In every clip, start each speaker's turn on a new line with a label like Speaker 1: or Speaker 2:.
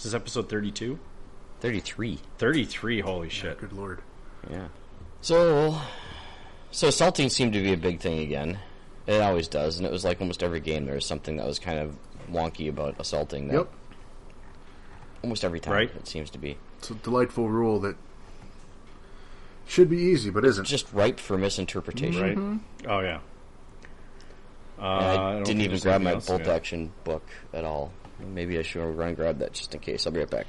Speaker 1: This is episode 32?
Speaker 2: 33.
Speaker 1: 33, holy shit.
Speaker 3: Good lord.
Speaker 2: Yeah. So, so salting seemed to be a big thing again. It always does, and it was like almost every game there was something that was kind of wonky about assaulting. That
Speaker 3: Yep.
Speaker 2: Almost every time
Speaker 1: Right.
Speaker 2: it seems to be
Speaker 3: It's a delightful rule that should be easy, but isn't.
Speaker 2: just ripe for misinterpretation.
Speaker 1: Right? Oh, yeah. Uh,
Speaker 2: And
Speaker 1: I
Speaker 2: I,
Speaker 1: don't
Speaker 2: didn't
Speaker 1: think
Speaker 2: even
Speaker 1: there's
Speaker 2: grab
Speaker 1: anything
Speaker 2: my
Speaker 1: else,
Speaker 2: bolt
Speaker 1: yeah.
Speaker 2: action book at all. Maybe I should run and grab that just in case. I'll be right back.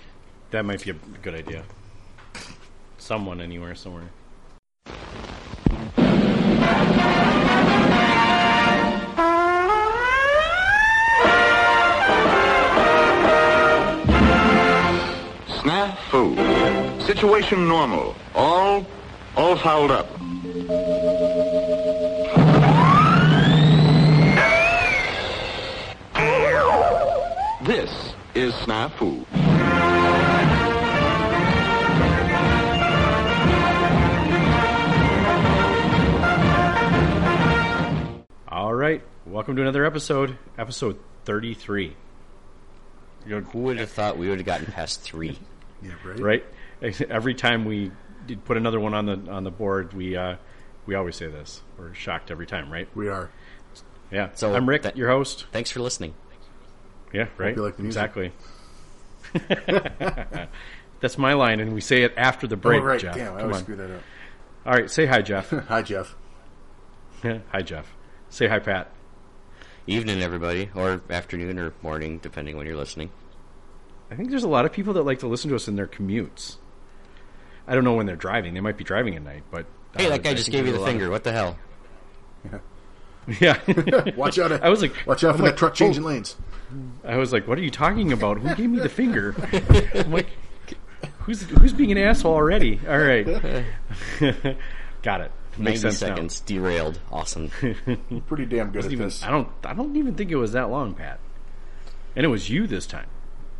Speaker 1: That might be a good idea. Someone anywhere, somewhere.
Speaker 4: Snafu. Situation normal. All, all fouled up. This is Snafu.
Speaker 1: All right. Welcome to another episode. Episode 33. You're-
Speaker 2: Who would have thought we would have gotten past three?
Speaker 3: yeah, right?
Speaker 1: right? Every time we did put another one on the on the board, we uh, we always say this. We're shocked every time, right?
Speaker 3: We are.
Speaker 1: Yeah.
Speaker 2: So
Speaker 1: I'm Rick,
Speaker 2: that-
Speaker 1: your host.
Speaker 2: Thanks for listening.
Speaker 1: Yeah, right.
Speaker 3: you like the music.
Speaker 1: Exactly. That's my line, and we say it after the break,
Speaker 3: oh, right.
Speaker 1: Jeff.
Speaker 3: Damn, I
Speaker 1: Come
Speaker 3: always
Speaker 1: on.
Speaker 3: screw that up.
Speaker 1: All right, say hi, Jeff.
Speaker 3: Hi, Jeff.
Speaker 1: hi, Jeff. Say hi, Pat.
Speaker 2: Evening, everybody, or afternoon or morning, depending when you're listening.
Speaker 1: I think there's a lot of people that like to listen to us in their commutes. I don't know when they're driving. They might be driving at night, but
Speaker 2: Hey,
Speaker 1: uh,
Speaker 2: that guy
Speaker 1: I
Speaker 2: just
Speaker 1: think
Speaker 2: gave you
Speaker 1: there's
Speaker 2: the
Speaker 1: a lot
Speaker 2: finger. What the hell?
Speaker 1: of- yeah,
Speaker 3: Watch out. uh,
Speaker 1: I was like,
Speaker 3: watch out
Speaker 1: I'm
Speaker 3: for
Speaker 1: like, oh.
Speaker 3: that truck changing lanes.
Speaker 1: I was like, "What are you talking about? Who gave me the finger?" I'm like, "Who's who's being an asshole already?" All right, got it. Makes
Speaker 2: 90
Speaker 1: sense now.
Speaker 2: seconds derailed. Awesome.
Speaker 3: Pretty damn good at
Speaker 1: Even-
Speaker 3: this.
Speaker 1: I don't. I don't even think it was that long, Pat. And it was you this time.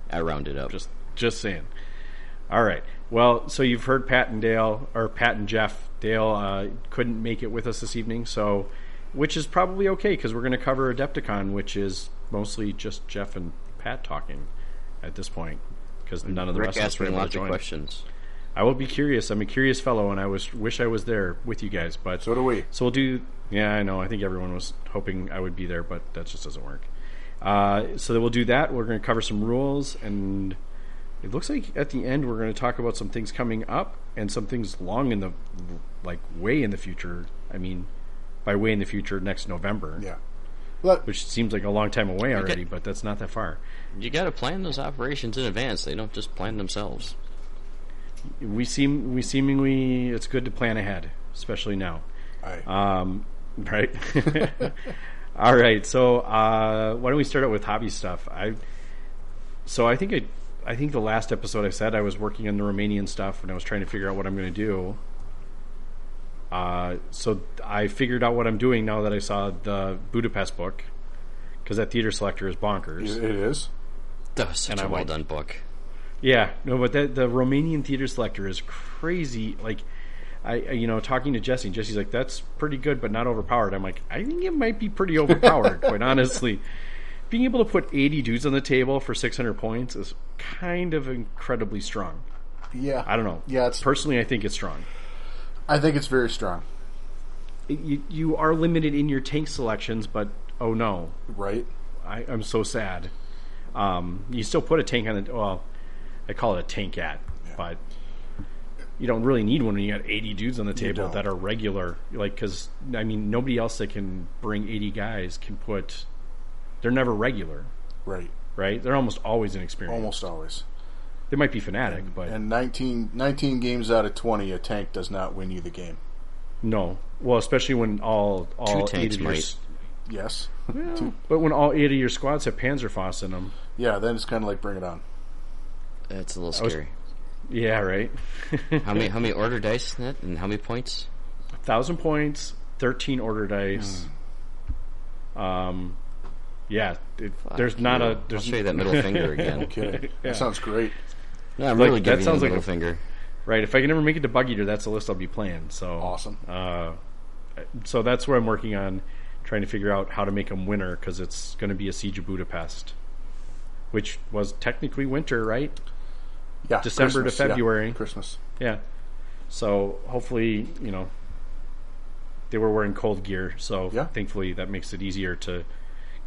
Speaker 2: I rounded up.
Speaker 1: Just, just saying. All right. Well, so you've heard Pat and Dale, or Pat and Jeff. Dale uh, couldn't make it with us this evening, so which is probably okay because we're going to cover Adepticon, which is mostly just Jeff and Pat talking at this point because none of the
Speaker 2: Rick
Speaker 1: rest of us
Speaker 2: asked
Speaker 1: were
Speaker 2: me
Speaker 1: able to
Speaker 2: lots of
Speaker 1: join.
Speaker 2: questions.
Speaker 1: I will be curious. I'm a curious fellow, and I was wish I was there with you guys. But
Speaker 3: So do we.
Speaker 1: So we'll do. Yeah, I know. I think everyone was hoping I would be there, but that just doesn't work. Uh, so then we'll do that. We're going to cover some rules, and it looks like at the end we're going to talk about some things coming up and some things long in the like way in the future. I mean, by way in the future, next November.
Speaker 3: yeah. Well,
Speaker 1: Which seems like a long time away already, but that's not that far.
Speaker 2: You got to plan those operations in advance. They don't just plan themselves.
Speaker 1: We seem we seemingly it's good to plan ahead, especially now.
Speaker 3: I,
Speaker 1: Um, right. All right. So uh, why don't we start out with hobby stuff? I so I think I I think the last episode I said I was working on the Romanian stuff and I was trying to figure out what I'm going to do. Uh, so I figured out what I'm doing now that I saw the Budapest book because that theater selector is bonkers.
Speaker 3: it is.
Speaker 2: That was such
Speaker 1: And
Speaker 2: a
Speaker 1: I
Speaker 2: well
Speaker 1: went-
Speaker 2: done book.
Speaker 1: Yeah, no, but that, the Romanian theater selector is crazy. Like, I I- you know talking to Jesse, and Jesse's like, "That's pretty good, but not overpowered." I'm like, I think it might be pretty overpowered, quite honestly. Being able to put 80 dudes on the table for 600 points is kind of incredibly strong.
Speaker 3: Yeah.
Speaker 1: I don't know.
Speaker 3: Yeah, it's.
Speaker 1: personally, I think it's strong.
Speaker 3: I think it's very strong,
Speaker 1: It, you you are limited in your tank selections, but oh no,
Speaker 3: right?
Speaker 1: I, I'm so sad. Um, you still put a tank on the well, I call it a tank at, but you don't really need one when you got 80 dudes on the table
Speaker 3: don't.
Speaker 1: that are regular. Like, because I mean, nobody else that can bring 80 guys can put. They're never regular,
Speaker 3: Right.
Speaker 1: right? They're almost always inexperienced.
Speaker 3: Almost always.
Speaker 1: They might be fanatic, but
Speaker 3: And 19, 19 games out of 20, a tank does not win you the game.
Speaker 1: no. Well, especially when all all eight
Speaker 2: tanks
Speaker 1: of your,
Speaker 2: might.
Speaker 1: s-
Speaker 3: Yes.
Speaker 1: but when all eight of your squads have Panzerfaust in them,
Speaker 3: Yeah, then it's kind of like bring it on.
Speaker 2: That's a little
Speaker 1: was-
Speaker 2: scary.
Speaker 1: yeah, right.
Speaker 2: how many how many order dice in that, and how many points?
Speaker 1: thousand points, thirteen order dice. Um, yeah, it, there's not
Speaker 2: you.
Speaker 1: a
Speaker 2: I'll
Speaker 1: there's
Speaker 2: show you that middle finger again.
Speaker 3: Kidding. That sounds great.
Speaker 2: No, I'm
Speaker 1: Like,
Speaker 2: really
Speaker 1: that
Speaker 2: giving you
Speaker 1: sounds
Speaker 2: the
Speaker 1: like a-
Speaker 2: middle finger.
Speaker 1: right. If I can ever make it to Bug Eater, that's the list I'll be playing. So
Speaker 3: Awesome.
Speaker 1: Uh, so that's where I'm working on trying to figure out how to make them winner because it's going to be a siege of Budapest. which was technically winter, right?
Speaker 3: Yeah,
Speaker 1: December to
Speaker 3: Christmas, yeah,
Speaker 1: February.
Speaker 3: Christmas.
Speaker 1: Yeah. So hopefully, you know, they were wearing cold gear. So
Speaker 3: Yeah.
Speaker 1: thankfully, that makes it easier to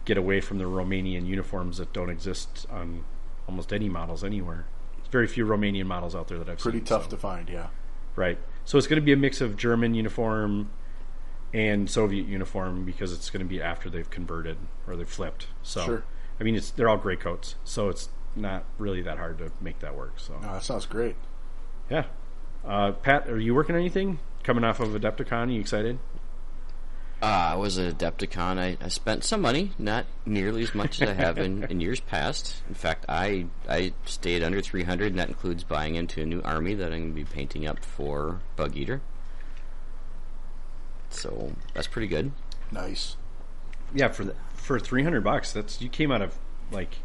Speaker 1: get away from the Romanian uniforms that don't exist on almost any models anywhere. There's very few Romanian models out there that I've
Speaker 3: Pretty
Speaker 1: seen.
Speaker 3: tough
Speaker 1: so-
Speaker 3: to find. Yeah.
Speaker 1: Right. So it's going to be a mix of German uniform and Soviet uniform because it's going to be after they've converted or they've flipped. So
Speaker 3: Sure.
Speaker 1: I mean, it's they're all gray coats, so it's not really that hard to make that work. So
Speaker 3: No, Uh, that sounds great.
Speaker 1: yeah. Uh, Pat, are you working on anything? Coming off of Adepticon, you excited?
Speaker 2: Uh, I was at Adepticon. I, I spent some money, not nearly as much as I have in, in years past. In fact, I I stayed under 300, and that includes buying into a new army that I'm going to be painting up for Bug Eater. So that's pretty good.
Speaker 3: Nice.
Speaker 1: Yeah, for for three hundred bucks, that's you came out of like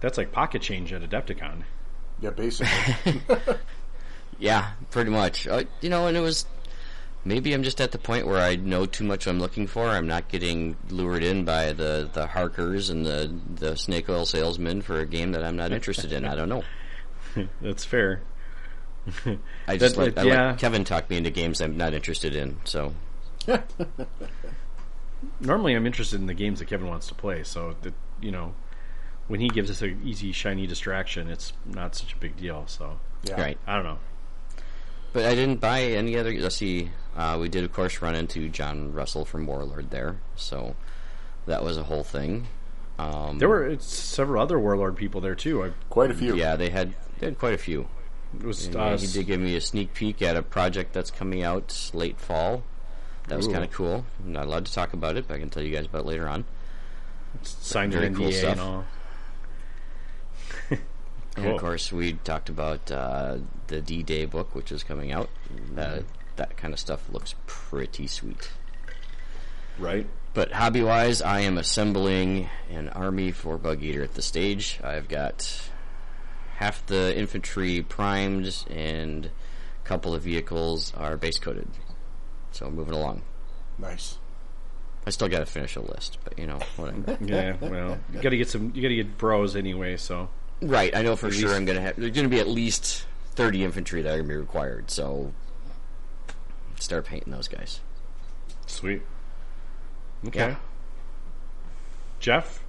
Speaker 1: that's like pocket change at Adepticon.
Speaker 3: Yeah, basically.
Speaker 2: Yeah, pretty much. Uh, you know, and it was maybe I'm just at the point where I know too much what I'm looking for. I'm not getting lured in by the the harkers and the the snake oil salesmen for a game that I'm not interested in. I don't know.
Speaker 1: That's fair.
Speaker 2: I just
Speaker 1: That-
Speaker 2: let,
Speaker 1: that-
Speaker 2: I let
Speaker 1: yeah.
Speaker 2: Kevin talk me into games I'm not interested in. So
Speaker 1: normally I'm interested in the games that Kevin wants to play. So that you know, when he gives us an easy shiny distraction, it's not such a big deal. So
Speaker 3: Yeah.
Speaker 2: right,
Speaker 1: I don't know.
Speaker 2: but I didn't buy any other. Let's see, uh, we did of course run into John Russell from Warlord there, so that was a whole thing. Um,
Speaker 1: There were it's, several other warlord people there too. I
Speaker 3: Quite a few.
Speaker 2: yeah, they had they had quite a few.
Speaker 1: it was
Speaker 2: Yeah,
Speaker 1: uh,
Speaker 2: he did give me a sneak peek at a project that's coming out late fall. That was
Speaker 1: Ooh.
Speaker 2: kind of cool. I'm not allowed to talk about it, but I can tell you guys about it later on.
Speaker 1: signed
Speaker 2: very
Speaker 1: an NDA
Speaker 2: cool
Speaker 1: and
Speaker 2: stuff.
Speaker 1: all.
Speaker 2: And
Speaker 1: Cool.
Speaker 2: of course, we talked about uh, the D Day book, which is coming out. That that kind of stuff looks pretty sweet.
Speaker 1: Right.
Speaker 2: But hobby wise, I am assembling an army for Bug Eater at the stage. I've got half the infantry primed and a couple of vehicles are base coated. So moving along.
Speaker 3: Nice.
Speaker 2: I still got to finish a list, but you know, whatever.
Speaker 1: Yeah. Well, you got to get some. You got to get bros anyway. So
Speaker 2: right, I know for sure I'm going to have. There's going to be at least 30 infantry that are going to be required, so start painting those guys.
Speaker 1: sweet. Okay.
Speaker 2: Yeah.
Speaker 1: Jeff,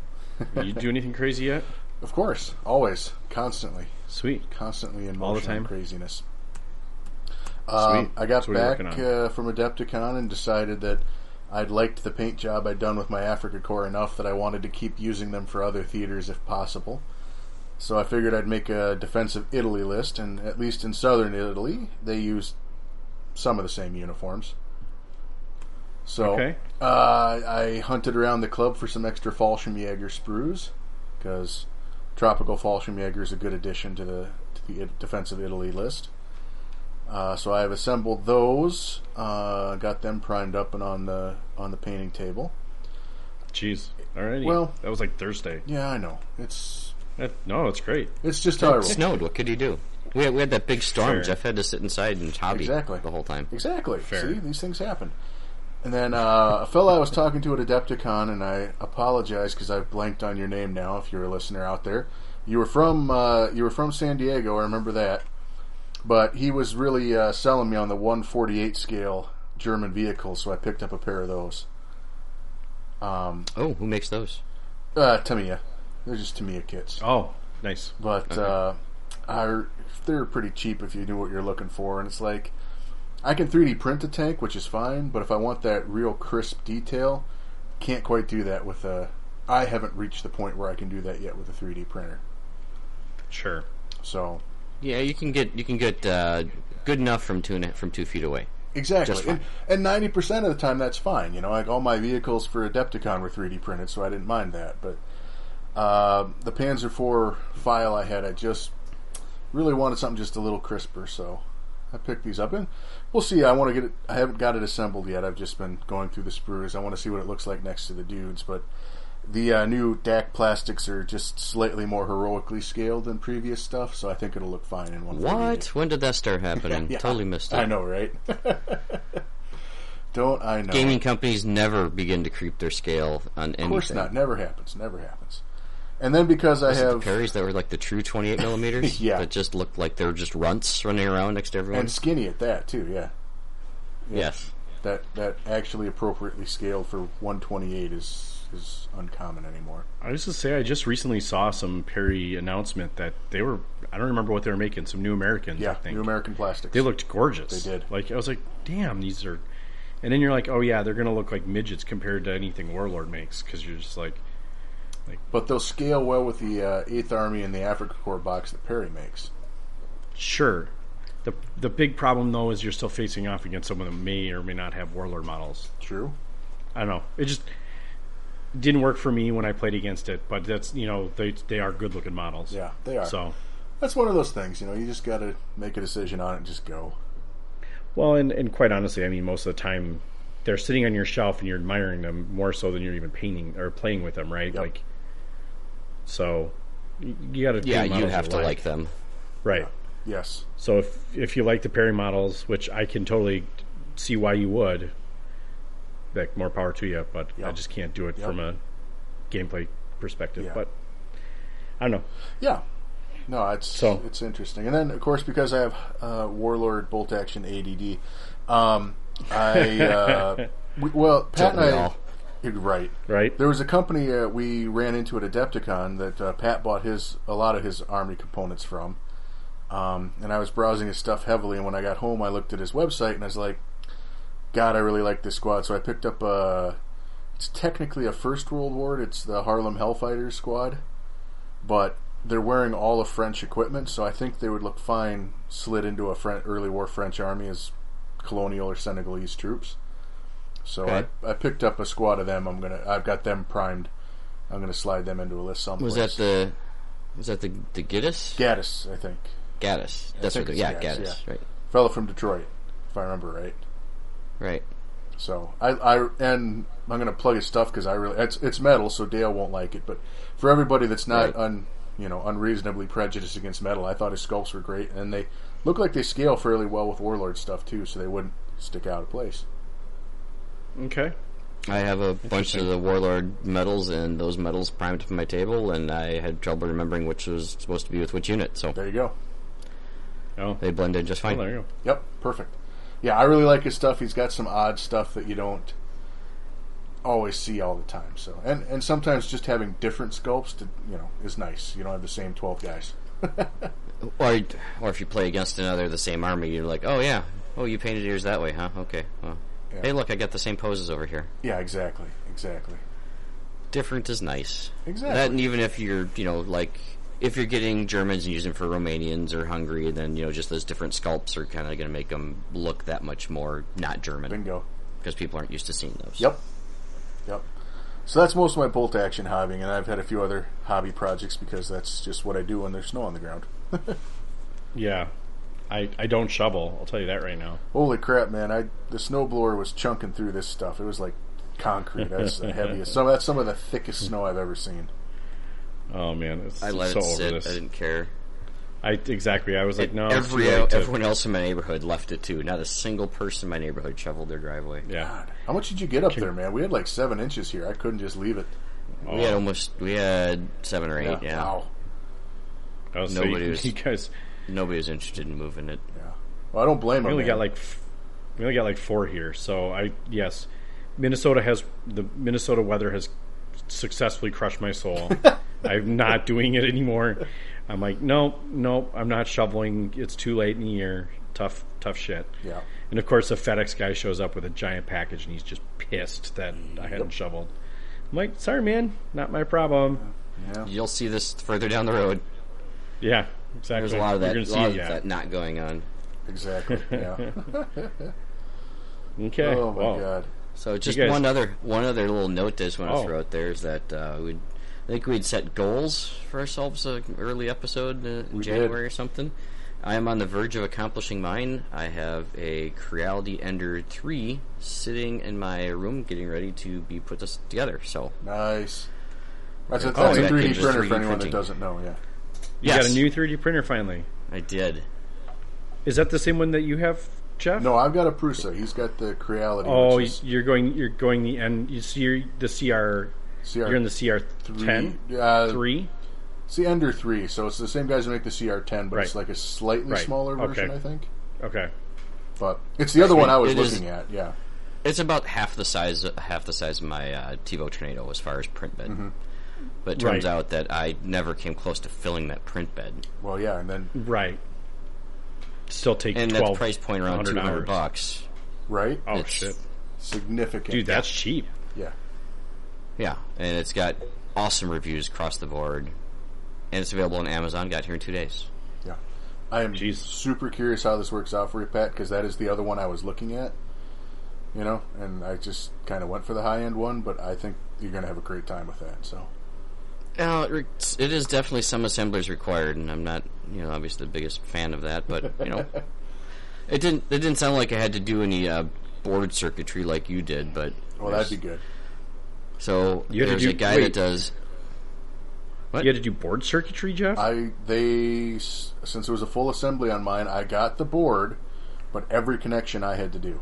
Speaker 1: you do anything crazy yet?
Speaker 3: Of course. Always. Constantly.
Speaker 1: Sweet.
Speaker 3: Constantly in motion
Speaker 1: All the time?
Speaker 3: and craziness. Um,
Speaker 1: Sweet.
Speaker 3: I got
Speaker 1: That's what you're
Speaker 3: back
Speaker 1: working on.
Speaker 3: uh, from Adepticon and decided that I'd liked the paint job I'd done with my Africa Corps enough that I wanted to keep using them for other theaters if possible. So I figured I'd make a defensive Italy list, and at least in southern Italy, they use some of the same uniforms. So
Speaker 1: Okay.
Speaker 3: uh, I hunted around the club for some extra Fallschirmjäger sprues because tropical Fallschirmjäger is a good addition to the, to the it- defensive Italy list. Uh, so I have assembled those, uh, got them primed up and on the on the painting table.
Speaker 1: Jeez. Alrighty.
Speaker 3: Well-
Speaker 1: that was like Thursday.
Speaker 3: Yeah, I know it's
Speaker 1: That, no, it's great.
Speaker 3: it's just how I
Speaker 2: It
Speaker 3: roll.
Speaker 2: snowed. What could you do? We had, we had that big storm.
Speaker 1: Sure.
Speaker 2: Jeff had to sit inside and hobby
Speaker 3: Exactly.
Speaker 2: the whole time.
Speaker 3: Exactly.
Speaker 1: Fair.
Speaker 3: See, these things happen. And then uh, a fellow I was talking to at Adepticon, and I apologize because I've blanked on your name now. If you're a listener out there, you were from uh, you were from San Diego. I remember that. But he was really uh, selling me on the 148 scale German vehicles, so I picked up a pair of those. Um,
Speaker 2: Oh, who makes those?
Speaker 3: uh, Tamiya, they're just Tamiya kits,
Speaker 1: Oh, nice.
Speaker 3: but uh, I, they're pretty cheap if you knew what you're looking for. And it's like I can 3D print a tank, which is fine, but if I want that real crisp detail, can't quite do that with a. I haven't reached the point where I can do that yet with a 3D printer.
Speaker 1: Sure.
Speaker 3: So
Speaker 2: Yeah, you can get you can get uh, good enough from two and, from two feet away.
Speaker 3: exactly,
Speaker 2: Just fine.
Speaker 3: and and ninety percent of the time that's fine. You know, like all my vehicles for Adepticon were 3D printed, so I didn't mind that. But uh, the Panzer IV file I had, I just really wanted something just a little crisper, so I picked these up and we'll see. I want to get it. I haven't got it assembled yet. I've just been going through the sprues. I want to see what it looks like next to the dudes, but the uh, new DAC plastics are just slightly more heroically scaled than previous stuff, so I think it'll look fine in one.
Speaker 2: What? When did that start happening? Totally missed it.
Speaker 3: I know, right? Don't I know?
Speaker 2: Gaming companies never begin to creep their scale on anything.
Speaker 3: Of course not. Never happens. Never happens. And then because I
Speaker 2: Was it the
Speaker 3: have
Speaker 2: Perrys that were like the true 28 millimeters?
Speaker 3: Yeah.
Speaker 2: That just looked like they were just runts running around next to everyone?
Speaker 3: and skinny at that too, yeah.
Speaker 2: yes.
Speaker 3: That that actually appropriately scaled for 128 is is uncommon anymore.
Speaker 1: I was to say I just recently saw some Perry announcement that they were I don't remember what they were making some new Americans. I
Speaker 3: Yeah,
Speaker 1: think.
Speaker 3: new American plastics.
Speaker 1: they looked gorgeous.
Speaker 3: They did.
Speaker 1: Like I was like, damn, these are. And then you're like, oh yeah, they're gonna look like midgets compared to anything Warlord makes because you're just like,
Speaker 3: but they'll scale well with the uh, Eighth Army and the Africa Corps box that Perry makes.
Speaker 1: sure. The the big problem though is you're still facing off against someone that may or may not have Warlord models.
Speaker 3: True.
Speaker 1: I don't know. It just didn't work for me when I played against it. But that's you know they they are good looking models.
Speaker 3: Yeah, they are.
Speaker 1: So
Speaker 3: That's one of those things, you know. You just got to make a decision on it and just go.
Speaker 1: well, and and quite honestly, I mean most of the time they're sitting on your shelf and you're admiring them more so than you're even painting or playing with them, right?
Speaker 3: Yep.
Speaker 1: Like so. y- You gotta
Speaker 2: Yeah,
Speaker 1: paint
Speaker 2: you
Speaker 1: models
Speaker 2: have
Speaker 1: you
Speaker 2: to like them.
Speaker 1: Right.
Speaker 3: Yes.
Speaker 1: So if if you like the Perry models, which I can totally see why you would, like more power to you. But I
Speaker 3: Yep.
Speaker 1: just can't do it
Speaker 3: Yep.
Speaker 1: from a gameplay perspective.
Speaker 3: Yeah.
Speaker 1: But I don't know.
Speaker 3: Yeah. No, it's
Speaker 1: So-
Speaker 3: it's interesting. And then, of course, because I have uh, Warlord Bolt Action ADD, um, I uh, we, well, Pat
Speaker 2: Don't we
Speaker 3: and I,
Speaker 2: all?
Speaker 3: You're right?
Speaker 1: Right?
Speaker 3: There was a company uh, we ran into at Adepticon that uh, Pat bought his a lot of his army components from, um, and I was browsing his stuff heavily. And when I got home, I looked at his website and I was like, "God, I really like this squad." So I picked up uh, a. It's technically a First World War. It's the Harlem Hellfighters squad, but they're wearing all of French equipment, so I think they would look fine slid into a Fren early war French army as colonial or Senegalese troops. So
Speaker 2: Okay.
Speaker 3: I, I picked up a squad of them. I'm gonna I've got them primed. I'm gonna slide them into a list
Speaker 2: Was
Speaker 3: someplace.
Speaker 2: that the. Was that the the Giddis?
Speaker 3: Gaddis? I think
Speaker 2: Gaddis. That's what. it-
Speaker 3: think it's
Speaker 2: Yeah,
Speaker 3: Gaddis,
Speaker 2: Gaddis.
Speaker 3: yeah.
Speaker 2: Right.
Speaker 3: fellow from Detroit, if I remember right.
Speaker 2: Right.
Speaker 3: So I, I and I'm gonna plug his stuff because I really it's it's metal, so Dale won't like it. But for everybody that's not
Speaker 2: Right.
Speaker 3: un you know unreasonably prejudiced against metal, I thought his sculpts were great, and they look like they scale fairly well with Warlord stuff too, so they wouldn't stick out of place.
Speaker 1: Okay.
Speaker 2: I have a bunch of the Warlord medals, and those medals primed from my table, and I had trouble remembering which was supposed to be with which unit, so
Speaker 3: There you go.
Speaker 1: Oh,
Speaker 2: they blended just
Speaker 1: well,
Speaker 2: fine.
Speaker 1: there you go.
Speaker 3: Yep, perfect. Yeah, I really like his stuff. He's got some odd stuff that you don't always see all the time. So and and sometimes just having different sculpts to you know is nice. You don't have the same twelve guys.
Speaker 2: Or, or if you play against another the same army, you're like, oh yeah, oh you painted yours that way, huh? Okay. Well,
Speaker 3: Yeah.
Speaker 2: hey, look, I got the same poses over here.
Speaker 3: Yeah, exactly, exactly.
Speaker 2: Different is nice.
Speaker 3: Exactly.
Speaker 2: That, and even if you're, you know, like if you're getting Germans and using for Romanians or Hungary, then you know just those different sculpts are kind of going to make them look that much more not German
Speaker 3: Bingo.
Speaker 2: because people aren't used to seeing those.
Speaker 3: Yep. Yep. So that's most of my bolt action hobbying, and I've had a few other hobby projects because that's just what I do when there's snow on the ground.
Speaker 1: Yeah. I, I don't shovel. I'll tell you that right now.
Speaker 3: Holy crap, man! I the snowblower was chunking through this stuff. It was like concrete. That's the heaviest. Some that's some of the thickest snow I've ever seen.
Speaker 1: Oh man, it's
Speaker 2: I let
Speaker 1: so
Speaker 2: it
Speaker 1: over
Speaker 2: sit. I
Speaker 1: this.
Speaker 2: didn't care.
Speaker 1: I, exactly. I was like, no. it's
Speaker 2: Every
Speaker 1: too late to-
Speaker 2: everyone else in my neighborhood left it too. Not a single person in my neighborhood shoveled their driveway.
Speaker 1: Yeah.
Speaker 3: God, how much did you get up there, man? We had like seven inches here. I couldn't just leave it.
Speaker 2: We
Speaker 1: Oh.
Speaker 2: had almost we had seven or eight. Yeah,
Speaker 3: Wow.
Speaker 1: I was
Speaker 2: Nobody
Speaker 1: Oh, you,
Speaker 2: was-
Speaker 1: you guys.
Speaker 2: nobody was interested in moving it.
Speaker 3: Yeah. Well, I don't blame
Speaker 1: We
Speaker 3: him.
Speaker 1: only
Speaker 3: man.
Speaker 1: got like f- we only got like four here. So I yes, Minnesota has the Minnesota weather has successfully crushed my soul. I'm not doing it anymore. I'm like, nope, nope. I'm not shoveling. It's too late in the year. Tough, tough shit.
Speaker 3: Yeah.
Speaker 1: And of course, the FedEx guy shows up with a giant package, and he's just pissed that I hadn't shoveled. I'm like, sorry, man, not my problem.
Speaker 2: You'll see this further down the road.
Speaker 1: Yeah, exactly.
Speaker 2: There's a lot of that,
Speaker 1: You're
Speaker 2: a
Speaker 1: gonna
Speaker 2: lot
Speaker 1: see,
Speaker 2: of
Speaker 1: yeah.
Speaker 2: that not going on.
Speaker 3: exactly. Yeah.
Speaker 1: Okay.
Speaker 3: oh my
Speaker 1: Wow.
Speaker 3: god.
Speaker 2: So just
Speaker 1: guys-
Speaker 2: one other one other little note that I just want to
Speaker 1: Oh.
Speaker 2: throw out there is that uh, we I think we'd set goals for ourselves uh, early episode uh, in January or something. I am on the verge of accomplishing mine. I have a Creality Ender three sitting in my room, getting ready to be put this together. So
Speaker 3: Nice. That's a,
Speaker 2: Oh,
Speaker 3: that's a
Speaker 2: yeah,
Speaker 3: 3D
Speaker 2: it's just
Speaker 3: printer
Speaker 2: 3D
Speaker 3: for anyone that
Speaker 2: printing.
Speaker 3: doesn't know. Yeah.
Speaker 1: You got
Speaker 2: Yes.
Speaker 1: a new 3D printer finally.
Speaker 2: I did.
Speaker 1: Is that the same one that you have, Jeff?
Speaker 3: No, I've got a Prusa. He's got the Creality.
Speaker 1: Oh,
Speaker 3: which is-
Speaker 1: you're going. You're going the end. You see your, the CR
Speaker 3: CR
Speaker 1: You're in the CR ten
Speaker 3: three. Uh,
Speaker 1: three.
Speaker 3: It's the Ender three, so it's the same guys who make the CR10, but it's
Speaker 1: Right.
Speaker 3: like a slightly
Speaker 1: Right.
Speaker 3: smaller version,
Speaker 1: Okay.
Speaker 3: I think.
Speaker 1: Okay.
Speaker 3: But it's the other one I was
Speaker 2: It is-
Speaker 3: looking at. Yeah,
Speaker 2: It's about half the size half the size of my uh, TiVo Tornado as far as print bed. But it turns
Speaker 1: Mm-hmm. Right.
Speaker 2: out that I never came close to filling that print bed,
Speaker 3: well, yeah, and then
Speaker 1: Right. Still take
Speaker 2: and that's
Speaker 1: twelve
Speaker 2: price point around
Speaker 1: 100
Speaker 2: two hundred
Speaker 1: hours.
Speaker 2: bucks.
Speaker 3: right,
Speaker 1: Oh
Speaker 2: It's-
Speaker 1: shit,
Speaker 3: significant.
Speaker 1: dude, that's cheap.
Speaker 3: yeah,
Speaker 2: Yeah, and it's got awesome reviews across the board, and it's available on Amazon. Got here in two days.
Speaker 3: yeah. I am
Speaker 1: Jeez.
Speaker 3: super curious how this works out for you, Pat, because that is the other one I was looking at. You know, and I just kind of went for the high end one, but I think you're going to have a great time with that. So,
Speaker 2: Now it, re- it is definitely some assemblers required, and I'm not, you know, obviously the biggest fan of that. But you know, it didn't it didn't sound like I had to do any uh, board circuitry like you did. But
Speaker 3: well, that'd be good.
Speaker 2: so
Speaker 1: You had to
Speaker 2: there's
Speaker 1: do-
Speaker 2: a guy
Speaker 1: wait.
Speaker 2: that does. What?
Speaker 1: You had to do board circuitry, Jeff.
Speaker 3: I they s- since it was a full assembly on mine, I got the board, but every connection I had to do.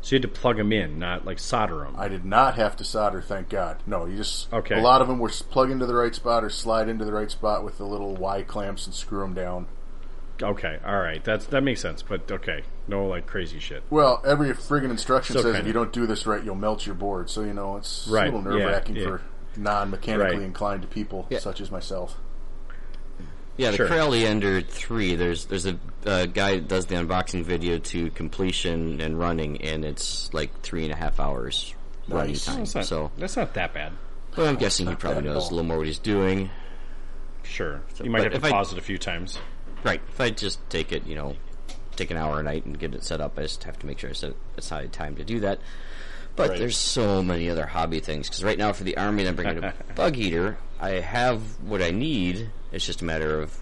Speaker 1: so you had to plug them in, not like solder them.
Speaker 3: I did not have to solder, thank God. No, you just
Speaker 1: Okay.
Speaker 3: A lot of them were s- plug into the right spot or slide into the right spot with the little Y clamps and screw them down.
Speaker 1: okay, all right, that's that makes sense. But okay, no like crazy shit.
Speaker 3: Well, every friggin' instruction
Speaker 1: So
Speaker 3: says
Speaker 1: kinda-
Speaker 3: if you don't do this right, you'll melt your board. So you know it's
Speaker 1: Right,
Speaker 3: a little
Speaker 1: yeah,
Speaker 3: nerve wracking
Speaker 1: yeah.
Speaker 3: for non-mechanically
Speaker 1: Right.
Speaker 3: inclined people
Speaker 2: Yeah.
Speaker 3: such as myself.
Speaker 2: Yeah, the
Speaker 1: Sure.
Speaker 2: Crowley Ender three. There's there's a uh, guy that does the unboxing video to completion and running, and it's like three and a half hours running
Speaker 3: Nice.
Speaker 2: time.
Speaker 1: That's not,
Speaker 2: So,
Speaker 1: that's not that bad.
Speaker 2: but I'm guessing he probably
Speaker 3: bad at
Speaker 2: knows
Speaker 3: all.
Speaker 2: a little more what he's doing.
Speaker 1: Sure, you might
Speaker 2: but
Speaker 1: have to
Speaker 2: if I-
Speaker 1: pause it a few times.
Speaker 2: Right. If I just take it, you know, take an hour a night and get it set up, I just have to make sure I set aside time to do that. But
Speaker 1: Right.
Speaker 2: there's so many other hobby things because right now for the army, I'm bringing a bug eater. I have what I need. It's just a matter of,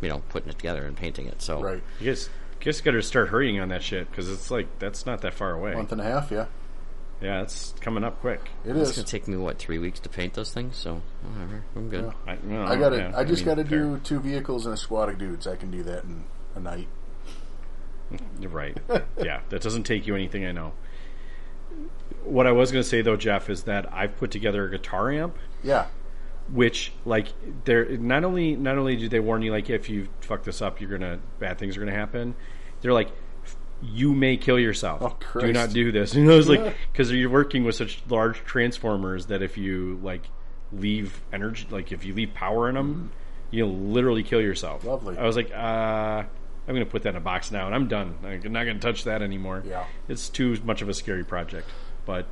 Speaker 2: you know, putting it together and painting it. So
Speaker 3: Right,
Speaker 1: You guys, you guys got to start hurrying on that shit because it's like that's not that far away.
Speaker 3: month and a half, yeah,
Speaker 1: Yeah, it's coming up quick.
Speaker 3: it
Speaker 2: it's
Speaker 3: is.
Speaker 2: gonna take me what three weeks to paint those things. So whatever, I'm good.
Speaker 1: I, you know,
Speaker 3: I got to
Speaker 1: Oh, yeah,
Speaker 3: I just
Speaker 1: mean,
Speaker 3: got to
Speaker 1: fair.
Speaker 3: do two vehicles and a squad of dudes. I can do that in a night.
Speaker 1: You're Right. yeah, that doesn't take you anything, I know. What I was going to say though, Jeff, is that I've put together a guitar amp,
Speaker 3: Yeah,
Speaker 1: which like they're not only not only do they warn you like if you fuck this up, you're gonna bad things are gonna happen. They're like you may kill yourself.
Speaker 3: Oh,
Speaker 1: do
Speaker 3: Christ.
Speaker 1: not do this. And I was like, because you're working with such large transformers that if you like leave energy, like if you leave power in them, you'll literally kill yourself.
Speaker 3: Mm-hmm. Lovely.
Speaker 1: I was like, uh, I'm going to put that in a box now, and I'm done. Like, I'm not going to touch that anymore.
Speaker 3: Yeah.
Speaker 1: it's too much of a scary project. But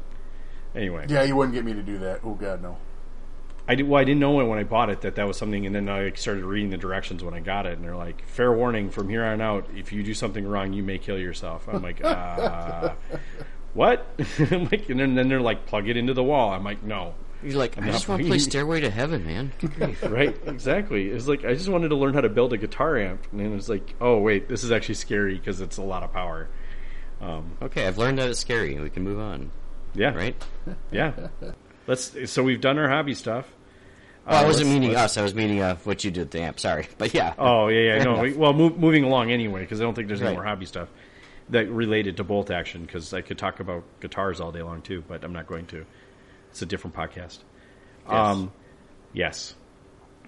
Speaker 1: anyway,
Speaker 3: yeah. You wouldn't get me to do that. Oh God, no.
Speaker 1: I did, well, I didn't know it when I bought it that that was something, and then I started reading the directions when I got it, and they're like, "Fair warning: from here on out, if you do something wrong, you may kill yourself." I'm like, uh, "What?" I'm like, and then, then they're like, "Plug it into the wall." I'm like, "No."
Speaker 2: You're like, I
Speaker 1: not
Speaker 2: just want to
Speaker 1: playing.
Speaker 2: play Stairway to Heaven, man.
Speaker 1: Right? exactly. It's like I just wanted to learn how to build a guitar amp, and then it's like, "Oh wait, this is actually scary because it's a lot of power."
Speaker 2: okay, I've learned that it's scary. We can move on,
Speaker 1: Yeah.
Speaker 2: right?
Speaker 1: Yeah. Let's. So we've done our hobby stuff.
Speaker 2: Oh, I wasn't meaning us. I was meaning uh, what you did at the amp. Sorry, but yeah.
Speaker 1: Oh yeah, yeah.
Speaker 2: Fair
Speaker 1: No,
Speaker 2: enough.
Speaker 1: well, move, moving along anyway because I don't think there's any
Speaker 2: Right.
Speaker 1: more hobby stuff that related to bolt action because I could talk about guitars all day long too, but I'm not going to. It's a different podcast. Um, yes.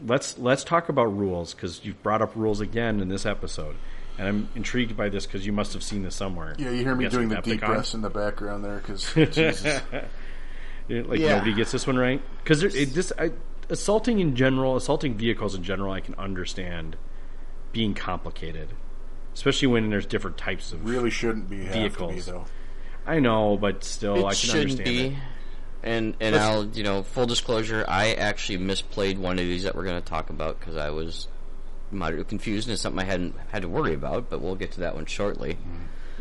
Speaker 1: Let's let's talk about rules because you've brought up rules again in this episode, and I'm intrigued by this because you must have seen this somewhere.
Speaker 3: Yeah, you hear me
Speaker 1: Yes,
Speaker 3: doing the
Speaker 1: with
Speaker 3: deep
Speaker 1: Epicon.
Speaker 3: breaths in the background there because Jesus.
Speaker 1: Yeah, Like
Speaker 2: Yeah.
Speaker 1: nobody gets this one right because this I, assaulting in general, assaulting vehicles in general, I can understand being complicated, especially when there's different types of.
Speaker 3: really shouldn't be have
Speaker 1: Vehicles.
Speaker 3: to be though.
Speaker 1: I know, but still, I can understand it.
Speaker 2: And and I'll you know full disclosure, I actually misplayed one of these that we're going to talk about because I was moderately confused and it's something I hadn't had to worry about. But we'll get to that one shortly.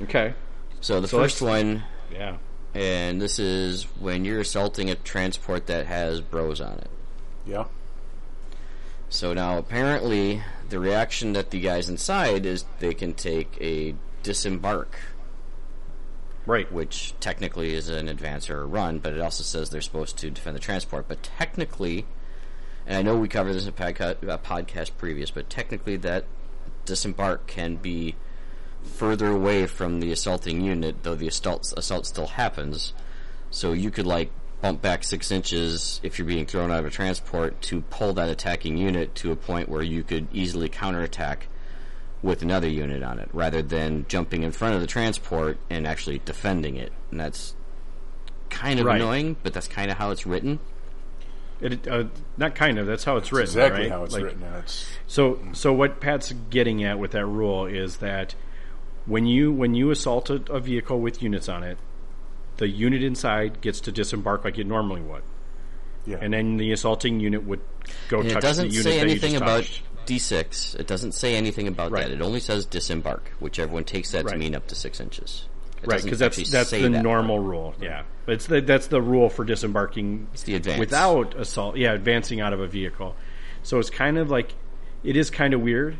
Speaker 1: Okay,
Speaker 2: So the first one,
Speaker 1: yeah,
Speaker 2: and this is when you're assaulting a transport that has bros on it.
Speaker 3: Yeah.
Speaker 2: So now apparently the reaction that the guys inside is they can take a disembark
Speaker 1: right.
Speaker 2: which technically is an advance or a run, but it also says they're supposed to defend the transport. But technically, and I know we covered this in a podca- uh, podcast previous, but technically that disembark can be further away from the assaulting unit, though the assault assault still happens. So you could like bump back six inches if you're being thrown out of a transport to pull that attacking unit to a point where you could easily counterattack with another unit on it, rather than jumping in front of the transport and actually defending it. And that's kind of
Speaker 1: Right.
Speaker 2: annoying, but that's kind of how it's written.
Speaker 1: It, uh, not kind of. That's how it's written.
Speaker 3: exactly
Speaker 1: right?
Speaker 3: how it's
Speaker 1: Like,
Speaker 3: written, Mm. and it's
Speaker 1: So, so what Pat's getting at with that rule is that when you when you assault a, a vehicle with units on it, the unit inside gets to disembark like it normally would,
Speaker 3: yeah.
Speaker 1: and then the assaulting unit would go
Speaker 2: And
Speaker 1: touch
Speaker 2: it doesn't
Speaker 1: the unit
Speaker 2: say
Speaker 1: that
Speaker 2: anything
Speaker 1: you just
Speaker 2: about
Speaker 1: touched.
Speaker 2: D6. It doesn't say anything about
Speaker 1: Right.
Speaker 2: that. It only says disembark, which everyone takes that to
Speaker 1: Right.
Speaker 2: mean up to six inches. It
Speaker 1: right
Speaker 2: doesn't
Speaker 1: because
Speaker 2: actually
Speaker 1: that's that's
Speaker 2: say
Speaker 1: the
Speaker 2: that.
Speaker 1: normal rule. Yeah, but it's the, that's the rule for disembarking
Speaker 2: It's the advance.
Speaker 1: without assault. Yeah, advancing out of a vehicle. So it's kind of like it is kind of weird,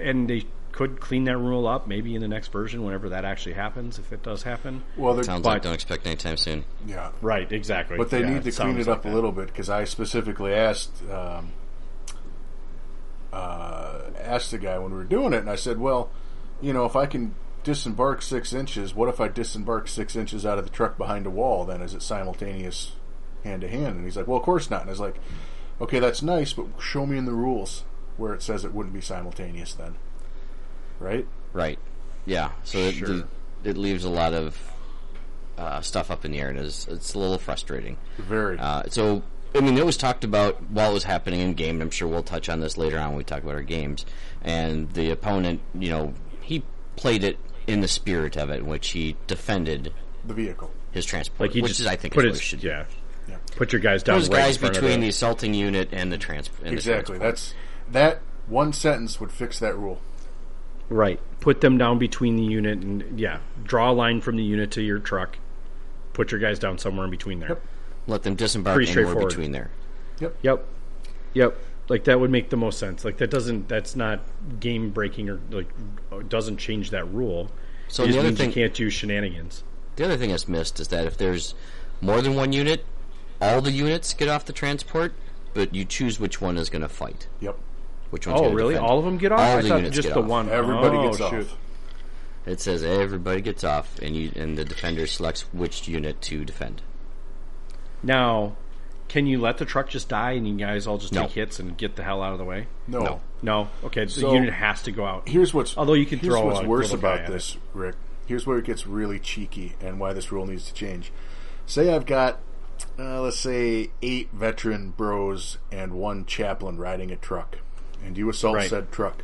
Speaker 1: and they could clean that rule up maybe in the next version whenever that actually happens if it does happen.
Speaker 3: well, they're,
Speaker 2: Sounds
Speaker 1: But-
Speaker 2: like don't expect anytime soon.
Speaker 3: yeah.
Speaker 1: Right, exactly.
Speaker 3: But they
Speaker 1: Yeah,
Speaker 3: need to clean
Speaker 1: sounds
Speaker 3: it
Speaker 1: like
Speaker 3: up a
Speaker 1: that.
Speaker 3: little bit because I specifically asked um, uh, asked the guy when we were doing it, and I said, "Well, you know, if I can disembark six inches, what if I disembark six inches out of the truck behind a wall? Then is it simultaneous hand to hand?" And he's like, "Well, of course not." And I was like, "Okay, that's nice, but show me in the rules where it says it wouldn't be simultaneous then, right?"
Speaker 2: Right. Yeah. So it,
Speaker 1: Sure.
Speaker 2: it leaves a lot of uh, stuff up in the air, and it's, it's a little frustrating.
Speaker 3: Very.
Speaker 2: Uh, so, I mean, it was talked about while it was happening in game, and I'm sure we'll touch on this later on when we talk about our games. And the opponent, you know, he played it in the spirit of it, in which he defended
Speaker 3: the vehicle.
Speaker 2: his transport,
Speaker 1: Like he
Speaker 2: which
Speaker 1: just
Speaker 2: is, I think,
Speaker 1: put
Speaker 2: is what
Speaker 1: his-
Speaker 2: it should
Speaker 1: yeah. Put your guys down.
Speaker 2: Those
Speaker 1: right in
Speaker 2: guys
Speaker 1: front of
Speaker 2: between
Speaker 1: the-
Speaker 2: the assaulting unit and the transport.
Speaker 3: Exactly. That's that one sentence would fix that rule.
Speaker 1: Right. Put them down between the unit and yeah, draw a line from the unit to your truck. Put your guys down somewhere in between there. Yep.
Speaker 2: Let them disembark
Speaker 1: Pretty
Speaker 2: anywhere
Speaker 1: straightforward.
Speaker 2: between there.
Speaker 1: Yep. Like that would make the most sense. Like that doesn't that's not game breaking or like doesn't change that rule.
Speaker 2: So
Speaker 1: it just
Speaker 2: the other
Speaker 1: means
Speaker 2: thing,
Speaker 1: you can't do shenanigans.
Speaker 2: The other thing that's missed is that if there's more than one unit, all the units get off the transport, but you choose which one is going to fight.
Speaker 3: Yep.
Speaker 2: Which one's
Speaker 1: Oh,
Speaker 2: gonna
Speaker 1: really?
Speaker 2: defend.
Speaker 1: All of them get off?
Speaker 2: All
Speaker 1: I
Speaker 2: the
Speaker 1: thought
Speaker 2: units
Speaker 1: just
Speaker 2: get
Speaker 1: the
Speaker 2: off.
Speaker 1: one.
Speaker 3: Everybody
Speaker 1: Oh,
Speaker 3: gets
Speaker 1: shoot.
Speaker 3: off.
Speaker 2: It says everybody gets off, and you and the defender selects which unit to defend.
Speaker 1: Now, can you let the truck just die and you guys all just
Speaker 2: No.
Speaker 1: take hits and get the hell out of the way?
Speaker 3: No.
Speaker 1: No. Okay, the
Speaker 3: So-
Speaker 1: unit has to go out.
Speaker 3: Here's what's
Speaker 1: Although you can
Speaker 3: here's
Speaker 1: throw
Speaker 3: what's
Speaker 1: a
Speaker 3: worse
Speaker 1: little guy
Speaker 3: about
Speaker 1: at
Speaker 3: this, Rick. Here's where it gets really cheeky and why this rule needs to change. Say I've got uh, let's say eight veteran bros and one chaplain riding a truck, and you assault
Speaker 1: Right.
Speaker 3: said truck.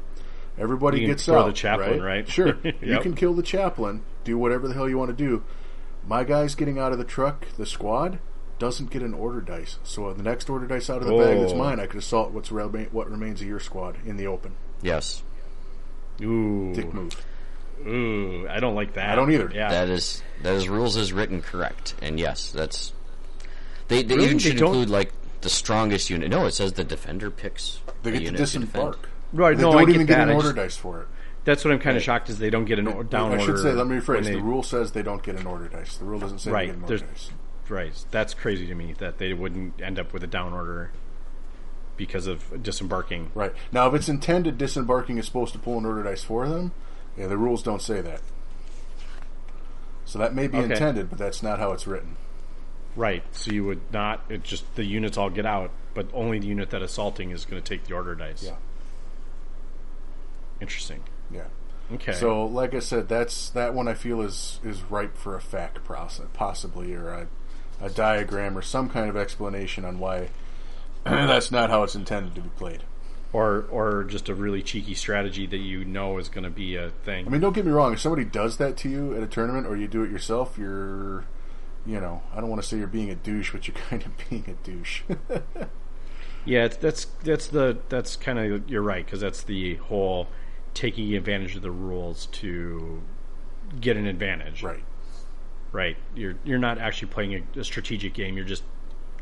Speaker 3: Everybody
Speaker 1: You can
Speaker 3: gets
Speaker 1: throw
Speaker 3: out.
Speaker 1: the chaplain, right?
Speaker 3: Sure, you
Speaker 1: Yep.
Speaker 3: can kill the chaplain. Do whatever the hell you want to do. My guy's getting out of the truck. The squad doesn't get an order dice. So the next order dice out of the bag that's
Speaker 1: Oh.
Speaker 3: mine, I could assault what's rema- what remains of your squad in the open.
Speaker 2: Yes,
Speaker 1: Ooh.
Speaker 3: Dick move.
Speaker 1: Ooh, I don't like that.
Speaker 3: I don't either.
Speaker 1: Yeah.
Speaker 2: that is that is rules is written correct, and yes, that's they they
Speaker 1: Really?
Speaker 2: even
Speaker 1: They
Speaker 2: should
Speaker 1: don't-
Speaker 2: include like the strongest unit. No, it says the defender picks. the
Speaker 3: They get to
Speaker 2: unit to defend.
Speaker 3: disembark.
Speaker 1: Right,
Speaker 3: They
Speaker 1: no,
Speaker 3: don't
Speaker 1: I get
Speaker 3: even get
Speaker 1: that,
Speaker 3: an
Speaker 1: I
Speaker 3: order
Speaker 1: just-
Speaker 3: dice for it.
Speaker 1: That's what I'm kind of shocked is they don't get an or- down
Speaker 3: I
Speaker 1: order.
Speaker 3: should say, let me rephrase.
Speaker 1: when they-
Speaker 3: the rule says they don't get an order dice. The rule doesn't say
Speaker 1: Right,
Speaker 3: they get an order
Speaker 1: there's-
Speaker 3: dice.
Speaker 1: Right. That's crazy to me that they wouldn't end up with a down order because of disembarking.
Speaker 3: Right. Now, if it's intended disembarking is supposed to pull an order dice for them, yeah, the rules don't say that. So that may be
Speaker 1: Okay.
Speaker 3: intended, but that's not how it's written.
Speaker 1: Right. So you would not. It just the units all get out, but only the unit that assaulting is going to take the order dice.
Speaker 3: Yeah.
Speaker 1: Interesting.
Speaker 3: Yeah.
Speaker 1: Okay.
Speaker 3: So, like I said, that's that one I feel is is ripe for a fact process, possibly, or a, a diagram or some kind of explanation on why that's not how it's intended to be played.
Speaker 1: or or just a really cheeky strategy that you know is going to be a thing.
Speaker 3: I mean, don't get me wrong. If somebody does that to you at a tournament, or you do it yourself, you're, you know, I don't want to say you're being a douche, but you're kind of being a douche.
Speaker 1: Yeah, it's, that's that's the that's kind of you're right because that's the whole taking advantage of the rules to get an advantage.
Speaker 3: right.
Speaker 1: Right. You're you're not actually playing a, a strategic game. You're just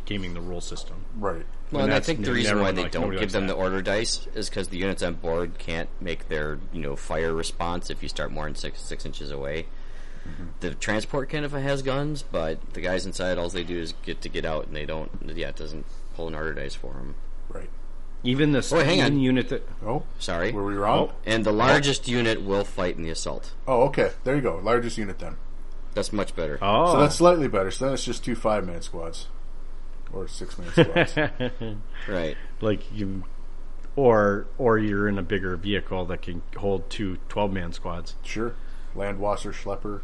Speaker 1: gaming the rule system.
Speaker 3: Right.
Speaker 2: Well, and I
Speaker 1: that's
Speaker 2: think the
Speaker 1: n-
Speaker 2: reason
Speaker 1: never
Speaker 2: why
Speaker 1: mind,
Speaker 2: they
Speaker 1: like,
Speaker 2: don't
Speaker 1: nobody
Speaker 2: give
Speaker 1: likes
Speaker 2: them
Speaker 1: that.
Speaker 2: the order dice is because the units on board can't make their you know fire response if you start more than six six inches away.
Speaker 1: Mm-hmm.
Speaker 2: The transport kind of has guns, but the guys inside all they do is get to get out, and they don't. Yeah, it doesn't pull an order dice for them.
Speaker 3: Right.
Speaker 1: Even the
Speaker 2: Oh, hang on.
Speaker 1: even unit that
Speaker 3: Oh,
Speaker 2: Sorry.
Speaker 3: were we wrong?
Speaker 2: And the largest unit will fight in the assault.
Speaker 3: Oh, okay. There you go. Largest unit then.
Speaker 2: That's much better.
Speaker 1: oh
Speaker 3: So that's slightly better. So then it's just two five man squads. or six man squads.
Speaker 2: Right.
Speaker 1: like you, or or you're in a bigger vehicle that can hold two 12 man squads
Speaker 3: sure, land washer, schlepper,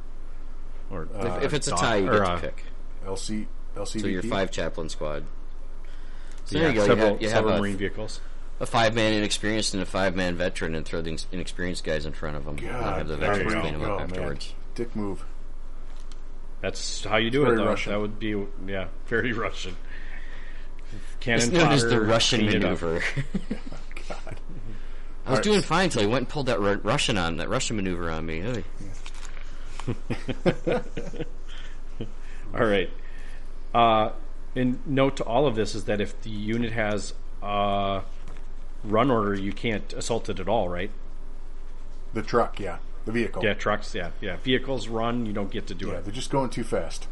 Speaker 1: or
Speaker 2: If-
Speaker 1: uh,
Speaker 2: if, it's a
Speaker 1: dog-
Speaker 2: tie, you
Speaker 1: or,
Speaker 2: get to
Speaker 1: uh,
Speaker 2: pick.
Speaker 3: LC, LCVP.
Speaker 2: So your five chaplain squad. So
Speaker 1: yeah,
Speaker 2: there you go.
Speaker 1: several,
Speaker 2: you have, you
Speaker 1: several
Speaker 2: have
Speaker 1: marine
Speaker 2: a,
Speaker 1: vehicles.
Speaker 2: a five man inexperienced and a five man veteran, and throw the inex- inexperienced guys in front of them.
Speaker 3: God,
Speaker 2: have the
Speaker 3: there
Speaker 2: veterans
Speaker 3: you
Speaker 2: clean them
Speaker 3: go, Oh,
Speaker 2: up
Speaker 3: man.
Speaker 2: afterwards.
Speaker 3: Dick move.
Speaker 1: That's how you do it,
Speaker 3: very
Speaker 1: though.
Speaker 3: Russian.
Speaker 1: That would be yeah, very Russian. Cannon
Speaker 2: It's known as the
Speaker 1: fodder,
Speaker 2: Russian
Speaker 1: clean it up.
Speaker 2: maneuver.
Speaker 3: God.
Speaker 2: I was
Speaker 3: Alright.
Speaker 2: doing fine until he went and pulled that Ru- Russian on that Russian maneuver on me. Oy.
Speaker 1: All right. Uh, and note to all of this is that if the unit has a run order, you can't assault it at all, right?
Speaker 3: The truck, yeah, the vehicle.
Speaker 1: Yeah, trucks. Yeah, yeah. Vehicles run, you don't get to do
Speaker 3: Yeah,
Speaker 1: it.
Speaker 3: they're just going too fast.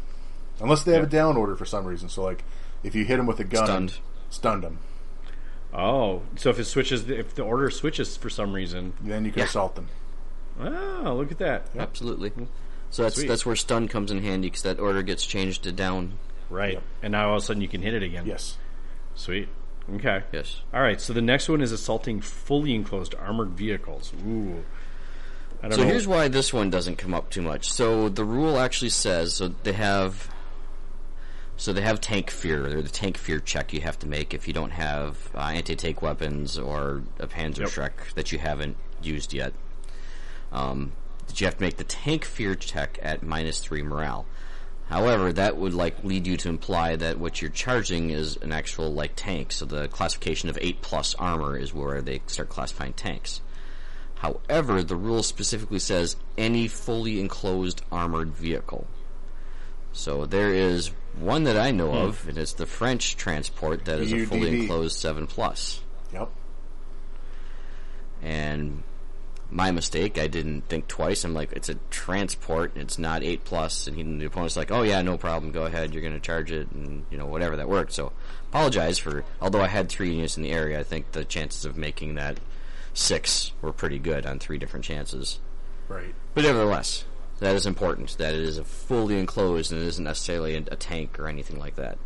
Speaker 3: Unless they have a down order for some reason. So, like, if you hit them with a gun,
Speaker 2: Stunned.
Speaker 3: stunned them,
Speaker 1: Oh, so if it switches, if the order switches for some reason,
Speaker 3: then you can
Speaker 2: Yeah.
Speaker 3: assault them.
Speaker 1: oh, look at that.
Speaker 2: Absolutely. So that's
Speaker 1: Sweet.
Speaker 2: that's where stun comes in handy because that order gets changed to down.
Speaker 1: Right, and now all of a sudden you can hit it again.
Speaker 3: Yes.
Speaker 1: Sweet. Okay.
Speaker 2: Yes.
Speaker 1: All right. So the next one is assaulting fully enclosed armored vehicles. Ooh. I don't
Speaker 2: So
Speaker 1: know.
Speaker 2: here's why this one doesn't come up too much. So the rule actually says so they have so they have tank fear. They're the tank fear check you have to make if you don't have uh, anti-tank weapons or a Panzer
Speaker 1: Yep.
Speaker 2: Shrek that you haven't used yet. Um, that you have to make the tank fear check at minus three morale. However, that would like lead you to imply that what you're charging is an actual like tank. So the classification of eight plus armor is where they start classifying tanks. However, the rule specifically says any fully enclosed armored vehicle. So there is one that I know of, and it's the French transport that is a fully
Speaker 3: UDV.
Speaker 2: enclosed seven plus.
Speaker 3: Yep.
Speaker 2: And my mistake, I didn't think twice. I'm like, it's a transport, it's not eight plus, and he, the opponent's like, oh yeah, no problem, go ahead, you're going to charge it, and you know whatever that worked. So apologize for, although I had three units in the area, I think the chances of making that six were pretty good on three different chances.
Speaker 3: Right.
Speaker 2: But nevertheless, that is important. That it is a fully enclosed and it isn't necessarily a, a tank or anything like that.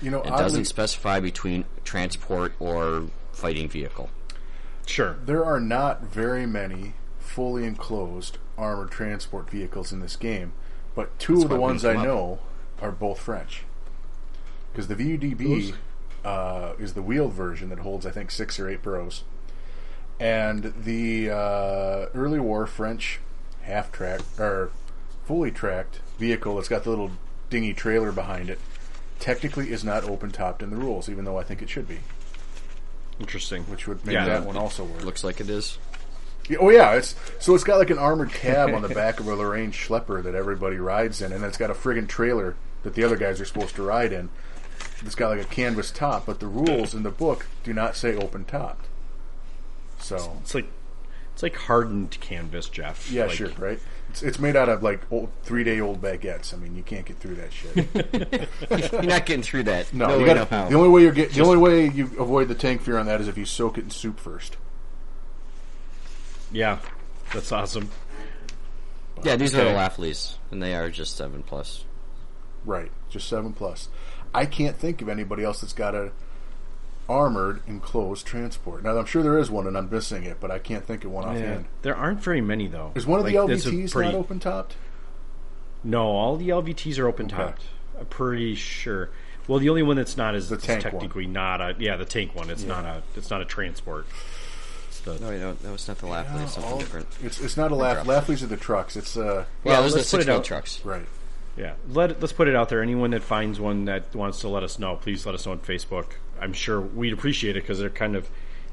Speaker 3: You know,
Speaker 2: It
Speaker 3: oddly,
Speaker 2: doesn't specify between transport or fighting vehicle.
Speaker 1: sure.
Speaker 3: there are not very many fully enclosed armored transport vehicles in this game, but two of
Speaker 2: why
Speaker 3: the
Speaker 2: we
Speaker 3: ones I
Speaker 2: didn't come up.
Speaker 3: know are both French. Because the VUDB uh, is the wheeled version that holds, I think, six or eight burros. And the uh, early war French half track or fully tracked vehicle that's got the little dinghy trailer behind it technically is not open topped in the rules, even though I think it should be,
Speaker 1: Interesting.
Speaker 3: which would make
Speaker 1: Yeah.
Speaker 3: that one also work.
Speaker 2: Looks like it is.
Speaker 3: Yeah, Oh yeah, it's so it's got like an armored cab on the back of a Lorraine Schlepper that everybody rides in, and it's got a friggin' trailer that the other guys are supposed to ride in. It's got like a canvas top, but the rules in the book do not say open topped. So
Speaker 1: It's like it's like hardened canvas, Jeff.
Speaker 3: yeah,
Speaker 1: Like,
Speaker 3: sure, right? It's, it's made out of like old three day old baguettes. I mean, you can't get through that shit.
Speaker 2: You're not getting through that.
Speaker 3: No,
Speaker 2: way,
Speaker 3: you gotta,
Speaker 2: no how.
Speaker 3: the only way you get the only way you avoid the tank fear on that is if you soak it in soup first.
Speaker 1: Yeah, that's awesome.
Speaker 2: yeah, these are
Speaker 1: Okay.
Speaker 2: the Laffleys, and they are just seven plus.
Speaker 3: Right, just seven plus. I can't think of anybody else that's got a armored enclosed transport. Now I'm sure there is one, and I'm missing it, but I can't think of one offhand.
Speaker 1: There aren't very many though.
Speaker 3: Is one of
Speaker 1: Like,
Speaker 3: the
Speaker 1: that's a
Speaker 3: LVTs
Speaker 1: pretty-
Speaker 3: not open topped?
Speaker 1: No, all the LVTs are open topped. I'm pretty sure. Well, the only one that's not is,
Speaker 3: The
Speaker 1: is
Speaker 3: tank one.
Speaker 1: technically not a yeah the tank one. It's not a it's not a transport. It's the-
Speaker 2: No, wait, no, that was not the Laffleys. something
Speaker 3: all-
Speaker 2: different.
Speaker 3: It's it's not a laugh. Laughley's are the trucks. It's uh
Speaker 2: yeah, those are the
Speaker 1: let's put it
Speaker 2: six-wheel
Speaker 1: out.
Speaker 2: trucks.
Speaker 3: right.
Speaker 1: Yeah, let let's put it out there. Anyone that finds one that wants to let us know, please let us know on Facebook. I'm sure we'd appreciate it because they're kind of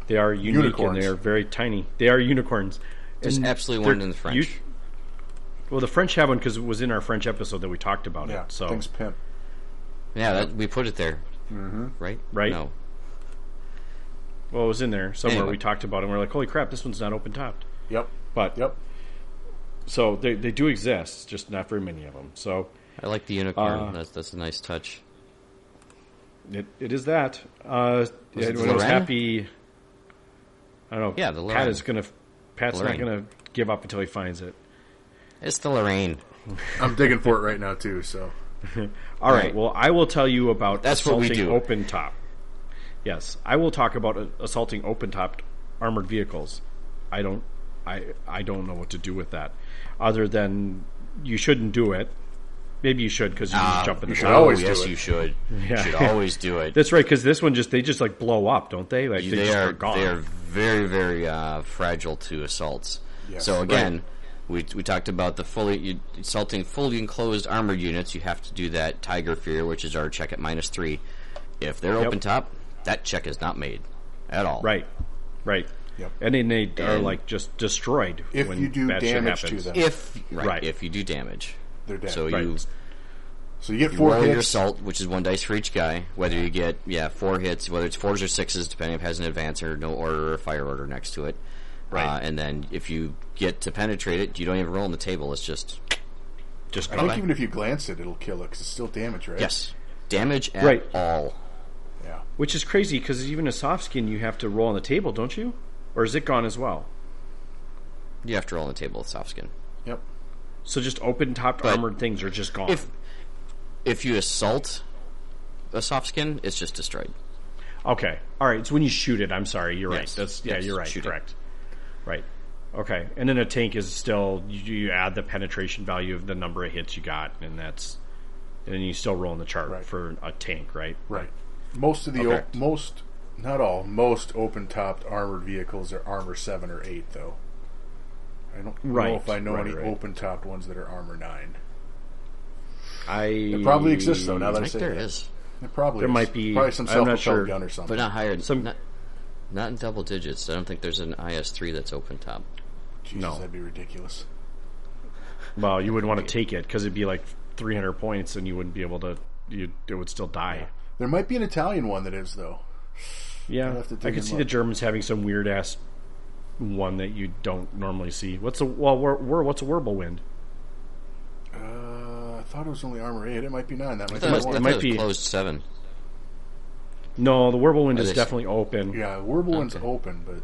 Speaker 1: they are unique
Speaker 3: Unicorns.
Speaker 1: and they are very tiny. They are unicorns.
Speaker 2: There's
Speaker 1: And
Speaker 2: absolutely
Speaker 1: they're
Speaker 2: one in the French.
Speaker 1: us- well, the French have one because it was in our French episode that we talked about
Speaker 3: Yeah,
Speaker 1: it. So
Speaker 3: things pimp.
Speaker 2: yeah, that, we put it there. Mm-hmm. Right?
Speaker 1: Right.
Speaker 2: No.
Speaker 1: well, it was in there somewhere.
Speaker 2: Anyway.
Speaker 1: We talked about it. and We're like, holy crap, this one's not open topped.
Speaker 3: Yep,
Speaker 1: But
Speaker 3: yep.
Speaker 1: so they they do exist, just not very many of them. So
Speaker 2: I like the unicorn.
Speaker 1: Uh,
Speaker 2: that's, that's a nice touch.
Speaker 1: it it is that. Uh,
Speaker 2: Was it
Speaker 1: when I was
Speaker 2: Lorraine?
Speaker 1: happy, I don't know.
Speaker 2: Yeah, the
Speaker 1: Pat
Speaker 2: Lorraine.
Speaker 1: is gonna. Pat's
Speaker 2: Lorraine.
Speaker 1: not gonna give up until he finds it.
Speaker 2: It's the Lorraine.
Speaker 3: I'm digging for it right now too. So
Speaker 1: All right.
Speaker 2: Right.
Speaker 1: Well, I will tell you about
Speaker 2: That's what we
Speaker 1: assaulting
Speaker 2: do.
Speaker 1: open top. Yes, I will talk about uh, assaulting open topped armored vehicles. I don't. I I don't know what to do with that, other than you shouldn't do it. Maybe you should because you just jump in the
Speaker 2: Uh, you should Oh,
Speaker 1: top.
Speaker 3: always do
Speaker 2: yes,
Speaker 3: it.
Speaker 2: you should. You should always do it.
Speaker 1: That's right. Because this one just they just like blow up, don't they? Like
Speaker 2: You-
Speaker 1: they,
Speaker 2: they,
Speaker 1: just are,
Speaker 2: are
Speaker 1: gone.
Speaker 2: they are very very uh, fragile to assaults.
Speaker 3: Yes.
Speaker 2: So again, we we talked about the fully you, assaulting fully enclosed armored units. You have to do that Tiger Fear, which is our check at minus three. If they're
Speaker 1: Yep.
Speaker 2: open top, that check is not made at all.
Speaker 1: Right. Right.
Speaker 3: Yep.
Speaker 1: And then they are
Speaker 2: And-
Speaker 1: like just destroyed
Speaker 3: If
Speaker 1: when
Speaker 3: you do
Speaker 1: bad shit
Speaker 3: damage to
Speaker 1: happens.
Speaker 3: them,
Speaker 2: If right,
Speaker 1: Right.
Speaker 2: if you do damage,
Speaker 3: they're dead.
Speaker 2: so
Speaker 3: So,
Speaker 1: Right.
Speaker 2: you
Speaker 3: you get
Speaker 2: you
Speaker 3: four
Speaker 2: roll your
Speaker 3: hits.
Speaker 2: assault, which is one dice for each guy. Whether you get yeah four hits, whether it's fours or sixes, depending if it has an advance or no order or fire order next to it.
Speaker 1: Right.
Speaker 2: Uh, and then if you get to penetrate it, you don't even roll on the table. It's just
Speaker 1: Just
Speaker 3: I think
Speaker 2: Bye-bye.
Speaker 3: even if you glance at it, it'll kill it because it's still damage, right?
Speaker 2: yes damage at
Speaker 1: Right.
Speaker 2: all.
Speaker 3: Yeah.
Speaker 1: Which is crazy because even a soft skin you have to roll on the table, don't you? Or is it gone as well?
Speaker 2: You have to roll on the table with soft skin.
Speaker 3: Yep.
Speaker 1: So just open topped
Speaker 2: But-
Speaker 1: armored things are just gone.
Speaker 2: If if you assault a soft skin, it's just destroyed.
Speaker 1: okay, all right. It's when you shoot it. I'm sorry, you're right.
Speaker 2: Yes,
Speaker 1: That's yeah,
Speaker 2: yes,
Speaker 1: you're right.
Speaker 2: shoot it.
Speaker 1: Correct. Right. Okay, and then a tank is still you, you add the penetration value of the number of hits you got, and that's and then you still roll on the chart
Speaker 3: Right.
Speaker 1: for a tank, right?
Speaker 3: Right. Most of the
Speaker 1: Okay.
Speaker 3: op- most, not all, most open-topped armored vehicles are armor seven or eight, though. I don't
Speaker 1: Right,
Speaker 3: know if I know
Speaker 1: right,
Speaker 3: any
Speaker 1: right.
Speaker 3: open-topped ones that are armor nine.
Speaker 1: I
Speaker 3: It probably exists though. Now
Speaker 2: I
Speaker 3: that I
Speaker 2: think
Speaker 3: say
Speaker 2: there
Speaker 3: that.
Speaker 2: is,
Speaker 3: It probably
Speaker 1: There
Speaker 3: is.
Speaker 1: might be-
Speaker 3: probably some
Speaker 1: I'm not
Speaker 3: self-propelled
Speaker 1: sure.
Speaker 3: gun or something.
Speaker 2: but not higher.
Speaker 1: Some-
Speaker 2: Some not, not in double digits. I don't think there's an IS3 that's open top.
Speaker 3: Jesus,
Speaker 1: no.
Speaker 3: that'd be ridiculous.
Speaker 1: Well, you wouldn't want to take it because it'd be like 300 points, and you wouldn't be able to. You it would still die.
Speaker 3: There might be an Italian one that is though.
Speaker 1: Yeah,
Speaker 3: I'll have to
Speaker 1: I
Speaker 3: dig
Speaker 1: could
Speaker 3: and
Speaker 1: see the
Speaker 3: look.
Speaker 1: Germans having some weird ass one that you don't normally see. What's a well? We're, we're, what's a whirlwind?
Speaker 3: Uh, I thought it was only armor eight. It might be nine. That might
Speaker 2: I
Speaker 3: be
Speaker 2: thought it was, I
Speaker 3: one.
Speaker 2: thought
Speaker 1: might
Speaker 2: it was
Speaker 1: be-
Speaker 2: closed seven.
Speaker 1: No, the whirlwind
Speaker 2: Are
Speaker 1: is
Speaker 2: they-
Speaker 1: definitely open.
Speaker 3: Yeah, Werblewind's
Speaker 2: Okay.
Speaker 3: open, but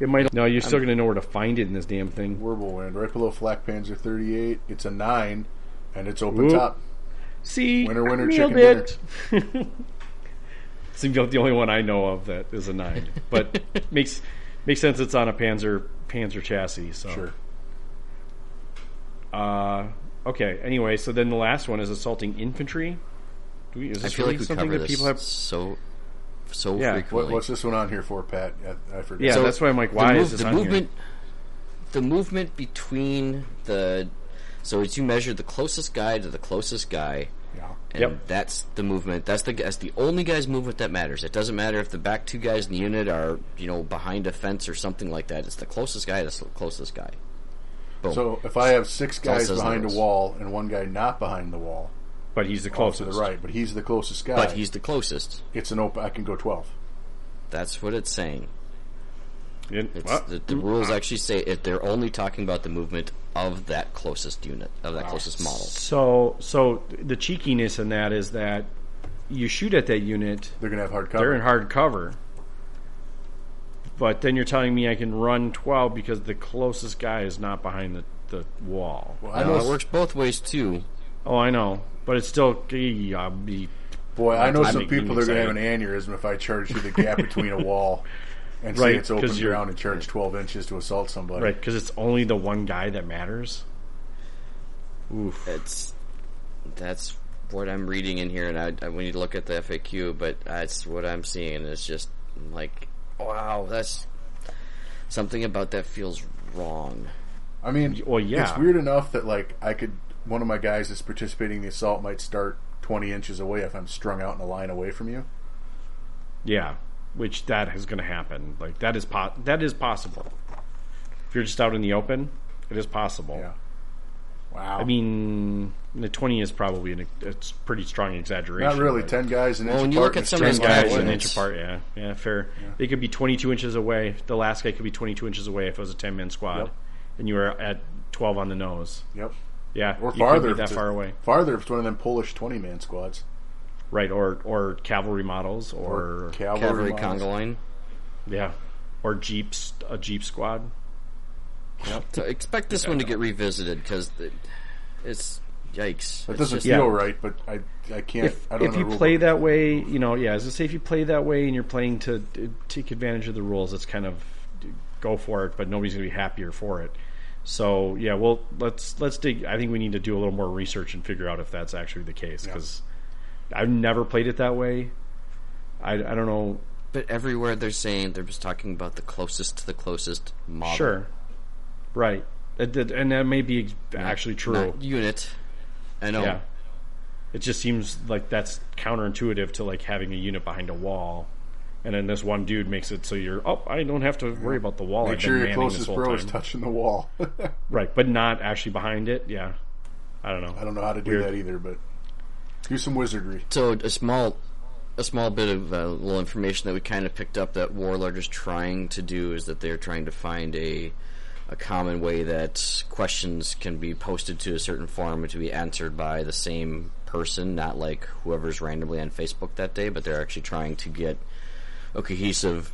Speaker 1: It might. No, you're still going to know where to find it in this damn thing.
Speaker 3: Werblwind right below Flak Panzer thirty eight. It's a nine, and it's open
Speaker 1: Whoop.
Speaker 3: top.
Speaker 1: See,
Speaker 3: Winner, winner,
Speaker 1: nailed
Speaker 3: chicken
Speaker 1: it. Seems like the only one I know of that is a nine, but makes makes sense. It's on a Panzer Panzer chassis. So
Speaker 3: Sure.
Speaker 1: Uh, okay. Anyway, so then the last one is assaulting infantry. Do we, is
Speaker 2: I
Speaker 1: this
Speaker 2: feel
Speaker 1: really
Speaker 2: like we
Speaker 1: something
Speaker 2: cover
Speaker 1: that
Speaker 2: this
Speaker 1: people have?
Speaker 2: so so
Speaker 1: Yeah.
Speaker 2: frequently.
Speaker 3: What, what's this one on here for, Pat? I, I forgot.
Speaker 1: Yeah,
Speaker 2: So
Speaker 1: that's why I'm like,
Speaker 2: the
Speaker 1: why
Speaker 2: move-
Speaker 1: is this
Speaker 2: the
Speaker 1: on here?
Speaker 2: movement? The movement between the so as you measure the closest guy to the closest guy,
Speaker 3: Yeah.
Speaker 2: and
Speaker 1: Yep.
Speaker 2: that's the movement. That's the that's the only guy's movement that matters. It doesn't matter if the back two guys in the unit are you know behind a fence or something like that. It's the closest guy. That's the closest guy. Boom.
Speaker 3: So if I have six
Speaker 2: all
Speaker 3: guys
Speaker 2: says in the
Speaker 3: behind a
Speaker 2: rules.
Speaker 3: wall and one guy not behind the wall
Speaker 1: But he's the
Speaker 3: to
Speaker 1: closest.
Speaker 3: the right, but he's the closest guy.
Speaker 2: but he's the closest.
Speaker 3: it's an open. I can go twelve.
Speaker 2: That's what it's saying.
Speaker 1: In-
Speaker 2: It's,
Speaker 1: what?
Speaker 2: the, the
Speaker 1: uh,
Speaker 2: rules actually say it, they're only talking about the movement of that closest unit of that closest model.
Speaker 1: So, so the cheekiness in that is that you shoot at that unit,
Speaker 3: They're gonna have hard cover.
Speaker 1: they're in hard cover, but then you're telling me I can run twelve because the closest guy is not behind the, the wall.
Speaker 3: Well, I
Speaker 2: Now,
Speaker 3: know.
Speaker 2: it works both ways too.
Speaker 1: Oh, I know, but it's still. gee, I'll be-
Speaker 3: boy, I know
Speaker 1: I'm
Speaker 3: some
Speaker 1: getting
Speaker 3: people that are gonna have an
Speaker 1: excited.
Speaker 3: aneurysm if I charge through the gap between a wall and
Speaker 1: Right,
Speaker 3: say it's open
Speaker 1: 'cause you're-
Speaker 3: ground and charge twelve inches to assault somebody.
Speaker 1: Right, because it's only the one guy that matters. Oof.
Speaker 2: It's that's what I'm reading in here, and I, I we need to look at the FAQ, but that's what I'm seeing. and It's just like, wow, that's something about that feels wrong.
Speaker 3: I mean,
Speaker 1: well, yeah.
Speaker 3: it's weird enough that like I could one of my guys that's participating in the assault might start twenty inches away if I'm strung out in a line away from you.
Speaker 1: Yeah, which that is going to happen. Like that is po- that is possible. If you're just out in the open, it is possible.
Speaker 3: Yeah. Wow.
Speaker 1: I mean, the twenty is probably an, it's pretty strong exaggeration.
Speaker 3: not really.
Speaker 1: but
Speaker 3: Ten guys an inch
Speaker 2: Well, when you
Speaker 3: apart
Speaker 2: look
Speaker 3: and
Speaker 2: at
Speaker 3: a
Speaker 2: some of
Speaker 3: string
Speaker 2: these
Speaker 3: line
Speaker 1: guys
Speaker 3: away.
Speaker 2: guys,
Speaker 1: an
Speaker 2: it's-
Speaker 1: inch apart. Yeah, yeah, fair. They could be twenty-two inches away. The last guy could be twenty-two inches away if it was a ten-man squad,
Speaker 3: Yep.
Speaker 1: and you were at twelve on the nose.
Speaker 3: Yep.
Speaker 1: Yeah,
Speaker 3: Or
Speaker 1: you
Speaker 3: farther.
Speaker 1: could be
Speaker 3: if
Speaker 1: that
Speaker 3: it's a-
Speaker 1: far away,
Speaker 3: Farther if it's one of them Polish twenty man squads.
Speaker 1: right? Or or cavalry models, or,
Speaker 2: Cavalry
Speaker 3: models.
Speaker 2: conga line.
Speaker 1: yeah, or jeeps, a jeep squad.
Speaker 2: So expect this one to get revisited because it's Yikes!
Speaker 3: That
Speaker 2: It's
Speaker 3: doesn't
Speaker 2: just-
Speaker 1: Yeah.
Speaker 3: feel right, but I I can't.
Speaker 1: if
Speaker 3: I don't
Speaker 1: if
Speaker 3: know
Speaker 1: you
Speaker 3: the rule
Speaker 1: play
Speaker 3: book.
Speaker 1: that way, you know, yeah, as I say, if you play that way and you're playing to to take advantage of the rules, it's kind of go for it, but nobody's going to be happier for it. So yeah, well, let's let's dig. I think we need to do a little more research and figure out if that's actually the case because I've never played it that way. I, I don't know.
Speaker 2: But everywhere they're saying they're just talking about the closest to the closest model.
Speaker 1: Sure, right, It- it- and that may be actually true.
Speaker 2: Not unit. I know.
Speaker 1: Yeah. It just seems like that's counterintuitive to like having a unit behind a wall, and then this one dude makes it so you're oh I don't have to worry about the wall.
Speaker 3: Make
Speaker 1: I've
Speaker 3: sure
Speaker 1: been
Speaker 3: your
Speaker 1: manning this
Speaker 3: closest
Speaker 1: whole
Speaker 3: bro is
Speaker 1: time."
Speaker 3: touching the wall. I
Speaker 1: right, but not actually behind it. Yeah, I don't know.
Speaker 3: don't know how to do
Speaker 1: Weird.
Speaker 3: that either, but do some wizardry.
Speaker 2: So a small, a small bit of uh, little information that we kind of picked up that Warlord is trying to do is that they're trying to find a, a common way that questions can be posted to a certain forum to be answered by the same person, not like whoever's randomly on Facebook that day, but they're actually trying to get a cohesive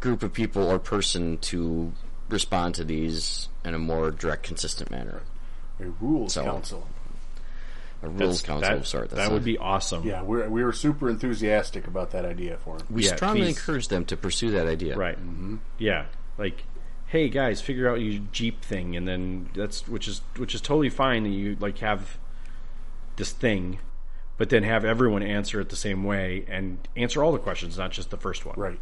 Speaker 2: group of people or person to respond to these in a more direct, consistent manner.
Speaker 3: A rules
Speaker 2: So-
Speaker 3: council.
Speaker 2: A rules council
Speaker 1: that,
Speaker 2: of sort.
Speaker 1: That
Speaker 2: a-
Speaker 1: would be awesome.
Speaker 3: Yeah, we're we were super enthusiastic about that idea for him.
Speaker 2: We
Speaker 1: yeah,
Speaker 2: strongly
Speaker 1: please.
Speaker 2: encourage them to pursue that idea.
Speaker 1: Right. Mm-hmm. Yeah. Like, hey guys, figure out your Jeep thing, and then that's which is which is totally fine. And you like have this thing, but then have everyone answer it the same way and answer all the questions, not just the first one.
Speaker 3: Right.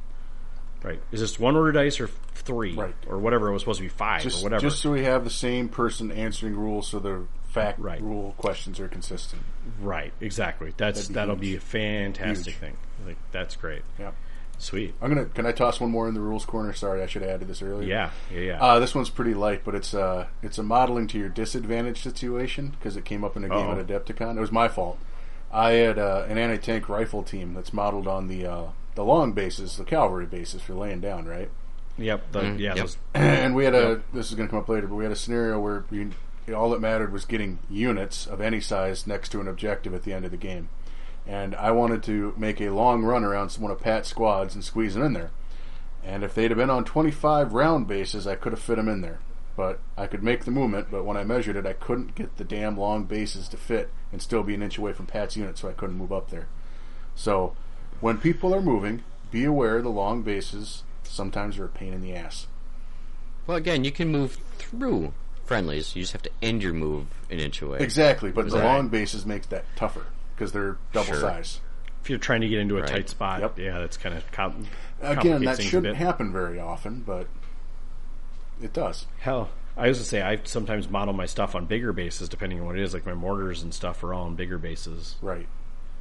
Speaker 1: Right. Is this one order dice or f- three?
Speaker 3: Right.
Speaker 1: Or whatever it was supposed to be five
Speaker 3: Just,
Speaker 1: or whatever.
Speaker 3: just so we have the same person answering rules, so the fact
Speaker 1: Right.
Speaker 3: rule questions are consistent.
Speaker 1: right. Exactly. That's
Speaker 3: That'd be
Speaker 1: that'll be a
Speaker 3: huge.
Speaker 1: fantastic
Speaker 3: Huge.
Speaker 1: thing. Like that's great.
Speaker 3: Yeah,
Speaker 1: Sweet.
Speaker 3: I'm gonna. Can I toss one more in the rules corner? Sorry, I should have added this earlier.
Speaker 1: Yeah. Yeah. Yeah.
Speaker 3: Uh, this one's pretty light, but it's uh, it's a modeling to your disadvantage situation because it came up in a game
Speaker 1: Uh-oh.
Speaker 3: at Adepticon. It was my fault. I had uh, an anti tank rifle team that's modeled on the uh, the long bases, the cavalry bases for laying down, right?
Speaker 1: yep. The, yeah.
Speaker 2: mm, yep.
Speaker 1: those-
Speaker 3: and we had a this is going to come up later, but we had a scenario where you, all that mattered was getting units of any size next to an objective at the end of the game. And I wanted to make a long run around some- one of Pat's squads and squeeze them in there. And if they'd have been on 25 round bases, I could have fit them in there. But I could make the movement, but when I measured it, I couldn't get the damn long bases to fit and still be an inch away from Pat's unit, so I couldn't move up there. So, when people are moving, be aware the long bases sometimes are a pain in the ass.
Speaker 2: Well, again, you can move through friendlies. You just have to end your move an inch away.
Speaker 3: Exactly, but the
Speaker 2: Right.
Speaker 3: long bases makes that tougher because they're double
Speaker 2: Sure.
Speaker 3: size.
Speaker 1: if you're trying to get into a
Speaker 2: Right.
Speaker 1: tight spot,
Speaker 3: Yep.
Speaker 1: yeah, that's kind of com-
Speaker 3: Again,
Speaker 1: complicates
Speaker 3: that
Speaker 1: things a
Speaker 3: shouldn't
Speaker 1: bit.
Speaker 3: happen very often, but it does.
Speaker 1: Hell, I used to say I sometimes model my stuff on bigger bases, depending on what it is. Like my mortars and stuff are all on bigger bases.
Speaker 3: Right.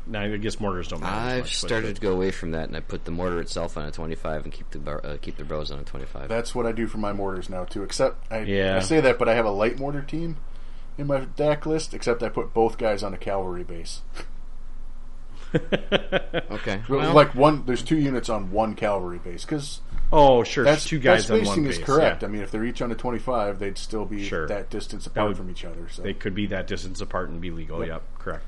Speaker 1: Now I guess mortars don't matter. as
Speaker 2: I've
Speaker 1: much, but-
Speaker 2: started to go away from that, and I put the mortar itself on a 25 and keep the bar, uh, keep the bows on a 25.
Speaker 3: That's what I do for my mortars now too. Except I,
Speaker 1: Yeah.
Speaker 3: I say that, but I have a light mortar team in my DAC list. Except I put both guys on a cavalry base.
Speaker 2: okay. Well,
Speaker 3: like one, there's two units on one cavalry base because
Speaker 1: Oh, sure,
Speaker 3: that's
Speaker 1: two guys
Speaker 3: that
Speaker 1: on
Speaker 3: spacing
Speaker 1: one
Speaker 3: is
Speaker 1: base,
Speaker 3: correct.
Speaker 1: yeah.
Speaker 3: I mean, if they're each on a 25, they'd still be
Speaker 1: Sure.
Speaker 3: that distance apart
Speaker 1: would-
Speaker 3: from each other. So
Speaker 1: They could be that distance apart and be legal. Yep,
Speaker 3: Yep.
Speaker 1: correct.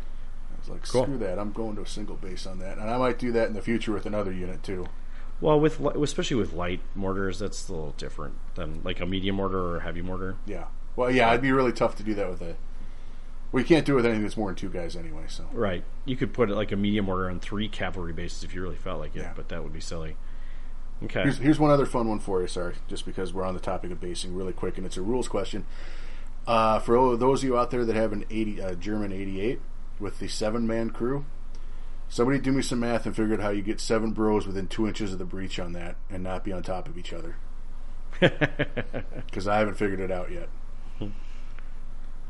Speaker 3: I was like,
Speaker 1: Cool.
Speaker 3: screw that. I'm going to a single base on that, and I might do that in the future with another unit too.
Speaker 1: Well, with li- especially with light mortars, that's a little different than like a medium mortar or a heavy mortar.
Speaker 3: Yeah. Well, yeah, it'd be really tough to do that with a. Well, you can't do it with anything that's more than two guys anyway. So
Speaker 1: Right. You could put like a medium mortar on three cavalry bases if you really felt like it,
Speaker 3: Yeah.
Speaker 1: but that would be silly. Okay.
Speaker 3: here's here's one other fun one for you. Sorry, just because we're on the topic of basing really quick, and it's a rules question. Uh, for all those of you out there that have an eighty uh, German eighty-eight with the seven-man crew, somebody do me some math and figure out how you get seven bros within two inches of the breach on that, and not be on top of each other. Because I haven't figured it out yet.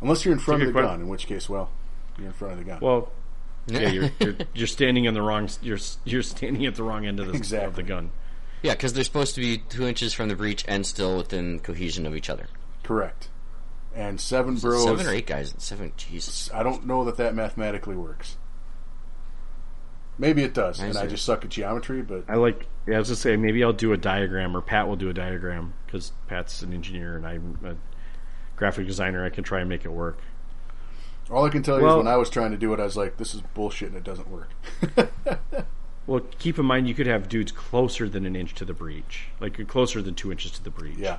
Speaker 3: Unless you're in front of
Speaker 1: Hmm. It's
Speaker 3: the
Speaker 1: a good
Speaker 3: gun,
Speaker 1: que-
Speaker 3: in which case, well, you're in front of the gun.
Speaker 1: Well, yeah, you're, you're you're standing in the wrong you're you're standing at the wrong end of the of the
Speaker 3: Exactly.
Speaker 1: gun.
Speaker 2: yeah, because they're supposed to be two inches from the breach and still within cohesion of each other.
Speaker 3: Correct. And seven bros.
Speaker 2: Seven or eight guys. Seven. Jesus.
Speaker 3: I don't know that that mathematically works. Maybe it does, and I
Speaker 2: see.
Speaker 3: just suck at geometry. But
Speaker 1: I like. Yeah, I was just say maybe I'll do a diagram, or Pat will do a diagram because Pat's an engineer and I'm a graphic designer. I can try and make it work.
Speaker 3: all I can tell you
Speaker 1: Well-
Speaker 3: is when I was trying to do it, I was like, "This is bullshit, and it doesn't work."
Speaker 1: Well, keep in mind you could have dudes closer than an inch to the breach, like closer than two inches to the breach.
Speaker 3: yeah,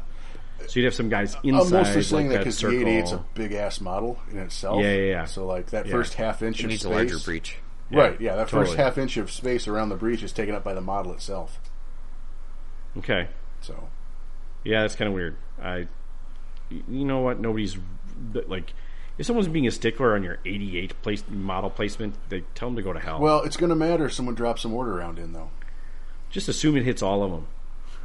Speaker 1: So you'd have some guys
Speaker 3: I'm
Speaker 1: inside
Speaker 3: mostly saying
Speaker 1: like that
Speaker 3: that because
Speaker 1: circle.
Speaker 3: the 88's a big ass model in itself.
Speaker 1: Yeah, yeah, yeah.
Speaker 3: So like that
Speaker 1: Yeah.
Speaker 3: first half inch
Speaker 2: It
Speaker 3: of
Speaker 2: needs a
Speaker 3: space,
Speaker 2: larger breach.
Speaker 3: right? Yeah, that first
Speaker 1: totally.
Speaker 3: half inch of space around the breach is taken up by the model itself.
Speaker 1: Okay.
Speaker 3: So
Speaker 1: Yeah, that's kind of weird. I, you know what? Nobody's like, if someone's being a stickler on your 88 place model placement, they tell them to go to hell.
Speaker 3: well, it's going to matter if someone drops some order round in though.
Speaker 1: just assume it hits all of them.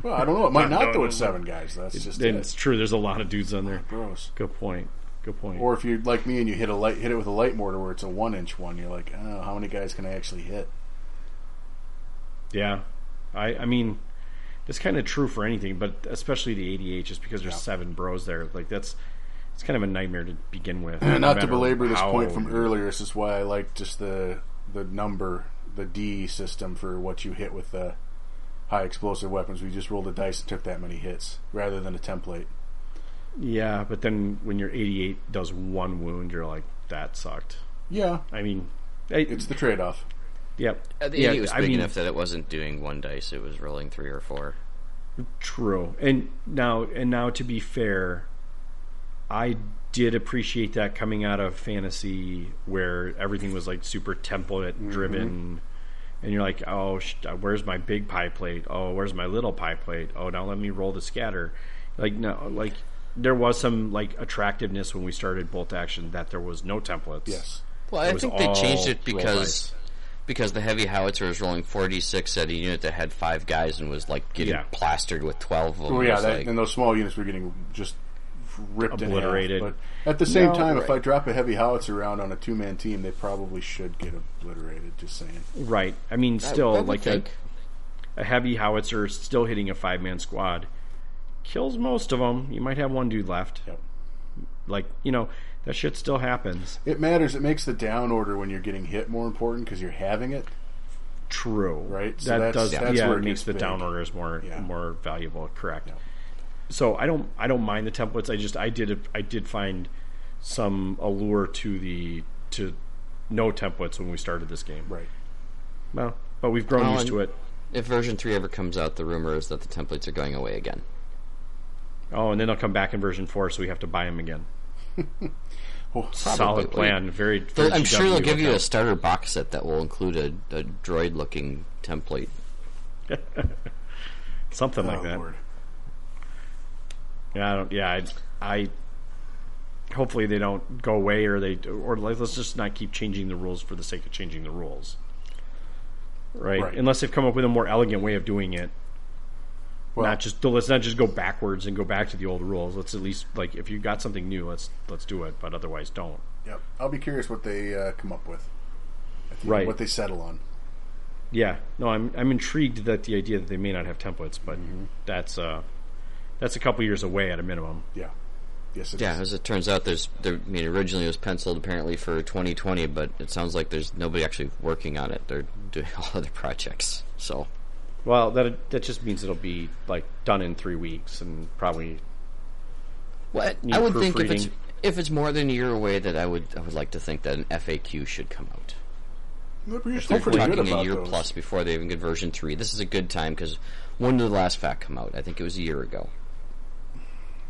Speaker 3: Well, I don't know. It might
Speaker 1: No,
Speaker 3: not
Speaker 1: no,
Speaker 3: though.
Speaker 1: no,
Speaker 3: It's
Speaker 1: no.
Speaker 3: seven guys. That's just
Speaker 1: Then
Speaker 3: it.
Speaker 1: it's true. There's a lot of dudes on there.
Speaker 3: gross.
Speaker 1: Good point. Good point.
Speaker 3: Or if you're like me and you hit a light, hit it with a light mortar where it's a one inch one, you're like, oh, how many guys can I actually hit?
Speaker 1: yeah, I I mean, that's kind of true for anything, but especially the 88, just because there's seven bros there. Like that's it's kind of a nightmare to begin with. no
Speaker 3: Not to
Speaker 1: matter
Speaker 3: belabor this
Speaker 1: how-
Speaker 3: point from earlier, this is why I like just the the number, the D system for what you hit with the high explosive weapons. We just rolled the dice and took that many hits rather than a template.
Speaker 1: Yeah, but then when your 88 does one wound, you're like, that sucked.
Speaker 3: Yeah,
Speaker 1: I mean, I-
Speaker 3: it's the trade off.
Speaker 1: Yep.
Speaker 2: Uh, the
Speaker 1: Yeah,
Speaker 2: 88 was
Speaker 1: I
Speaker 2: big
Speaker 1: mean-
Speaker 2: enough that it wasn't doing one dice; it was rolling three or four.
Speaker 1: True. And now and now to be fair, I did appreciate that coming out of fantasy where everything was like super template driven. And you're like, oh, sh- where's my big pie plate? Oh, where's my little pie plate? Oh, now let me roll the scatter. Like no, like there was some like attractiveness when we started bolt action that there was no templates.
Speaker 3: Yes.
Speaker 2: Well, I
Speaker 1: was
Speaker 2: think they changed
Speaker 1: all
Speaker 2: it
Speaker 1: roll
Speaker 2: because because the heavy howitzer was rolling 46 at a unit that had five guys and was like getting
Speaker 1: Yeah.
Speaker 2: plastered with 12 of them.
Speaker 3: Well, Oh, yeah,
Speaker 2: It's
Speaker 3: that,
Speaker 2: like-
Speaker 3: and those small units were getting just ripped in half.
Speaker 1: Obliterated.
Speaker 3: But at the same
Speaker 1: No,
Speaker 3: time, if
Speaker 1: right.
Speaker 3: I drop a heavy howitzer round on a two man team, they probably should get obliterated. Just saying.
Speaker 1: Right. I mean,
Speaker 2: I-
Speaker 1: still
Speaker 2: I would
Speaker 1: like a,
Speaker 2: think.
Speaker 1: a heavy howitzer still hitting a five man squad kills most of them. You might have one dude left.
Speaker 3: Yep.
Speaker 1: Like you know that shit still happens.
Speaker 3: It matters. It makes the down order when you're getting hit more important because you're having it.
Speaker 1: True.
Speaker 3: Right, so
Speaker 1: that
Speaker 3: that's-
Speaker 1: does.
Speaker 3: that's
Speaker 1: yeah,
Speaker 3: where
Speaker 1: it
Speaker 3: it
Speaker 1: makes
Speaker 3: gets
Speaker 1: the
Speaker 3: big.
Speaker 1: down orders more
Speaker 3: Yeah.
Speaker 1: more valuable. Correct.
Speaker 3: Yeah.
Speaker 1: So I don't I don't mind the templates. I just I did I did find some allure to the to no templates when we started this game.
Speaker 3: Right.
Speaker 1: Well, but we've grown
Speaker 2: Well,
Speaker 1: used
Speaker 2: and-
Speaker 1: to it.
Speaker 2: if version three ever comes out, the rumor is that the templates are going away again.
Speaker 1: Oh, and then they'll come back in version four, so we have to buy them again.
Speaker 3: Oh,
Speaker 1: Solid plan. Very.
Speaker 2: They'll-
Speaker 1: very
Speaker 2: I'm sure they'll
Speaker 1: GW
Speaker 2: give you
Speaker 1: account.
Speaker 2: a starter box set that will include a, a droid-looking template.
Speaker 1: something like
Speaker 3: Oh,
Speaker 1: that.
Speaker 3: Lord.
Speaker 1: Yeah, I don't. Yeah, I, I. Hopefully they don't go away, or they, or like, let's just not keep changing the rules for the sake of changing the rules. Right?
Speaker 3: Right.
Speaker 1: Unless they've come up with a more elegant way of doing it.
Speaker 3: Well-
Speaker 1: not just let's not just go backwards and go back to the old rules. Let's at least like if you got something new, let's let's do it. But otherwise, don't.
Speaker 3: Yep. I'll be curious what they uh, come up with. At the end,
Speaker 1: Right.
Speaker 3: What they settle on.
Speaker 1: Yeah, no, I'm I'm intrigued that the idea that they may not have templates, but that's uh that's a couple years away at a minimum.
Speaker 3: Yeah. Yes. It
Speaker 2: Yeah,
Speaker 3: is.
Speaker 2: as it turns out, there's. There, I mean, originally it was penciled apparently for 2020, but it sounds like there's nobody actually working on it. They're doing all other projects. So
Speaker 1: Well, that that just means it'll be like done in three weeks and probably
Speaker 2: What
Speaker 1: Need
Speaker 2: I would think if it's
Speaker 1: proofreading.
Speaker 2: if it's more than a year away, that I would I would like to think that an FAQ should come out.
Speaker 3: They're pretty-
Speaker 2: They're
Speaker 3: they're pretty good
Speaker 2: talking a
Speaker 3: about
Speaker 2: year
Speaker 3: those.
Speaker 2: plus before they even get version three. This is a good time because when did the last fact come out? I think it was a year ago.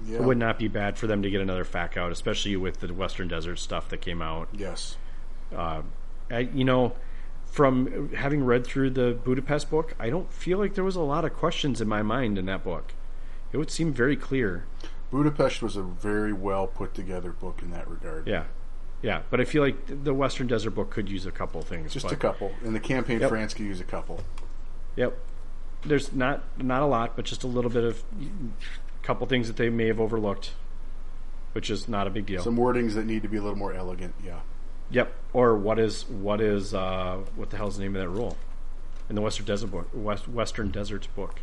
Speaker 3: Yeah.
Speaker 1: it would not be bad for them to get another fac out, especially with the Western Desert stuff that came out.
Speaker 3: Yes.
Speaker 1: I, you know, from having read through the Budapest book, I don't feel like there was a lot of questions in my mind in that book. It would seem very clear.
Speaker 3: Budapest was a very well put together book in that regard.
Speaker 1: Yeah, yeah, but I feel like th- the Western Desert book could use a couple things.
Speaker 3: Just
Speaker 1: but,
Speaker 3: a couple, and the campaign
Speaker 1: Yep.
Speaker 3: France could use a couple.
Speaker 1: Yep. There's not not a lot, but just a little bit of couple things that they may have overlooked, which is not a big deal.
Speaker 3: Some wordings that need to be a little more elegant. Yeah.
Speaker 1: Yep. Or what is what is uh, what the hell's the name of that rule in the Western Desert book? West, Western Deserts book.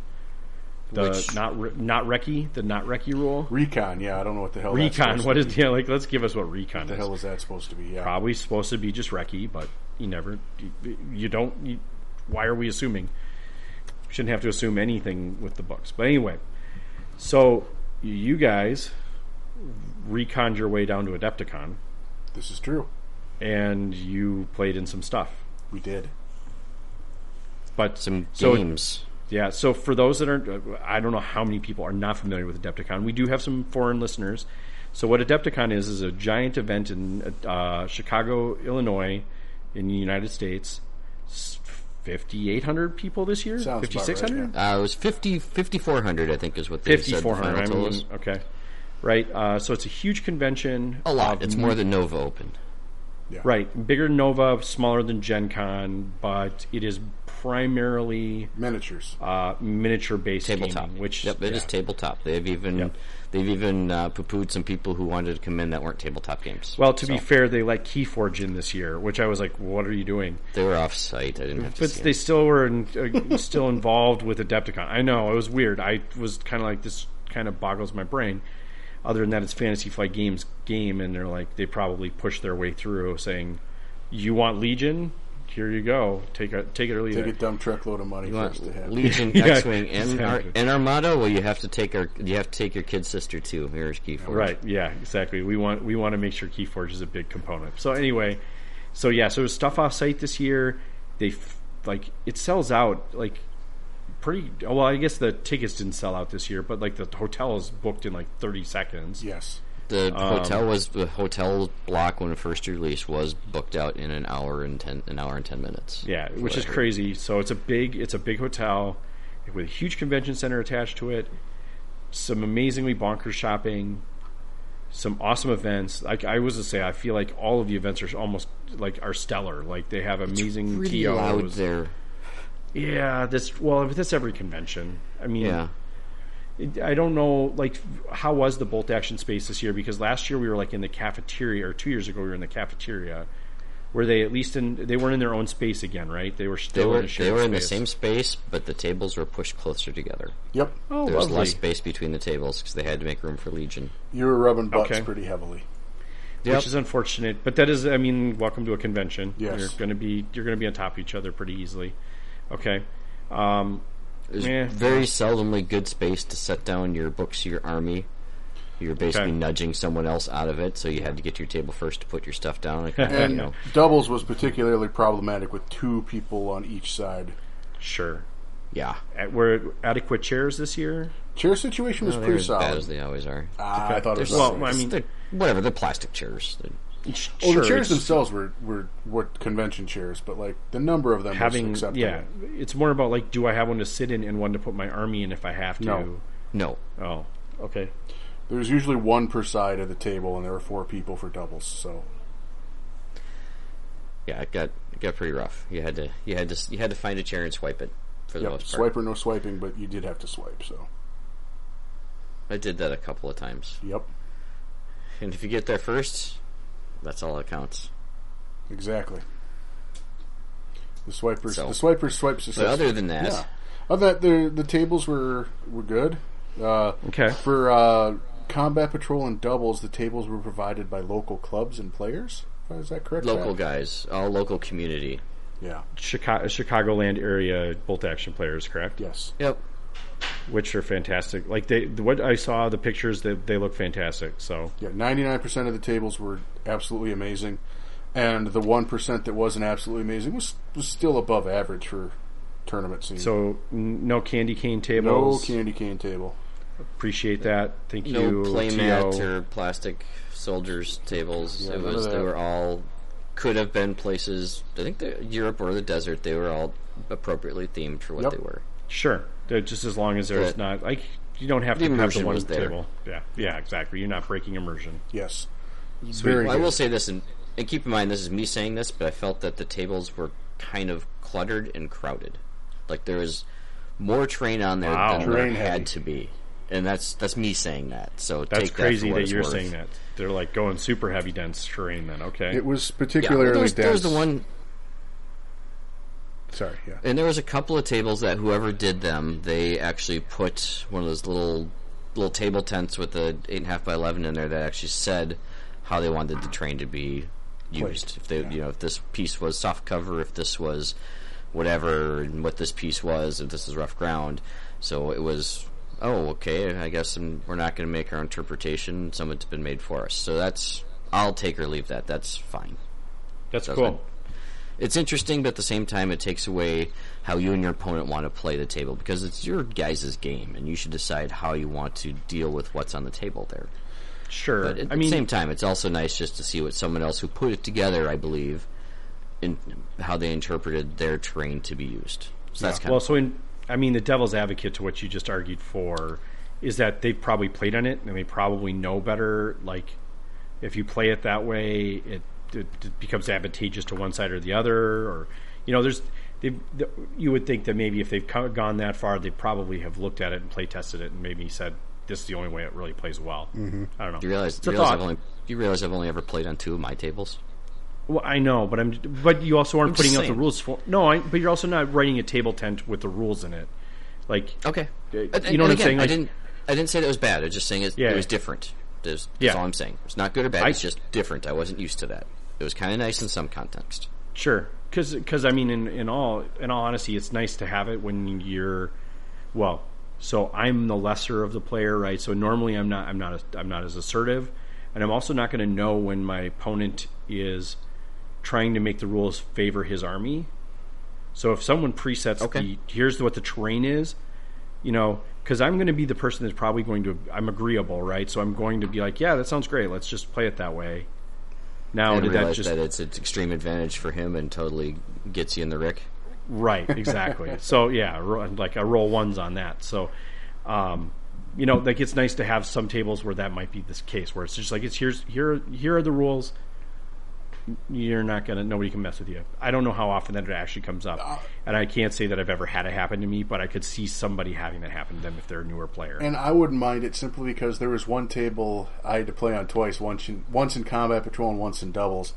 Speaker 1: The
Speaker 2: Which-
Speaker 1: not re- not recce the not recce rule.
Speaker 3: Recon. Yeah. I don't know what the hell. that's
Speaker 1: recon.
Speaker 3: supposed
Speaker 1: What
Speaker 3: to
Speaker 1: is yeah? Like let's give us what recon
Speaker 3: be. the
Speaker 1: is.
Speaker 3: hell is that supposed to be? Yeah.
Speaker 1: Probably supposed to be just recce, but you never you, you don't. You, why are we assuming? Shouldn't have to assume anything with the books. But anyway, so you guys reconned your way down to Adepticon,
Speaker 3: This is true.
Speaker 1: and you played in some stuff.
Speaker 3: We did.
Speaker 1: But
Speaker 2: Some
Speaker 1: so
Speaker 2: games.
Speaker 1: Yeah. So for those that aren't, I don't know how many people are not familiar with Adepticon. We do have some foreign listeners. So what Adepticon is is a giant event in uh, Chicago, Illinois, in the United States. Fifty eight hundred people this year.
Speaker 3: Sounds about right,
Speaker 1: Fifty six hundred.
Speaker 2: Uh, it was 50, 5,400, I think, is what they said. the
Speaker 1: 5400
Speaker 2: final
Speaker 1: I
Speaker 2: total
Speaker 1: mean,
Speaker 2: was.
Speaker 1: okay right uh, so it's a huge convention
Speaker 2: A lot.
Speaker 1: of-
Speaker 2: It's more than Nova Open.
Speaker 1: right bigger than nova smaller than gen con but it is primarily
Speaker 3: Miniatures.
Speaker 1: uh, miniature based
Speaker 2: Tabletop.
Speaker 1: gaming which
Speaker 2: yep, it is tabletop. They've even they've even uh, poo-pooed some people who wanted to come in that weren't tabletop games.
Speaker 1: well to be fair they let keyforge in this year which i was like what are you doing
Speaker 2: they were off site. I didn't have to
Speaker 1: but
Speaker 2: see
Speaker 1: they
Speaker 2: it.
Speaker 1: still were in, uh, still involved with adepticon i know it was weird i was kind of like this kind of boggles my brain other than that it's fantasy flight games game and they're like they probably pushed their way through saying you want legion here you go take a take it or leave
Speaker 3: Take
Speaker 1: it
Speaker 3: a dumb truckload of money for us to have.
Speaker 2: Legion,
Speaker 1: Yeah,
Speaker 2: X-wing, and our
Speaker 1: exactly.
Speaker 2: and Armada. Well, you have to take our you have to take your kid sister too. Here's Keyforge.
Speaker 1: Right. Yeah. Exactly. We want we want to make sure KeyForge is a big component. So anyway, so yeah. So it was stuff off site this year. They f- like it sells out like pretty. Well, I guess the tickets didn't sell out this year, but like the hotel is booked in like thirty seconds.
Speaker 3: Yes.
Speaker 2: The
Speaker 1: Um,
Speaker 2: hotel was the hotel block when it first released was booked out in an hour and ten an hour and ten minutes.
Speaker 1: Yeah, which is crazy. So it's a big it's a big hotel with a huge convention center attached to it. Some amazingly bonkers shopping, some awesome events. Like I was to say, I feel like all of the events are almost like are stellar. Like they have amazing
Speaker 2: Pretty
Speaker 1: TOs.
Speaker 2: loud there.
Speaker 1: Yeah, this well, that's every convention. I mean,
Speaker 2: Yeah.
Speaker 1: I don't know, like, how was the bolt action space this year? Because last year we were like in the cafeteria, or two years ago we were in the cafeteria. Were they at least in? They weren't in their own space again, right? They were still
Speaker 2: They were
Speaker 1: in a shared
Speaker 2: they were
Speaker 1: space.
Speaker 2: in the same space, but the tables were pushed closer together.
Speaker 3: Yep.
Speaker 1: Oh,
Speaker 2: There was
Speaker 1: lovely.
Speaker 2: less space between the tables because they had to make room for Legion.
Speaker 3: You were rubbing butts
Speaker 1: Okay.
Speaker 3: pretty heavily.
Speaker 2: Yep.
Speaker 1: which is unfortunate. But that is, I mean, welcome to a convention.
Speaker 3: Yes.
Speaker 1: You're going to be you're going to be on top of each other pretty easily. Okay. Um,
Speaker 2: There's
Speaker 1: Yeah.
Speaker 2: very seldomly good space to set down your books, your army. You're basically
Speaker 1: Okay.
Speaker 2: nudging someone else out of it, so you had to get to your table first to put your stuff down. and kinda, you
Speaker 3: And
Speaker 2: know,
Speaker 3: doubles was particularly problematic with two people on each side.
Speaker 1: sure.
Speaker 2: yeah,
Speaker 1: At, were adequate chairs this year?
Speaker 3: Chair situation was
Speaker 2: Oh, they're
Speaker 3: pretty
Speaker 2: as bad as
Speaker 3: solid.
Speaker 2: they always are.
Speaker 3: Ah, I thought it was.
Speaker 1: Well,
Speaker 3: not
Speaker 1: I
Speaker 3: very
Speaker 1: mean,
Speaker 2: They're- whatever, they're plastic chairs. They're-
Speaker 3: Well,
Speaker 1: sure,
Speaker 3: the chairs
Speaker 1: it's-
Speaker 3: themselves were, were were convention chairs, but like the number of them
Speaker 1: having
Speaker 3: was acceptable.
Speaker 1: yeah it's more about like do i have one to sit in and one to put my army in if i have to
Speaker 3: No.
Speaker 2: no,
Speaker 1: oh okay
Speaker 3: There was usually one per side of the table, and there were four people for doubles. So
Speaker 2: Oh, yeah, it got it got pretty rough. You had to you had to you had to find a chair and swipe it for the
Speaker 3: yep,
Speaker 2: most part.
Speaker 3: swipe or no swiping, but you did have to swipe. So
Speaker 2: I did that a couple of times,
Speaker 3: yep,
Speaker 2: and if you get there first, that's all that counts.
Speaker 3: exactly. The swipers,
Speaker 2: So-
Speaker 3: the swipers swipes.
Speaker 2: But other than that,
Speaker 3: yeah, other than that, the the tables were were good. Uh,
Speaker 1: Okay.
Speaker 3: For uh, combat patrol and doubles, the tables were provided by local clubs and players. Is that correct?
Speaker 2: local
Speaker 3: Zach?
Speaker 2: guys, all local community.
Speaker 3: Yeah.
Speaker 1: Chicago, Chicagoland area bolt action players, correct?
Speaker 3: Yes.
Speaker 2: Yep,
Speaker 1: Which are fantastic. Like they, what I saw the pictures, they, they look fantastic. So
Speaker 3: Yeah, ninety nine percent of the tables were absolutely amazing, and the one percent that wasn't absolutely amazing was was still above average for tournament scene.
Speaker 1: so n- no candy cane
Speaker 3: no
Speaker 1: tables.
Speaker 3: candy cane table.
Speaker 1: Appreciate that. Thank
Speaker 2: no
Speaker 1: you.
Speaker 2: playmat
Speaker 1: TO.
Speaker 2: or plastic soldiers tables.
Speaker 3: Yeah,
Speaker 2: it
Speaker 3: none
Speaker 2: was
Speaker 3: of
Speaker 2: they
Speaker 3: that.
Speaker 2: were all could have been places. I think the Europe or the desert. They were all appropriately themed for what
Speaker 3: Yep.
Speaker 2: they were.
Speaker 1: Sure. They're just as long as there's
Speaker 2: The-
Speaker 1: not like you don't have
Speaker 2: the
Speaker 1: to have the
Speaker 2: immersion
Speaker 1: one
Speaker 2: was there.
Speaker 1: table. Yeah. Yeah. Exactly. You're not breaking immersion.
Speaker 3: Yes, very
Speaker 2: Well, I
Speaker 3: good.
Speaker 2: will say this, and, and keep in mind this is me saying this, but I felt that the tables were kind of cluttered and crowded. Like there was more terrain on there
Speaker 1: Wow.
Speaker 2: than
Speaker 3: Terrain
Speaker 2: there
Speaker 3: heavy.
Speaker 2: had to be, and that's that's me saying that. So
Speaker 1: That's
Speaker 2: take
Speaker 1: crazy
Speaker 2: that, for what
Speaker 1: that
Speaker 2: it's
Speaker 1: you're
Speaker 2: worth.
Speaker 1: saying that. They're like going super heavy dense terrain then. Okay.
Speaker 3: It was
Speaker 2: Yeah, well,
Speaker 3: particularly
Speaker 2: there was,
Speaker 3: dense.
Speaker 2: there was the one
Speaker 3: Sorry, yeah,
Speaker 2: And there was a couple of tables that whoever did them, they actually put one of those little little table tents with the eight and a half by eleven in there that actually said how they wanted the train to be used. if they, you know, if this piece was soft cover, if this was whatever, and what this piece was, if this is rough ground. So it was. Oh, okay. I guess um, we're not going to make our interpretation. Someone's been made for us. So that's. I'll take or leave that. That's fine.
Speaker 1: That's
Speaker 2: That's
Speaker 1: cool.
Speaker 2: fine. it's interesting, but at the same time, it takes away how you and your opponent want to play the table because it's your guys' game, and you should decide how you want to deal with what's on the table there.
Speaker 1: Sure.
Speaker 2: But at
Speaker 1: I mean,
Speaker 2: the same time, it's also nice just to see what someone else who put it together, I believe, in how they interpreted their terrain to be used. So that's kind
Speaker 1: well,
Speaker 2: of
Speaker 1: so in I mean, the devil's advocate to what you just argued for is that they've probably played on it and they probably know better. Like, if you play it that way, it, it, it becomes advantageous to one side or the other, or you know, there's. They, the, you would think that maybe if they've come, gone that far, they probably have looked at it and play tested it, and maybe said, "This is the only way it really plays well." Mm-hmm. I don't know.
Speaker 2: you realize,
Speaker 1: It's
Speaker 2: you
Speaker 1: a
Speaker 2: realize
Speaker 1: thought.
Speaker 2: I've only you realize I've only ever played on two of my tables.
Speaker 1: Well, I know, but I'm. But you also aren't
Speaker 2: I'm just
Speaker 1: putting out the
Speaker 2: saying.
Speaker 1: rules for. No, I, but you're also not writing a table tent with the rules in it. Like,
Speaker 2: Okay,
Speaker 1: Yeah,
Speaker 2: And-
Speaker 1: you know what I'm
Speaker 2: and again,
Speaker 1: saying,
Speaker 2: I
Speaker 1: like-
Speaker 2: didn't I didn't say that it was bad. I was just saying it,
Speaker 1: Yeah.
Speaker 2: it was different. There's,
Speaker 1: Yeah.
Speaker 2: That's all I'm saying. It's not good or bad.
Speaker 1: I-
Speaker 2: it's just different. I wasn't used to that. It was kind of nice in some context.
Speaker 1: Sure, because I mean, in, in all in all honesty, it's nice to have it when you're well. So I'm the lesser of the player, right? So normally I'm not I'm not as, I'm not as assertive, and I'm also not going to know when my opponent is trying to make the rules favor his army. So if someone presets
Speaker 2: Okay.
Speaker 1: the here's what the terrain is, you know, because I'm going to be the person that's probably going to I'm agreeable, right? So I'm going to be like, yeah, that sounds great. Let's just play it that way. Now
Speaker 2: and
Speaker 1: Oh, did that
Speaker 2: realize
Speaker 1: just
Speaker 2: that it's an extreme advantage for him and totally gets you in the rick.
Speaker 1: Right, exactly. so yeah, ro- like I roll ones on that. So, um, you know, like it's nice to have some tables where that might be this case, where it's just like it's here's here here are the rules. You're not gonna nobody can mess with you. I don't know how often that it actually comes
Speaker 3: Uh.
Speaker 1: up, and I can't say that I've ever had it happen to me, but I could see somebody having that happen to them if they're a newer player.
Speaker 3: And I wouldn't mind it simply because there was one table I had to play on twice, once in, once in combat patrol and once in doubles,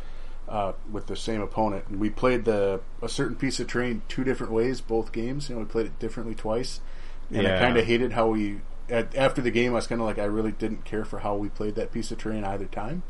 Speaker 3: uh, with the same opponent. And we played the a certain piece of terrain two different ways, both games. You know, we played it differently twice, and I
Speaker 1: Yeah.
Speaker 3: kind of hated how we. At, after the game, I was kind of like, I really didn't care for how we played that piece of terrain either time.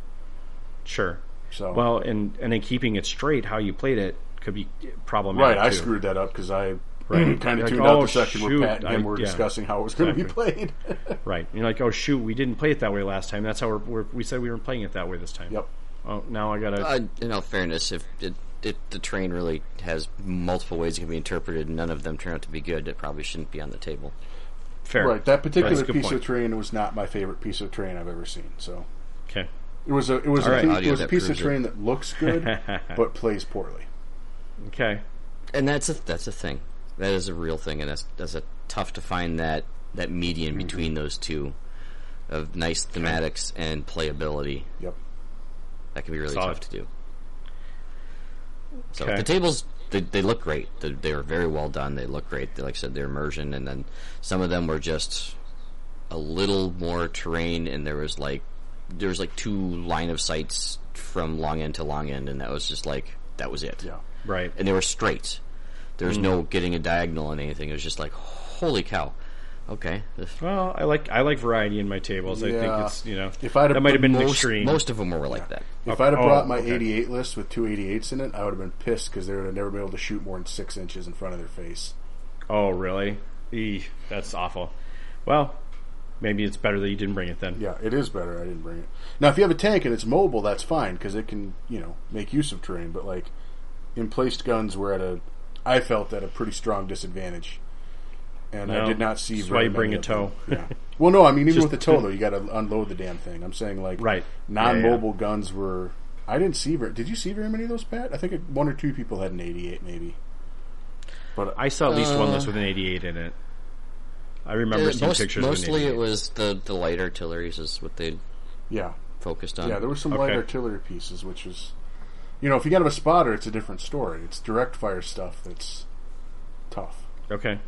Speaker 1: sure.
Speaker 3: So
Speaker 1: Well, and and then keeping it straight, how you played it could be
Speaker 3: right,
Speaker 1: problematic.
Speaker 3: I
Speaker 1: too.
Speaker 3: screwed that up because I.
Speaker 1: Right.
Speaker 3: kind of
Speaker 1: Like,
Speaker 3: tuned
Speaker 1: oh,
Speaker 3: out the section
Speaker 1: shoot,
Speaker 3: where Pat and him
Speaker 1: I-
Speaker 3: were
Speaker 1: yeah.
Speaker 3: discussing how it was going to
Speaker 1: Exactly.
Speaker 3: be played.
Speaker 1: Right. You're like, oh shoot, we didn't play it that way last time. That's how we're, we're we said we weren't playing it that way this time.
Speaker 3: Yep.
Speaker 1: Oh, now I gotta.
Speaker 2: Uh, in all fairness, if it, it, the train really has multiple ways it can be interpreted, and none of them turn out to be good, it probably shouldn't be on the table.
Speaker 1: fair.
Speaker 3: Right,
Speaker 1: That's
Speaker 3: that particular
Speaker 1: a good
Speaker 3: piece
Speaker 1: point.
Speaker 3: of terrain was not my favorite piece of terrain I've ever seen. So
Speaker 1: Okay.
Speaker 3: it was a it was a,
Speaker 1: All right,
Speaker 3: piece-
Speaker 2: audio
Speaker 3: it was a
Speaker 2: that
Speaker 3: piece of
Speaker 2: proves it.
Speaker 3: terrain that looks good but plays poorly.
Speaker 1: Okay.
Speaker 2: and that's a that's a thing. That is a real thing, and that's that's a tough to find that that
Speaker 1: Mm-hmm.
Speaker 2: median between those two of nice thematics and playability.
Speaker 3: Yep.
Speaker 2: That can be really
Speaker 1: Solid.
Speaker 2: tough to do. So
Speaker 1: Okay.
Speaker 2: the tables they, they look great. They, they were very well done. They look great. They, like I said, they're immersion, and then some of them were just a little more terrain, and there was like there was like two line of sights from long end to long end, and that was just like that was it
Speaker 3: Yeah.
Speaker 1: Right.
Speaker 2: and they were straight. There
Speaker 1: Hmm.
Speaker 2: was no getting a diagonal on anything. It was just like, holy cow. Okay.
Speaker 1: Well, I like I like variety in my tables. I think
Speaker 3: Yeah.
Speaker 1: it's you know
Speaker 3: If I'd have
Speaker 1: that might have been an
Speaker 2: most,
Speaker 1: extreme.
Speaker 2: most of them were like that.
Speaker 3: If I'd have
Speaker 1: Oh,
Speaker 3: brought my
Speaker 1: okay.
Speaker 3: 88 list with two 88s in it, I would have been pissed because they would have never been able to shoot more than six inches in front of their face.
Speaker 1: oh really? Eeh, that's awful. Well, maybe it's better that you didn't bring it then.
Speaker 3: Yeah, it is better. I didn't bring it. Now, if you have a tank and it's mobile, that's fine because it can you know make use of terrain. But like in placed guns, were at a I felt at a pretty strong disadvantage. And I
Speaker 1: No,
Speaker 3: did not see.
Speaker 1: that's why
Speaker 3: very
Speaker 1: you bring
Speaker 3: many
Speaker 1: a
Speaker 3: of
Speaker 1: tow.
Speaker 3: them. Yeah. Well, no, I mean even
Speaker 1: Just
Speaker 3: with the tow
Speaker 1: to-
Speaker 3: though, you got to unload the damn thing. I'm saying like
Speaker 1: Right. Yeah, yeah.
Speaker 3: non-mobile guns were. I didn't see very. Did you see very many of those, Pat? I think one or two people had an 88, maybe. But
Speaker 1: I saw at least
Speaker 3: Uh,
Speaker 1: one list with an 88 in it. I remember
Speaker 2: Uh,
Speaker 1: seeing
Speaker 2: most-
Speaker 1: pictures. of an
Speaker 2: mostly
Speaker 1: 88.
Speaker 2: it was the, the light artilleries is what they
Speaker 3: yeah,
Speaker 2: focused on.
Speaker 3: Yeah, there were some light
Speaker 1: Okay.
Speaker 3: artillery pieces, which is, you know, if you got a spotter, it's a different story. It's direct fire stuff that's tough.
Speaker 1: Okay.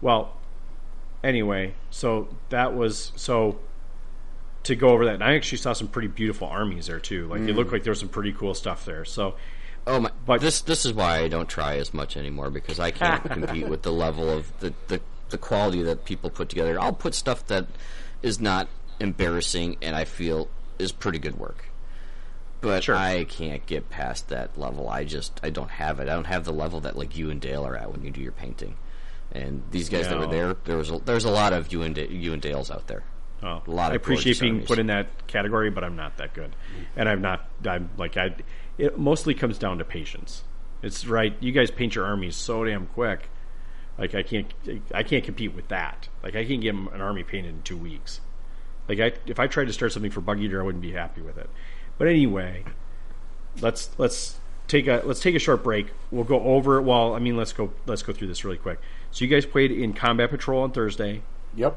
Speaker 1: Well, anyway, so that was so to go over that. And I actually saw some pretty beautiful armies there too. Like they looked
Speaker 3: Mm.
Speaker 1: like there was some pretty cool stuff there. So
Speaker 2: oh my!
Speaker 1: but-
Speaker 2: this this is why I don't try as much anymore because I can't compete with the level of the, the the quality that people put together. I'll put stuff that is not embarrassing and I feel is pretty good work. but
Speaker 1: Sure.
Speaker 2: I can't get past that level. I just I don't have it. I don't have the level that like you and Dale are at when you do your painting. And these guys that
Speaker 1: No.
Speaker 2: were there, there was a, there's a lot of you and Da- you and Dales out there.
Speaker 1: oh,
Speaker 2: A lot of
Speaker 1: I appreciate
Speaker 2: gorgeous
Speaker 1: being
Speaker 2: armies.
Speaker 1: put in that category, but I'm not that good, and I'm not. I'm like I. It mostly comes down to patience. It's right. You guys paint your armies so damn quick. Like I can't, I can't compete with that. Like I can get an army painted in two weeks. Like I, if I tried to start something for Bug Eater, I wouldn't be happy with it. But anyway, let's let's take a let's take a short break. We'll go over. Well, I mean, let's go let's go through this really quick. So you guys played in Combat Patrol on Thursday,
Speaker 3: Yep.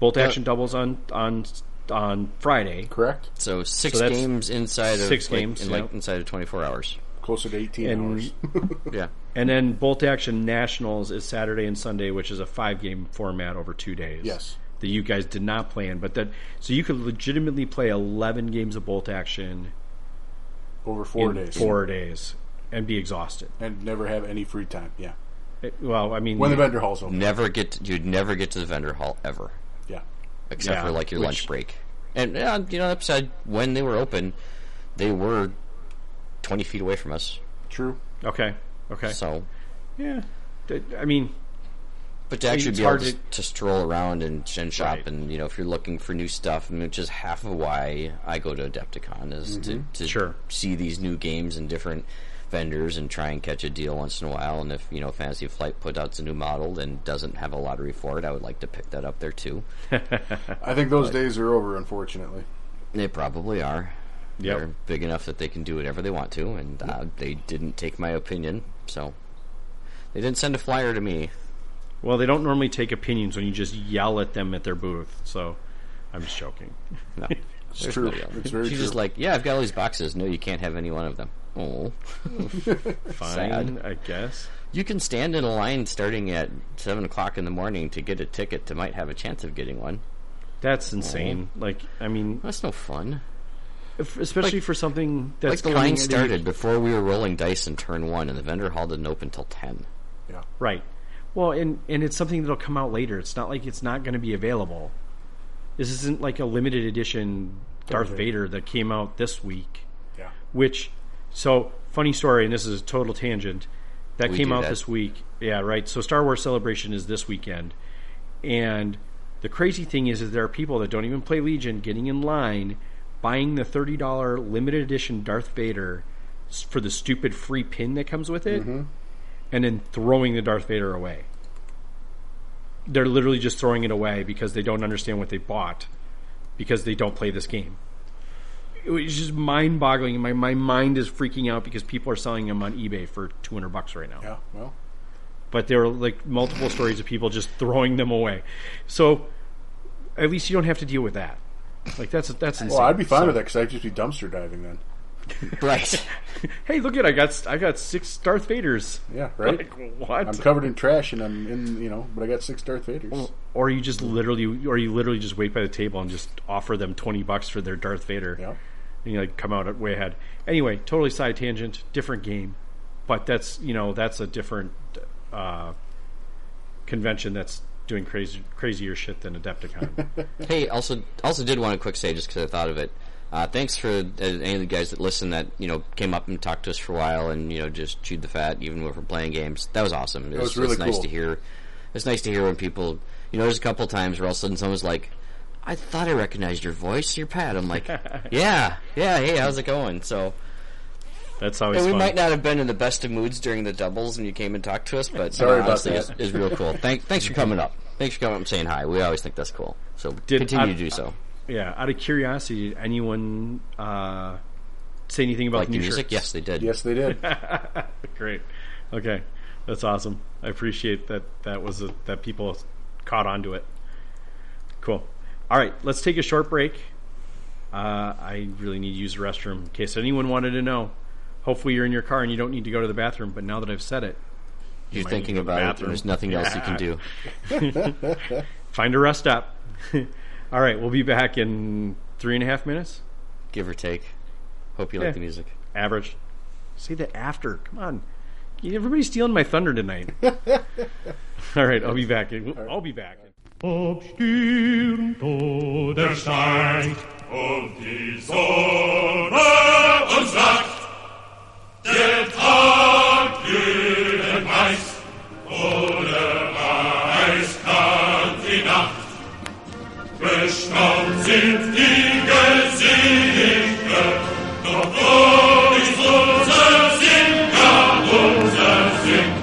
Speaker 1: bolt action doubles on on on Friday.
Speaker 3: Correct.
Speaker 2: So six
Speaker 1: So that's
Speaker 2: games inside of
Speaker 1: six
Speaker 2: like,
Speaker 1: games,
Speaker 2: in, like
Speaker 1: yep.
Speaker 2: inside of 24 hours.
Speaker 3: Closer to 18
Speaker 1: And-
Speaker 3: hours.
Speaker 2: Yeah.
Speaker 1: And then Bolt Action Nationals is Saturday and Sunday, which is a five game format over two days.
Speaker 3: Yes.
Speaker 1: That you guys did not play in, but that so you could legitimately play eleven games of Bolt Action
Speaker 3: Over four
Speaker 1: in
Speaker 3: days.
Speaker 1: four days and be exhausted.
Speaker 3: And never have any free time. Yeah.
Speaker 1: It- well, I mean,
Speaker 3: When the vendor hall's open.
Speaker 2: Never get to, you'd never get to the vendor hall ever,
Speaker 3: Yeah.
Speaker 2: except
Speaker 1: Yeah,
Speaker 2: for like your
Speaker 1: which-
Speaker 2: lunch break. And uh, you know, upside when they were open, they were 20 feet away from us.
Speaker 3: True.
Speaker 1: okay, okay,
Speaker 2: So,
Speaker 1: yeah. That- I mean,
Speaker 2: but to actually
Speaker 1: it's
Speaker 2: be able
Speaker 1: hard
Speaker 2: to,
Speaker 1: to-
Speaker 2: to stroll around and, and shop,
Speaker 1: Right.
Speaker 2: and you know, if you're looking for new stuff, and which is half of why I go to Adepticon is to, to
Speaker 1: Mm-hmm. Sure.
Speaker 2: see these new games and different vendors and try and catch a deal once in a while. And if you know, Fantasy Flight put out a new model and doesn't have a lottery for it, I would like to pick that up there too.
Speaker 3: I think those days are over, unfortunately.
Speaker 2: They probably are.
Speaker 1: Yep.
Speaker 2: They're big enough that they can do whatever they want to, and uh, they didn't take my opinion, so they didn't send a flyer to me.
Speaker 1: well, they don't normally take opinions when you just yell at them at their booth. So, I'm just joking.
Speaker 2: No,
Speaker 3: It's true. It's very
Speaker 2: she's
Speaker 3: true.
Speaker 2: just like, "Yeah, I've got all these boxes. No, you can't have any one of them. Oh,
Speaker 1: Fine, I guess.
Speaker 2: you can stand in a line starting at seven o'clock in the morning to get a ticket to might have a chance of getting one.
Speaker 1: That's insane. Like, I mean,
Speaker 2: That's no fun.
Speaker 1: if, especially for something that's
Speaker 2: like the
Speaker 1: coming
Speaker 2: line
Speaker 1: at you-
Speaker 2: started before we were rolling dice in turn one, and the vendor hall didn't open till ten.
Speaker 3: yeah.
Speaker 1: Right. Well, and and it's something that'll come out later. It's not like it's not going to be available. This isn't like a limited edition Darth
Speaker 3: Darth
Speaker 1: Vader that came out this week,
Speaker 3: Yeah.
Speaker 1: which so funny story and this is a total tangent. That
Speaker 2: We
Speaker 1: came
Speaker 2: do
Speaker 1: out
Speaker 2: that.
Speaker 1: this week. Yeah, right. So Star Wars Celebration is this weekend. And the crazy thing is is there are people that don't even play Legion getting in line buying the $30 limited edition Darth Vader s- for the stupid free pin that comes with it
Speaker 2: Mm-hmm.
Speaker 1: and then throwing the Darth Vader away. They're literally just throwing it away because they don't understand what they bought because they don't play this game. It was just mind boggling. My, my mind is freaking out because people are selling them on eBay for 200 bucks right now.
Speaker 3: Yeah. Well,
Speaker 1: But there were like multiple stories of people just throwing them away. So at least you don't have to deal with that. Like that's that's insane.
Speaker 3: well I'd be fine with that because I'd just be dumpster diving then.
Speaker 2: Right.
Speaker 1: Hey, look at I got I got six Darth Vaders.
Speaker 3: Yeah. Right.
Speaker 1: Like, what?
Speaker 3: I'm covered in trash and I'm in, you know, but I got six Darth Vaders.
Speaker 1: or you just literally or you literally just wait by the table and just offer them 20 bucks for their Darth Vader.
Speaker 3: Yeah.
Speaker 1: And you like come out at- way ahead. Anyway, totally side tangent, different game. But that's, you know, that's a different uh, convention that's doing crazy crazier shit than Adepticon.
Speaker 2: Hey, also, also did want to quick say just because I thought of it. Uh, thanks for uh, any of the guys that listened that you know came up and talked to us for a while and you know just chewed the fat even when we're playing games. That was awesome. It
Speaker 3: was really
Speaker 2: it's nice
Speaker 3: cool.
Speaker 2: to hear. It's nice to hear when people you know there's a couple times where all of a sudden someone's like, "I thought I recognized your voice. You're Pat." I'm like, "Yeah, yeah. Hey, how's it going?" So
Speaker 1: that's always
Speaker 2: and we
Speaker 1: fun.
Speaker 2: might not have been in the best of moods during the doubles when you came and talked to us, but
Speaker 3: Sorry about
Speaker 2: honestly,
Speaker 3: that.
Speaker 2: It's, it's real cool. Thank, thanks for coming up. Thanks for coming up and saying hi. We always think that's cool. So
Speaker 1: Did-
Speaker 2: continue
Speaker 1: I-
Speaker 2: to do so.
Speaker 1: yeah, out of curiosity, did anyone uh, say anything about
Speaker 2: like
Speaker 1: the
Speaker 2: the
Speaker 1: new
Speaker 2: music?
Speaker 1: shirts?
Speaker 2: Yes, they did.
Speaker 3: Yes, they did.
Speaker 1: Great. Okay. That's awesome. I appreciate that that was a, that people caught on to it. Cool. All right, let's take a short break. Uh, I really need to use the restroom in case anyone wanted to know. Hopefully you're in your car and you don't need to go to the bathroom, but now that I've said it,
Speaker 2: You're
Speaker 1: might
Speaker 2: thinking
Speaker 1: need to go to
Speaker 2: about
Speaker 1: the
Speaker 2: it. and There's nothing else you can do.
Speaker 1: find a rest stop. All right, we'll be back in three and a half minutes.
Speaker 2: Give or take. Hope you
Speaker 1: Yeah.
Speaker 2: like the music.
Speaker 1: Average. Say that after. Come on. Everybody's stealing my thunder tonight. All right, I'll be back. I'll be back.
Speaker 5: obscure to der Schein und die Sonne uns sagt, der Tag grünen Weiß, ohne Weiß kann die Nacht. Bestaunt sind die Gesichter, doch wo ist unser Sinn kaputt?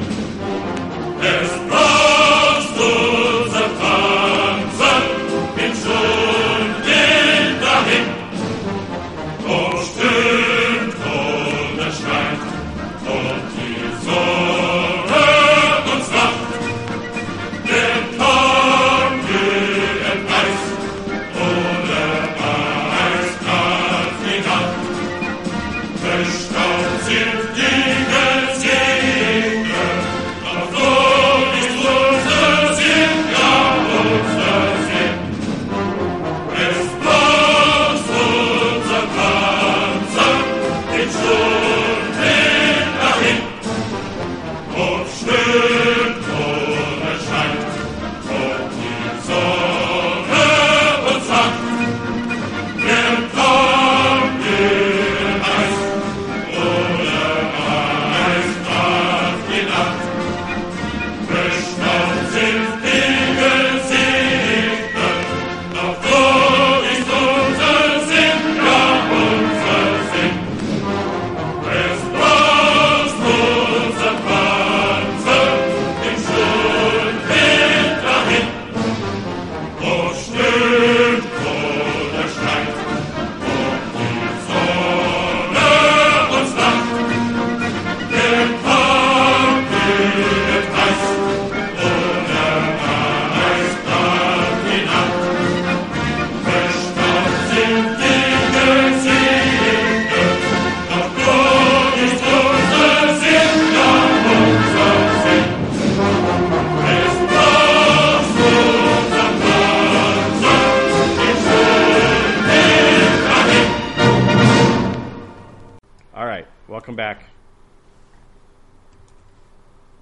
Speaker 1: All right, welcome back.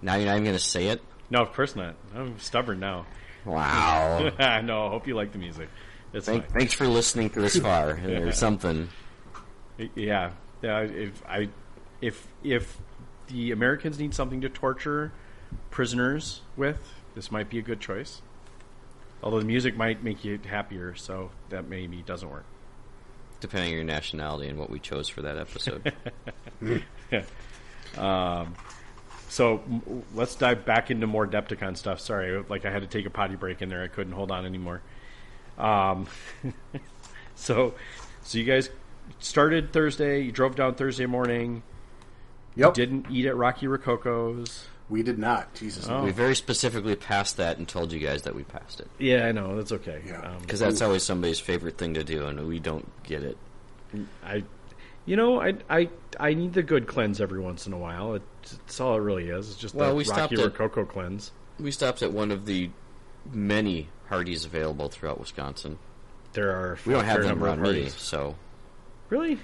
Speaker 2: Now you're not even going to say it?
Speaker 1: No, of course not. I'm stubborn now.
Speaker 2: Wow.
Speaker 1: no, I hope you like the music. It's fine.
Speaker 2: Thank, thanks for listening to this far or something.
Speaker 1: Yeah, yeah. If I, if if the Americans need something to torture prisoners with, this might be a good choice. Although the music might make you happier, so that maybe doesn't work.
Speaker 2: Depending on your nationality and what we chose for that episode.
Speaker 1: So m- let's dive back into more Depticon stuff. Sorry, like I had to take a potty break in there. I couldn't hold on anymore. Um, so, so you guys started Thursday. You drove down Thursday morning.
Speaker 3: Yep.
Speaker 1: Didn't eat at Rocky Rococo's.
Speaker 3: We did not. Jesus.
Speaker 1: Oh.
Speaker 2: we very specifically passed that and told you guys that we passed it.
Speaker 1: Yeah, I know that's okay.
Speaker 3: Yeah.
Speaker 1: Um,
Speaker 2: Because that's always somebody's favorite thing to do, and we don't get it.
Speaker 1: I, you know, I, I, I need the good cleanse every once in a while. It's, it's all it really is. It's just
Speaker 2: Well,
Speaker 1: the
Speaker 2: we
Speaker 1: Rocky
Speaker 2: stopped at-
Speaker 1: Rococo cleanse.
Speaker 2: We stopped at one of the many Hardee's available throughout Wisconsin.
Speaker 1: There are
Speaker 2: We don't have
Speaker 1: fair
Speaker 2: them
Speaker 1: number of
Speaker 2: around me,
Speaker 1: parties.
Speaker 2: so
Speaker 1: Really,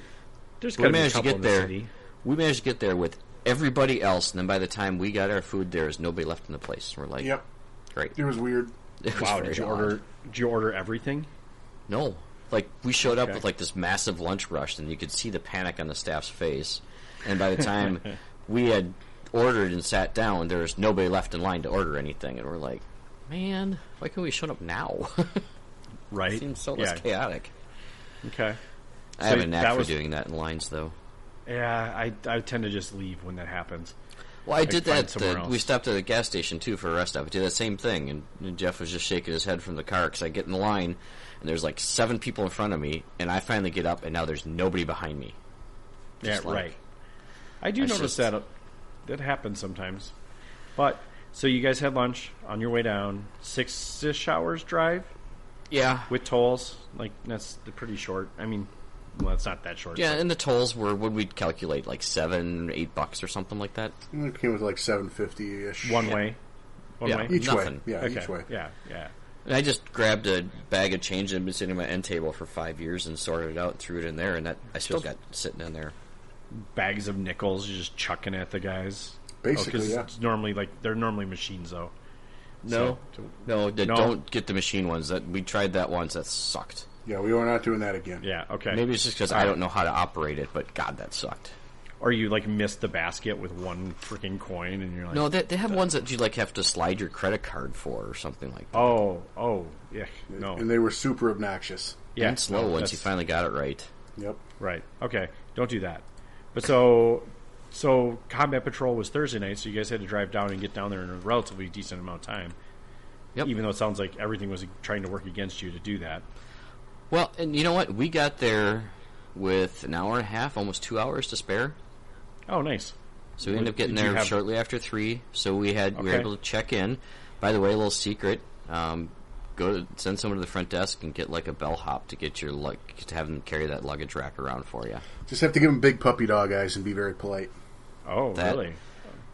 Speaker 1: there's
Speaker 2: we
Speaker 1: gotta be a
Speaker 2: managed to
Speaker 1: couple
Speaker 2: get
Speaker 1: in the
Speaker 2: there.
Speaker 1: city.
Speaker 2: We managed to get there with everybody else, and then by the time we got our food, there was nobody left in the place. We're like,
Speaker 3: Yep.
Speaker 2: great.
Speaker 3: It was weird.
Speaker 2: It was
Speaker 1: Wow,
Speaker 2: very
Speaker 1: did you
Speaker 2: odd.
Speaker 1: order? Did you order everything?
Speaker 2: No, like we showed up
Speaker 1: Okay.
Speaker 2: with like this massive lunch rush, and you could see the panic on the staff's face. And by the time we had ordered and sat down, there was nobody left in line to order anything, and we're like, man, why can't we show up now?
Speaker 1: Right.
Speaker 2: it seems so
Speaker 1: yeah.
Speaker 2: less chaotic.
Speaker 1: Okay.
Speaker 2: I have a knack
Speaker 1: that
Speaker 2: for
Speaker 1: was-
Speaker 2: doing that in lines, though.
Speaker 1: Yeah, I, I tend to just leave when that happens.
Speaker 2: Well, I did
Speaker 1: find
Speaker 2: that.
Speaker 1: somewhere
Speaker 2: The,
Speaker 1: else.
Speaker 2: we stopped at a gas station too for a rest stop. I did that same thing, and, and Jeff was just shaking his head from the car because I get in line, and there's like seven people in front of me, and I finally get up, and now there's nobody behind me.
Speaker 1: Yeah,
Speaker 2: like-
Speaker 1: right. I do
Speaker 2: That's
Speaker 1: notice
Speaker 2: just-
Speaker 1: that uh, that happens sometimes. But so you guys had lunch on your way down, six-ish hours drive
Speaker 2: Yeah,
Speaker 1: with tolls. Like that's pretty short. I mean, well, it's not that short.
Speaker 2: yeah, and the tolls were what we'd calculate like seven, eight bucks or something like that.
Speaker 3: It came with like seven fifty ish.
Speaker 1: One way. One
Speaker 2: Yeah.
Speaker 1: way.
Speaker 3: each
Speaker 2: Nothing.
Speaker 3: way. Yeah,
Speaker 1: okay.
Speaker 3: each way.
Speaker 1: Yeah, yeah.
Speaker 2: And I just grabbed a bag of change that had been sitting on my end table for five years and sorted it out and threw it in there, and that I still got sitting in there.
Speaker 1: Bags of nickels, you're just chucking at the guys.
Speaker 3: Basically,
Speaker 1: oh, 'cause
Speaker 3: yeah.
Speaker 1: It's normally like they're normally machines though.
Speaker 2: No,
Speaker 1: So-
Speaker 2: no, d-
Speaker 1: No.
Speaker 2: don't get the machine ones. That we tried that once. That sucked.
Speaker 3: Yeah, we were not doing that again.
Speaker 1: Yeah. Okay.
Speaker 2: Maybe it's just because I don't know how to operate it, but God, that sucked.
Speaker 1: Or you like missed the basket with one freaking coin, and you're like,
Speaker 2: No, they, they have ones that you like have to slide your credit card for or something like that.
Speaker 1: Oh, oh, yeah, no,
Speaker 3: And they were super obnoxious.
Speaker 1: yeah,
Speaker 2: and slow
Speaker 1: no,
Speaker 2: once you
Speaker 1: that's-
Speaker 2: finally got it right.
Speaker 3: Yep.
Speaker 1: right. Okay, don't do that. But so, so combat patrol was Thursday night, so you guys had to drive down and get down there in a relatively decent amount of time.
Speaker 2: Yep.
Speaker 1: Even though it sounds like everything was trying to work against you to do that.
Speaker 2: Well, and you know what? We got there with an hour and a half, almost two hours to spare.
Speaker 1: Oh, nice.
Speaker 2: So we ended up getting
Speaker 1: Did you
Speaker 2: there
Speaker 1: have-
Speaker 2: shortly after three. So we had we were
Speaker 1: Okay.
Speaker 2: able to check in. By the way, a little secret: um, go to, send someone to the front desk and get like a bellhop to get your lug to have them carry that luggage rack around for you.
Speaker 3: Just have to give them big puppy dog eyes and be very polite.
Speaker 1: Oh,
Speaker 2: That-
Speaker 1: really?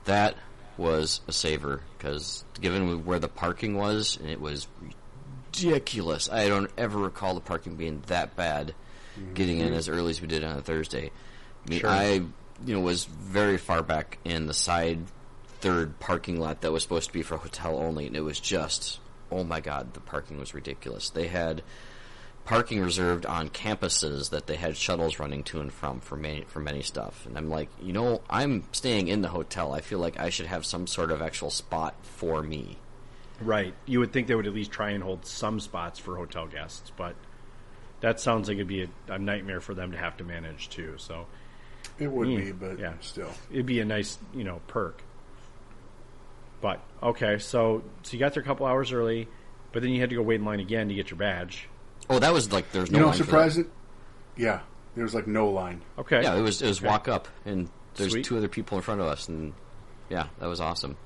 Speaker 2: That was a saver because given where the parking was, and it was ridiculous. I don't ever recall the parking being that bad. Getting in as early as we did on a Thursday, I mean, I you know was very far back in the side third parking lot that was supposed to be for hotel only, and it was just oh my god, the parking was ridiculous. They had parking reserved on campuses that they had shuttles running to and from for many for many stuff. And I'm like, you know, I'm staying in the hotel. I feel like I should have some sort of actual spot for me.
Speaker 1: Right. You would think they would at least try and hold some spots for hotel guests, but that sounds like it'd be a, a nightmare for them to have to manage too. So
Speaker 3: It would
Speaker 1: Yeah.
Speaker 3: be, but
Speaker 1: Mm. Yeah.
Speaker 3: still.
Speaker 1: it'd be a nice you know perk. But okay, so so you got there a couple hours early, but then you had to go wait in line again to get your badge.
Speaker 2: Oh, that was like there's no
Speaker 3: You know,
Speaker 2: line for that.
Speaker 3: surprising. Yeah, there was like no line.
Speaker 1: Okay,
Speaker 2: Yeah, it was it was walk up and there's
Speaker 1: Sweet.
Speaker 2: two other people in front of us and yeah, that was awesome.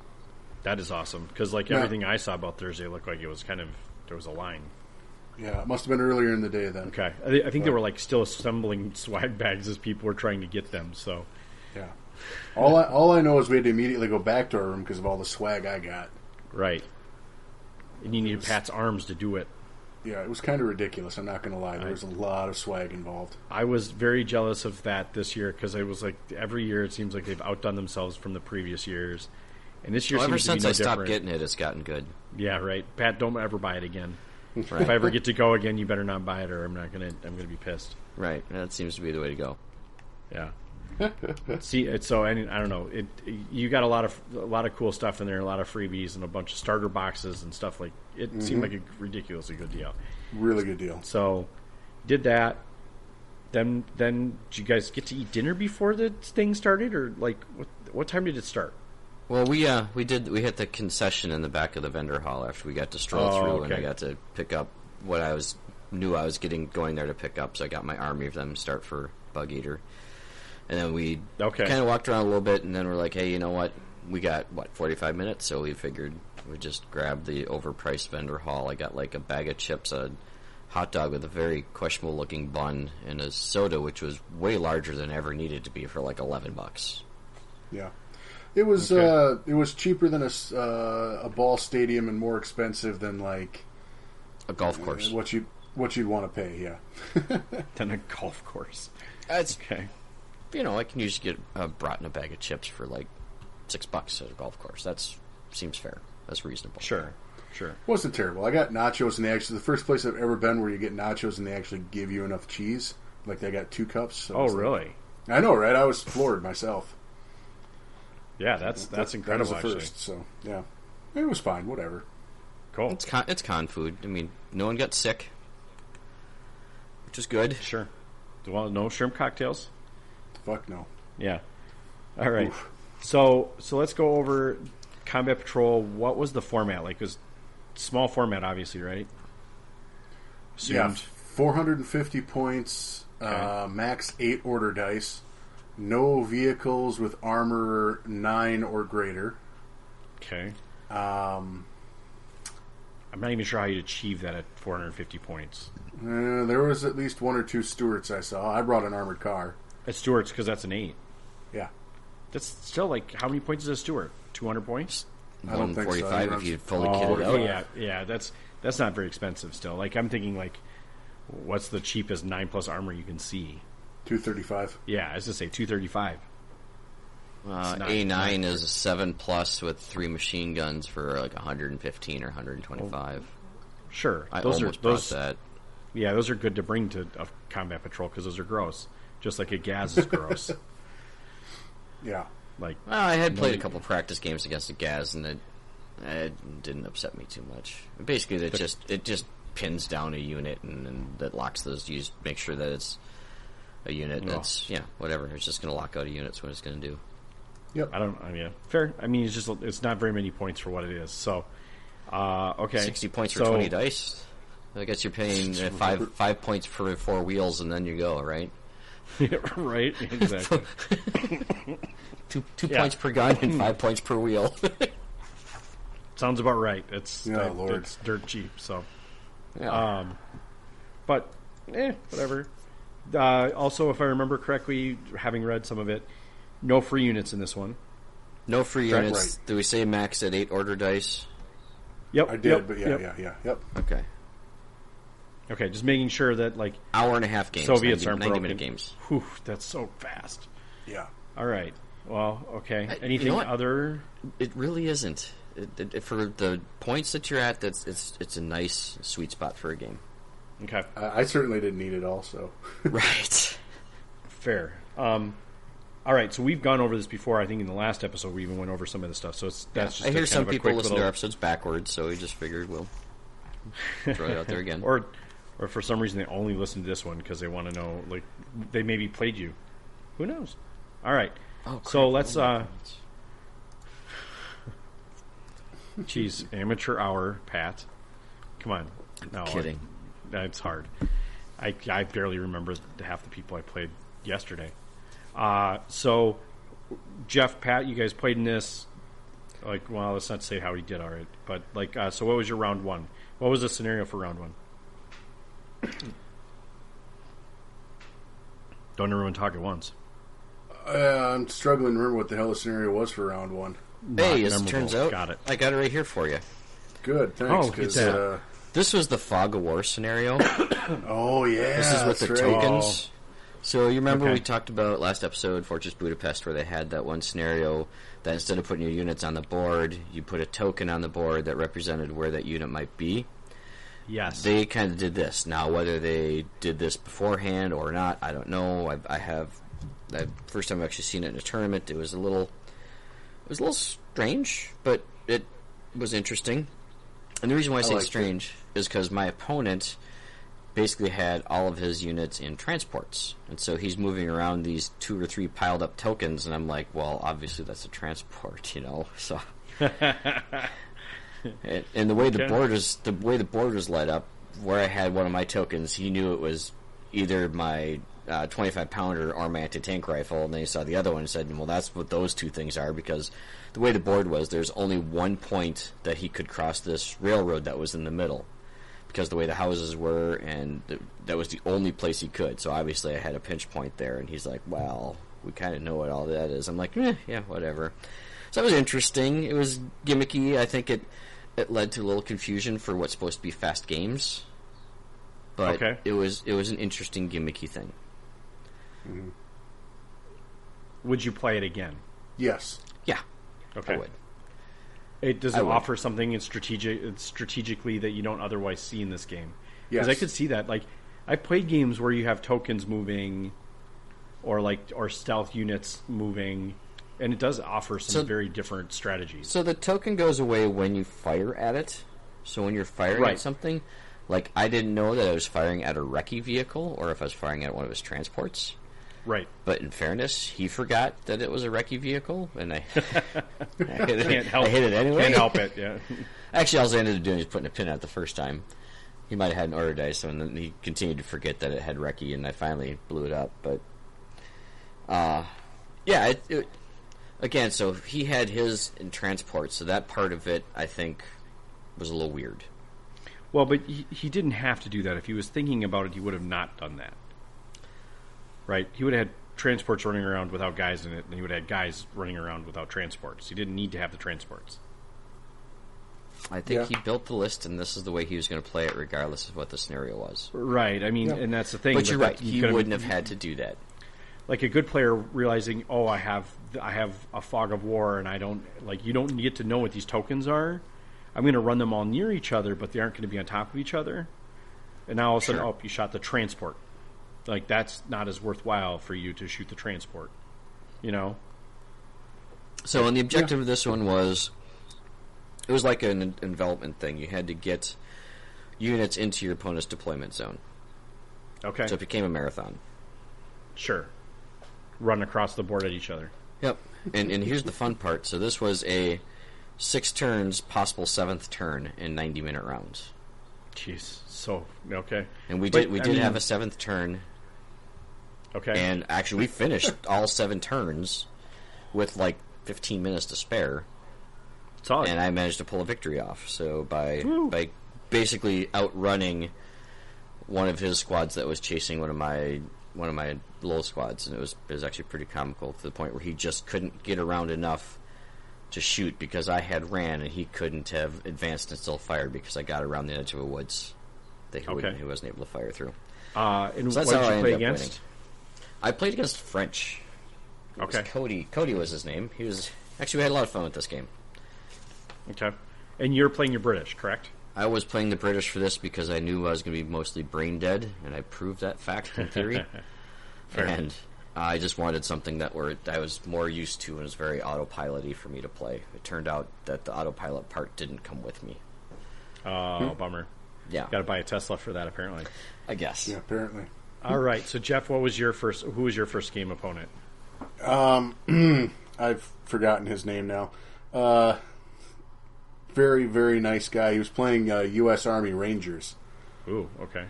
Speaker 1: that is awesome because like
Speaker 3: Yeah.
Speaker 1: everything I saw about Thursday looked like it was kind of there was a line.
Speaker 3: Yeah, it must have been earlier in the day then.
Speaker 1: Okay, I, thi- I think they were like still assembling swag bags as people were trying to get them. So
Speaker 3: Yeah. All I, all I know is we had to immediately go back to our room because of all the swag I got.
Speaker 1: right, and you needed Pat's arms to do it.
Speaker 3: Yeah, it was kind of ridiculous. I'm not going to lie. There was a lot of swag involved.
Speaker 1: I was very jealous of that this year because it was like every year it seems like they've outdone themselves from the previous years, and this year
Speaker 2: Well, ever
Speaker 1: seems to be
Speaker 2: since
Speaker 1: no
Speaker 2: I stopped
Speaker 1: different.
Speaker 2: getting it, it's gotten good.
Speaker 1: Yeah, right. Pat, don't ever buy it again. If I
Speaker 2: Right,
Speaker 1: ever get to go again, you better not buy it, or I'm not gonna. I'm gonna be pissed.
Speaker 2: right. That seems to be the way to go.
Speaker 1: Yeah. See, it's so and I don't know. It you got a lot of a lot of cool stuff in there, a lot of freebies and a bunch of starter boxes and stuff like. It
Speaker 2: Mm-hmm.
Speaker 1: seemed like a ridiculously good deal.
Speaker 3: Really good deal.
Speaker 1: So, did that. Then then did you guys get to eat dinner before the thing started, or like what what time did it start?
Speaker 2: Well, we uh we did we hit the concession in the back of the vendor hall after we got to stroll
Speaker 1: Oh,
Speaker 2: through and I
Speaker 1: okay.
Speaker 2: got to pick up what I was knew I was getting going there to pick up. So I got my army of them start for Bug Eater, and then we
Speaker 1: Okay.
Speaker 2: kind of walked around a little bit, and then we're like, hey, you know what? We got what forty five minutes, so we figured we just grabbed the overpriced vendor hall. I got like a bag of chips, a hot dog with a very questionable looking bun, and a soda which was way larger than ever needed to be for like eleven bucks.
Speaker 3: Yeah. It was uh, it was cheaper than a, s- uh, a ball stadium and more expensive than like
Speaker 2: A golf course.
Speaker 3: what you what you'd want to pay. Yeah.
Speaker 1: Then a golf course.
Speaker 2: It's
Speaker 1: Okay.
Speaker 2: you know, I can usually get uh, brought in a bag of chips for like six bucks at a golf course. That's seems fair. That's reasonable.
Speaker 1: Sure. Sure.
Speaker 3: wasn't terrible. I got nachos and they actually the first place I've ever been where you get nachos and they actually give you enough cheese. Like they got two cups. So
Speaker 1: Oh,
Speaker 3: it's like-
Speaker 1: really?
Speaker 3: I know, right? I was floored myself.
Speaker 1: Yeah, that's that's
Speaker 3: That
Speaker 1: incredible.
Speaker 3: was the
Speaker 1: actually.
Speaker 3: first. So yeah, it was fine. Whatever.
Speaker 1: Cool.
Speaker 2: It's con it's con food. I mean, no one got sick, which is good.
Speaker 1: Sure. Well, no shrimp cocktails.
Speaker 3: Fuck no.
Speaker 1: Yeah. All right. So so let's go over Combat Patrol. What was the format like? It was small format, obviously, right?
Speaker 3: Yeah,
Speaker 1: Assumed.
Speaker 3: 450 points, uh, max eight order dice, no vehicles with armor nine or greater.
Speaker 1: Okay. Um, I'm not even sure how you'd achieve that at 450 points.
Speaker 3: Uh, there was at least one or two Stuarts I saw. I brought an armored car.
Speaker 1: At Stewart's, because that's an eight.
Speaker 3: Yeah,
Speaker 1: That's still like how many points is a Stewart? 200 points.
Speaker 3: I don't
Speaker 2: One
Speaker 3: think so.
Speaker 2: forty-five
Speaker 3: Everyone's-
Speaker 2: if you fully
Speaker 1: Oh,
Speaker 2: kitted
Speaker 1: oh
Speaker 2: out.
Speaker 1: yeah, yeah. That's that's not very expensive still. Like I'm thinking like, what's the cheapest nine plus armor you can see?
Speaker 3: 235.
Speaker 1: Yeah, I was gonna say 235.
Speaker 2: Uh,
Speaker 1: not-
Speaker 2: A nine is a seven plus with three machine guns for like one hundred and fifteen or one hundred and twenty-five.
Speaker 1: Sure,
Speaker 2: I
Speaker 1: Oh. those are
Speaker 2: almost brought
Speaker 1: those.
Speaker 2: that.
Speaker 1: Yeah, those are good to bring to a combat patrol because those are gross. Just like a gas is gross.
Speaker 3: Yeah.
Speaker 1: like
Speaker 2: Well, I had played a couple practice games against the Gaz, and it, it didn't upset me too much. Basically, it just it just pins down a unit and, and that locks those. You just make sure that it's a unit that's yeah whatever. It's just going to lock out a unit. That's what it's going to do.
Speaker 1: I don't. I mean, yeah, fair. I mean, it's just it's not very many points for what it is. So, uh, okay,
Speaker 2: Sixty points for
Speaker 1: So-
Speaker 2: twenty dice. I guess you're paying uh, five five points for four wheels, and then you go right.
Speaker 1: right? Exactly.
Speaker 2: Two two
Speaker 1: Yeah.
Speaker 2: points per gun and five points per wheel.
Speaker 1: Sounds about right. It's
Speaker 3: Yeah,
Speaker 1: that-
Speaker 3: Lord.
Speaker 1: it's dirt cheap. So,
Speaker 2: yeah.
Speaker 1: Uh, but eh, whatever. Uh, also, if I remember correctly, having read some of it, no free units in this one.
Speaker 2: no free
Speaker 3: Right.
Speaker 2: units. Do we say max at eight order dice?
Speaker 1: Yep,
Speaker 3: I did,
Speaker 1: yep,
Speaker 3: but yeah,
Speaker 1: yep.
Speaker 3: yeah, yeah, yep.
Speaker 2: Okay.
Speaker 1: Okay, just making sure that like
Speaker 2: Hour and a half games.
Speaker 1: Soviets
Speaker 2: 90
Speaker 1: aren't
Speaker 2: 90
Speaker 1: broken.
Speaker 2: minute games.
Speaker 1: Whew, that's so fast.
Speaker 3: Yeah.
Speaker 1: All right. Well, okay.
Speaker 2: you know
Speaker 1: Anything
Speaker 2: what?
Speaker 1: other?
Speaker 2: It really isn't. It, it, it- for the points that you're at, that's it's it's a nice sweet spot for a game.
Speaker 1: Okay.
Speaker 3: I, I certainly didn't need it all, so.
Speaker 2: Right.
Speaker 1: Fair. Um, all right, so we've gone over this before. I think in the last episode we even went over some of this stuff. So it's that's just
Speaker 2: I
Speaker 1: a
Speaker 2: hear
Speaker 1: kind
Speaker 2: some
Speaker 1: of a
Speaker 2: people
Speaker 1: quick
Speaker 2: listen to
Speaker 1: little-
Speaker 2: our episodes backwards, so we just figured we'll throw it out there again.
Speaker 1: or or for some reason they only listen to this one because they want to know like they maybe played you. Who knows? All right.
Speaker 2: Oh, crap.
Speaker 1: so let's.
Speaker 2: Oh, my
Speaker 1: uh
Speaker 2: goodness.
Speaker 1: Jeez, amateur hour, Pat. Come on. No, I-
Speaker 2: kidding.
Speaker 1: That's hard. I, I barely remember half the people I played yesterday. Uh, so, Jeff, Pat, you guys played in this. Like, well, let's not say how he did, all right. But like, uh, so what was your round one? What was the scenario for round one? Don't everyone talk at once.
Speaker 3: Uh, I'm struggling to remember what the hell the scenario was for round one.
Speaker 2: Hey,
Speaker 1: Not
Speaker 2: as it
Speaker 1: memorable.
Speaker 2: turns out,
Speaker 1: Got it.
Speaker 2: I got it right here for you.
Speaker 3: Good, thanks.
Speaker 1: Oh, hit
Speaker 3: 'cause,
Speaker 1: that.
Speaker 3: uh,
Speaker 2: This was the fog of war scenario.
Speaker 3: oh yeah,
Speaker 2: This is with the
Speaker 3: that's right.
Speaker 2: tokens. So you remember
Speaker 1: Oh. Okay.
Speaker 2: we talked about last episode, Fortress Budapest, where they had that one scenario that instead of putting your units on the board, you put a token on the board that represented where that unit might be.
Speaker 1: Yes.
Speaker 2: They kind of did this. Now, whether they did this beforehand or not, I don't know. I, I have I, first time I've actually seen it in a tournament. It was a little, it was a little strange, but it was interesting. And the reason why I, say
Speaker 3: liked
Speaker 2: it's
Speaker 3: it.
Speaker 2: strange is because my opponent basically had all of his units in transports, and so he's moving around these two or three piled up tokens, and I'm like, well, obviously that's a transport, you know, so. And, and the way the
Speaker 1: Okay.
Speaker 2: borders, the way the borders light up, where I had one of my tokens, he knew it was either my uh, 25 pounder or my anti tank rifle. And then he saw the other one and said, "Well, that's what those two things are." Because the way the board was, there's only one point that he could cross this railroad that was in the middle, because the way the houses were, and th- that was the only place he could. So obviously, I had a pinch point there, and he's like, "Well, we kind of know what all that is." I'm like, eh, "Yeah, whatever." So that was interesting. It was gimmicky. I think it it led to a little confusion for what's supposed to be fast games, but
Speaker 1: Okay.
Speaker 2: it was it was an interesting gimmicky thing.
Speaker 1: would you play it again?
Speaker 3: Yes,
Speaker 2: Yeah,
Speaker 1: Okay.
Speaker 2: I would.
Speaker 1: It does
Speaker 2: I
Speaker 1: it
Speaker 2: would.
Speaker 1: offer something in strategic it's strategically that you don't otherwise see in this game. Because I
Speaker 3: Yes.
Speaker 1: could see that. Like I've played games where you have tokens moving, or like or stealth units moving, and it does offer some
Speaker 2: So-
Speaker 1: very different strategies.
Speaker 2: So the token goes away when you fire at it. So when you're firing
Speaker 1: Right.
Speaker 2: at something, like I didn't know that I was firing at a recce vehicle or if I was firing at one of his transports.
Speaker 1: right.
Speaker 2: But in fairness, he forgot that it was a recce vehicle, and I, I hit it,
Speaker 1: Can't help
Speaker 2: I hit it anyway.
Speaker 1: Can't help it. Yeah.
Speaker 2: Actually, all I ended up doing is putting a pin out the first time. He might have had an order dice, and then he continued to forget that it had recce, and I finally blew it up. But, uh, yeah, it, it, again, so he had his in transport, so that part of it, I think, was a little weird.
Speaker 1: well, but he, he didn't have to do that. If he was thinking about it, he would have not done that. Right. He would have had transports running around without guys in it, and he would have had guys running around without transports. He didn't need to have the transports.
Speaker 2: I think
Speaker 3: Yeah.
Speaker 2: he built the list, and this is the way he was going to play it, regardless of what the scenario was.
Speaker 1: Right. I mean,
Speaker 3: Yeah.
Speaker 1: and that's the thing.
Speaker 2: But you're
Speaker 1: that
Speaker 2: right;
Speaker 1: you
Speaker 2: he
Speaker 1: could've-
Speaker 2: wouldn't have had to do that.
Speaker 1: like a good player realizing, oh, I have I have a fog of war, and I don't like you don't get to know what these tokens are. I'm going to run them all near each other, but they aren't going to be on top of each other. And now all of a sudden,
Speaker 2: Sure.
Speaker 1: oh, you shot the transport. Like that's not as worthwhile for you to shoot the transport. You know,
Speaker 2: So, and the objective of this one was it was like an en- envelopment thing. You had to get units into your opponent's deployment zone.
Speaker 1: okay,
Speaker 2: So it became a marathon.
Speaker 1: sure, run across the board at each other.
Speaker 2: Yep. And and here's the fun part. So this was a six turns, possible seventh turn in 90 minute rounds.
Speaker 1: Jeez, so okay,
Speaker 2: And we
Speaker 1: But,
Speaker 2: did we
Speaker 1: I
Speaker 2: did
Speaker 1: mean-
Speaker 2: have a seventh turn,
Speaker 1: okay,
Speaker 2: and actually we finished all seven turns with like 15 minutes to spare.
Speaker 1: solid.
Speaker 2: and I managed to pull a victory off. So by by basically outrunning one of his squads that was chasing one of my one of my low squads, and it was it was actually pretty comical to the point where he just couldn't get around enough to shoot because I had ran and he couldn't have advanced and still fired because I got around the edge of a woods that he, wouldn't,
Speaker 1: Okay.
Speaker 2: he wasn't able to fire through.
Speaker 1: uh, and
Speaker 2: So
Speaker 1: what
Speaker 2: that's
Speaker 1: did you
Speaker 2: how I ended
Speaker 1: play
Speaker 2: up
Speaker 1: against?
Speaker 2: winning. I played against French. It was
Speaker 1: Okay,
Speaker 2: Cody. Cody was his name. He was actually we had a lot of fun with this game.
Speaker 1: okay, and you're playing your British, correct?
Speaker 2: I was playing the British for this because I knew I was going to be mostly brain dead, and I proved that fact in theory. and I just wanted something that were I was more used to and was very autopilot-y for me to play. It turned out that the autopilot part didn't come with me.
Speaker 1: Oh, bummer.
Speaker 2: Yeah,
Speaker 1: Got to buy a Tesla for that, apparently.
Speaker 2: I guess.
Speaker 3: yeah, apparently.
Speaker 1: All right. So Jeff, what was your first? Who was your first game opponent?
Speaker 3: Hmm. I've forgotten his name now. Uh, very, very nice guy. He was playing uh, U.S. Army Rangers.
Speaker 1: Ooh, okay.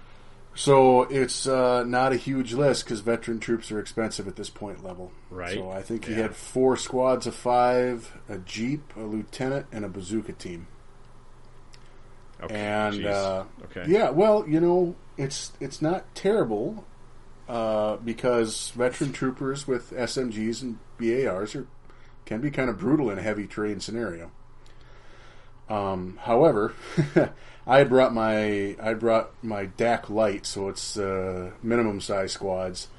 Speaker 3: So it's uh, not a huge list because veteran troops are expensive at this point level.
Speaker 1: Right.
Speaker 3: So I think he had four squads of five, a jeep, a lieutenant, and a bazooka team.
Speaker 1: Okay,
Speaker 3: and
Speaker 1: jeez.
Speaker 3: uh,
Speaker 1: okay,
Speaker 3: yeah, well, you know, it's it's not terrible uh, because veteran troopers with SMGs and BARs are can be kind of brutal in a heavy terrain scenario. Um, however, I brought my I brought my DAC light, so it's uh, minimum size squads,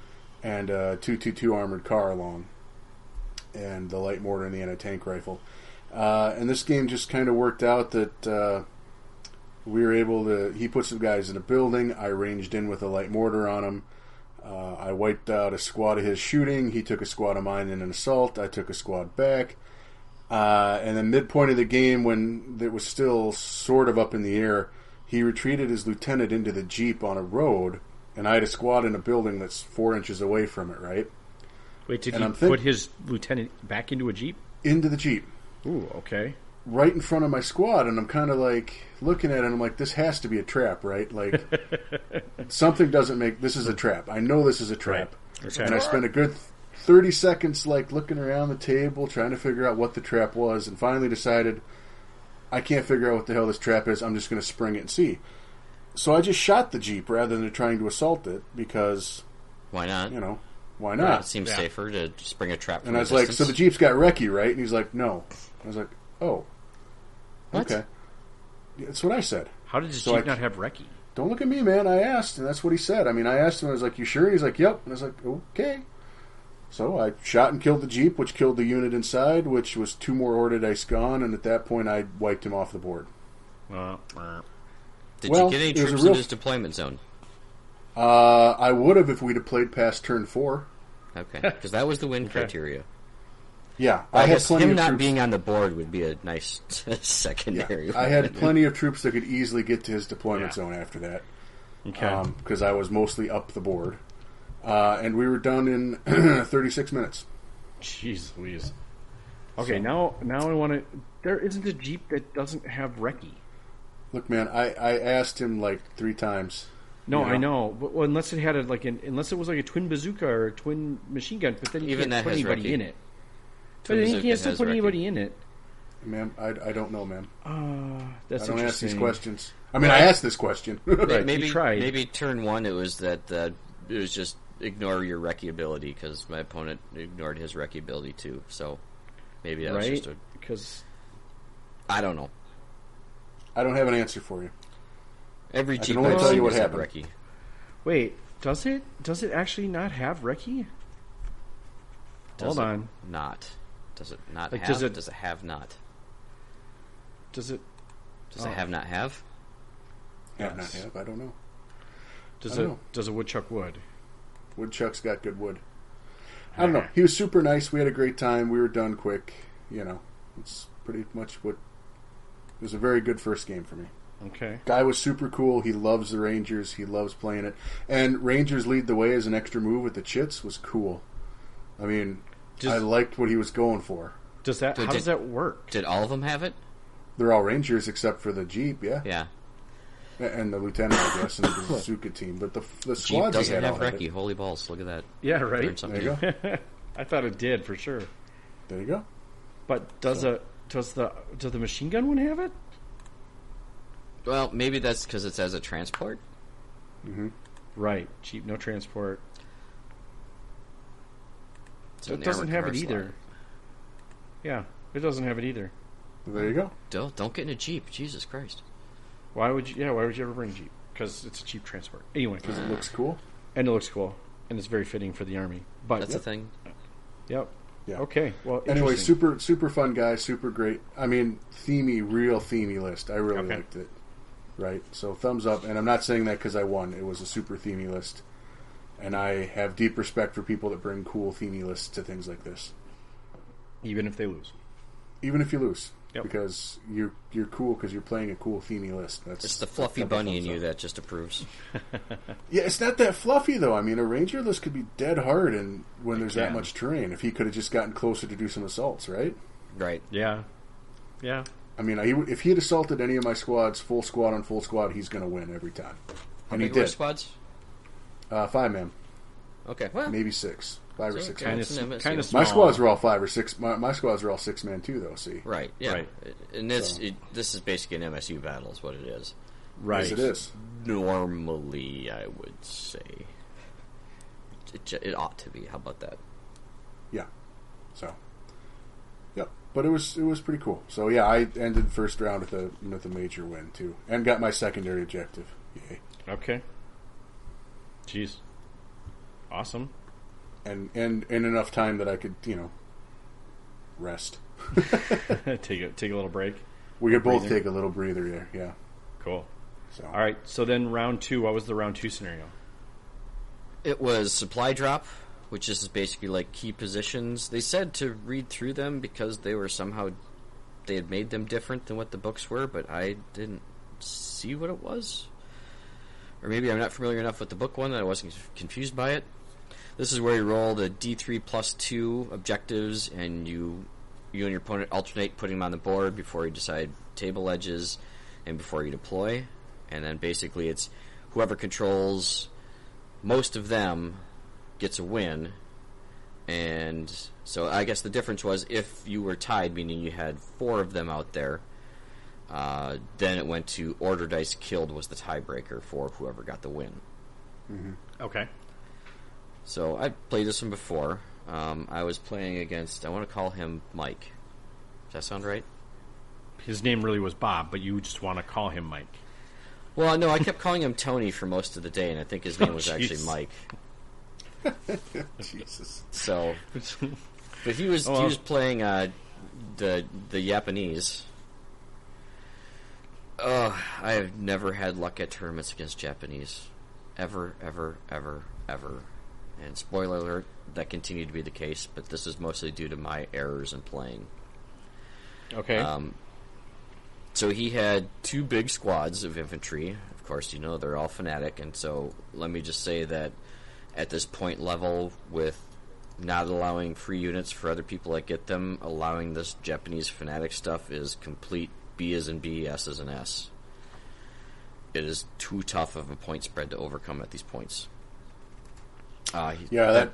Speaker 3: and a two two two armored car along, and the light mortar and the anti tank rifle. Uh, and this game just kind of worked out that. Uh, we were able to. He put some guys in a building. I ranged in with a light mortar on him. Uh, I wiped out a squad of his shooting. He took a squad of mine in an assault. I took a squad back. Uh, and then midpoint of the game, when it was still sort of up in the air, he retreated his lieutenant into the jeep on a road, and I had a squad in a building that's four inches away from it. Right
Speaker 1: Wait, did
Speaker 3: and
Speaker 1: he
Speaker 3: I'm think-
Speaker 1: put his lieutenant back into a jeep?
Speaker 3: into the jeep.
Speaker 1: Ooh, okay.
Speaker 3: right in front of my squad, and I'm kind of like looking at it. and I'm like, this has to be a trap, right? Like something doesn't make this is a trap. I know this is a trap,
Speaker 1: Okay.
Speaker 3: and I spent a good thirty seconds like looking around the table trying to figure out what the trap was, and finally decided I can't figure out what the hell this trap is. I'm just going to spring it and see. So I just shot the jeep rather than trying to assault it because
Speaker 2: Why not?
Speaker 3: you know why
Speaker 2: Yeah,
Speaker 3: not?
Speaker 2: it seems
Speaker 1: Yeah.
Speaker 2: safer to spring a trap. From
Speaker 3: And I was
Speaker 2: a
Speaker 3: like,
Speaker 2: distance.
Speaker 3: so the Jeep's got recce, right? And he's like, no. I was like, oh.
Speaker 2: What?
Speaker 3: Okay. Yeah, That's what I said.
Speaker 1: How did his
Speaker 3: So
Speaker 1: jeep
Speaker 3: I-
Speaker 1: not have recce?
Speaker 3: Don't look at me, man. I asked, and that's what he said. I mean, I asked him, I was like, you sure? And he's like, yep. And I was like, okay. So I shot and killed the Jeep, which killed the unit inside, which was two more order dice gone, and at that point I wiped him off the board.
Speaker 1: Uh, uh,
Speaker 2: Did
Speaker 3: well,
Speaker 2: you get any
Speaker 3: it was a
Speaker 2: troops
Speaker 3: real-
Speaker 2: in his deployment zone?
Speaker 3: Uh, I would have if we'd have played past turn four.
Speaker 2: Okay, because that was the win criteria.
Speaker 3: Yeah,
Speaker 2: I,
Speaker 3: I had
Speaker 2: guess
Speaker 3: plenty
Speaker 2: him
Speaker 3: of
Speaker 2: not
Speaker 3: troops.
Speaker 2: being on the board would be a nice secondary.
Speaker 3: yeah, I had plenty of troops that could easily get to his deployment
Speaker 1: Yeah.
Speaker 3: zone after that.
Speaker 1: okay.
Speaker 3: because Um, I was mostly up the board. Uh, and we were done in 36 minutes.
Speaker 1: Jeez Louise. Okay, now now I want to. There isn't a jeep that doesn't have recce.
Speaker 3: Look, man, I, I asked him like three times.
Speaker 1: No,
Speaker 3: Yeah.
Speaker 1: I know, but well, unless it had a, like an unless it was like a twin bazooka or a twin machine gun, but then you can't
Speaker 2: Even that
Speaker 1: put
Speaker 2: has
Speaker 1: anybody
Speaker 2: recce.
Speaker 1: in it.
Speaker 2: Twin
Speaker 1: but then you
Speaker 2: bazooka
Speaker 1: can't still
Speaker 2: has
Speaker 1: put
Speaker 2: recce.
Speaker 1: anybody in it.
Speaker 3: Ma'am, I, I don't know, ma'am.
Speaker 1: Uh, that's
Speaker 3: Ah, I don't ask
Speaker 1: interesting.
Speaker 3: these questions. I mean, I asked this question.
Speaker 2: May-
Speaker 1: Right,
Speaker 2: maybe
Speaker 1: he tried.
Speaker 2: maybe turn one it was that uh, it was just ignore your recce ability because my opponent ignored his recce ability too. So maybe that was
Speaker 1: right?
Speaker 2: just a
Speaker 1: Because
Speaker 2: I don't know.
Speaker 3: I don't have an answer for you.
Speaker 2: Every
Speaker 3: can
Speaker 2: Jeep
Speaker 3: only
Speaker 2: I've
Speaker 3: tell you
Speaker 2: seen
Speaker 3: what
Speaker 2: has had
Speaker 3: happened.
Speaker 2: recce.
Speaker 1: wait, does it does it actually not have recce?
Speaker 2: Does
Speaker 1: Hold
Speaker 2: it
Speaker 1: on.
Speaker 2: not does it not
Speaker 1: Like,
Speaker 2: have?
Speaker 1: does
Speaker 2: Does
Speaker 1: it-
Speaker 2: it, have not?
Speaker 1: Does it
Speaker 2: Does
Speaker 1: Oh.
Speaker 2: it have not have?
Speaker 3: Have
Speaker 1: Yes.
Speaker 3: not have, I don't know.
Speaker 1: does
Speaker 3: I
Speaker 1: it
Speaker 3: don't know.
Speaker 1: does a woodchuck wood?
Speaker 3: Woodchuck's got good wood. I don't know. He was super nice. We had a great time. We were done quick. You know, it's pretty much what. It was a very good first game for me.
Speaker 1: Okay.
Speaker 3: guy was super cool. He loves the Rangers. He loves playing it. And Rangers lead the way as an extra move with the chits was cool. I mean,
Speaker 1: Just-
Speaker 3: I liked what he was going for.
Speaker 1: Does that
Speaker 2: Did-
Speaker 1: how does
Speaker 2: did-
Speaker 1: that work?
Speaker 2: Did all of them have it?
Speaker 3: They're all Rangers except for the Jeep, yeah,
Speaker 2: Yeah.
Speaker 3: and the Lieutenant, I guess, and the Bazooka team. But the the
Speaker 2: Jeep
Speaker 3: squads he
Speaker 2: doesn't
Speaker 3: had
Speaker 2: have
Speaker 3: all had
Speaker 2: recce.
Speaker 3: it.
Speaker 2: Holy balls! Look at that.
Speaker 1: Yeah,
Speaker 2: Learn
Speaker 1: right.
Speaker 2: something.
Speaker 3: There you go.
Speaker 1: I thought it did for sure.
Speaker 3: There you go.
Speaker 1: But does a does the does the machine gun one have it?
Speaker 2: Well, maybe that's because it's as a transport.
Speaker 1: Right, cheap, no transport.
Speaker 2: It's
Speaker 1: It
Speaker 2: an
Speaker 1: doesn't have
Speaker 2: armored
Speaker 1: it
Speaker 2: car
Speaker 1: either. Yeah, it doesn't have it either.
Speaker 3: There you go.
Speaker 2: slot. Don't don't get in a jeep. Jesus Christ.
Speaker 1: Why would you? Yeah, why would you ever bring a jeep? Because it's a cheap transport. Anyway,
Speaker 3: It looks cool.
Speaker 1: and it looks cool, and it's very fitting for the army. But
Speaker 2: That's
Speaker 1: yep.
Speaker 2: the thing.
Speaker 3: Yeah.
Speaker 1: Okay. Well.
Speaker 3: Anyway,
Speaker 1: interesting.
Speaker 3: super super fun guy, super great. I mean, themey, real themey list. I really
Speaker 1: Okay.
Speaker 3: liked it. Right, so thumbs up. And I'm not saying that because I won. It was a super themey list, and I have deep respect for people that bring cool themey lists to things like this,
Speaker 1: Even if they lose.
Speaker 3: even if you lose,
Speaker 1: Yep.
Speaker 3: because you're you're cool because you're playing a cool themey list. That's
Speaker 2: It's the fluffy
Speaker 3: that's a
Speaker 2: bunny in
Speaker 3: thumbs
Speaker 2: you
Speaker 3: up.
Speaker 2: that just approves.
Speaker 3: Yeah, it's not that fluffy though. I mean, a ranger list could be dead hard, and when there's that
Speaker 1: can.
Speaker 3: much terrain, if he could have just gotten closer to do some assaults, right?
Speaker 2: Right.
Speaker 1: Yeah. Yeah.
Speaker 3: I mean, he, would- if he had assaulted any of my squads, full squad on full squad, he's going to win every time.
Speaker 2: How
Speaker 3: And he
Speaker 2: big were
Speaker 3: did.
Speaker 2: squads?
Speaker 3: Uh, five man.
Speaker 2: Okay. Well,
Speaker 3: maybe six, five or
Speaker 2: So
Speaker 3: six.
Speaker 2: kinda
Speaker 1: Kind
Speaker 3: man.
Speaker 2: That's an
Speaker 1: of,
Speaker 2: MSU.
Speaker 1: kind of
Speaker 3: My squads are all five or six. My, my squads are all six man too, though. See,
Speaker 2: right. Yeah.
Speaker 1: Right.
Speaker 2: And this it, this is basically an MSU battle, is what it is.
Speaker 1: right.
Speaker 3: Yes, it is.
Speaker 2: Normally, I would say it, ju- it ought to be. How about that?
Speaker 3: Yeah. So. Yep. But it was it was pretty cool. So yeah, I ended the first round with a with a major win too, and got my secondary objective. Yay.
Speaker 1: Okay. Jeez. Awesome.
Speaker 3: And and in enough time that I could you know rest.
Speaker 1: take a take a little break.
Speaker 3: We could both
Speaker 1: Breather.
Speaker 3: take a little breather there. Yeah.
Speaker 1: Cool.
Speaker 3: So.
Speaker 1: All right. So then round two. What was the round two scenario?
Speaker 2: It was supply drop, which is basically like key positions. They said to read through them because they were somehow they had made them different than what the books were, but I didn't see what it was. Or maybe I'm not familiar enough with the book one that I wasn't confused by it. This is where you roll the D3 plus two objectives, and you you and your opponent alternate putting them on the board before you decide table edges and before you deploy. And then basically, it's whoever controls most of them gets a win. And so I guess the difference was if you were tied, meaning you had four of them out there, uh, then it went to order dice killed was the tiebreaker for whoever got the win.
Speaker 1: Okay.
Speaker 2: So I played this one before. Um, I was playing against, I want to call him Mike. Does that sound right?
Speaker 1: His name really was Bob, but you just want to call him Mike.
Speaker 2: Well, no, I kept calling him Tony for most of the day, and I think his name was actually
Speaker 1: jeez.
Speaker 2: Mike.
Speaker 3: Jesus.
Speaker 2: So, but he was he
Speaker 1: well.
Speaker 2: was playing uh, the the Japanese. Oh, I have never had luck at tournaments against Japanese, ever, ever, ever, ever. And spoiler alert, that continued to be the case. But this is mostly due to my errors in playing.
Speaker 1: Okay.
Speaker 2: Um, so he had two big squads of infantry. Of course, you know they're all fanatic, and so let me just say that at this point level, with not allowing free units for other people that get them, allowing this Japanese fanatic stuff is complete B as in B, S as in S. It is too tough of a point spread to overcome at these points. Uh, he-
Speaker 3: Yeah. That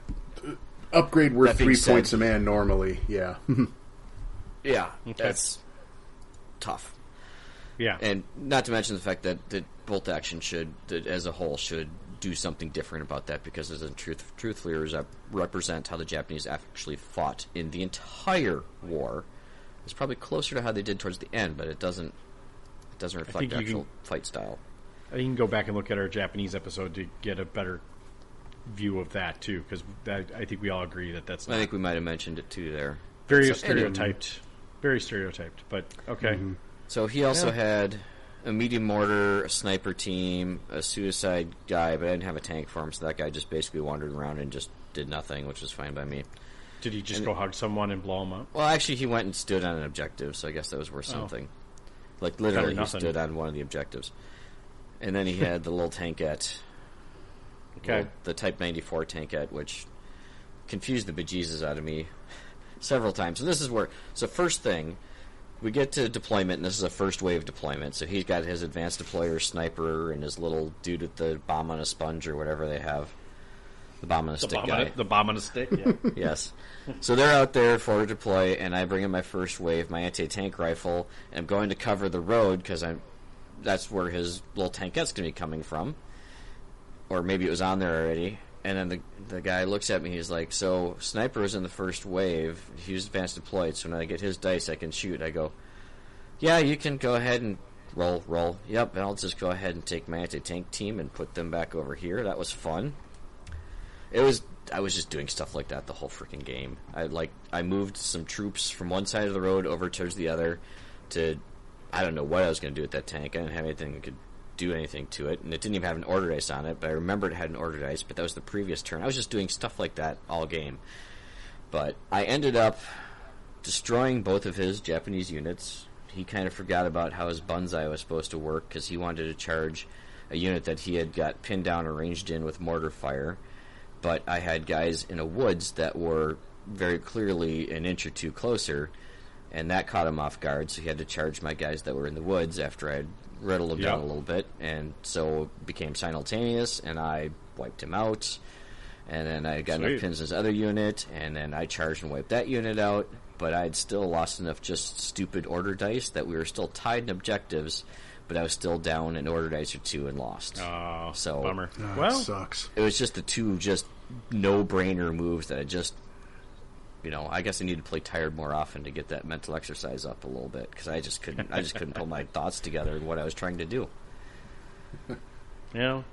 Speaker 3: upgrade worth
Speaker 2: That being
Speaker 3: three
Speaker 2: said-
Speaker 3: points a man normally. Yeah.
Speaker 2: yeah, that's tough.
Speaker 1: yeah.
Speaker 2: and not to mention the fact that, that bolt action should, that as a whole, should do something different about that because it doesn't truth, truthfully res- represent how the Japanese actually fought in the entire war. It's probably closer to how they did towards the end, but it doesn't it doesn't
Speaker 1: think
Speaker 2: reflect the
Speaker 1: you
Speaker 2: actual fight style.
Speaker 1: you can go back and look at our Japanese episode to get a better view of that too, because I think we all agree that that's
Speaker 2: I
Speaker 1: not
Speaker 2: think we might have mentioned it too there.
Speaker 1: very
Speaker 2: So, anyway.
Speaker 1: stereotyped. Very stereotyped, but Mm-hmm. okay.
Speaker 2: So he also had a medium mortar, a sniper team, a suicide guy, but I didn't have a tank for him, so that guy just basically wandered around and just did nothing, which was fine by me.
Speaker 1: Did he just go hug someone and blow him up?
Speaker 2: Well, actually, he went and stood on an objective, so I guess that was worth something. Like literally, he
Speaker 1: Oh. nothing.
Speaker 2: stood on one of the objectives, and then he had the little tankette,
Speaker 1: Okay.
Speaker 2: the Type 94 tankette, which confused the bejesus out of me several times. So this is where. So first thing, we get to deployment, and this is a first wave deployment. So he's got his advanced deployer, sniper, and his little dude with the bomb on a sponge or whatever they have, the bomb on
Speaker 1: The
Speaker 2: a stick
Speaker 1: bomb,
Speaker 2: guy
Speaker 1: on a, the bomb on a stick. Yeah.
Speaker 2: yes. So they're out there forward deploy, and I bring in my first wave, my anti-tank rifle, and I'm going to cover the road because I'm. That's where his little tankette's going to be coming from, or maybe it was on there already. And then the the guy looks at me. He's like, "So sniper was in the first wave. He was advanced deployed. So when I get his dice, I can shoot." I go, "Yeah, you can go ahead and." Roll, roll. Yep, and I'll just go ahead and take my anti-tank team and put them back over here. That was fun. It was I was just doing stuff like that the whole freaking game. I like I moved some troops from one side of the road over towards the other to I don't know what I was going to do with that tank. I didn't have anything that could do anything to it, and it didn't even have an order dice on it. But I remember it had an order dice, but that was the previous turn. I was just doing stuff like that all game. But I ended up destroying both of his Japanese units. He kind of forgot about how his bonsai was supposed to work because he wanted to charge a unit that he had got pinned down or ranged in with mortar fire. But I had guys in a woods that were very clearly an inch or two closer, and that caught him off guard. So he had to charge my guys that were in the woods after I had riddled them down
Speaker 1: Yeah.
Speaker 2: a little bit, and so it became simultaneous, and I wiped him out. and then I got
Speaker 1: Sweet.
Speaker 2: enough pins in this other unit, and then I charged and wiped that unit out. But I had still lost enough just stupid order dice that we were still tied in objectives, but I was still down an order dice or two and lost.
Speaker 1: Oh,
Speaker 2: So-
Speaker 1: bummer.
Speaker 3: Ah,
Speaker 1: well,
Speaker 3: it sucks.
Speaker 2: It was just the two just no brainer moves that I just, you know, I guess I need to play tired more often to get that mental exercise up a little bit because I just couldn't, I just couldn't pull my thoughts together and what I was trying to do.
Speaker 1: you know,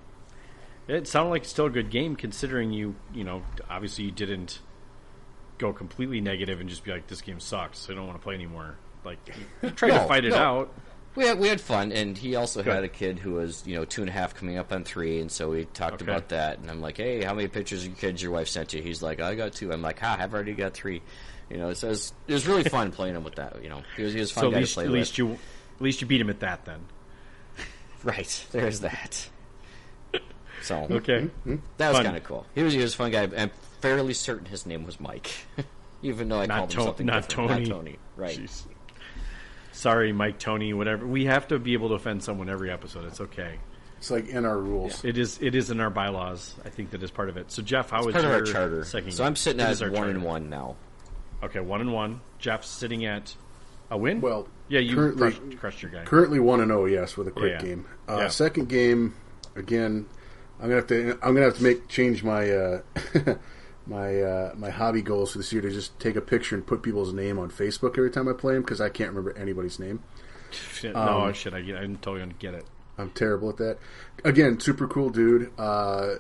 Speaker 1: it sounded like it's still a good game considering you, you know, obviously you didn't go completely negative and just be like, this game sucks. I don't want to play anymore. Like, you try to
Speaker 2: No,
Speaker 1: fight it
Speaker 2: no.
Speaker 1: out.
Speaker 2: We had, we had fun, and he also
Speaker 1: Good.
Speaker 2: had a kid who was, you know, two and a half coming up on three, and so we talked
Speaker 1: Okay.
Speaker 2: about that. And I'm like, hey, how many pictures of your kids your wife sent you? He's like, I got two. I'm like, ha, I've already got three. You know, so it was, it was really fun playing him with that. You know, he was, he was a fun
Speaker 1: So at
Speaker 2: guy to
Speaker 1: least,
Speaker 2: play
Speaker 1: at least
Speaker 2: with.
Speaker 1: you, at least you beat him at that then.
Speaker 2: Right, there's that. So
Speaker 1: Okay.
Speaker 2: that was
Speaker 1: fun.
Speaker 2: kind of cool. He was, he was a fun guy. I'm fairly certain his name was Mike, even though I
Speaker 1: Not
Speaker 2: called
Speaker 1: To-
Speaker 2: him something
Speaker 1: not
Speaker 2: different.
Speaker 1: Tony.
Speaker 2: Not Tony, right?
Speaker 1: Jeez. Sorry, Mike, Tony, whatever. We have to be able to offend someone every episode. It's okay.
Speaker 3: It's like in our rules.
Speaker 1: It is. It is in our bylaws. I think that is part of it. So Jeff, how is
Speaker 2: Part of
Speaker 1: your
Speaker 2: our charter.
Speaker 1: Second
Speaker 2: So I'm sitting
Speaker 1: It
Speaker 2: at
Speaker 1: is our
Speaker 2: one and
Speaker 1: charter.
Speaker 2: one now.
Speaker 1: Okay, one and one. Jeff's sitting at a win.
Speaker 3: Well,
Speaker 1: yeah, you
Speaker 3: currently-
Speaker 1: crushed, crushed your guy.
Speaker 3: Currently one and zero, yes, with a quick
Speaker 1: Yeah.
Speaker 3: game. Uh,
Speaker 1: Yeah.
Speaker 3: Second game, again, I'm gonna have to. I'm gonna have to make change my uh, my uh, my hobby goals for this year to just take a picture and put people's name on Facebook every time I play them because I can't remember anybody's name.
Speaker 1: Shit,
Speaker 3: um,
Speaker 1: no, shit, I get. I'm totally gonna get it.
Speaker 3: I'm terrible at that. Again, super cool dude, uh,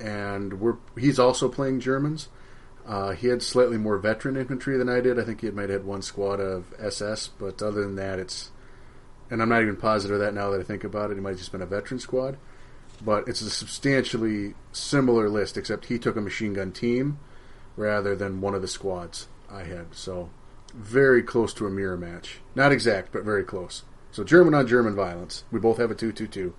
Speaker 3: and we're he's also playing Germans. Uh, he had slightly more veteran infantry than I did. I think he might have had one squad of SS, but other than that, it's. And I'm not even positive of that now that I think about it. It might have just been a veteran squad, but it's a substantially similar list, except he took a machine gun team rather than one of the squads I had. So very close to a mirror match. Not exact, but very close. So German on German violence. We both have a two-two-two.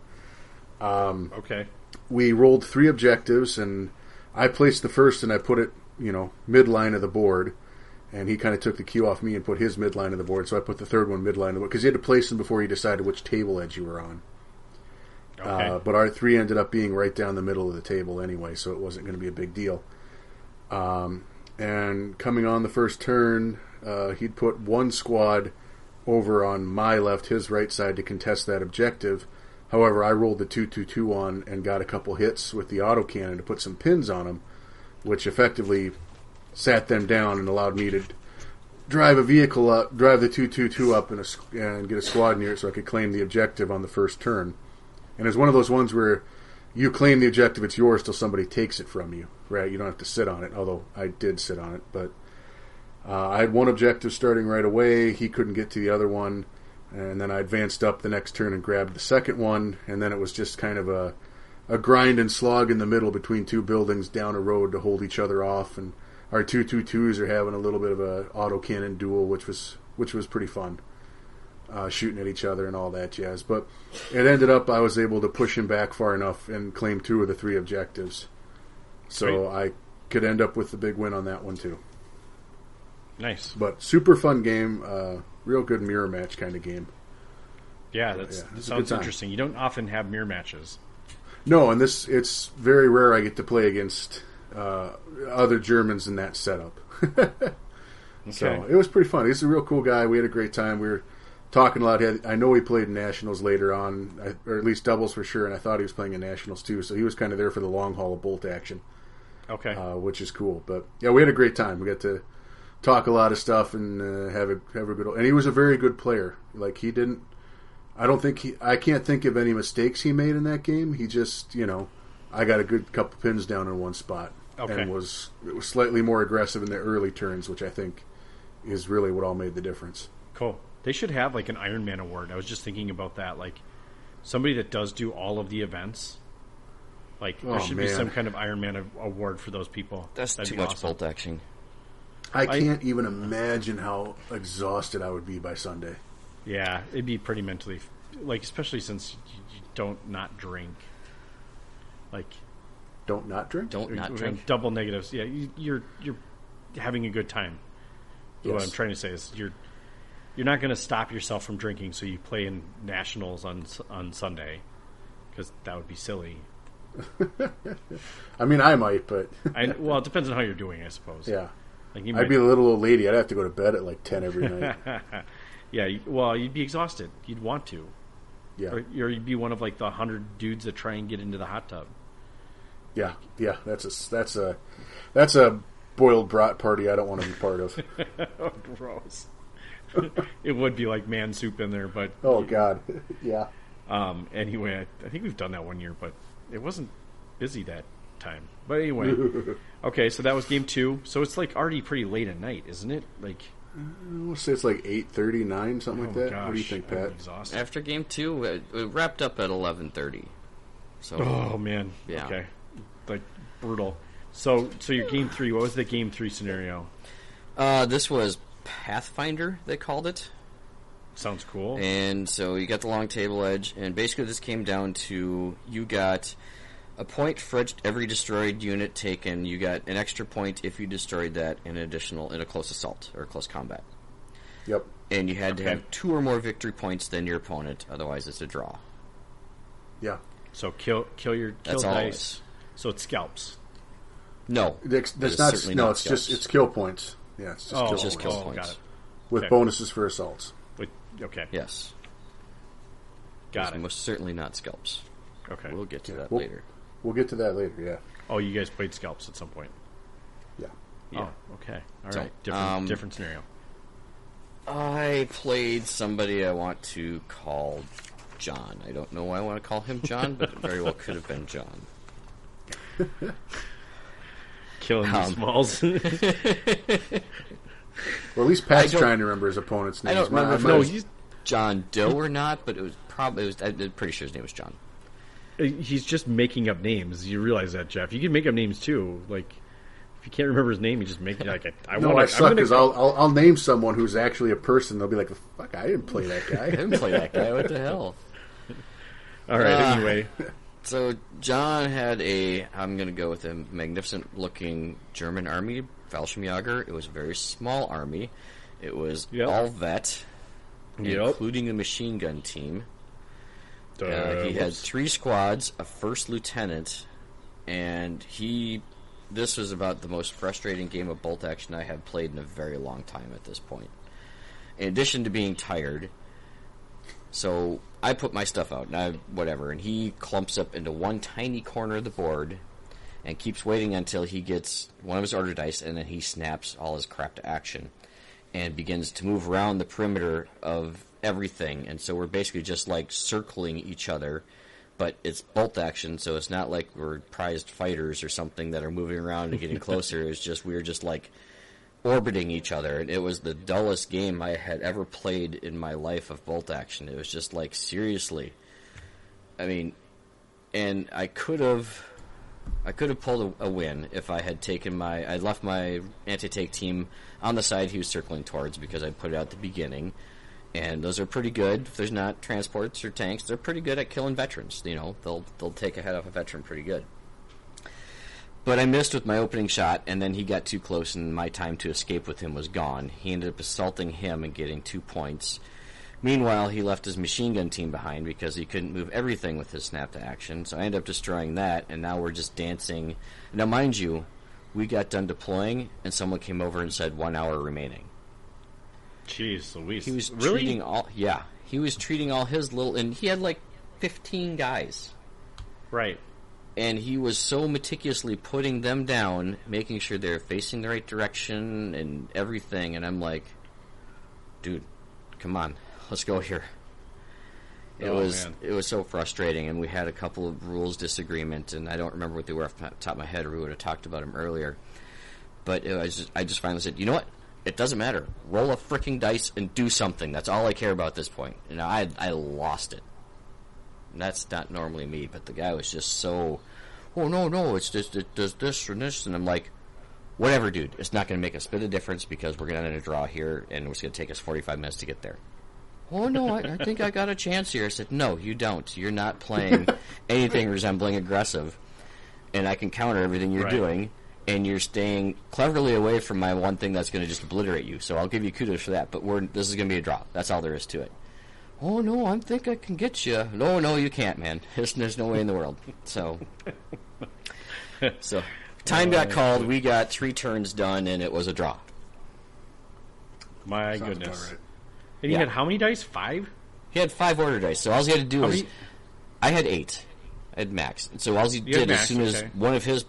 Speaker 3: Mm.
Speaker 1: Okay.
Speaker 3: We rolled three objectives, and I placed the first, and I put it, you know, midline of the board. And he kind of took the cue off me and put his midline of the board, so I put the third one midline of the board because you had to place them before you decided which table edge you were on.
Speaker 1: Okay.
Speaker 3: Uh, but our three ended up being right down the middle of the table anyway, so it wasn't going to be a big deal. Um, and coming on the first turn, uh, he'd put one squad over on my left, his right side, to contest that objective. However, I rolled the 2 2 2 on and got a couple hits with the autocannon to put some pins on them, which effectively sat them down and allowed me to drive a vehicle up, drive the 222 up and, a, squ- and get a squad near it so I could claim the objective on the first turn. And it's one of those ones where you claim the objective, it's yours till somebody takes it from you, right? You don't have to sit on it, although I did sit on it. But uh, I had one objective starting right away. He couldn't get to the other one. And then I advanced up the next turn and grabbed the second one. And then it was just kind of a, a grind and slog in the middle between two buildings down a road to hold each other off. And our two two twos are having a little bit of a autocannon duel, which was which was pretty fun uh, shooting at each other and all that jazz. But it ended up I was able to push him back far enough and claim two of the three objectives. So
Speaker 1: Sweet.
Speaker 3: I could end up with the big win on that one too.
Speaker 1: nice.
Speaker 3: But super fun game, uh, real good mirror match kind of game.
Speaker 1: Yeah, that's,
Speaker 3: yeah,
Speaker 1: that
Speaker 3: it's a good
Speaker 1: sounds
Speaker 3: time.
Speaker 1: interesting. You don't often have mirror matches.
Speaker 3: No, and this it's very rare I get to play against uh, other Germans in that setup. So
Speaker 1: Okay.
Speaker 3: it was pretty fun. He's a real cool guy. We had a great time. We were talking a lot. He had- I know he played in nationals later on, I- or at least doubles for sure. And I thought he was playing in nationals too. So he was kind of there for the long haul of bolt action,
Speaker 1: okay.
Speaker 3: uh, which is cool. But yeah, we had a great time. We got to talk a lot of stuff and uh, have a have a good. And he was a very good player. Like he didn't. I don't think he. I can't think of any mistakes he made in that game. He just you know. I got a good couple pins down in one spot,
Speaker 1: Okay.
Speaker 3: and was was slightly more aggressive in the early turns, which I think is really what all made the difference.
Speaker 1: Cool. They should have like an Iron Man award. I was just thinking about that. Like somebody that does do all of the events. Like
Speaker 3: Oh,
Speaker 1: there should be
Speaker 3: man.
Speaker 1: some kind of Iron Man a- award for those people.
Speaker 2: That's
Speaker 1: That'd
Speaker 2: too
Speaker 1: be
Speaker 2: much
Speaker 1: awesome.
Speaker 2: bolt action.
Speaker 3: I can't even imagine how exhausted I would be by Sunday.
Speaker 1: Yeah, it'd be pretty mentally f- like especially since you, you don't not drink. Like
Speaker 3: Don't not drink.
Speaker 2: Don't not
Speaker 1: uh,
Speaker 2: drink.
Speaker 1: double negatives. Yeah, you, you're you're having a good time. Is What
Speaker 3: Yes.
Speaker 1: I'm trying to say is you're you're not going to stop yourself from drinking, so you play in nationals on s- on Sunday because that would be silly.
Speaker 3: I mean, I might, but
Speaker 1: I, well, it depends on how you're doing, I suppose.
Speaker 3: yeah,
Speaker 1: Like you
Speaker 3: I'd
Speaker 1: might,
Speaker 3: be the little old lady. I'd have to go to bed at like ten every night.
Speaker 1: yeah. you- Well, you'd be exhausted. You'd want to,
Speaker 3: Yeah,
Speaker 1: or, or you'd be one of like the hundred dudes that try and get into the hot tub.
Speaker 3: yeah, yeah. That's a that's a that's a boiled brat party. I don't want to be part of.
Speaker 1: oh, gross. it would be like man soup in there, but
Speaker 3: Oh God, yeah.
Speaker 1: um, anyway, I, I think we've done that one year, but it wasn't busy that time. But anyway, okay, so that was game two. So it's like already pretty late at night, isn't it? Like,
Speaker 3: We'll say it's like eight thirty nine, something
Speaker 1: oh
Speaker 3: like
Speaker 1: my
Speaker 3: that.
Speaker 1: gosh,
Speaker 3: what do you think,
Speaker 1: I'm
Speaker 3: Pat?
Speaker 1: exhausted.
Speaker 2: After game two, it, it wrapped up at eleven thirty. So
Speaker 1: Oh man,
Speaker 2: Yeah.
Speaker 1: okay, like brutal. So, so your game three. What was the game three scenario?
Speaker 2: uh, this was Pathfinder. They called it.
Speaker 1: Sounds cool.
Speaker 2: And so you got the long table edge, and basically this came down to you got a point for each- every destroyed unit taken. You got an extra point if you destroyed that in additional in a close assault or close combat.
Speaker 3: Yep.
Speaker 2: And you had to
Speaker 1: Okay.
Speaker 2: have two or more victory points than your opponent, otherwise it's a draw.
Speaker 3: Yeah.
Speaker 1: So kill, kill your kill
Speaker 2: That's all it
Speaker 1: dice.
Speaker 2: is.
Speaker 1: so it's scalps.
Speaker 2: No,
Speaker 3: That's, that's
Speaker 2: it's
Speaker 3: not.
Speaker 2: certainly
Speaker 3: No,
Speaker 2: not
Speaker 3: it's just
Speaker 2: skills.
Speaker 3: it's kill points. Yeah, it's just
Speaker 1: Oh,
Speaker 3: kill
Speaker 2: just
Speaker 3: points
Speaker 2: kill
Speaker 1: oh,
Speaker 2: points.
Speaker 1: Got it.
Speaker 3: with
Speaker 1: okay.
Speaker 3: bonuses for assaults.
Speaker 1: Wait, okay,
Speaker 2: yes,
Speaker 1: got
Speaker 2: It's
Speaker 1: it.
Speaker 2: most certainly not scalps.
Speaker 1: Okay.
Speaker 2: We'll get to that
Speaker 3: Well-
Speaker 2: later.
Speaker 3: We'll get to that later. Yeah.
Speaker 1: Oh, you guys played scalps at some point.
Speaker 3: Yeah.
Speaker 2: Yeah.
Speaker 1: Oh, okay. All right.
Speaker 2: So,
Speaker 1: Different,
Speaker 2: um,
Speaker 1: different scenario.
Speaker 2: I played somebody I want to call John. I don't know why I want to call him John, but it very well could have been John.
Speaker 1: Killing the
Speaker 2: Um,
Speaker 1: smalls.
Speaker 3: Or at least Pat's
Speaker 2: I don't-
Speaker 3: trying to remember his opponent's name.
Speaker 2: I don't remember if
Speaker 1: no,
Speaker 2: it was
Speaker 1: he's
Speaker 2: John Doe or not, but it was probably it was. I'm pretty sure his name was John.
Speaker 1: he's just making up names. You realize that, Jeff? You can make up names too. Like if you can't remember his name, you just make it like I, I
Speaker 3: No,
Speaker 1: want.
Speaker 3: I suck because I'll, I'll I'll name someone who's actually a person. They'll be like, "Fuck, I didn't play that
Speaker 2: I
Speaker 3: guy."
Speaker 2: didn't play that guy. What the hell?
Speaker 1: All right.
Speaker 2: Ah.
Speaker 1: anyway,
Speaker 2: So John had a. I'm going to go with a magnificent looking German army, Fallschirmjäger. It was a very small army. It was
Speaker 1: Yep.
Speaker 2: all vet,
Speaker 1: yep.
Speaker 2: including a machine gun team.
Speaker 1: Uh,
Speaker 2: Uh, he had
Speaker 1: whoops.
Speaker 2: three squads, a first lieutenant, and he. This was about the most frustrating game of bolt action I have played in a very long time at this point. In addition to being tired, so I put my stuff out and I whatever, and he clumps up into one tiny corner of the board and keeps waiting until he gets one of his order dice, and then he snaps all his crap to action and begins to move around the perimeter of everything. And so we're basically just like circling each other, but it's bolt action, so it's not like we're prized fighters or something that are moving around and getting closer. It's just we're just like orbiting each other, and it was the dullest game I had ever played in my life of bolt action. It was just like seriously. I mean, and I could have, I could have pulled a, a win if I had taken my, I left my anti-take team on the side he was circling towards because I put it out at the beginning, and those are pretty good. If there's not transports or tanks, they're pretty good at killing veterans. You know, they'll they'll take a head off a veteran pretty good. But I missed with my opening shot, and then he got too close, and my time to escape with him was gone. He ended up assaulting him and getting two points. Meanwhile, he left his machine gun team behind because he couldn't move everything with his snap to action, so I ended up destroying that, and now we're just dancing. Now, mind you, we got done deploying, and someone came over and said one hour remaining.
Speaker 1: Jeez, Louise.
Speaker 2: He was
Speaker 1: really.
Speaker 2: treating all, yeah, he was treating all his little, and he had like 15 guys
Speaker 1: Right.
Speaker 2: and he was so meticulously putting them down, making sure they're facing the right direction and everything. And I'm like, dude, come on, let's go here. It
Speaker 1: Oh,
Speaker 2: was
Speaker 1: man.
Speaker 2: it was so frustrating, and we had a couple of rules disagreement, and I don't remember what they were off the top of my head, or we would have talked about them earlier. But it was just, I just finally said, you know what? It doesn't matter. Roll a freaking dice and do something. That's all I care about at this point. And I I lost it. And that's not normally me, but the guy was just so, oh no no, it's just it does this and this, and I'm like, whatever, dude. It's not going to make a bit of difference because we're going to end a draw here, and it's going to take us 45 minutes to get there. Oh no, I, I think I got a chance here. I said, no, you don't. You're not playing anything resembling aggressive, and I can counter everything you're
Speaker 1: Right.
Speaker 2: doing. And you're staying cleverly away from my one thing that's going to just obliterate you. So I'll give you kudos for that. But we're this is going to be a draw. That's all there is to it. "Oh no, I think I can get you." No, no, you can't, man. There's, there's no way in the world. So, so time
Speaker 1: Uh,
Speaker 2: got called. We got three turns done, and it was a draw.
Speaker 1: My
Speaker 3: Sounds
Speaker 1: goodness.
Speaker 3: about right.
Speaker 1: And you
Speaker 2: Yeah.
Speaker 1: had how many dice? Five?
Speaker 2: He had five order dice, so all he had to do was
Speaker 1: many-
Speaker 2: I had eight at max. So all he
Speaker 1: had
Speaker 2: did
Speaker 1: max,
Speaker 2: as soon as
Speaker 1: okay.
Speaker 2: one of his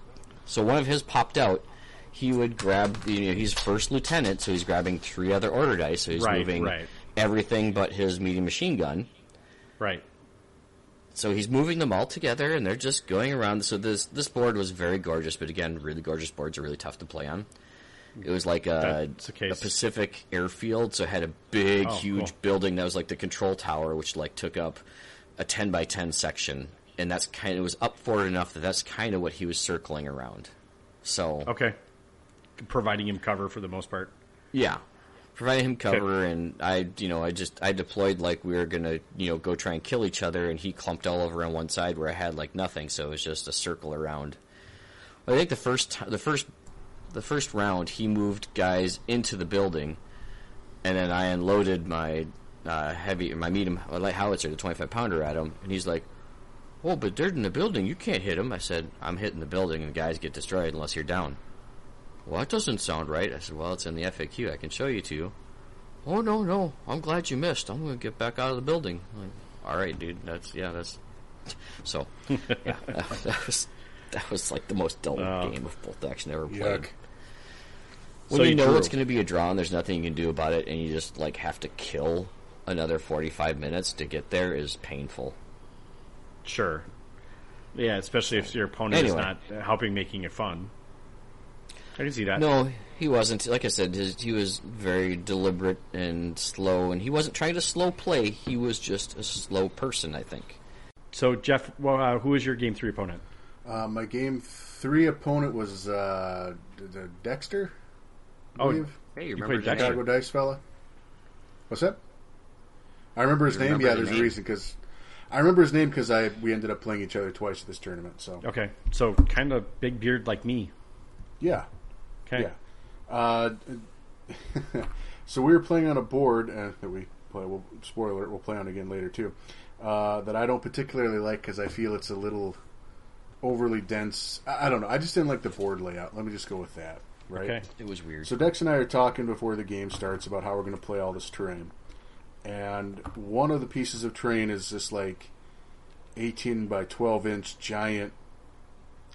Speaker 2: so one of his popped out, he would grab you know, he's first lieutenant, so he's grabbing three other order dice, so he's
Speaker 1: Right,
Speaker 2: moving
Speaker 1: right.
Speaker 2: everything but his medium machine gun.
Speaker 1: Right.
Speaker 2: So he's moving them all together and they're just going around. So this this board was very gorgeous, but again, really gorgeous boards are really tough to play on. It was like a,
Speaker 1: That's the case.
Speaker 2: a Pacific airfield, so it had a big,
Speaker 1: Oh,
Speaker 2: huge
Speaker 1: cool.
Speaker 2: building that was like the control tower, which like took up a ten by ten section, and that's kind of it was up forward enough that that's kind of what he was circling around. So
Speaker 1: Okay. Providing him cover for the most part.
Speaker 2: yeah. Provided him cover, and I, you know, I just I deployed like we were gonna, you know, go try and kill each other, and he clumped all over on one side where I had like nothing, so it was just a circle around. I think the first ti- the first the first round he moved guys into the building, and then I unloaded my uh, heavy my medium my light howitzer, the twenty five pounder, at him, and he's like, "Oh, but they're in the building. You can't hit them." I said, "I'm hitting the building, and the guys get destroyed unless you're down." Well, that doesn't sound right. I said, Well, it's in the FAQ. I can show you to you. Oh, no, no. I'm glad you missed. I'm going to get back out of the building. I'm like, All right, dude. That's, yeah, that's. So, yeah, that, that was. That was like the most dull game of bolt action ever played.
Speaker 3: Yuck.
Speaker 2: When
Speaker 1: So
Speaker 2: you
Speaker 1: you
Speaker 2: know
Speaker 1: drew.
Speaker 2: it's going to be a draw and there's nothing you can do about it, and you just like have to kill another 45 minutes to get there is painful.
Speaker 1: Sure. Yeah, especially if your opponent
Speaker 2: Anyway.
Speaker 1: is not uh, helping making it fun. I can see that.
Speaker 2: No, he wasn't. Like I said, his, he was very deliberate and slow, and he wasn't trying to slow play. He was just a slow person, I think.
Speaker 1: So, Jeff, well, uh, who was your game three opponent?
Speaker 3: Uh, my game three opponent was uh, D- D- Dexter. I
Speaker 1: Oh,
Speaker 3: believe.
Speaker 2: Hey, you
Speaker 1: remember played Dexter.
Speaker 3: Chicago Dice fella. What's that? I remember his name.
Speaker 2: remember
Speaker 3: yeah,
Speaker 2: the
Speaker 3: there's
Speaker 2: name?
Speaker 3: a reason because I remember his name because I we ended up playing each other twice at this tournament. So
Speaker 1: Okay, so kind of big beard like me.
Speaker 3: yeah,
Speaker 1: Okay.
Speaker 3: yeah. Uh, so we were playing on a board uh, that we play. We'll, spoiler, alert, we'll play on again later too. Uh, that I don't particularly like because I feel it's a little overly dense. I, I don't know. I just didn't like the board layout. Let me just go with that. Right.
Speaker 1: Okay.
Speaker 2: It was weird.
Speaker 3: So Dex and I are talking before the game starts about how we're going to play all this terrain. And one of the pieces of terrain is this like 18 by 12 inch giant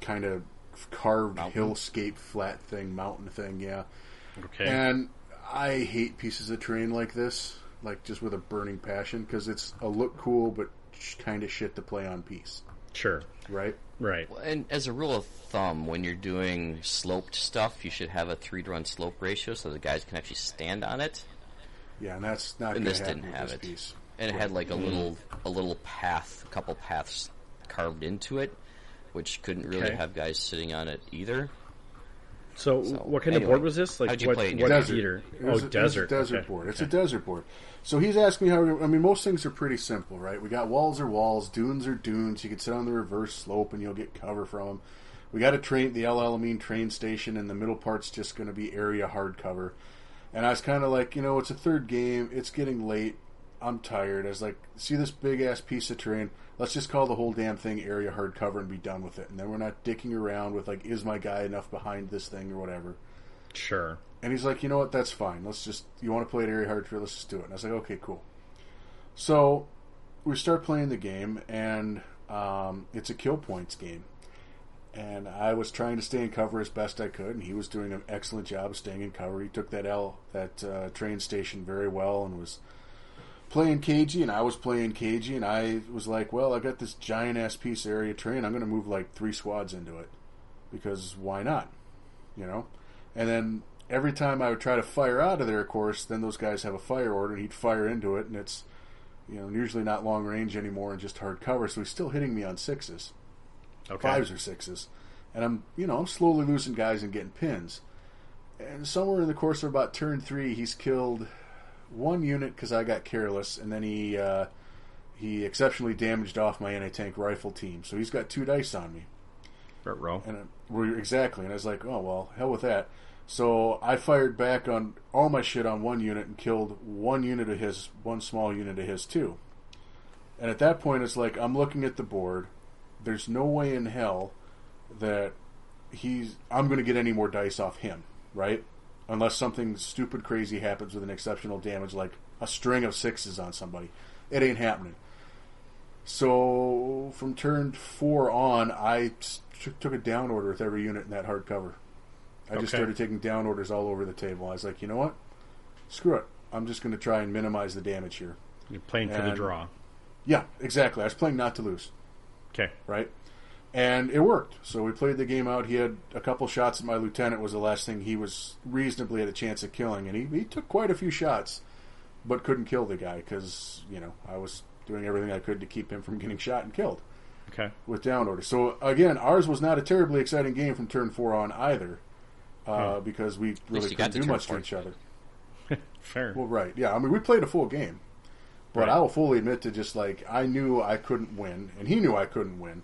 Speaker 3: kind of carved hillscape flat thing, mountain thing, yeah.
Speaker 1: Okay.
Speaker 3: And I hate pieces of terrain like this, like just with a burning passion because it's a look cool but kind of shit to play on piece,
Speaker 1: sure.
Speaker 3: right?
Speaker 1: Right.
Speaker 2: and as a rule of thumb, when you're doing sloped stuff, you should have a three to one slope ratio so the guys can actually stand on it.
Speaker 3: Yeah, and that's not
Speaker 2: And
Speaker 3: going
Speaker 2: this
Speaker 3: to happen
Speaker 2: didn't
Speaker 3: with
Speaker 2: have
Speaker 3: this
Speaker 2: it.
Speaker 3: piece.
Speaker 2: And it had like
Speaker 3: Mm-hmm.
Speaker 2: a little a little path, a couple paths carved into it, which couldn't really
Speaker 1: Okay.
Speaker 2: have guys sitting on it either.
Speaker 1: So,
Speaker 2: So,
Speaker 1: what kind of
Speaker 2: anyway,
Speaker 1: board was this? Like
Speaker 2: how'd you
Speaker 1: what?
Speaker 2: play it in
Speaker 1: what
Speaker 2: your
Speaker 3: desert.
Speaker 1: theater? Oh,
Speaker 3: It was a- it was a
Speaker 1: desert.
Speaker 3: desert
Speaker 1: Okay.
Speaker 3: board. It's a desert board. So he's asking me how. I mean, most things are pretty simple, right? We got walls are walls, dunes are dunes. You can sit on the reverse slope and you'll get cover from them. We got a train, the El Alamein train station, and the middle part's just going to be area hard cover. And I was kind of like, you know, it's a third game. It's getting late. I'm tired. I was like, see this big ass piece of terrain. Let's just call the whole damn thing area hard cover and be done with it. And then we're not dicking around with like, is my guy enough behind this thing or whatever.
Speaker 1: Sure.
Speaker 3: And he's like, you know what? That's fine. Let's just you want to play it area hard let's just do it. And I was like, okay, cool. So we start playing the game, and um, it's a kill points game. And I was trying to stay in cover as best I could, and he was doing an excellent job of staying in cover. He took that L that uh, train station very well, and was playing cagey, and I was playing cagey, and I was like, well, I got this giant ass piece of area train. I'm going to move like three squads into it because why not? you know. And then every time I would try to fire out of there, of course, then those guys have a fire order, and he'd fire into it, and it's you know usually not long range anymore and just hard cover. So he's still hitting me on sixes,
Speaker 1: Okay.
Speaker 3: fives or sixes, and I'm you know I'm slowly losing guys and getting pins. And somewhere in the course of about turn three, he's killed one unit because I got careless, and then he uh, he exceptionally damaged off my anti tank rifle team. So he's got two dice on me.
Speaker 1: Burt Rowe.
Speaker 3: And I, we exactly, and I was like, oh well, hell with that. So I fired back on all my shit on one unit and killed one unit of his, one small unit of his too. And at that point, it's like I'm looking at the board. There's no way in hell that he's I'm going to get any more dice off him, right? Unless something stupid crazy happens with an exceptional damage, like a string of sixes on somebody, it ain't happening. So from turn four on, I s- t- took a down order with every unit in that hardcover. I just
Speaker 1: Okay.
Speaker 3: started taking down orders all over the table. I was like, you know what? Screw it. I'm just going to try and minimize the damage here.
Speaker 1: You're playing for the
Speaker 3: And-
Speaker 1: draw.
Speaker 3: Yeah, exactly. I was playing not to lose
Speaker 1: Okay.
Speaker 3: right? And it worked. So we played the game out. He had a couple shots at my lieutenant was the last thing he was reasonably at a chance of killing, and he, he took quite a few shots, but couldn't kill the guy because you know I was doing everything I could to keep him from getting shot and killed
Speaker 1: Okay.
Speaker 3: with down order. So again, ours was not a terribly exciting game from turn four on either, uh, because we really
Speaker 2: Hmm. you got
Speaker 3: couldn't
Speaker 2: to
Speaker 3: do
Speaker 2: turn
Speaker 3: much
Speaker 2: four.
Speaker 3: to each other.
Speaker 1: Fair.
Speaker 3: Well, right. Yeah. I mean, we played a full game, but
Speaker 1: Right.
Speaker 3: I will fully admit to just like I knew I couldn't win, and he knew I couldn't win.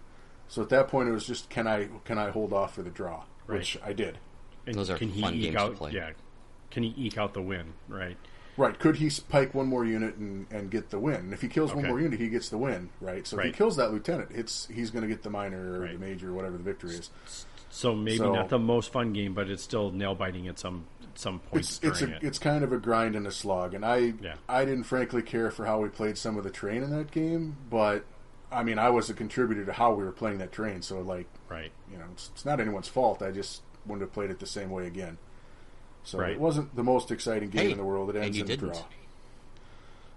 Speaker 3: So at that point, it was just can I can I hold off for the draw, which I did.
Speaker 1: And
Speaker 2: Those are fun
Speaker 1: eke
Speaker 2: games to
Speaker 1: out,
Speaker 2: play.
Speaker 1: Yeah. Can he eke out the win? Right.
Speaker 3: Right? Could he spike one more unit and, and get the win? And if he kills one
Speaker 1: Okay.
Speaker 3: more unit, he gets the win. Right. So if
Speaker 1: Right.
Speaker 3: he kills that lieutenant, it's he's going to get the minor or
Speaker 1: Right.
Speaker 3: the major or whatever the victory is.
Speaker 1: So maybe
Speaker 3: So-
Speaker 1: not the most fun game, but it's still nail biting at some at some points
Speaker 3: it's it's
Speaker 1: during
Speaker 3: a,
Speaker 1: it.
Speaker 3: it's kind of a grind and a slog, and I
Speaker 1: Yeah.
Speaker 3: I didn't frankly care for how we played some of the terrain in that game, but I mean I was a contributor to how we were playing that terrain, so like
Speaker 1: Right.
Speaker 3: you know it's, it's not anyone's fault. I just wouldn't have played it the same way again. So
Speaker 1: Right.
Speaker 3: it wasn't the most exciting game
Speaker 2: Hey,
Speaker 3: in the world. It
Speaker 2: and
Speaker 3: ends
Speaker 2: you
Speaker 3: in a
Speaker 2: didn't.
Speaker 3: draw.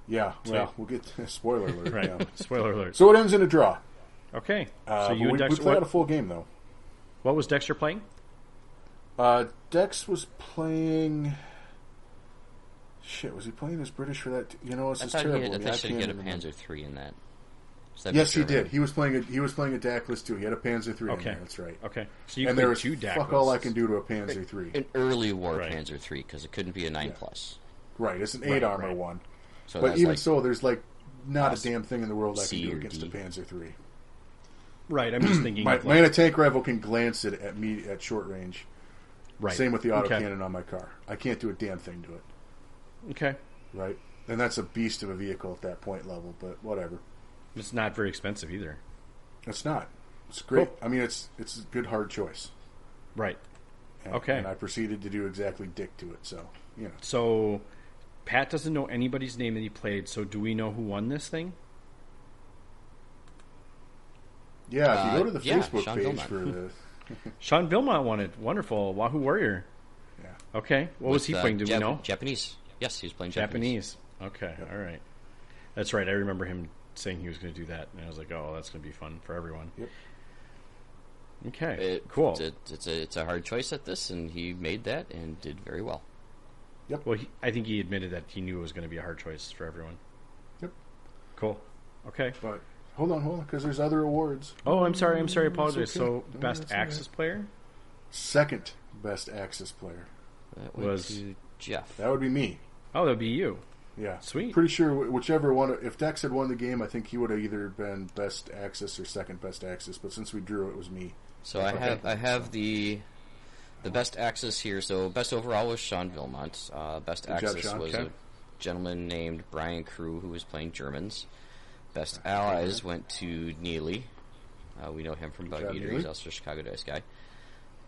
Speaker 3: Yeah, well,
Speaker 1: So-
Speaker 3: we'll get spoiler alert.
Speaker 1: Right.
Speaker 3: yeah.
Speaker 1: Spoiler alert.
Speaker 3: So it ends in a draw.
Speaker 1: okay.
Speaker 3: Uh,
Speaker 1: so
Speaker 3: but
Speaker 1: you
Speaker 3: we,
Speaker 1: and
Speaker 3: we
Speaker 1: Dexter.
Speaker 3: played out a
Speaker 1: What,
Speaker 3: full game though.
Speaker 1: what was Dexter playing?
Speaker 3: Uh, Dex was playing. Shit, was he playing as British for that? You know, this
Speaker 2: I
Speaker 3: is
Speaker 2: thought he
Speaker 3: terrible.
Speaker 2: had, I
Speaker 3: I mean, I
Speaker 2: thought he
Speaker 3: can't
Speaker 2: had a
Speaker 3: even remember.
Speaker 2: Panzer three in that. Does that
Speaker 3: Yes, he
Speaker 2: make sure?
Speaker 3: did. He was playing a he was playing a DAC list too. He had a Panzer three in
Speaker 1: Okay.
Speaker 3: there. That's right.
Speaker 1: Okay. So you
Speaker 3: And
Speaker 1: played
Speaker 3: there was
Speaker 1: two Dak
Speaker 3: fuck all I
Speaker 1: lists.
Speaker 3: can do to a Panzer three.
Speaker 2: An early war
Speaker 1: Right.
Speaker 2: Panzer three because it couldn't be a nine plus.
Speaker 3: Right, it's an eight armor
Speaker 1: right.
Speaker 3: one.
Speaker 2: So
Speaker 3: but
Speaker 2: that's
Speaker 3: even
Speaker 2: like,
Speaker 3: so, there's like not a damn thing in the world I
Speaker 2: C
Speaker 3: can do
Speaker 2: or
Speaker 3: against
Speaker 2: D.
Speaker 3: a Panzer three.
Speaker 1: Right. I'm just thinking.
Speaker 3: My,
Speaker 1: of
Speaker 3: my
Speaker 1: like,
Speaker 3: anti-tank rifle can glance it at me at short range.
Speaker 1: right.
Speaker 3: Same with the autocannon
Speaker 1: okay.
Speaker 3: on my car. I can't do a damn thing to it.
Speaker 1: Okay.
Speaker 3: Right, and that's a beast of a vehicle at that point level. But whatever.
Speaker 1: It's not very expensive either.
Speaker 3: It's not. It's great. I mean, it's it's a good hard choice.
Speaker 1: Right.
Speaker 3: And,
Speaker 1: Okay.
Speaker 3: And I proceeded to do exactly dick to it. So you know,
Speaker 1: So Pat doesn't know anybody's name that he played. So do we know who won this thing?
Speaker 3: yeah. If you
Speaker 2: Uh,
Speaker 3: go to the
Speaker 2: yeah,
Speaker 3: Facebook
Speaker 2: Sean
Speaker 3: page
Speaker 2: Gilman.
Speaker 3: for the
Speaker 1: Sean Vilmont won it. Wonderful. Wahoo Warrior.
Speaker 3: yeah,
Speaker 1: Okay. What was he
Speaker 2: uh,
Speaker 1: playing? Do
Speaker 2: Jap-
Speaker 1: we know?
Speaker 2: Japanese? Yes, he was playing Japanese.
Speaker 1: Japanese. Okay. All right. That's right. I remember him saying he was going to do that, and I was like, "Oh, that's going to be fun for everyone."
Speaker 3: Yep.
Speaker 1: Okay.
Speaker 2: It-
Speaker 1: cool.
Speaker 2: It's a, it's a it's a hard choice at this, and he made that and did very well.
Speaker 1: Well, he, I think he admitted that he knew it was going to be a hard choice for everyone.
Speaker 3: Yep.
Speaker 1: Cool. Okay.
Speaker 3: but hold on, hold on, because there's other awards.
Speaker 1: Oh, I'm sorry. I'm sorry. I apologize. So,
Speaker 3: No,
Speaker 1: best
Speaker 3: that's all right.
Speaker 1: Axis player
Speaker 3: Second best Axis player.
Speaker 2: That went
Speaker 1: Was-
Speaker 2: to Jeff.
Speaker 3: That would be me.
Speaker 1: Oh, that'd be you.
Speaker 3: Yeah,
Speaker 1: Sweet.
Speaker 3: Pretty sure wh- whichever one, if Dex had won the game, I think he would have either been best Axis or second best Axis. But since we drew, it was me.
Speaker 2: So I have I have the the best axis here. So best overall was Sean Vilmont. Uh, best
Speaker 3: job,
Speaker 2: axis
Speaker 3: Sean.
Speaker 2: was
Speaker 1: Okay.
Speaker 2: a gentleman named Brian Crew who was playing Germans. Best allies went to Neely. Uh, we know him from Bug
Speaker 3: job,
Speaker 2: Eater. He's
Speaker 3: Neely.
Speaker 2: also a Chicago Dice guy.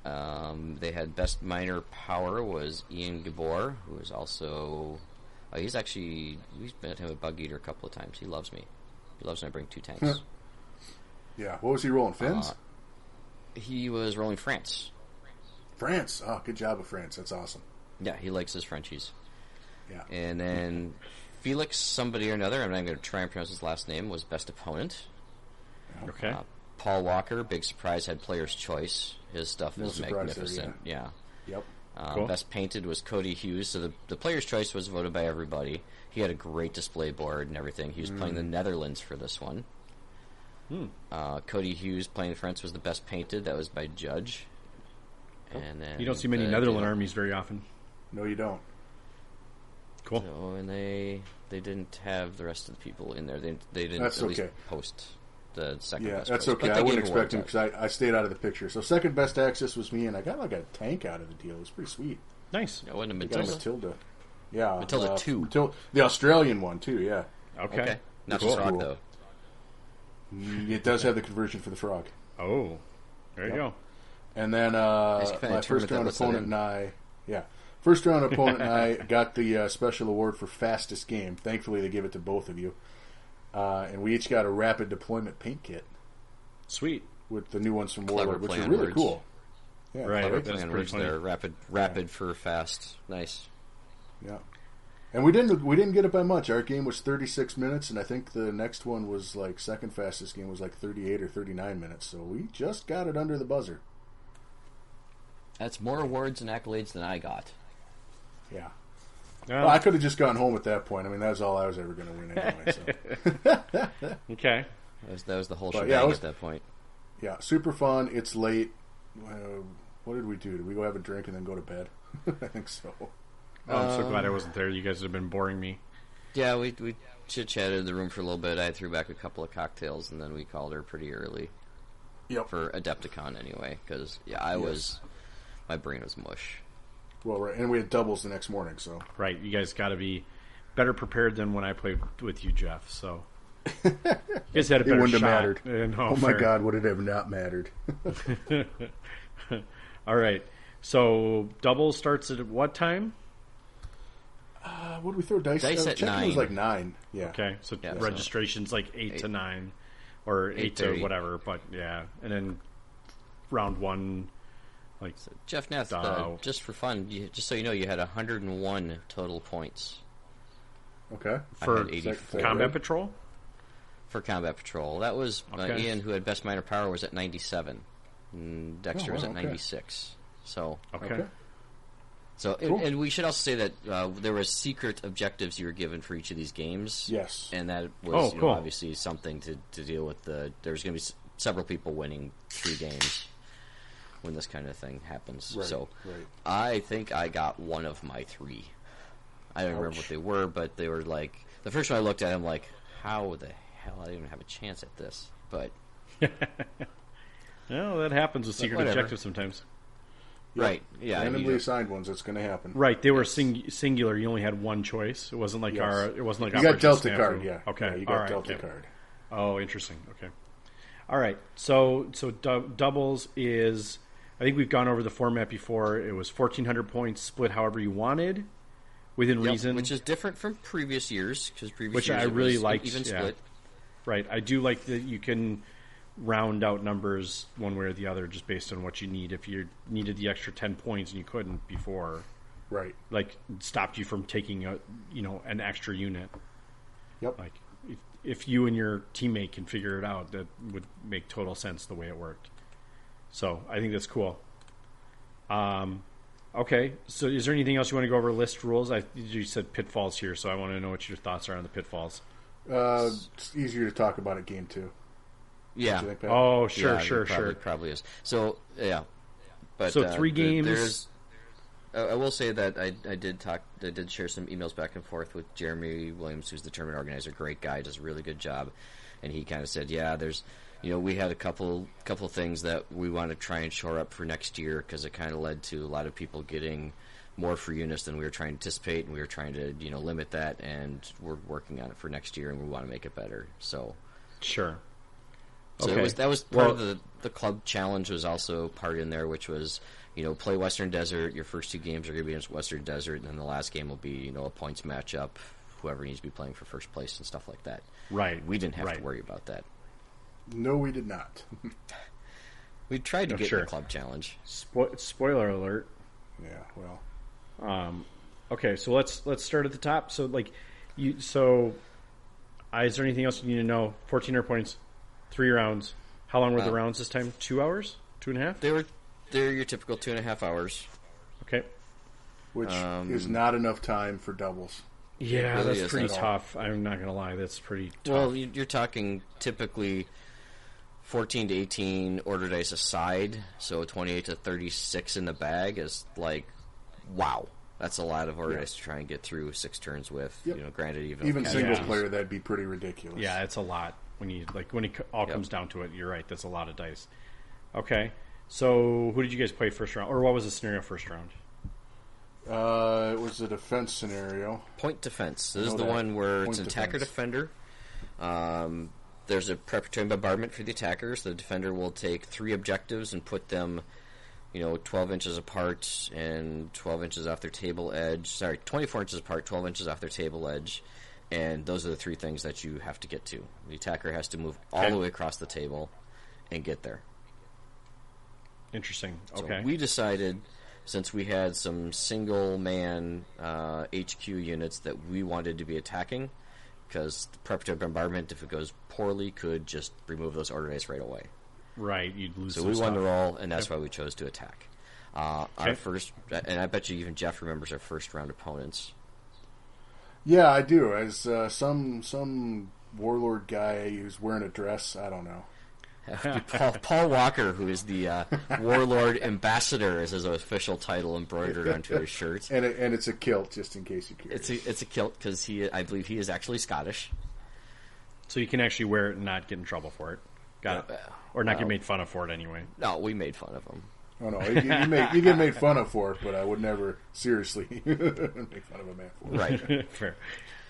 Speaker 2: Um, they had best minor power was Ian Gabor, who is also uh, he's actually we've met him at Bug Eater a couple of times. He loves me. He loves when I bring two tanks.
Speaker 3: Yeah. What was he rolling? Fins?
Speaker 2: Uh, he was rolling France.
Speaker 3: France. Oh, good job of France. That's awesome.
Speaker 2: Yeah, he likes his Frenchies.
Speaker 3: Yeah.
Speaker 2: And then Felix, somebody or another, I'm not going to try and pronounce his last name, was best opponent.
Speaker 1: Okay.
Speaker 2: Uh, Paul Walker, big surprise, had player's choice. His stuff
Speaker 3: No
Speaker 2: is
Speaker 3: surprise there,
Speaker 2: magnificent. yeah.
Speaker 3: Yep.
Speaker 2: Uh,
Speaker 1: Cool.
Speaker 2: Best painted was Cody Hughes. So the, the player's choice was voted by everybody. He had a great display board and everything. He was playing the Netherlands for this one. Uh, Cody Hughes playing France was the best painted. That was by Judge. And then
Speaker 1: you don't see many
Speaker 2: the-
Speaker 1: Netherland
Speaker 2: the-
Speaker 1: armies very often.
Speaker 3: No, you don't.
Speaker 1: Cool.
Speaker 2: So, and they they didn't have the rest of the people in there. They they didn't
Speaker 3: That's
Speaker 2: at least
Speaker 3: okay.
Speaker 2: post. the second
Speaker 3: Yeah,
Speaker 2: best.
Speaker 3: that's
Speaker 2: place, but
Speaker 3: okay.
Speaker 2: they
Speaker 3: I wouldn't
Speaker 2: gave awards
Speaker 3: expect him
Speaker 2: out.
Speaker 3: because I, I stayed out of the picture. So second best access was me, and I got like a tank out of the deal. It was pretty sweet.
Speaker 1: Nice.
Speaker 2: It wouldn't have
Speaker 3: Got
Speaker 2: been
Speaker 3: Matilda.
Speaker 2: Tilda.
Speaker 3: Yeah, Uh,
Speaker 2: Matilda two.
Speaker 3: Matil- the Australian one too. Yeah,
Speaker 1: Okay.
Speaker 2: Okay, not
Speaker 3: Cool.
Speaker 2: the frog though.
Speaker 3: it does have the conversion for the frog.
Speaker 1: Oh, there you go.
Speaker 3: And then uh,
Speaker 2: Just kinda
Speaker 3: my
Speaker 2: determined
Speaker 3: first
Speaker 2: that
Speaker 3: round
Speaker 2: was the
Speaker 3: opponent
Speaker 2: name.
Speaker 3: and I, yeah, first round opponent and I got the uh, special award for fastest game. Thankfully, they give it to both of you, uh, and we each got a rapid deployment paint kit
Speaker 1: Sweet.
Speaker 3: with the new ones from
Speaker 2: Clever
Speaker 3: Warlord, which
Speaker 2: play
Speaker 3: are
Speaker 2: on
Speaker 3: really
Speaker 2: words.
Speaker 3: cool. Yeah,
Speaker 1: Right.
Speaker 3: clever.
Speaker 1: That's
Speaker 2: Playing
Speaker 1: pretty
Speaker 2: words
Speaker 1: funny.
Speaker 2: there, rapid, rapid for fast, nice.
Speaker 3: Yeah. And we didn't we didn't get it by much. Our game was 36 minutes, and I think the next one was like second fastest game was like 38 or 39 minutes. So we just got it under the buzzer.
Speaker 2: That's more awards and accolades than I got.
Speaker 3: Yeah.
Speaker 1: Yeah.
Speaker 3: Well, I could have just gone home at that point. I mean, that was all I was ever going to win anyway. So.
Speaker 1: okay.
Speaker 2: That was, that was the whole
Speaker 3: But,
Speaker 2: shebang
Speaker 3: yeah, it was-
Speaker 2: at that point.
Speaker 3: yeah, super fun. It's late. Uh, what did we do? Did we go have a drink and then go to bed? I think so.
Speaker 1: Oh, I'm so glad I wasn't there. You guys have been boring me.
Speaker 2: Yeah, we we chit chatted in the room for a little bit. I threw back a couple of cocktails, and then we called her pretty early
Speaker 3: Yep.
Speaker 2: for Adepticon anyway. Because yeah, I was my brain was mush.
Speaker 3: Well, right, and we had doubles the next morning, so
Speaker 1: Right. You guys got to be better prepared than when I played with you, Jeff. So you guys had a
Speaker 3: it
Speaker 1: better
Speaker 3: wouldn't
Speaker 1: shot.
Speaker 3: have mattered.
Speaker 1: Yeah, no,
Speaker 3: oh my
Speaker 1: fair.
Speaker 3: God, would it have not mattered?
Speaker 1: All right. So double starts at what time?
Speaker 3: Uh, what did we throw dice?
Speaker 2: Dice
Speaker 3: uh,
Speaker 2: at
Speaker 3: checking was
Speaker 2: nine.
Speaker 3: like nine. Yeah.
Speaker 1: Okay, so
Speaker 2: Yeah, so-
Speaker 1: registration's like eight, to nine, or eight, to
Speaker 2: 8:30.
Speaker 1: whatever. But yeah, and then round one, like
Speaker 2: Jeff Nath,
Speaker 1: Duh.
Speaker 2: uh, just for fun, you, just so you know, you had 101 total points
Speaker 3: Okay.
Speaker 2: I
Speaker 1: for
Speaker 2: had 84.
Speaker 1: combat
Speaker 3: right?
Speaker 1: patrol.
Speaker 2: for Combat Patrol. That was uh,
Speaker 1: Okay.
Speaker 2: Ian, who had best minor power, was at 97, and Dexter
Speaker 3: Oh,
Speaker 2: was
Speaker 3: wow,
Speaker 2: at
Speaker 3: okay.
Speaker 2: 96. So
Speaker 1: Okay.
Speaker 3: Okay.
Speaker 2: So, and,
Speaker 3: Cool.
Speaker 2: and we should also say that uh, there were secret objectives you were given for each of these games.
Speaker 3: Yes.
Speaker 2: and that was
Speaker 1: Oh,
Speaker 2: you know,
Speaker 1: cool.
Speaker 2: obviously something to, to deal with. The there's going to be s- several people winning three games when this kind of thing happens.
Speaker 3: Right,
Speaker 2: so,
Speaker 3: right.
Speaker 2: I think I got one of my three. I don't remember
Speaker 3: Ouch.
Speaker 2: what they were, but they were like the first one I looked at. I'm like, how the hell I didn't even have a chance at this? But
Speaker 1: Well, that happens with secret
Speaker 2: whatever.
Speaker 1: objectives sometimes.
Speaker 2: right, yeah, I mean,
Speaker 3: Randomly
Speaker 2: you-
Speaker 3: assigned ones. That's going to happen.
Speaker 1: Right, they were sing- singular. You only had one choice. It wasn't like
Speaker 3: Yes.
Speaker 1: our. It wasn't like
Speaker 3: You got
Speaker 1: Operation
Speaker 3: Delta
Speaker 1: Snafu.
Speaker 3: card. Yeah.
Speaker 1: Okay.
Speaker 3: Yeah, you
Speaker 1: All
Speaker 3: got
Speaker 1: right,
Speaker 3: Delta
Speaker 1: yeah.
Speaker 3: card.
Speaker 1: Oh, interesting. Okay. All right. So so dou- doubles is I think we've gone over the format before. It was 1400 points split however you wanted within
Speaker 2: Yep,
Speaker 1: reason,
Speaker 2: which is different from previous years because previous
Speaker 1: Which
Speaker 2: years
Speaker 1: I
Speaker 2: it
Speaker 1: really
Speaker 2: was e-,
Speaker 1: liked,
Speaker 2: even
Speaker 1: yeah.
Speaker 2: split.
Speaker 1: right? I do like that you can round out numbers one way or the other just based on what you need if you needed the extra 10 points and you couldn't before
Speaker 3: Right.
Speaker 1: like stopped you from taking a you know an extra unit
Speaker 3: Yep.
Speaker 1: like if, if you and your teammate can figure it out that would make total sense the way it worked so i think that's cool um, okay so is there anything else you want to go over list rules i you said pitfalls here so i want to know what your thoughts are on the pitfalls
Speaker 3: Uh, it's easier to talk about at game two.
Speaker 2: Yeah,
Speaker 3: Do you think, Pat?
Speaker 1: oh sure
Speaker 2: Yeah, it
Speaker 1: sure
Speaker 2: probably,
Speaker 1: sure
Speaker 2: Probably is. So yeah, but
Speaker 1: So
Speaker 2: uh,
Speaker 1: three
Speaker 2: there-
Speaker 1: games-
Speaker 2: There's, I I will say that I, I did talk, I did share some emails back and forth with Jeremy Williams, who's the tournament organizer. Great guy, does a really good job, and he kind of said, yeah, there's. You know, we had a couple couple things that we want to try and shore up for next year because it kind of led to a lot of people getting more for units than we were trying to anticipate, and we were trying to you know limit that, and we're working on it for next year, and we want to make it better. So
Speaker 1: sure
Speaker 2: so
Speaker 1: Okay.
Speaker 2: it was, that was part of
Speaker 1: Well-
Speaker 2: the the club challenge was also part in there, which was you know play Western Desert. Your first two games are going to be against Western Desert, and then the last game will be you know a points matchup. Whoever needs to be playing for first place and stuff like that.
Speaker 1: Right,
Speaker 2: We didn't have
Speaker 1: right.
Speaker 2: to worry about that.
Speaker 3: No, we did not.
Speaker 2: We tried to
Speaker 1: Oh,
Speaker 2: get
Speaker 1: sure.
Speaker 2: the club challenge.
Speaker 1: Spo- spoiler alert
Speaker 3: yeah. Well.
Speaker 1: Okay, so let's let's start at the top. So like you so uh, is there anything else you need to know? Fourteen hundred points, three rounds. How long were the
Speaker 2: Uh,
Speaker 1: rounds this time? Two hours? Two and a half?
Speaker 2: They were they're your typical two and a half hours.
Speaker 1: Okay.
Speaker 3: Which
Speaker 2: Um,
Speaker 3: is not enough time for doubles.
Speaker 1: Yeah,
Speaker 2: really
Speaker 1: that's
Speaker 2: is
Speaker 1: pretty
Speaker 2: not all.
Speaker 1: tough. I'm not gonna lie, that's pretty tough.
Speaker 2: Well, you- you're talking typically 14 to 18 order dice aside, so 28 to 36 in the bag is like, wow, that's a lot of order dice to try and get through six turns with.
Speaker 3: Yep.
Speaker 2: You know, granted, even
Speaker 3: Even
Speaker 2: with
Speaker 3: single
Speaker 1: yeah.
Speaker 2: casualties.
Speaker 3: player, that'd be pretty ridiculous.
Speaker 1: yeah, it's a lot. when you like when it co- all
Speaker 2: Yep.
Speaker 1: comes down to it. You're right. That's a lot of dice. Okay, so who did you guys play first round, or what was the scenario first round?
Speaker 3: Uh, it was a defense scenario.
Speaker 2: Point defense. This
Speaker 3: I
Speaker 2: is
Speaker 3: know
Speaker 2: the
Speaker 3: that.
Speaker 2: one where it's
Speaker 3: Point
Speaker 2: an attacker defender. Um, there's a preparatory bombardment for the attackers. The defender will take three objectives and put them, you know, 12 inches apart and 12 inches off their table edge. Sorry, 24 inches apart, 12 inches off their table edge. And those are the three things that you have to get to. The attacker has to move all the way across the table and get there.
Speaker 1: Interesting.
Speaker 2: So
Speaker 1: Okay.
Speaker 2: we decided, since we had some single man uh, HQ units that we wanted to be attacking, because the preparatory bombardment, if it goes poorly, could just remove those order dice right away.
Speaker 1: right. You'd lose.
Speaker 2: So
Speaker 1: some
Speaker 2: we won the
Speaker 1: stuff.
Speaker 2: roll, and that's why we chose to attack. Uh,
Speaker 1: Okay.
Speaker 2: Our first, and I bet you even Jeff remembers our first round opponents.
Speaker 3: Yeah, I do. As uh, some some warlord guy who's wearing a dress. I don't know.
Speaker 2: Paul, Paul Walker, who is the uh, warlord ambassador, is his official title embroidered onto his shirt.
Speaker 3: And it, and it's a kilt, just in case you're curious.
Speaker 2: It's a it's a kilt because he, I believe, he is actually Scottish.
Speaker 1: So you can actually wear it and not get in trouble for it. Got it.
Speaker 2: Yeah.
Speaker 1: Or not get
Speaker 2: Well.
Speaker 1: made fun of for it anyway.
Speaker 2: No, we made fun of him.
Speaker 3: oh no, you, you, make, you get made fun of for it, but I would never seriously make fun of a man for it.
Speaker 2: Right.
Speaker 1: Fair.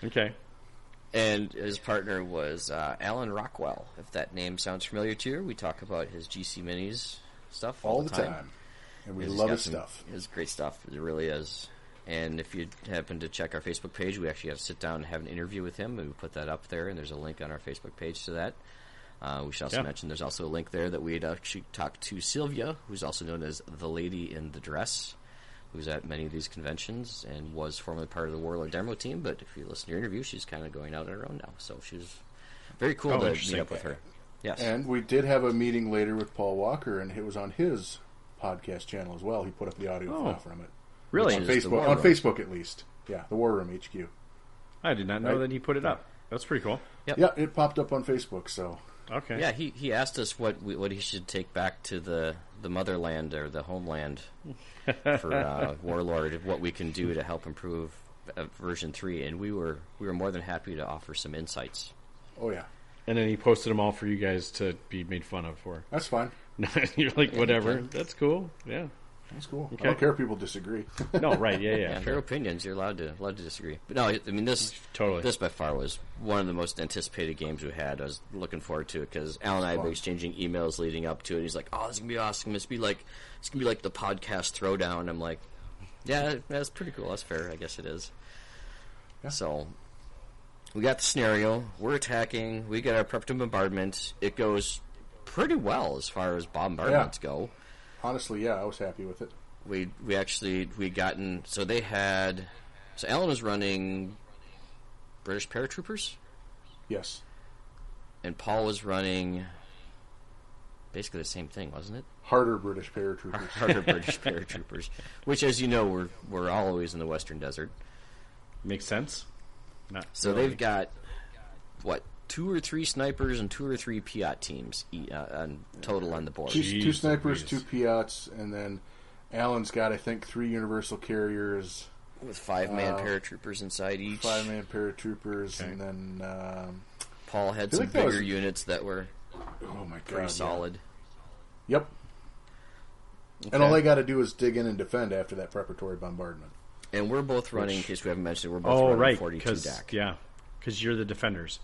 Speaker 1: Okay.
Speaker 2: and his partner was uh, Alan Rockwell. If that name sounds familiar to you, we talk about his GC Minis stuff all,
Speaker 3: all the time, and we
Speaker 2: He's
Speaker 3: love
Speaker 2: got
Speaker 3: his
Speaker 2: some-
Speaker 3: stuff.
Speaker 2: It's great stuff. It really is. And if you happen to check our Facebook page, we actually had to sit down and have an interview with him. We put that up there, and there's a link on our Facebook page to that. Uh, we should also
Speaker 1: Yeah.
Speaker 2: mention there's also a link there that we had actually talked to Sylvia, who's also known as the Lady in the Dress, who's at many of these conventions and was formerly part of the Warlord demo team. But if you listen to your interview, she's kind of going out on her own now. So she's very cool
Speaker 1: Oh,
Speaker 2: to meet
Speaker 1: interesting.
Speaker 2: up with her. Yes.
Speaker 3: And we did have a meeting later with Paul Walker, and it was on his podcast channel as well. He put up the audio
Speaker 1: Oh.
Speaker 3: file from it
Speaker 1: Really?
Speaker 2: Which
Speaker 3: on
Speaker 2: is the
Speaker 3: Facebook,
Speaker 2: War
Speaker 3: on
Speaker 2: Room.
Speaker 3: Facebook at least. Yeah, the War Room HQ.
Speaker 1: I did not know
Speaker 3: Right.
Speaker 1: that he put it up. That's pretty cool.
Speaker 2: Yep.
Speaker 3: Yeah, it popped up on Facebook. So
Speaker 1: Okay.
Speaker 2: Yeah, he, he asked us what we, what he should take back to the, the motherland or the homeland for uh, Warlord, what we can do to help improve uh, version three, and we were we were more than happy to offer some insights.
Speaker 3: oh yeah,
Speaker 1: And then he posted them all for you guys to be made fun of for.
Speaker 3: that's fine.
Speaker 1: You're like, whatever. That's cool. Yeah.
Speaker 3: That's cool. I
Speaker 1: Okay.
Speaker 3: don't care if people disagree.
Speaker 1: No, right. Yeah, yeah.
Speaker 2: Yeah,
Speaker 1: fair.
Speaker 2: fair opinions, you're allowed to allowed to disagree. But no, I I mean this
Speaker 1: Totally.
Speaker 2: this by far was one of the most anticipated games we had. I was looking forward to it because Alan and I were exchanging emails leading up to it. He's like, "Oh, this is gonna be awesome. It's gonna be like it's gonna be like the podcast throwdown." I'm like, "Yeah, that's pretty cool. That's fair. I guess it is." So we got the scenario. We're attacking. We get our prep to bombardment. It goes pretty well as far as bombardments go
Speaker 3: Honestly, yeah, I was happy with it.
Speaker 2: we we actually we gotten so they had so Alan was running British paratroopers
Speaker 3: Yes.
Speaker 2: and Paul was running basically the same thing, wasn't it?
Speaker 3: Harder British paratroopers.
Speaker 2: Harder British paratroopers, which, as you know, we're we're always in the Western Desert.
Speaker 1: Makes sense. Not
Speaker 2: So
Speaker 1: really.
Speaker 2: they've got what two or three snipers and two or three Piat teams e- uh, on, total on the board.
Speaker 3: two,
Speaker 1: Jeez
Speaker 3: two snipers, two
Speaker 1: Louise.
Speaker 3: Piats, and then Alan's got, I think, three Universal Carriers,
Speaker 2: with five man
Speaker 3: uh,
Speaker 2: paratroopers inside each.
Speaker 3: five man paratroopers,
Speaker 1: Okay.
Speaker 3: and then um,
Speaker 2: Paul had some
Speaker 3: I think that
Speaker 2: bigger
Speaker 3: was-
Speaker 2: units that were
Speaker 3: oh my god,
Speaker 2: pretty
Speaker 3: yeah.
Speaker 2: solid.
Speaker 3: Yep. And
Speaker 2: Okay.
Speaker 3: all they got to do is dig in and defend after that preparatory bombardment.
Speaker 2: And we're both running, in case we haven't mentioned, it, we're both
Speaker 1: Oh,
Speaker 2: running
Speaker 1: right.
Speaker 2: 42
Speaker 1: Because
Speaker 2: DAC.
Speaker 1: yeah, because you're the defenders,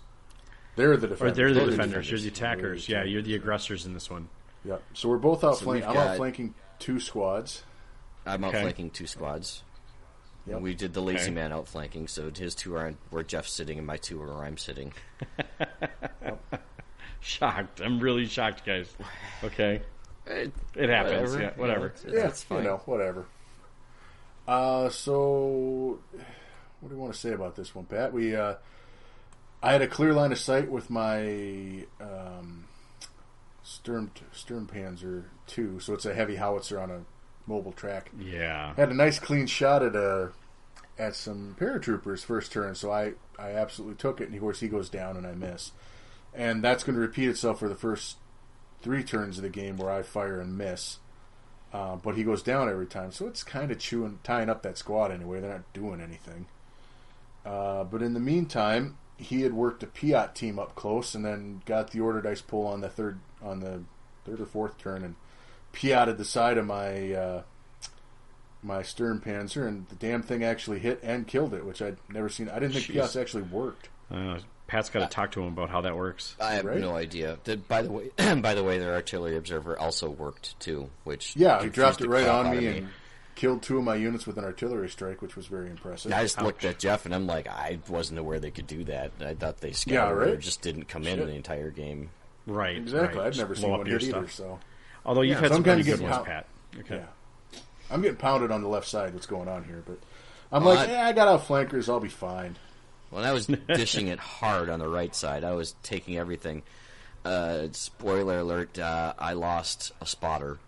Speaker 3: They're the
Speaker 1: or
Speaker 3: defenders.
Speaker 1: they're the
Speaker 2: They're the
Speaker 1: defenders. You're
Speaker 2: defenders.
Speaker 1: the attackers. Yeah, you're the aggressors in this one.
Speaker 3: Yep. So we're both outflanking.
Speaker 2: we've
Speaker 3: I'm
Speaker 2: got-
Speaker 3: outflanking two squads.
Speaker 2: I'm
Speaker 1: Okay.
Speaker 2: outflanking two squads.
Speaker 3: Yep.
Speaker 2: And we did the lazy
Speaker 1: Okay.
Speaker 2: man outflanking, so his two are on where Jeff's sitting and my two are where I'm sitting.
Speaker 1: Shocked. I'm really shocked, guys. Okay,
Speaker 2: It,
Speaker 1: it happens. Yeah, whatever.
Speaker 2: it's-
Speaker 3: yeah,
Speaker 2: that's fine.
Speaker 3: you know, whatever. Uh, so what do you want to say about this one, Pat? We, uh, I had a clear line of sight with my um, Sturm Sturmpanzer two, so it's a heavy howitzer on a mobile track.
Speaker 1: Yeah.
Speaker 3: had a nice clean shot at a at some paratroopers first turn, so I I absolutely took it, and of course he goes down and I miss, and that's going to repeat itself for the first three turns of the game where I fire and miss, uh, but he goes down every time, so it's kind of chewing tying up that squad anyway. They're not doing anything, uh, but in the meantime, he had worked a Piat team up close, and then got the order dice pull on the third on the third or fourth turn, and Piated the side of my uh, my stern panzer, and the damn thing actually hit and killed it, which I'd never seen. I didn't think
Speaker 2: Jeez.
Speaker 3: Piats actually worked.
Speaker 1: Uh, Pat's got to talk to him about how that works.
Speaker 2: I have
Speaker 3: Right.
Speaker 2: no idea. The, by the way, by the way, their artillery observer also worked too, which
Speaker 3: Yeah, he
Speaker 2: confused
Speaker 3: dropped
Speaker 2: the
Speaker 3: it right
Speaker 2: crap
Speaker 3: on
Speaker 2: out of
Speaker 3: me and killed two of my units with an artillery strike, which was very impressive.
Speaker 2: I just looked at Jeff and I'm like, I wasn't aware they could do that. I thought they scattered
Speaker 3: Yeah, right?
Speaker 2: or just didn't come in
Speaker 3: Shit.
Speaker 2: the entire game.
Speaker 1: Right.
Speaker 3: Exactly,
Speaker 1: right.
Speaker 3: I'd never
Speaker 1: Blow
Speaker 3: seen
Speaker 1: up
Speaker 3: one
Speaker 1: your
Speaker 3: hit either.
Speaker 1: stuff.
Speaker 3: So
Speaker 1: Although you've
Speaker 3: Yeah,
Speaker 1: had some
Speaker 3: sometimes
Speaker 1: pretty
Speaker 3: you
Speaker 1: good
Speaker 3: get
Speaker 1: ones,
Speaker 3: pow-
Speaker 1: Pat. Okay.
Speaker 3: yeah, I'm getting pounded on the left side. What's going on here? But I'm like,
Speaker 2: I-
Speaker 3: eh, I got out flankers. I'll be fine.
Speaker 2: When I was dishing it hard on the right side, I was taking everything. Uh, spoiler alert: uh, I lost a spotter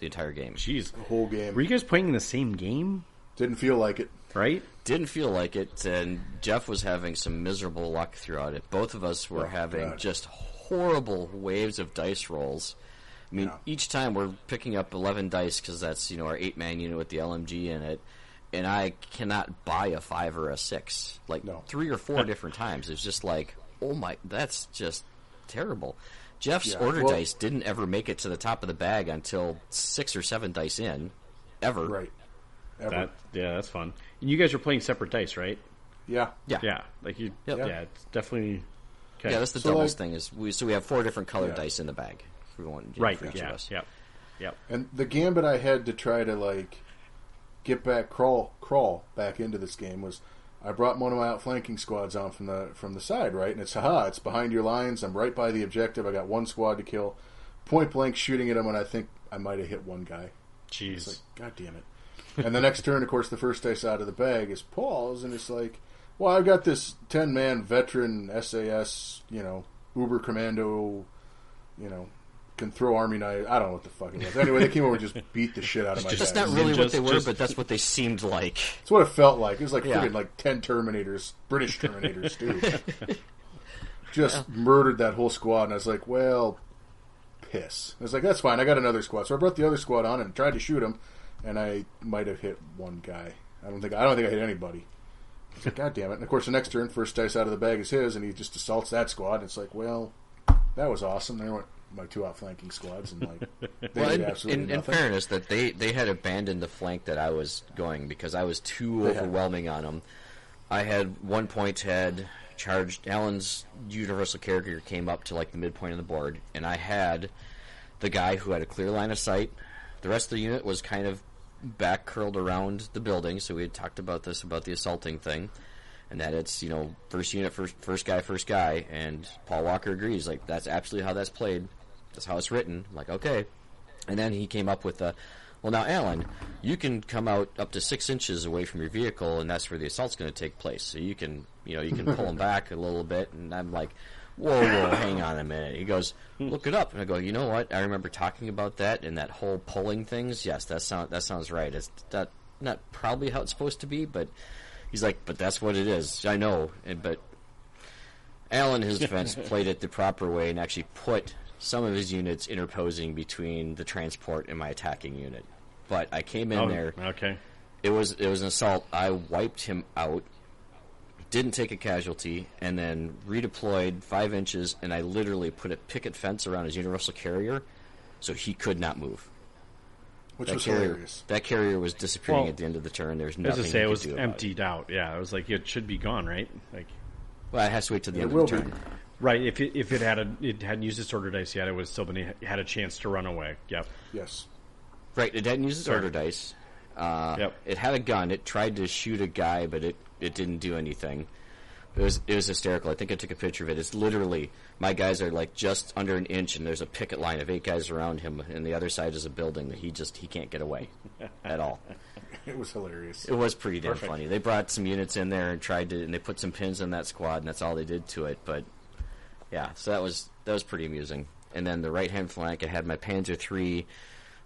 Speaker 2: the entire game.
Speaker 1: Jeez.
Speaker 3: The whole game
Speaker 1: Were you guys playing the same game?
Speaker 3: didn't feel like it.
Speaker 1: Right?
Speaker 2: Didn't feel like it, and Jeff was having some miserable luck throughout it. Both of us were
Speaker 3: Oh,
Speaker 2: having
Speaker 3: God.
Speaker 2: just horrible waves of dice rolls. I mean,
Speaker 3: Yeah.
Speaker 2: each time we're picking up eleven dice because that's you know our eight man unit with the LMG in it, and I cannot buy a five or a six like
Speaker 3: No.
Speaker 2: three or four different times. It's just like, oh my, that's just terrible. Jeff's
Speaker 3: Yeah,
Speaker 2: order
Speaker 3: well-
Speaker 2: dice didn't ever make it to the top of the bag until six or seven dice in, ever.
Speaker 3: Right. Ever.
Speaker 1: That yeah, that's fun. And you guys were playing separate dice, right?
Speaker 3: yeah.
Speaker 2: Yeah.
Speaker 1: Yeah. Like you
Speaker 2: Yep.
Speaker 1: yeah, it's definitely okay.
Speaker 2: Yeah, that's the
Speaker 3: So,
Speaker 2: doubles
Speaker 3: like-
Speaker 2: thing. Is we so we have four different colored
Speaker 3: Yeah.
Speaker 2: dice in the bag. If we want, you know,
Speaker 1: right,
Speaker 2: For each of
Speaker 1: yeah,
Speaker 2: us.
Speaker 1: yeah. Yep.
Speaker 3: And the gambit I had to try to like get back, crawl, crawl back into this game was I brought one of my outflanking squads on from the from the side, right? And it's haha, it's behind your lines. I'm right by the objective. I got one squad to kill, point blank shooting at him, and I think I might have hit one guy.
Speaker 1: Jeez.
Speaker 3: It's like, God damn it. And the next turn, of course, the first dice out of the bag is Paul's, and it's like, well, I've got this 10 man veteran SAS, you know, Uber commando, you know, can throw army knife. I don't know what the fuck it was. Anyway, they came over and just beat the shit out of my
Speaker 2: That's
Speaker 3: guys.
Speaker 2: not really what
Speaker 1: Ninjas
Speaker 2: they were,
Speaker 1: just-
Speaker 2: but that's what they seemed like.
Speaker 3: That's what it felt like. It was like
Speaker 2: Yeah.
Speaker 3: friggin' like 10 Terminators, British Terminators, too. just murdered that whole squad, and I was like, well, piss. I was like, that's fine. I got another squad. So I brought the other squad on and tried to shoot him, and I might have hit one guy. I don't think I don't think I hit anybody. I was like, God damn it. And of course, the next turn, first dice out of the bag is his, and he just assaults that squad. And it's like, well, that was awesome. There went my two outflanking squads, and like, they
Speaker 2: Well,
Speaker 3: did
Speaker 2: in,
Speaker 3: absolutely
Speaker 2: in, in
Speaker 3: nothing.
Speaker 2: fairness, that they they had abandoned the flank that I was going because I was too
Speaker 3: They had.
Speaker 2: overwhelming on them. I had one point had charged. Alan's universal character came up to like the midpoint of the board, and I had the guy who had a clear line of sight. The rest of the unit was kind of back curled around the building, so we had talked about this about the assaulting thing. And that it's you know first unit first first guy first guy and Paul Walker agrees like that's absolutely how that's played, that's how it's written. I'm like okay, and then he came up with the, well, now, Alan, you can come out up to six inches away from your vehicle, and that's where the assault's going to take place. So you can, you know, you can pull him back a little bit. And I'm like, whoa, whoa, hang on a minute. He goes, look it up. And I go, you know what? I remember talking about that and that whole pulling things. Yes, that sound that sounds right. It's that not probably how it's supposed to be, but he's like, but that's what it is. I know, and, but Allen, in his defense, played it the proper way and actually put some of his units interposing between the transport and my attacking unit. But I came in
Speaker 1: Oh,
Speaker 2: there.
Speaker 1: Okay.
Speaker 2: It was it was an assault. I wiped him out. Didn't take a casualty, and then redeployed five inches, and I literally put a picket fence around his universal carrier, so he could not move.
Speaker 3: which
Speaker 2: That
Speaker 3: was
Speaker 2: carrier,
Speaker 3: hilarious.
Speaker 2: that carrier was disappearing
Speaker 1: Well,
Speaker 2: at the end of the turn. There was
Speaker 1: As
Speaker 2: nothing
Speaker 1: I say,
Speaker 2: he
Speaker 1: it
Speaker 2: could
Speaker 1: was
Speaker 2: do about It.
Speaker 1: emptied out. Yeah, I was like, it should be gone, right? Like,
Speaker 2: Well, it has to wait till the
Speaker 3: It
Speaker 2: end
Speaker 3: will
Speaker 2: of the
Speaker 3: be.
Speaker 2: turn.
Speaker 1: right. If it, if it had a, it hadn't used its order dice yet, it was still been it had a chance to run away. Yep.
Speaker 3: Yes.
Speaker 2: Right, it didn't use its order dice. Uh,
Speaker 1: Yep.
Speaker 2: It had a gun. It tried to shoot a guy, but it, it didn't do anything. It was it was hysterical. I think I took a picture of it. It's literally my guys are like just under an inch, and there's a picket line of eight guys around him, and the other side is a building that he just he can't get away at all.
Speaker 3: It was hilarious.
Speaker 2: It was pretty damn funny. They brought some units in there and tried to, and they put some pins in that squad, and that's all they did to it. But yeah, so that was that was pretty amusing. And then the right hand flank, I had my Panzer three,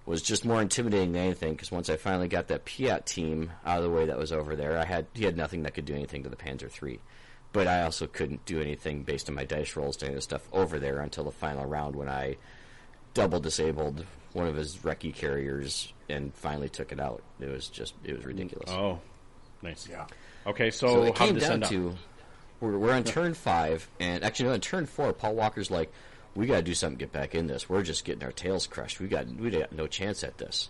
Speaker 2: was just more intimidating than anything because once I finally got that Piat team out of the way that was over there, I had he had nothing that could do anything to the Panzer three. But I also couldn't do anything based on my dice rolls to any of the stuff over there until the final round when I double disabled one of his recce carriers and finally took it out. It was just it was ridiculous.
Speaker 1: Oh, nice.
Speaker 3: Yeah.
Speaker 1: Okay, so,
Speaker 2: So it
Speaker 1: Oh, how
Speaker 2: came
Speaker 1: did this
Speaker 2: down
Speaker 1: end up?
Speaker 2: to We're, we're on turn five, and actually, no, on turn four, Paul Walker's like, we got to do something to get back in this. We're just getting our tails crushed. We got we got no chance at this.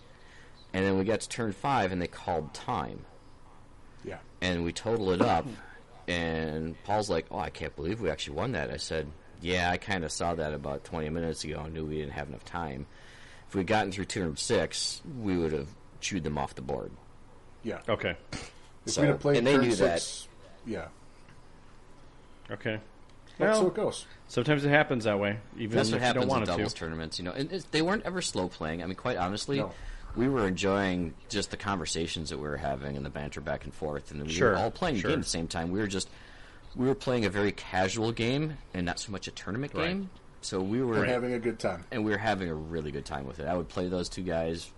Speaker 2: And then we got to turn five, and they called time,
Speaker 3: Yeah.
Speaker 2: and we total it up. And Paul's like, "Oh, I can't believe we actually won that." I said, "Yeah, I kind of saw that about 20 minutes ago. I knew we didn't have enough time. If we'd gotten through turn six, we would have chewed them off the board."
Speaker 3: Yeah.
Speaker 1: Okay.
Speaker 3: If
Speaker 2: So-
Speaker 3: we'd have played
Speaker 2: and they
Speaker 3: turn
Speaker 2: knew
Speaker 3: six, yeah.
Speaker 1: Okay.
Speaker 3: That's so
Speaker 1: Well,
Speaker 3: it goes.
Speaker 1: sometimes it happens that way, even
Speaker 2: That's
Speaker 1: if
Speaker 2: what
Speaker 1: you don't
Speaker 2: happens in
Speaker 1: want it
Speaker 2: doubles
Speaker 1: to.
Speaker 2: tournaments, you know. And it's, they weren't ever slow playing. I mean, quite honestly,
Speaker 3: No.
Speaker 2: we were enjoying just the conversations that we were having and the banter back and forth. And we
Speaker 1: Sure,
Speaker 2: were all playing
Speaker 1: sure.
Speaker 2: the game at the same time. We were just we were playing a very casual game and not so much a tournament
Speaker 1: Right.
Speaker 2: game. So we were
Speaker 3: We're having a good time.
Speaker 2: and we were having a really good time with it. I would play those two guys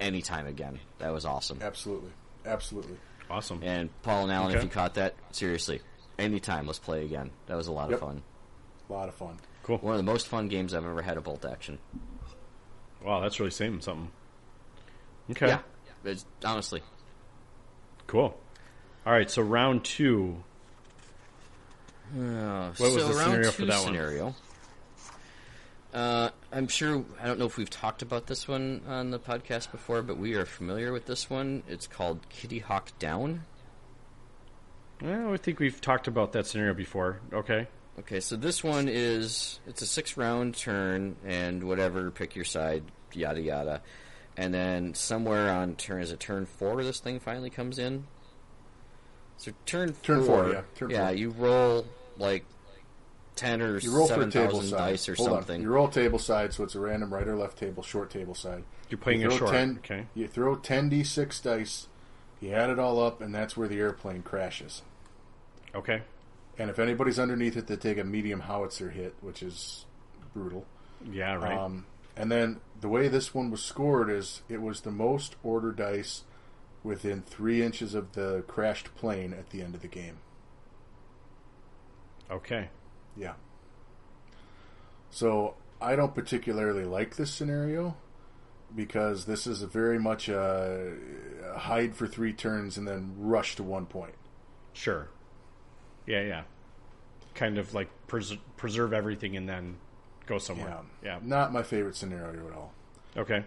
Speaker 2: anytime again. That was awesome.
Speaker 3: Absolutely. Absolutely.
Speaker 1: Awesome.
Speaker 2: And Paul and Alan, if
Speaker 1: Okay.
Speaker 2: you caught that, seriously, anytime, let's play again. That was a lot
Speaker 3: Yep.
Speaker 2: of fun.
Speaker 3: A lot of fun.
Speaker 1: Cool.
Speaker 2: One of the most fun games I've ever had at Bolt Action.
Speaker 1: Wow, that's really saying something. Okay.
Speaker 2: Yeah, it's, honestly,
Speaker 1: Cool. All right, so round two.
Speaker 2: What
Speaker 1: was the scenario for that one?
Speaker 2: scenario, Uh, I'm sure. I don't know if we've talked about this one on the podcast before, but we are familiar with this one. It's called Kitty Hawk Down.
Speaker 1: Well, I think we've talked about that scenario before. Okay.
Speaker 2: Okay, so this one is it's a six round turn and whatever, pick your side, yada yada. And then somewhere on turn is it turn four this thing finally comes in? So turn
Speaker 3: Turn four, yeah, turn
Speaker 2: yeah,
Speaker 3: four.
Speaker 2: you roll like ten or
Speaker 3: You roll
Speaker 2: seven
Speaker 3: for a table
Speaker 2: thousand
Speaker 3: side.
Speaker 2: dice or
Speaker 3: Hold
Speaker 2: something.
Speaker 3: On. You roll table side, so it's a random right or left table, short table side.
Speaker 1: You're playing
Speaker 3: you
Speaker 1: a
Speaker 3: throw
Speaker 1: short,
Speaker 3: 10
Speaker 1: okay.
Speaker 3: You throw 10 d6 dice. You add it all up, and that's where the airplane crashes.
Speaker 1: Okay.
Speaker 3: And if anybody's underneath it, they take a medium howitzer hit, which is brutal.
Speaker 1: Yeah, right.
Speaker 3: Um, and then the way this one was scored is it was the most order dice within three inches of the crashed plane at the end of the game.
Speaker 1: okay.
Speaker 3: Yeah. So I don't particularly like this scenario because this is a very much a, a hide for three turns and then rush to one point.
Speaker 1: Sure. Yeah, yeah. Kind of like pres- preserve everything and then go somewhere. Yeah.
Speaker 3: Um, Not my favorite scenario at all.
Speaker 1: Okay.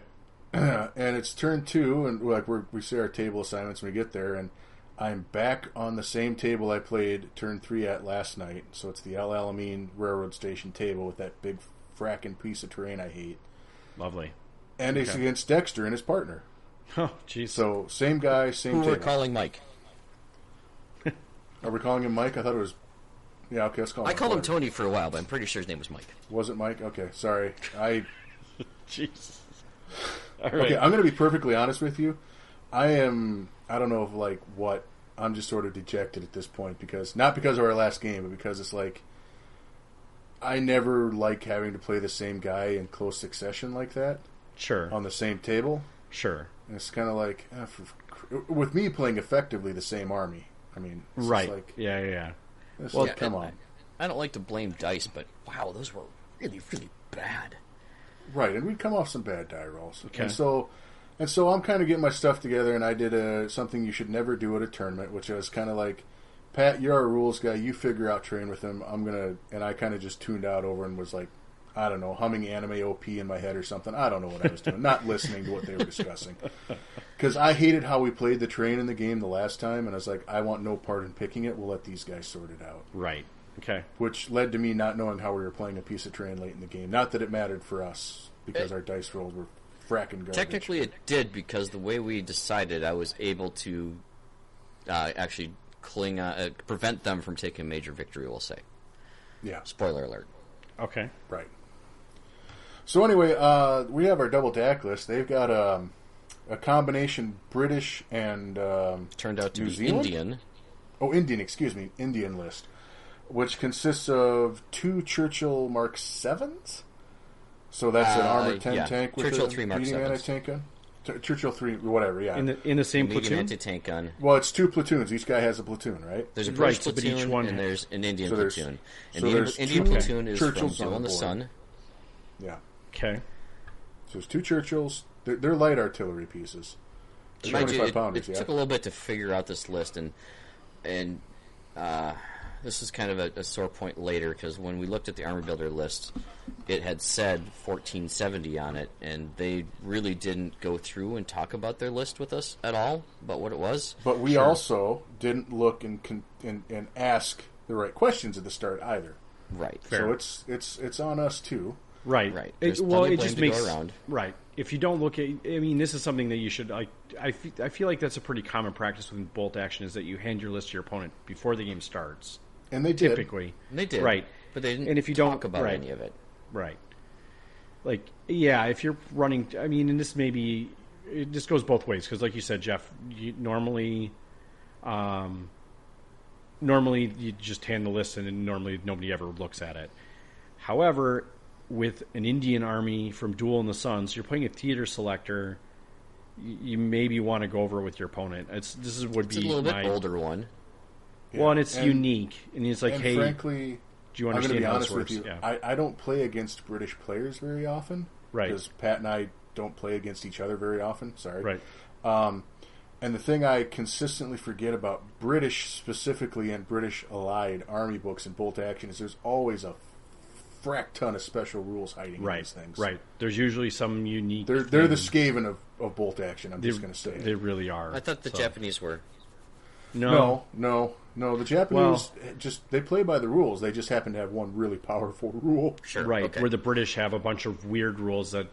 Speaker 3: and it's turn two, and like we're, we see our table assignments when we get there, and I'm back on the same table I played turn three at last night. So it's the El Alamein Railroad Station table with that big frackin' piece of terrain I hate,
Speaker 1: Lovely.
Speaker 3: and it's
Speaker 1: Okay.
Speaker 3: against Dexter and his partner.
Speaker 1: Oh, jeez.
Speaker 3: So same guy, same
Speaker 2: Who
Speaker 3: table.
Speaker 2: we're calling Mike?
Speaker 3: Are we calling him Mike? I thought it was. Yeah, okay, let's call him.
Speaker 2: I called him
Speaker 3: whatever.
Speaker 2: Tony for a while, but I'm pretty sure his name was Mike.
Speaker 3: Was it Mike? Okay, sorry. I
Speaker 1: jeez. All right.
Speaker 3: okay. I'm going to be perfectly honest with you. I am. I don't know if like what. I'm just sort of dejected at this point because not because of our last game, but because it's like I never like having to play the same guy in close succession like that
Speaker 1: sure.
Speaker 3: on the same table.
Speaker 1: sure.
Speaker 3: And Um, it's kind of like eh, for, with me playing effectively the same army. I mean, it's just
Speaker 1: Right.
Speaker 3: Like,
Speaker 1: yeah, yeah, yeah.
Speaker 3: it's
Speaker 2: Well,
Speaker 3: like, come
Speaker 2: I-
Speaker 3: on.
Speaker 2: I don't like to blame dice, but wow, those were really, really bad.
Speaker 3: Right, and we'd come off some bad die rolls.
Speaker 1: Okay.
Speaker 3: And so and so I'm kind of getting my stuff together and I did a, something you should never do at a tournament, which I was kind of like, Pat, you're our rules guy, you figure out train with him. I'm going to and I kind of just tuned out over and was like, I don't know, humming anime OP in my head or something. I don't know what I was doing. Not listening to what they were discussing. Cuz I hated how we played the train in the game the last time and I was like, I want no part in picking it. We'll let these guys sort it out
Speaker 1: Right. Okay.
Speaker 3: which led to me not knowing how we were playing a piece of terrain late in the game. Not that it mattered for us because our dice rolls were fracking garbage.
Speaker 2: Technically, it did because the way we decided, I was able to uh, actually cling on, uh, prevent them from taking a major victory. We'll say.
Speaker 3: yeah,
Speaker 2: Spoiler alert.
Speaker 1: Okay.
Speaker 3: right. So anyway, uh, we have our double DAC list. They've got um, a combination British and um,
Speaker 2: Turned out to
Speaker 3: New
Speaker 2: be
Speaker 3: Zealand?
Speaker 2: Indian.
Speaker 3: oh Indian, excuse me, Indian list, which consists of two Churchill Mark Sevens. So that's an
Speaker 2: Uh,
Speaker 3: armored ten
Speaker 2: yeah.
Speaker 3: tank with
Speaker 2: Churchill
Speaker 3: a
Speaker 2: three Mark
Speaker 3: medium
Speaker 2: 7s.
Speaker 3: anti-tank gun. T- Churchill three, whatever. Yeah.
Speaker 1: In the in the same
Speaker 2: Medium
Speaker 1: platoon.
Speaker 2: anti-tank gun.
Speaker 3: well, it's two platoons. Each guy has a platoon, right?
Speaker 2: There's a
Speaker 1: Right,
Speaker 2: British
Speaker 1: so but each
Speaker 2: platoon
Speaker 1: one-
Speaker 2: and there's an Indian
Speaker 3: So there's-
Speaker 2: platoon.
Speaker 3: so
Speaker 2: And the Indian,
Speaker 3: there's
Speaker 2: Indian
Speaker 3: two
Speaker 2: platoon is from
Speaker 3: Churchills on
Speaker 2: Duel in the
Speaker 3: the board.
Speaker 2: Sun.
Speaker 3: Yeah.
Speaker 1: okay.
Speaker 3: So there's two Churchills. They're, they're light artillery pieces. They're
Speaker 2: Mind you,
Speaker 3: 25
Speaker 2: it,
Speaker 3: pounders,
Speaker 2: it
Speaker 3: yeah.
Speaker 2: took a little bit to figure out this list, and and uh, this is kind of a, a sore point later because when we looked at the armor builder list, it had said 1470 on it, and they really didn't go through and talk about their list with us at all about what it was.
Speaker 3: But we also didn't look and, con- and and ask the right questions at the start either.
Speaker 2: Right.
Speaker 1: Fair.
Speaker 3: So it's it's it's on us too.
Speaker 1: Right.
Speaker 2: Right.
Speaker 1: It,
Speaker 2: There's
Speaker 1: well,
Speaker 2: plenty
Speaker 1: it
Speaker 2: of
Speaker 1: just
Speaker 2: blame to
Speaker 1: makes
Speaker 2: go around.
Speaker 1: right. If you don't look at, I mean, this is something that you should. Like, I fe- I feel like that's a pretty common practice with bolt action is that you hand your list to your opponent before the game starts.
Speaker 3: And they did.
Speaker 1: Typically,
Speaker 2: And they did.
Speaker 1: Right.
Speaker 2: But they didn't
Speaker 1: And if you don't-
Speaker 2: talk about
Speaker 1: right.
Speaker 2: any of it.
Speaker 1: Right. Like, yeah, if you're running, I mean, and this may be, it just goes both ways because, like you said, Jeff, you normally, um, normally you just hand the list and then normally nobody ever looks at it. However, with an Indian army from Duel in the Sun, so you're playing a theater selector. y- You maybe want to go over it with your opponent. It's this is would
Speaker 2: It's a
Speaker 1: be
Speaker 2: little bit
Speaker 1: my,
Speaker 2: older one.
Speaker 1: Well, and it's
Speaker 3: And-
Speaker 1: unique, and it's like,
Speaker 3: And
Speaker 1: hey,
Speaker 3: frankly,
Speaker 1: do you
Speaker 3: I'm going to
Speaker 1: understand
Speaker 3: be
Speaker 1: how this
Speaker 3: honest with
Speaker 1: works?
Speaker 3: you.
Speaker 1: Yeah.
Speaker 3: I, I don't play against British players very often.
Speaker 1: Right.
Speaker 3: Because Pat and I don't play against each other very often. Sorry.
Speaker 1: right,
Speaker 3: And the thing I consistently forget about British specifically and British allied army books and bolt action is there's always a frack ton of special rules hiding in
Speaker 1: right,
Speaker 3: these things.
Speaker 1: right. There's usually some unique.
Speaker 3: They're they're the
Speaker 1: thing.
Speaker 3: Skaven of, of bolt action. I'm just going to say. it.
Speaker 1: They really are.
Speaker 2: I thought the
Speaker 1: So-
Speaker 2: Japanese were.
Speaker 1: No,
Speaker 3: No, no, no. The Japanese just they play by the rules. They just happen to have one really powerful rule.
Speaker 2: Sure.
Speaker 1: right.
Speaker 2: Okay.
Speaker 1: Where the British have a bunch of weird rules that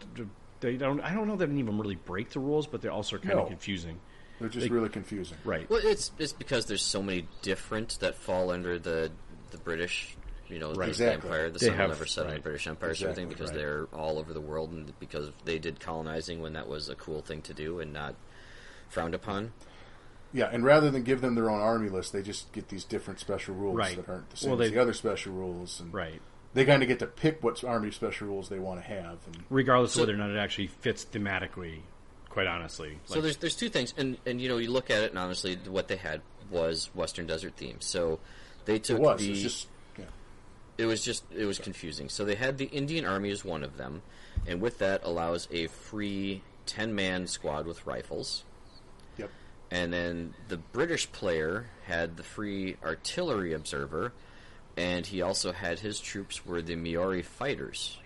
Speaker 1: they don't. I don't know that even really break the rules, but they're also kind
Speaker 3: No.
Speaker 1: of confusing.
Speaker 3: They're just really confusing.
Speaker 1: Right.
Speaker 2: Well, it's it's because there's so many different that fall under the the British, you know, there's the
Speaker 3: Exactly.
Speaker 2: Empire. The
Speaker 1: They
Speaker 2: sun will
Speaker 1: have-
Speaker 2: never set on the
Speaker 1: right.
Speaker 2: British Empire, sort of thing,
Speaker 3: Exactly,
Speaker 2: because
Speaker 1: right.
Speaker 2: they're all over the world and because they did colonizing when that was a cool thing to do and not frowned upon.
Speaker 3: Yeah, and rather than give them their own army list, they just get these different special rules
Speaker 1: Right.
Speaker 3: that aren't the same
Speaker 1: Well,
Speaker 3: as
Speaker 1: they-
Speaker 3: the other special rules. And
Speaker 1: Right.
Speaker 3: They kind of get to pick what army special rules they want to have. And
Speaker 1: Regardless of whether or not it actually fits thematically, quite honestly.
Speaker 2: So there's there's two things, and and you know you look at it, and honestly, what they had was Western desert theme. So they took
Speaker 3: it was.
Speaker 2: the
Speaker 3: It's just yeah.
Speaker 2: it was just it was confusing. So they had the Indian Army as one of them, and with that allows a free ten man squad with rifles.
Speaker 3: Yep.
Speaker 2: and then the British player had the free artillery observer, and he also had his troops were the Maori fighters,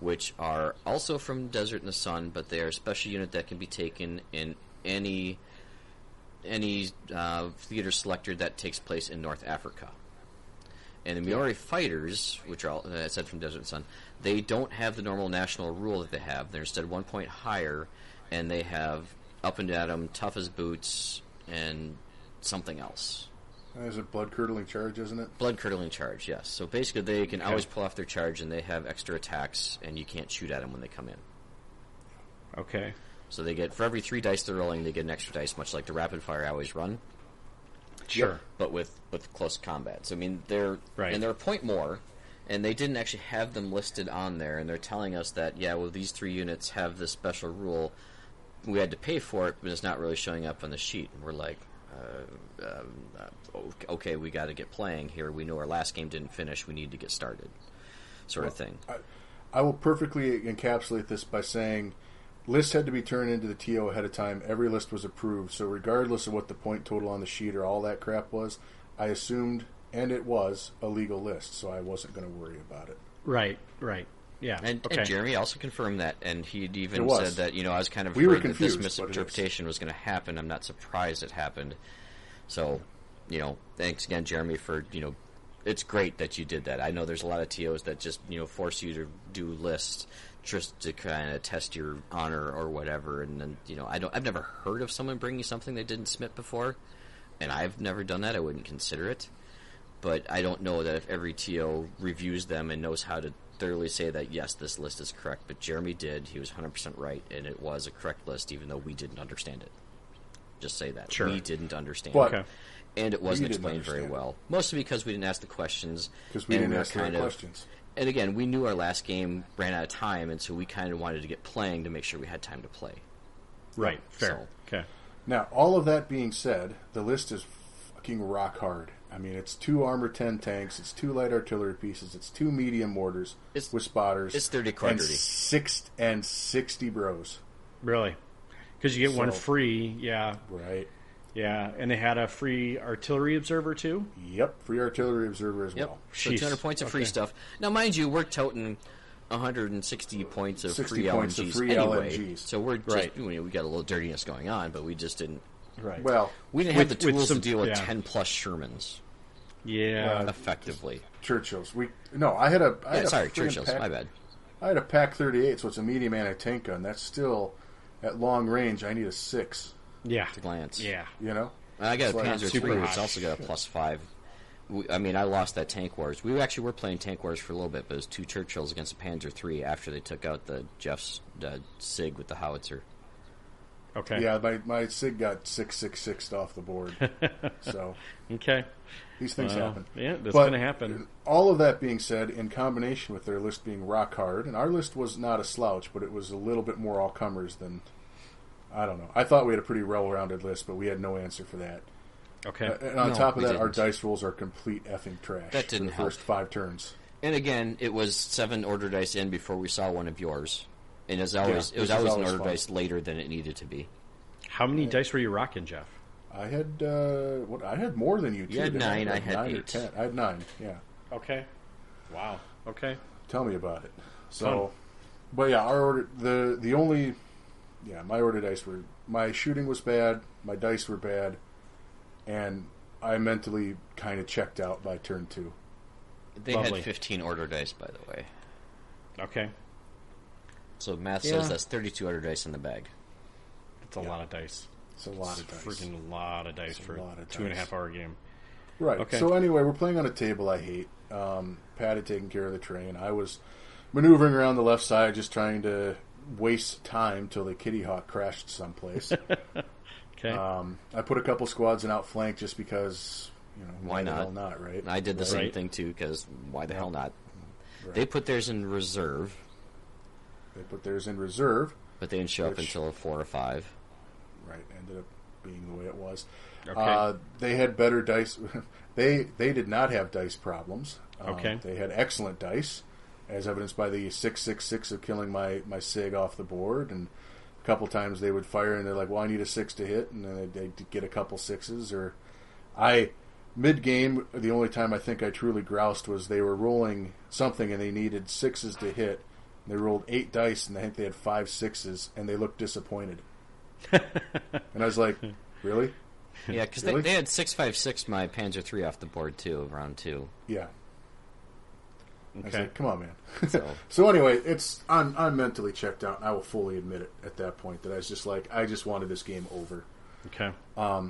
Speaker 2: which are also from Desert in the Sun, but they are a special unit that can be taken in any any uh, theater selector that takes place in North Africa. And the Maori fighters, which are all, uh, said from Desert Sun, they don't have the normal national rule that they have. They're instead one point higher, and they have up and at 'em, tough as boots, and something else.
Speaker 3: There's a blood curdling charge, isn't it?
Speaker 2: Blood curdling charge, yes. So basically, they can always pull off their charge, and they have extra attacks, and you can't shoot at them when they come in.
Speaker 1: okay.
Speaker 2: So they get for every three dice they're rolling, they get an extra dice, much like the rapid fire I always run.
Speaker 1: Sure.
Speaker 2: but with with close combat. So I mean, they're
Speaker 1: Right.
Speaker 2: and they're a point more, and they didn't actually have them listed on there, and they're telling us that yeah, well, these three units have this special rule. We had to pay for it, but it's not really showing up on the sheet. And we're like, uh, um, uh, ok- okay, we got to get playing here. We know our last game didn't finish. We need to get started, sort of thing.
Speaker 3: I will perfectly encapsulate this by saying lists had to be turned into the TO ahead of time. Every list was approved. So, regardless of what the point total on the sheet or all that crap was, I assumed, and it was, a legal list. So, I wasn't going to worry about it.
Speaker 1: Right. Right. Yeah.
Speaker 2: And,
Speaker 1: okay.
Speaker 2: and Jeremy also confirmed that, and he'd
Speaker 3: It
Speaker 2: even
Speaker 3: was.
Speaker 2: said that you know I was kind of
Speaker 3: We were
Speaker 2: afraid that this
Speaker 3: confused, but it is.
Speaker 2: misinterpretation was going to happen. I'm not surprised it happened. So, you know, thanks again, Jeremy, for you know, it's great that you did that. I know there's a lot of tos that just you know force you to do lists just to kind of test your honor or whatever. And then you know, I don't, I've never heard of someone bringing something they didn't submit before, and I've never done that. I wouldn't consider it but I don't know that if every TO reviews them and knows how to thoroughly say that yes, this list is correct. But Jeremy did; he was 100% right, and it was a correct list, even though we didn't understand it. Just say that
Speaker 1: Sure.
Speaker 2: we didn't understand
Speaker 3: But-
Speaker 2: it,
Speaker 1: Okay.
Speaker 2: and it wasn't
Speaker 3: didn't
Speaker 2: explained very
Speaker 3: understand it.
Speaker 2: well, mostly because we didn't ask the questions
Speaker 3: Because we
Speaker 2: and
Speaker 3: didn't
Speaker 2: were
Speaker 3: ask the right
Speaker 2: kind of-
Speaker 3: questions.
Speaker 2: And again, we knew our last game ran out of time, and so we kind of wanted to get playing to make sure we had time to play.
Speaker 1: right. Fair.
Speaker 2: So-
Speaker 1: Okay.
Speaker 3: Now, all of that being said, the list is fucking rock hard. I mean, it's two armor 10 tanks, it's two light artillery pieces, it's two medium mortars
Speaker 2: It's-
Speaker 3: with spotters.
Speaker 2: it's 30
Speaker 3: and,
Speaker 2: quadrity.
Speaker 3: six, and 60 bros.
Speaker 1: Really. Because you get one
Speaker 3: So-
Speaker 1: free. Yeah.
Speaker 3: Right.
Speaker 1: Yeah, and they had a free artillery observer too.
Speaker 3: Yep, free artillery observer as
Speaker 2: Yep.
Speaker 3: well.
Speaker 2: So
Speaker 1: Jeez.
Speaker 2: 200 points of free stuff. Now, mind you, we're toting 160 points of
Speaker 3: 60
Speaker 2: free
Speaker 3: points of
Speaker 2: LNGs
Speaker 3: free
Speaker 2: anyway.
Speaker 3: LNGs.
Speaker 2: So we're just,
Speaker 1: Right.
Speaker 2: you know, we got a little dirtiness going on, but we just didn't.
Speaker 1: Right.
Speaker 3: Well,
Speaker 2: We didn't have
Speaker 1: With-
Speaker 2: the
Speaker 1: with
Speaker 2: tools
Speaker 1: some-
Speaker 2: to deal with
Speaker 1: yeah.
Speaker 2: 10 plus Shermans
Speaker 1: Yeah.
Speaker 3: uh,
Speaker 2: effectively.
Speaker 3: Churchill's. We no, I had a. I had
Speaker 2: Yeah,
Speaker 3: a
Speaker 2: sorry,
Speaker 3: friggin'
Speaker 2: Churchill's.
Speaker 3: pack-
Speaker 2: My bad.
Speaker 3: I had a pack 38, so it's a medium anti-tank gun. That's still at long range. I need a six.
Speaker 1: yeah.
Speaker 2: To glance.
Speaker 1: Yeah.
Speaker 3: You know.
Speaker 2: I got a
Speaker 3: It's like
Speaker 2: Panzer
Speaker 1: super
Speaker 2: III, which
Speaker 1: hot.
Speaker 2: also got a plus five. We, I mean, I lost that Tank Wars. We actually were playing Tank Wars for a little bit, but it was two Churchills against a Panzer III after they took out the Jeff's uh, Sig with the howitzer.
Speaker 1: Okay.
Speaker 3: Yeah, my my Sig got six six six off the board. so
Speaker 1: Okay.
Speaker 3: these things
Speaker 1: Well,
Speaker 3: happen.
Speaker 1: yeah, that's
Speaker 3: But
Speaker 1: gonna happen.
Speaker 3: All of that being said, in combination with their list being rock hard, and our list was not a slouch, but it was a little bit more all comers than I don't know. I thought we had a pretty well rounded list, but we had no answer for that.
Speaker 1: Okay.
Speaker 3: And on
Speaker 2: No,
Speaker 3: top of
Speaker 2: we
Speaker 3: that, our
Speaker 2: didn't.
Speaker 3: dice rolls are complete effing trash.
Speaker 2: That didn't
Speaker 3: for the first
Speaker 2: help.
Speaker 3: five turns.
Speaker 2: And again, it was seven order dice in before we saw one of yours. And as always, it
Speaker 3: Yeah,
Speaker 2: was
Speaker 3: which is
Speaker 2: always an
Speaker 3: always
Speaker 2: order
Speaker 3: fun.
Speaker 2: dice later than it needed to be.
Speaker 1: How many
Speaker 3: uh,
Speaker 1: dice were you rocking, Jeff?
Speaker 3: I had uh, what I had more than you. two,
Speaker 2: had
Speaker 3: didn't
Speaker 2: nine, I
Speaker 3: Like
Speaker 2: had
Speaker 3: nine or
Speaker 2: eight.
Speaker 3: ten. I had nine. Yeah,
Speaker 1: Okay. Wow. Okay.
Speaker 3: tell me about it. So, but yeah, our order the the only yeah my order dice were my shooting was bad, my dice were bad, and I mentally kind of checked out by turn two.
Speaker 2: They
Speaker 1: Lovely.
Speaker 2: had 15 order dice, by the way.
Speaker 1: Okay.
Speaker 2: So math
Speaker 3: Yeah.
Speaker 2: says that's 32 order dice in the bag.
Speaker 1: That's a lot of dice.
Speaker 3: It's a lot of dice.
Speaker 1: Freaking lot of dice
Speaker 3: a
Speaker 1: for
Speaker 3: lot of
Speaker 1: two and a
Speaker 3: dice.
Speaker 1: half hour game.
Speaker 3: Right.
Speaker 1: Okay.
Speaker 3: So anyway, we're playing on a table I hate. Um, Pat had taken care of the train. I was maneuvering around the left side, just trying to waste time till the Kitty Hawk crashed someplace.
Speaker 1: Okay.
Speaker 3: um, I put a couple squads in outflank just because you know
Speaker 2: Why
Speaker 3: the
Speaker 2: not?
Speaker 3: hell not right?
Speaker 2: And I did the same
Speaker 1: Right.
Speaker 2: thing too, because why the hell not? They put theirs in reserve,
Speaker 3: They put theirs in reserve.
Speaker 2: but they didn't show up
Speaker 3: Which-
Speaker 2: until four or five.
Speaker 3: Right. Ended up being the way it was.
Speaker 1: Okay.
Speaker 3: Uh, they had better dice. they they did not have dice problems. Um,
Speaker 1: Okay.
Speaker 3: They had excellent dice, as evidenced by the six six six of killing my my sig off the board, and a couple times they would fire and they're like, "Well, I need a six to hit," and then they would get a couple sixes. Or I mid game, the only time I think I truly groused was they were rolling something and they needed sixes to hit. They rolled eight dice and I think they had five sixes, and they looked disappointed. and I was like, "Really?"
Speaker 2: Yeah, because
Speaker 3: Really?
Speaker 2: they, they had six five six my Panzer three off the board too, of round two.
Speaker 3: Yeah. I was
Speaker 1: Okay.
Speaker 3: like, come on, man. So,
Speaker 2: So-
Speaker 3: anyway, it's I'm I'm mentally checked out. And I will fully admit it at that point that I was just like, I just wanted this game over.
Speaker 1: okay.
Speaker 3: uh,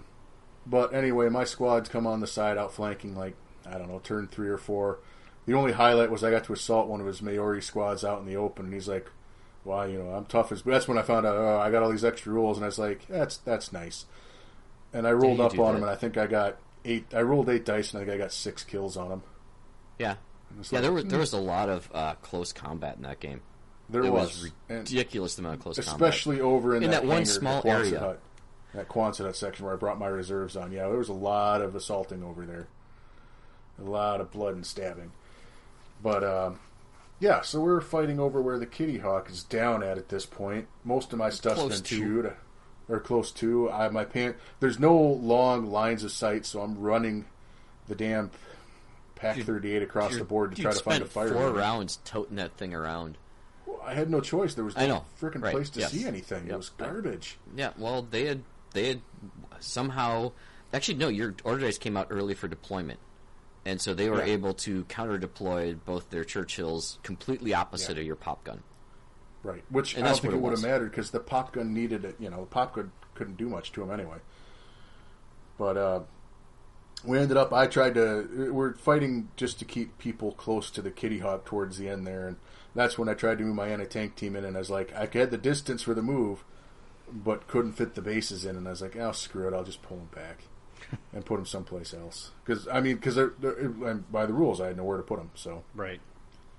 Speaker 3: But anyway, my squads come on the side, outflanking like I don't know, turn three or four. The only highlight was I got to assault one of his Maori squads out in the open, and he's like, "Why, you know, I'm tough as." That's when I found out oh, I got all these extra rules, and I was like, "That's that's nice." And I rolled
Speaker 2: you
Speaker 3: up
Speaker 2: do
Speaker 3: on
Speaker 2: that.
Speaker 3: him, and I think I got eight. I rolled eight dice, and I think I got six kills on him.
Speaker 2: Yeah,
Speaker 3: It's
Speaker 2: yeah.
Speaker 3: like, Hmm.
Speaker 2: There was there was a lot of uh, close combat in that game.
Speaker 3: There
Speaker 2: There was,
Speaker 3: and-
Speaker 2: ridiculous amount of close combat.
Speaker 3: especially over in,
Speaker 2: In that one
Speaker 3: hangar,
Speaker 2: small
Speaker 3: the Quonset
Speaker 2: area.
Speaker 3: hut, that Quonset hut section where I brought my reserves on. Yeah, there was a lot of assaulting over there, a lot of blood and stabbing. But um, yeah, so we're fighting over where the Kitty Hawk is down at at this point. Most of my stuff's
Speaker 2: Close
Speaker 3: been
Speaker 2: to.
Speaker 3: chewed, or close to. I my pant. There's no long lines of sight, so I'm running the damn pack 38 across the board to
Speaker 2: Dude,
Speaker 3: try to find a
Speaker 2: spent
Speaker 3: fire.
Speaker 2: Four
Speaker 3: hydrant.
Speaker 2: rounds toting that thing around.
Speaker 3: I had no choice. There was no
Speaker 2: I know.
Speaker 3: freaking
Speaker 2: Right.
Speaker 3: place to
Speaker 2: Yes.
Speaker 3: see anything. It
Speaker 2: Yep.
Speaker 3: was garbage.
Speaker 2: Yeah, well, they had they had somehow actually no, your order dice came out early for deployment, and so they were
Speaker 3: Yeah.
Speaker 2: able to counter deploy both their Churchills completely opposite
Speaker 3: Yeah.
Speaker 2: of your pop gun.
Speaker 3: Right, which
Speaker 2: And
Speaker 3: I don't
Speaker 2: that's
Speaker 3: think
Speaker 2: what
Speaker 3: it
Speaker 2: it
Speaker 3: would have
Speaker 2: was.
Speaker 3: mattered because the pop gun needed it. You know, the pop gun couldn't do much to him anyway. But uh, we ended up. I tried to. uh, We're fighting just to keep people close to the Kitty Hawk towards the end there, and that's when I tried to move my anti tank team in, and I was like, I had the distance for the move, but couldn't fit the bases in, and I was like, oh screw it, I'll just pull them back and put them someplace else. Because I mean, because they're, they're, and by the rules, I had nowhere to put them, so
Speaker 1: Right.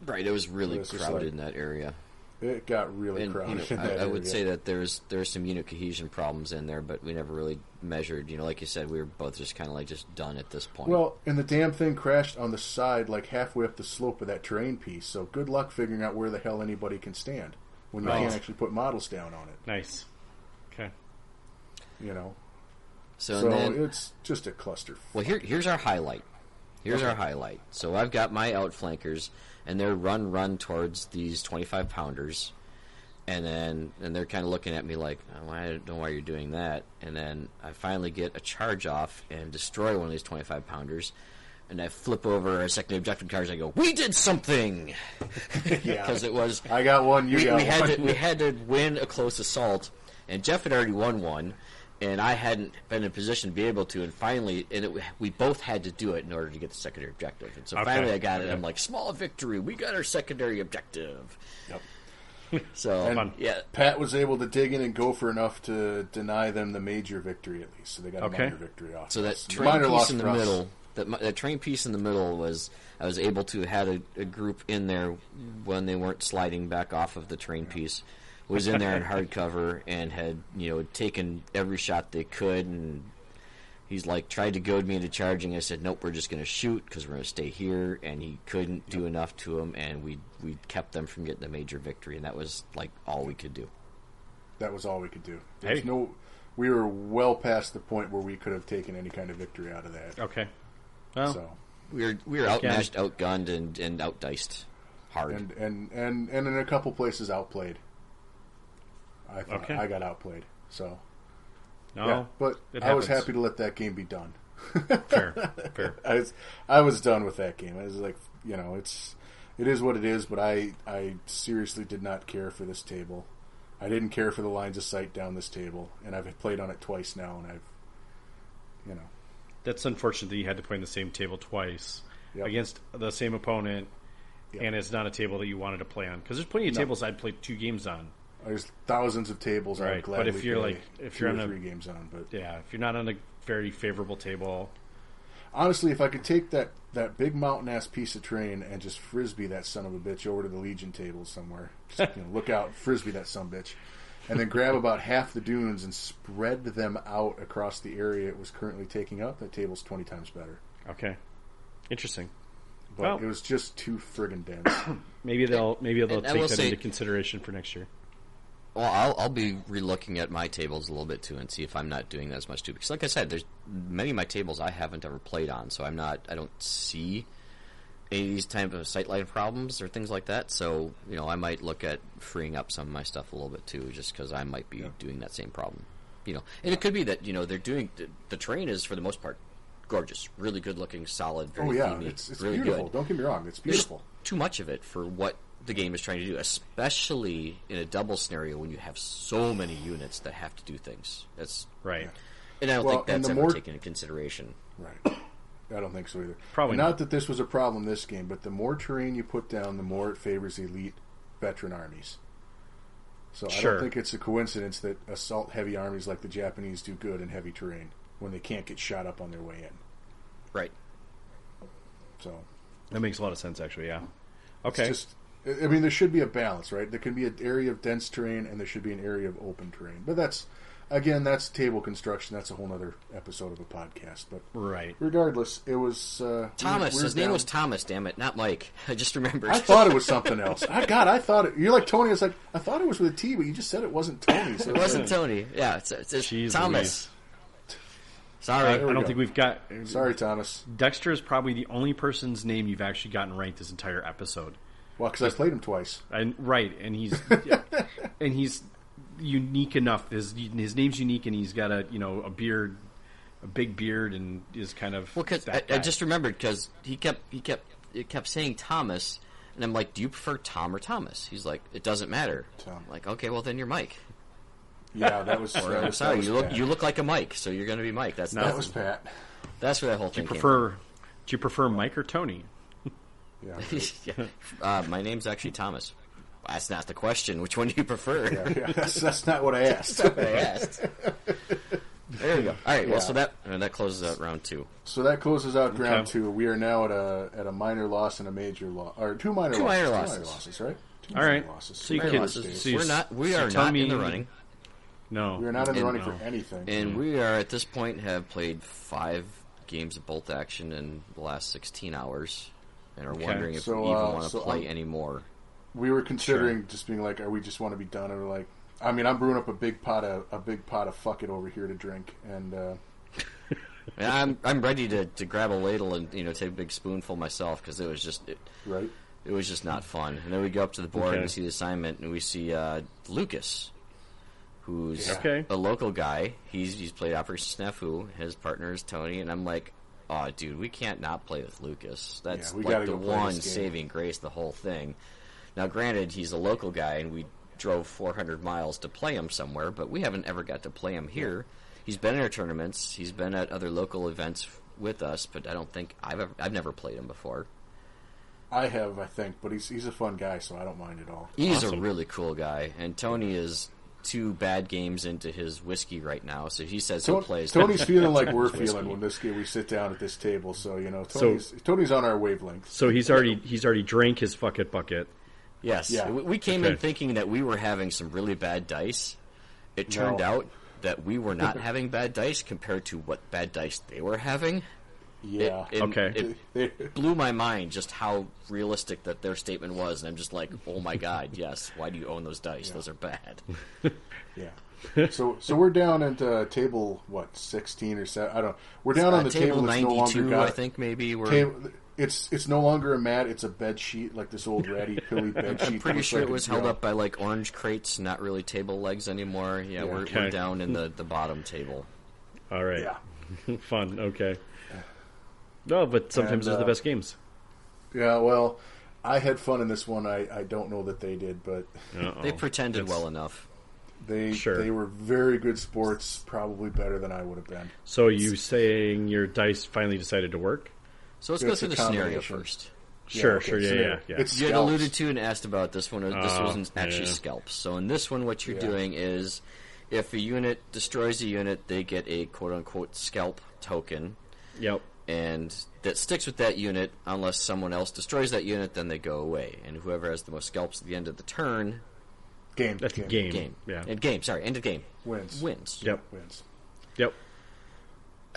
Speaker 2: Right, it was really
Speaker 3: It's just
Speaker 2: crowded
Speaker 3: like-
Speaker 2: in that area.
Speaker 3: it got really
Speaker 2: And you know,
Speaker 3: crowded. in
Speaker 2: I,
Speaker 3: that
Speaker 2: I would
Speaker 3: area.
Speaker 2: say that there's there's some unit cohesion problems in there, but we never really measured. You know, like you said, we were both just kind of like just done at this point.
Speaker 3: Well, and the damn thing crashed on the side, like halfway up the slope of that terrain piece. So good luck figuring out where the hell anybody can stand when you
Speaker 1: Right.
Speaker 3: can't actually put models down on it.
Speaker 1: Nice. Okay.
Speaker 3: You know,
Speaker 2: So,
Speaker 3: So
Speaker 2: and then,
Speaker 3: it's just a cluster.
Speaker 2: well, here, here's our highlight. Here's our highlight. So I've got my outflankers, and they're run, run towards these 25 pounders, and then and they're kind of looking at me like, oh, I don't know why you're doing that. And then I finally get a charge off and destroy one of these 25 pounders, and I flip over our second objective cars. I go, we did something because it was
Speaker 3: I got one. You
Speaker 2: we,
Speaker 3: got
Speaker 2: we
Speaker 3: one.
Speaker 2: had to we had to win a close assault, and Jeff had already won one, and I hadn't been in a position to be able to. And finally, and it, we both had to do it in order to get the secondary objective. And so
Speaker 1: Okay.
Speaker 2: finally, I got it. I'm like, small victory. We got our secondary objective.
Speaker 3: Yep.
Speaker 2: So
Speaker 3: And-
Speaker 2: yeah,
Speaker 3: Pat was able to dig in and go for enough to deny them the major victory at least. So they got
Speaker 1: Okay.
Speaker 3: a minor victory off.
Speaker 2: so that
Speaker 3: us.
Speaker 2: train
Speaker 3: minor
Speaker 2: piece
Speaker 3: loss
Speaker 2: in the
Speaker 3: for us.
Speaker 2: middle. That, mi- that train piece in the middle was I was able to had a, a group in there when they weren't sliding back off of the train piece was in there in hardcover and had you know taken every shot they could and he's like tried to goad me into charging I said nope we're just going to shoot because we're going to stay here and he couldn't do enough to him and we we kept them from getting a major victory and that was like all we could do
Speaker 3: That was all we could do. There's
Speaker 1: Hey.
Speaker 3: no. We were well past the point where we could have taken any kind of victory out of that.
Speaker 1: Okay. Well,
Speaker 3: So
Speaker 2: we were we were outmatched outgunned and and outdiced hard
Speaker 3: and and and and in a couple places outplayed. I thought
Speaker 1: Okay.
Speaker 3: I got outplayed. So
Speaker 1: no,
Speaker 3: yeah, but
Speaker 1: it
Speaker 3: I was
Speaker 1: happens.
Speaker 3: happy to let that game be done.
Speaker 1: Fair, fair.
Speaker 3: I was, I was done with that game. I was like, you know, it's it is what it is. But I I seriously did not care for this table. I didn't care for the lines of sight down this table, and I've played on it twice now, and I've you know
Speaker 1: That's unfortunate that you had to play on the same table twice
Speaker 3: Yep.
Speaker 1: against the same opponent,
Speaker 3: Yep.
Speaker 1: and it's not a table that you wanted to play on. Because there's plenty of tables I'd play two games on.
Speaker 3: there's thousands of tables. I would
Speaker 1: Right, but
Speaker 3: gladly
Speaker 1: if you're,
Speaker 3: play
Speaker 1: like, if
Speaker 3: two
Speaker 1: you're
Speaker 3: or
Speaker 1: on a-
Speaker 3: three games on, but
Speaker 1: Yeah, if you're not on a very favorable table,
Speaker 3: honestly, if I could take that, that big mountain ass piece of terrain and just frisbee that son of a bitch over to the Legion table somewhere, just, you know, look out, frisbee that son of a bitch, and then grab about half the dunes and spread them out across the area it was currently taking up, that table's 20 times better.
Speaker 1: okay, interesting.
Speaker 3: But
Speaker 1: Well-
Speaker 3: it was just too friggin' dense.
Speaker 1: Maybe they'll maybe they'll
Speaker 2: and I
Speaker 1: take
Speaker 2: will
Speaker 1: that
Speaker 2: say-
Speaker 1: into consideration for next year.
Speaker 2: Well, I'll, I'll be relooking at my tables a little bit too and see if I'm not doing that as much too. Because, like I said, there's many of my tables I haven't ever played on, so I'm not. I don't see any of these type of sightline problems or things like that. So, you know, I might look at freeing up some of my stuff a little bit too, just because I might be doing that same problem. You know, and it could be that you know they're doing the, the terrain is for the most part gorgeous, really good looking, solid. Very
Speaker 3: oh, yeah,
Speaker 2: themey,
Speaker 3: it's, it's
Speaker 2: really
Speaker 3: beautiful.
Speaker 2: Good
Speaker 3: Don't get me wrong, it's
Speaker 2: there's
Speaker 3: beautiful.
Speaker 2: too much of it for what the game is trying to do, especially in a double scenario when you have so many units that have to do things. That's
Speaker 1: Right.
Speaker 2: and I don't
Speaker 3: Well,
Speaker 2: think that's
Speaker 3: and
Speaker 2: ever
Speaker 3: the more-
Speaker 2: taken into consideration.
Speaker 3: Right. I don't think so either.
Speaker 1: Probably
Speaker 3: not,
Speaker 1: not.
Speaker 3: that this was a problem this game, but the more terrain you put down, the more it favors elite veteran armies. So I
Speaker 1: Sure.
Speaker 3: don't think it's a coincidence that assault heavy armies like the Japanese do good in heavy terrain when they can't get shot up on their way in.
Speaker 2: Right.
Speaker 3: Mm, So
Speaker 1: That makes a lot of sense, actually. Yeah. Okay.
Speaker 3: it's just I I mean there should be a balance, right? There can be an area of dense terrain and there should be an area of open terrain. But that's again, that's table construction. That's a whole other episode of a podcast. But
Speaker 1: right.
Speaker 3: regardless, it was uh, we-
Speaker 2: Thomas.
Speaker 3: we're
Speaker 2: His name
Speaker 3: down-
Speaker 2: was Thomas. Damn it, not Mike. I just remembered.
Speaker 3: I thought it was something else. I God, I thought it. You're like Tony. I was like, I thought it was with a T, but you just said it wasn't Tony. So
Speaker 2: it wasn't Tony. Yeah, it's, it's, it's
Speaker 1: Jeez
Speaker 2: Thomas. Sorry.
Speaker 1: I
Speaker 3: we
Speaker 1: don't
Speaker 3: go.
Speaker 1: think we've got.
Speaker 3: Sorry, Thomas.
Speaker 1: Dexter is probably the only person's name you've actually gotten right this entire episode.
Speaker 3: Well, because I played him twice.
Speaker 1: and right, and he's and he's unique enough. His his name's unique, and he's got a you know a beard, a big beard, and is kind of
Speaker 2: Well, because I,
Speaker 1: that
Speaker 2: I
Speaker 1: guy.
Speaker 2: just remembered because he kept he kept it kept saying Thomas, and I'm like, do you prefer Tom or Thomas? He's like, it doesn't matter.
Speaker 3: Tom.
Speaker 2: I'm like, okay, well then you're Mike.
Speaker 3: Yeah, that was.
Speaker 2: Or,
Speaker 3: that
Speaker 2: I'm
Speaker 3: was-
Speaker 2: sorry,
Speaker 3: that was
Speaker 2: you look
Speaker 3: Pat.
Speaker 2: you look like a Mike, so you're going to be Mike. That's
Speaker 1: No.
Speaker 2: that's,
Speaker 3: That was Pat.
Speaker 2: that's where that whole thing
Speaker 1: prefer. Do you prefer Mike or Tony?
Speaker 3: Yeah.
Speaker 2: came. from. yeah. uh, my name's actually Thomas. That's not the question. Which one do you prefer?
Speaker 3: yeah that's, that's not what I asked.
Speaker 2: But I asked. There we go. All right.
Speaker 3: Yeah.
Speaker 2: Well, so that uh, that closes out round two.
Speaker 3: So that closes out round
Speaker 1: Okay.
Speaker 3: two. We are now at a at a minor loss and a major loss, or two minor
Speaker 2: Two
Speaker 3: losses,
Speaker 2: minor
Speaker 3: two minor
Speaker 2: losses.
Speaker 3: losses, right? Two
Speaker 1: All
Speaker 3: minor
Speaker 1: right.
Speaker 3: losses.
Speaker 1: So you
Speaker 3: Two
Speaker 1: can-
Speaker 3: minor
Speaker 1: so
Speaker 3: days.
Speaker 1: you-
Speaker 2: We're not. We
Speaker 1: so
Speaker 2: are
Speaker 1: tell
Speaker 2: not in the
Speaker 1: me-
Speaker 2: running,
Speaker 1: No,
Speaker 3: we are not in the
Speaker 2: and
Speaker 3: running
Speaker 1: no.
Speaker 3: for anything.
Speaker 1: Mm-hmm.
Speaker 2: and we are at this point have played five games of bolt action in the last 16 hours, and are wondering if
Speaker 3: So,
Speaker 2: we even
Speaker 3: uh,
Speaker 2: want to
Speaker 3: so
Speaker 2: play
Speaker 3: I'm-
Speaker 2: any more.
Speaker 3: we were considering just being like, "Are we just want to be done?" And we're like, "I mean, I'm brewing up a big pot of a big pot of fuck it over here to drink." And uh,
Speaker 2: And I'm I'm ready to, to grab a ladle and you know take a big spoonful myself because it was just it,
Speaker 3: right?
Speaker 2: it was just not fun. And then we go up to the board and
Speaker 1: Okay.
Speaker 2: we see the assignment and we see uh, Lucas, who's
Speaker 1: Yeah. Okay.
Speaker 2: a local guy. He's he's played Operation Snafu. His partner is Tony, and I'm like, oh, dude, we can't not play with Lucas. That's
Speaker 3: Yeah, we
Speaker 2: like
Speaker 3: gotta
Speaker 2: the
Speaker 3: go play
Speaker 2: one
Speaker 3: this game.
Speaker 2: saving grace, of the whole thing. Now, granted, he's a local guy, and we drove 400 miles to play him somewhere, but we haven't ever got to play him here. He's been in our tournaments. He's been at other local events f- with us, but I don't think I've ever, I've never played him before.
Speaker 3: I have, I think, but he's he's a fun guy, so I don't mind at all.
Speaker 2: He's a really cool guy, and Tony is two bad games into his whiskey right now, so he says he
Speaker 3: Ton-
Speaker 2: plays.
Speaker 3: Tony's feeling like we're
Speaker 2: Whiskey.
Speaker 3: feeling when this game we sit down at this table. So you know, Tony's Tony's on our wavelength.
Speaker 1: So he's already he's already drank his fuck it bucket.
Speaker 2: Yes,
Speaker 3: Yeah.
Speaker 2: we, we came in
Speaker 1: Okay.
Speaker 2: thinking that we were having some really bad dice. It turned
Speaker 3: No.
Speaker 2: out that we were not having bad dice compared to what bad dice they were having. It-
Speaker 3: Yeah,
Speaker 2: it-
Speaker 1: Okay.
Speaker 2: It, blew my mind just how realistic that their statement was, and I'm just like, oh my god, yes. Why do you own those dice? Those are bad.
Speaker 3: yeah. So so we're down at uh, table what sixteen or seven? I don't. know. We're down on
Speaker 2: Uh,
Speaker 3: the
Speaker 2: table
Speaker 3: table, that's no longer
Speaker 2: 92,
Speaker 3: got
Speaker 2: I think maybe we're.
Speaker 3: Table, it's it's no longer a mat. It's a bed sheet like this old ratty pilly bed sheet.
Speaker 2: I'm pretty
Speaker 3: looks
Speaker 2: sure
Speaker 3: like
Speaker 2: it
Speaker 3: a-
Speaker 2: was
Speaker 3: you
Speaker 2: held
Speaker 3: know,
Speaker 2: up by like orange crates, not really table legs anymore. Yeah, we're, we're
Speaker 1: Okay.
Speaker 2: down in
Speaker 3: Hmm.
Speaker 2: the, the bottom table.
Speaker 1: All right,
Speaker 3: Yeah.
Speaker 1: fun. Okay. No, but sometimes
Speaker 3: And,
Speaker 1: those are the
Speaker 3: uh,
Speaker 1: best games.
Speaker 3: Yeah, well, I had fun in this one. I, I don't know that they did, but Oh,
Speaker 1: Uh-oh.
Speaker 2: They pretended well enough.
Speaker 3: they
Speaker 1: Sure.
Speaker 3: they were very good sports, probably better than I would have been.
Speaker 1: So you saying your dice finally decided to work?
Speaker 2: So let's
Speaker 3: Yeah,
Speaker 2: go
Speaker 3: it's
Speaker 2: through
Speaker 3: a
Speaker 2: the scenario
Speaker 3: combination.
Speaker 2: first.
Speaker 1: Sure,
Speaker 3: okay,
Speaker 1: sure, yeah,
Speaker 3: so
Speaker 1: yeah, yeah.
Speaker 3: It's
Speaker 2: You had
Speaker 3: scalps.
Speaker 2: alluded to and asked about this one. This
Speaker 1: Oh,
Speaker 2: wasn't actually
Speaker 1: yeah.
Speaker 2: scalps. So in this one, what you're doing is, if a unit destroys a unit, they get a quote unquote scalp token,
Speaker 1: Yep.
Speaker 2: and that sticks with that unit unless someone else destroys that unit. Then they go away, and whoever has the most scalps at the end of the turn
Speaker 3: game.
Speaker 1: That's a game.
Speaker 2: game.
Speaker 1: Yeah.
Speaker 2: End game. Sorry, end of game.
Speaker 3: Wins.
Speaker 2: Wins.
Speaker 1: Yep.
Speaker 3: Wins.
Speaker 1: Yep.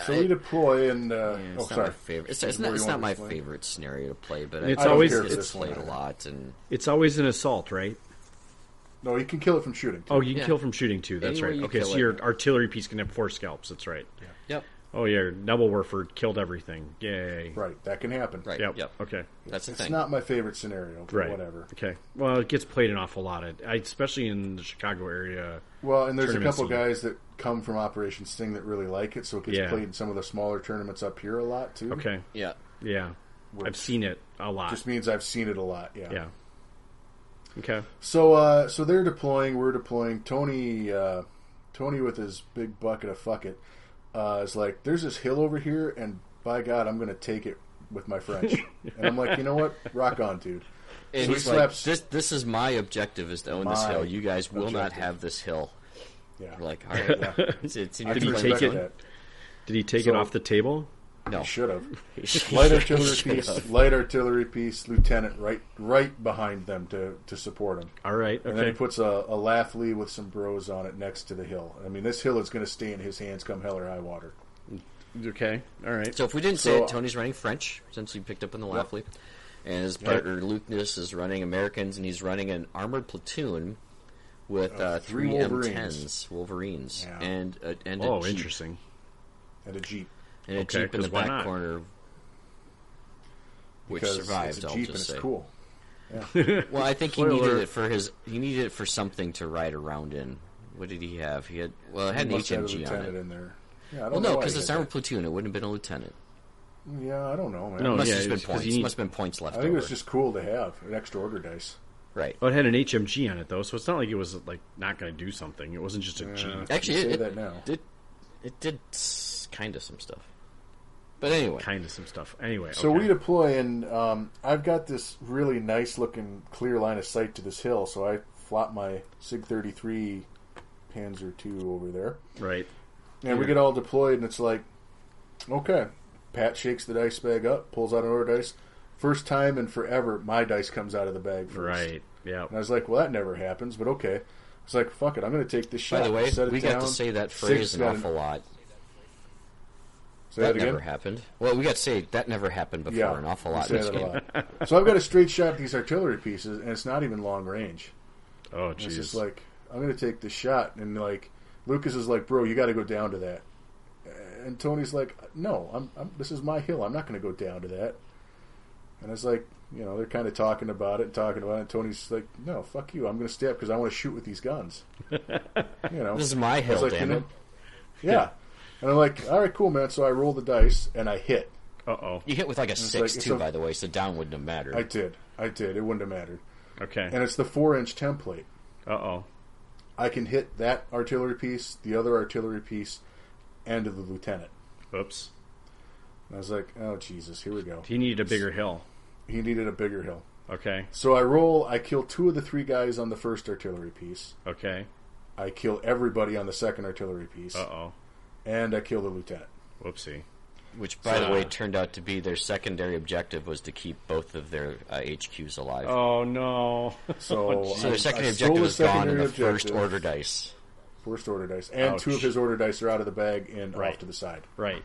Speaker 3: So we deploy and uh,
Speaker 2: Yeah,
Speaker 3: oh
Speaker 2: it's not
Speaker 3: sorry,
Speaker 2: my favorite. It's,
Speaker 3: Is
Speaker 2: it's
Speaker 3: where
Speaker 2: not,
Speaker 3: you
Speaker 2: it's
Speaker 3: want
Speaker 2: not my
Speaker 3: to play?
Speaker 2: favorite scenario to play, but
Speaker 1: It's
Speaker 2: I think
Speaker 1: always- I
Speaker 2: it's
Speaker 1: don't care for
Speaker 3: this one
Speaker 2: played a
Speaker 3: either.
Speaker 2: lot, and
Speaker 1: It's always an assault, right?
Speaker 3: No, you can kill it from shooting.
Speaker 1: Oh, you can
Speaker 2: Yeah.
Speaker 1: kill from shooting too. That's
Speaker 2: Any way
Speaker 1: right.
Speaker 2: you
Speaker 1: Okay,
Speaker 2: kill
Speaker 1: so
Speaker 2: it.
Speaker 1: your artillery piece can have four scalps. That's right.
Speaker 2: yep,
Speaker 1: Oh yeah, Nebelwerfer killed everything. Yay.
Speaker 3: Right, that can happen.
Speaker 2: right,
Speaker 1: Yep.
Speaker 2: yep,
Speaker 1: Okay.
Speaker 2: That's the
Speaker 3: It's
Speaker 2: thing.
Speaker 3: not my favorite scenario, but
Speaker 1: Right.
Speaker 3: whatever.
Speaker 1: Okay. Well, it gets played an awful lot, at, I- especially in the Chicago area.
Speaker 3: Well, and there's a
Speaker 1: Tournament
Speaker 3: couple
Speaker 1: scene.
Speaker 3: guys that come from Operation Sting that really like it, so it gets
Speaker 1: Yeah.
Speaker 3: played in some of the smaller tournaments up here a lot too.
Speaker 1: Okay.
Speaker 2: yeah,
Speaker 1: Yeah. I've
Speaker 3: Which-
Speaker 1: seen it a lot.
Speaker 3: Just means I've seen it a lot. Yeah.
Speaker 1: yeah. Okay.
Speaker 3: So uh, so they're deploying. We're deploying. Tony uh, Tony with his big bucket of fuck it uh, is like, there's this hill over here, and by God, I'm going to take it with my French. and I'm like, you know what? Rock on, dude.
Speaker 2: And
Speaker 3: So
Speaker 2: he's
Speaker 3: he
Speaker 2: like,
Speaker 3: slaps-
Speaker 2: "This, this is my objective is to own this
Speaker 3: My
Speaker 2: hill. You guys will not
Speaker 3: objective.
Speaker 2: have this hill."
Speaker 3: Yeah.
Speaker 2: We're like, all right, it's, it's in your
Speaker 3: I
Speaker 1: you
Speaker 3: can
Speaker 2: plan.
Speaker 1: take it?
Speaker 3: respect that.
Speaker 1: Did he take it
Speaker 3: So-
Speaker 1: off the table?
Speaker 2: No,
Speaker 3: Should have. light artillery piece, light artillery piece, lieutenant right right behind them to, to support him.
Speaker 1: All right.
Speaker 3: And then he
Speaker 1: Okay.
Speaker 3: puts a, a Laughley with some bros on it next to the hill. I mean, this hill is going to stay in his hands come hell or high water.
Speaker 1: okay. All right.
Speaker 2: So if we didn't say
Speaker 3: So-
Speaker 2: it, Tony's running French since we picked up in the Lafley, and his partner Lucas is running Americans, and he's running an armored platoon with uh,
Speaker 3: three
Speaker 2: three
Speaker 3: Wolverines.
Speaker 2: M10s, Wolverines,
Speaker 3: Yeah.
Speaker 2: and a, and a
Speaker 1: Oh,
Speaker 2: Jeep.
Speaker 1: interesting.
Speaker 3: And a jeep.
Speaker 2: and a
Speaker 1: Okay,
Speaker 2: jeep in the
Speaker 1: 'cause why
Speaker 2: back
Speaker 1: not?
Speaker 2: corner, which
Speaker 3: because
Speaker 2: survived.
Speaker 3: It's a
Speaker 2: I'll
Speaker 3: Jeep
Speaker 2: just
Speaker 3: and it's
Speaker 2: say.
Speaker 3: cool.
Speaker 2: Well, I think he
Speaker 1: Spoiler
Speaker 2: needed
Speaker 1: alert.
Speaker 2: it for his. He needed it for something to ride around in. What did he have? He had well, it had an
Speaker 3: Must have a
Speaker 2: HMG on
Speaker 3: lieutenant
Speaker 2: it.
Speaker 3: in there. Yeah, I don't
Speaker 2: Well,
Speaker 3: know
Speaker 2: no,
Speaker 3: why
Speaker 2: because
Speaker 3: he
Speaker 2: it's
Speaker 3: had
Speaker 2: armored platoon. It wouldn't have been a lieutenant.
Speaker 3: that. Yeah, I don't know, man.
Speaker 1: No,
Speaker 2: Must
Speaker 1: yeah,
Speaker 2: have been
Speaker 1: it's 'cause
Speaker 2: points.
Speaker 1: you need-
Speaker 2: Must have been points left
Speaker 3: I think it
Speaker 2: over.
Speaker 3: was just Oh, cool to have an extra order dice.
Speaker 2: right.
Speaker 1: Well, Oh, it had an HMG on it though, so it's not like it was like not going to do something. It wasn't just a Jeep.
Speaker 2: Actually,
Speaker 3: you say
Speaker 2: it,
Speaker 3: that now.
Speaker 2: it it did kind of some stuff. But anyway,
Speaker 1: Kind of some stuff. Anyway.
Speaker 3: So
Speaker 1: okay.
Speaker 3: we deploy, and um, I've got this really nice looking clear line of sight to this hill, so I flop my Sig 33 Panzer II over there.
Speaker 1: right.
Speaker 3: And we get all deployed, and it's like, okay. Pat shakes the dice bag up, pulls out another dice. First time in forever, my dice comes out of the bag first.
Speaker 1: Right. Yeah.
Speaker 3: And I was like, well, that never happens, but okay. It's like, fuck it, I'm going to take this shot.
Speaker 2: by the way,
Speaker 3: set it
Speaker 2: we got to
Speaker 3: down.
Speaker 2: say that
Speaker 3: Six
Speaker 2: phrase an
Speaker 3: got an-
Speaker 2: awful lot.
Speaker 3: Say
Speaker 2: That,
Speaker 3: that
Speaker 2: never
Speaker 3: again?
Speaker 2: happened. Well, we got to say that never happened before
Speaker 3: Yeah,
Speaker 2: an awful
Speaker 3: we
Speaker 2: lot
Speaker 3: say
Speaker 2: in this
Speaker 3: that a
Speaker 2: game.
Speaker 3: lot. so I've got a straight shot at these artillery pieces, and it's not even long range.
Speaker 1: Oh,
Speaker 3: And It's just
Speaker 1: jeez.
Speaker 3: like, I'm going to take this shot. And, like, Lucas is like, bro, you got to go down to that. And Tony's like, "No, I'm, I'm this is my hill. I'm not going to go down to that." And it's like, you know, they're kind of talking about it and talking about it. And Tony's like, "No, fuck you. I'm going to stay up because I want to shoot with these guns." You know,
Speaker 2: This is my
Speaker 3: I was
Speaker 2: hill,
Speaker 3: like,
Speaker 2: damn
Speaker 3: you know-
Speaker 2: it.
Speaker 3: Yeah, and I'm like, "All right, cool, man." So I roll the dice and I hit.
Speaker 1: Uh oh.
Speaker 2: You hit with like a
Speaker 3: like,
Speaker 2: six
Speaker 3: it's
Speaker 2: too,
Speaker 3: a-
Speaker 2: by the way, so down wouldn't have mattered.
Speaker 3: I did. I did. It wouldn't have mattered. And
Speaker 1: Okay.
Speaker 3: it's the four inch template.
Speaker 1: Uh oh.
Speaker 3: I can hit that artillery piece, the other artillery piece, and the lieutenant.
Speaker 1: Oops.
Speaker 3: And I was like, oh, Jesus, here we go.
Speaker 1: He needed a bigger hill.
Speaker 3: He needed a bigger hill.
Speaker 1: Okay.
Speaker 3: So I roll, I kill two of the three guys on the first artillery piece.
Speaker 1: Okay.
Speaker 3: I kill everybody on the second artillery piece.
Speaker 1: Uh oh.
Speaker 3: And I kill the lieutenant.
Speaker 1: Whoopsie.
Speaker 2: Which, by the way, turned out to be their secondary objective was to keep both of their uh, HQs alive.
Speaker 1: Oh no.
Speaker 3: So,
Speaker 2: so
Speaker 3: I-
Speaker 2: their secondary
Speaker 3: I stole
Speaker 2: objective
Speaker 3: the
Speaker 2: was gone in
Speaker 3: secondary
Speaker 2: the first
Speaker 3: objective,
Speaker 2: order dice.
Speaker 3: First order dice. And two of
Speaker 1: Ouch.
Speaker 3: his order dice are out of the bag and
Speaker 1: Right.
Speaker 3: off to the side.
Speaker 1: right.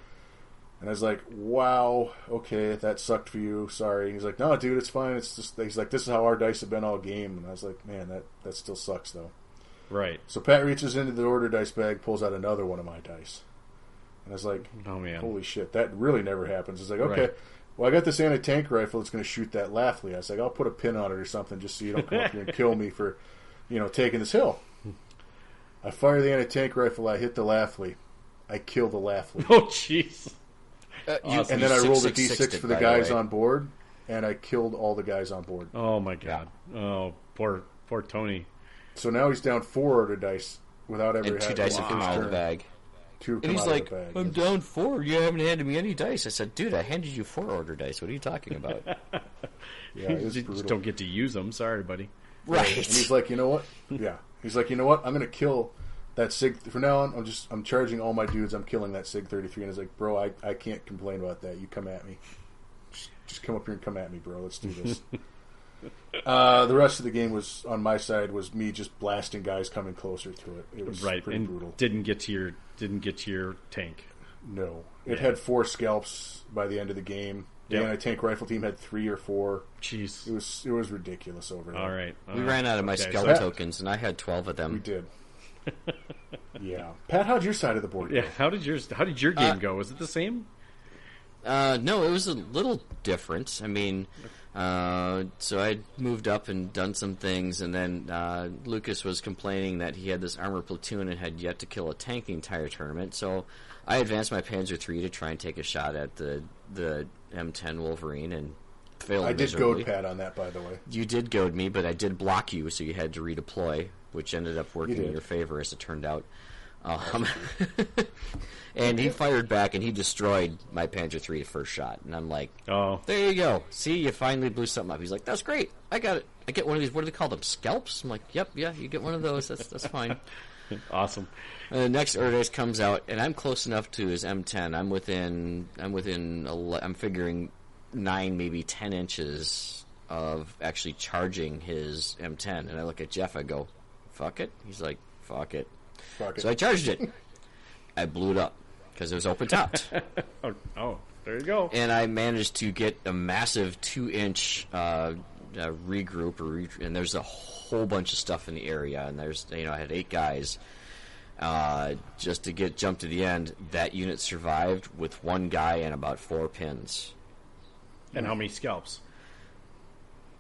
Speaker 3: And I was like, wow, okay, that sucked for you. Sorry. He's like, no, dude, it's fine. It's just, he's like, this is how our dice have been all game. And I was like, man, that, that still sucks, though.
Speaker 1: Right.
Speaker 3: So Pat reaches into the order dice bag, pulls out another one of my dice. And I was like,
Speaker 1: Oh man.
Speaker 3: holy shit, that really never happens. It's like, okay,
Speaker 1: Right.
Speaker 3: well, I got this anti tank rifle that's going to shoot that Laughley. I was like, I'll put a pin on it or something just so you don't come up here and kill me for, you know, taking this hill.
Speaker 1: Hmm.
Speaker 3: I fire the anti tank rifle, I hit the Laughley. I kill the Laughley.
Speaker 1: Oh jeez.
Speaker 3: Uh, and then I rolled a d6
Speaker 2: D6
Speaker 3: for the guys on board, and I killed all the guys on board.
Speaker 1: Oh my god. Oh poor poor Tony.
Speaker 3: So now he's down four order dice without ever
Speaker 2: And two
Speaker 3: having
Speaker 2: dice
Speaker 3: his
Speaker 2: have come
Speaker 3: first
Speaker 2: out of the
Speaker 3: turn.
Speaker 2: bag.
Speaker 3: Two
Speaker 2: And
Speaker 3: have come
Speaker 2: he's
Speaker 3: out
Speaker 2: like,
Speaker 3: of the bag.
Speaker 2: I'm down four. You haven't handed me any dice. I said, dude, I handed you four order dice. What are you talking about?
Speaker 3: yeah, it was
Speaker 1: You just
Speaker 3: brutal.
Speaker 1: don't get to use them. Sorry, buddy.
Speaker 2: right.
Speaker 3: And he's like, you know what? Yeah. He's like, you know what? I'm gonna kill that Sig. From now on, I'm just I'm charging all my dudes. I'm killing that Sig 33. And he's like, bro, I, I can't complain about that. You come at me. Just, just come up here and come at me, bro. Let's do this. uh, the rest of the game was on my side was me just blasting guys coming closer to it. It was
Speaker 1: Right.
Speaker 3: pretty
Speaker 1: and
Speaker 3: brutal.
Speaker 1: didn't get to your didn't get to your tank.
Speaker 3: No, it had four scalps by the end of the game. The
Speaker 1: Yep.
Speaker 3: anti-tank rifle team had three or four. It
Speaker 1: Jeez.
Speaker 3: was it was ridiculous over there.
Speaker 1: All right.
Speaker 2: we
Speaker 1: Uh,
Speaker 2: ran out of my
Speaker 1: okay,
Speaker 2: scout
Speaker 1: so-
Speaker 2: tokens, and I had 12 of them.
Speaker 3: We did. yeah, Pat, how'd your side of the board?
Speaker 1: Yeah. How did yours? How did your game
Speaker 2: Uh,
Speaker 1: go? Was it the same?
Speaker 2: Uh, no, it was a little different. I mean, uh, so I moved up and done some things, and then uh, Lucas was complaining that he had this armor platoon and had yet to kill a tank the entire tournament. So I advanced my Panzer III to try and take a shot at the the M10 Wolverine and failed.
Speaker 3: I did
Speaker 2: miserably.
Speaker 3: goad Pat on that, by the way.
Speaker 2: You did goad me, but I did block you, so you had to redeploy, which ended up working
Speaker 3: You
Speaker 2: in
Speaker 3: did.
Speaker 2: your favor, as it turned out. Um, and he fired back, and he destroyed my Panzer III first shot. And I'm like,
Speaker 1: Oh.
Speaker 2: there you go. See, you finally blew something up. He's like, that's great. I got it. I get one of these. What do they call them? Scalps. I'm like, yep, yeah, you get one of those. That's that's fine.
Speaker 1: Awesome.
Speaker 2: And the next Erdos comes out, and I'm close enough to his M10. I'm within, I'm within, ele- I'm figuring nine, maybe ten inches of actually charging his M10. And I look at Jeff. I go, "Fuck it." He's like, "Fuck it."
Speaker 3: Fuck it.
Speaker 2: So I charged it. I blew it up because it was open topped,
Speaker 1: Oh. Oh. There you go.
Speaker 2: and I managed to get a massive two-inch uh, uh, regroup. Or re- and there's a whole bunch of stuff in the area, and there's you know I had eight guys uh, just to get jump to the end, that unit survived with one guy and about four pins.
Speaker 1: And how many scalps?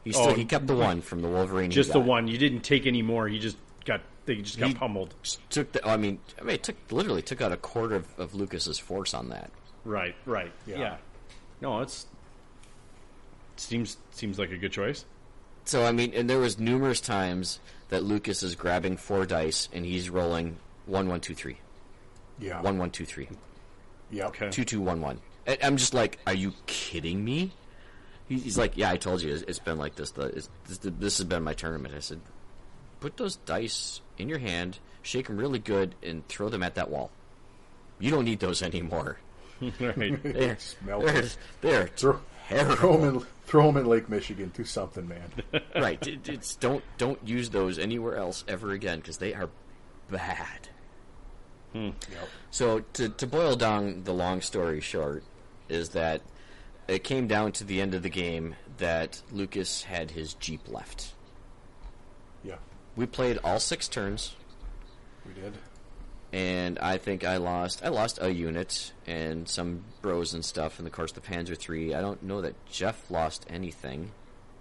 Speaker 2: He still
Speaker 1: Oh,
Speaker 2: he kept the one from the Wolverine. he
Speaker 1: Just the
Speaker 2: got.
Speaker 1: one. You didn't take any more. You just got. They just got
Speaker 2: He-
Speaker 1: pummeled.
Speaker 2: Took the. I mean, I mean, it took literally took out a quarter of, of Lucas's force on that.
Speaker 1: Right. Right. Yeah.
Speaker 3: Yeah.
Speaker 1: No. It's. Seems seems like a good choice.
Speaker 2: So I mean, and there was numerous times that Lucas is grabbing four dice and he's rolling one one two three,
Speaker 3: Yeah.
Speaker 2: one one two three,
Speaker 3: Yeah.
Speaker 1: Okay.
Speaker 2: two two one one. And I'm just like, are you kidding me? He- He's like, yeah, I told you, it's, it's been like this. The, it's, this. This has been my tournament. I said, put those dice in your hand, shake them really good, and throw them at that wall. You don't need those anymore.
Speaker 1: right.
Speaker 2: They're,
Speaker 3: Smell
Speaker 2: they're,
Speaker 3: them.
Speaker 2: they're
Speaker 3: Throw, throw
Speaker 2: terrible.
Speaker 3: him in. Throw him in Lake Michigan. Do something, man.
Speaker 2: right. It, it's don't don't use those anywhere else ever again because they are bad. So to to boil down the long story short is that it came down to the end of the game that Lucas had his jeep left.
Speaker 3: Yeah.
Speaker 2: We played all six turns.
Speaker 3: We did.
Speaker 2: and I think I lost I lost a unit and some bros and stuff in the course of the Panzer three. I don't know that Jeff lost anything.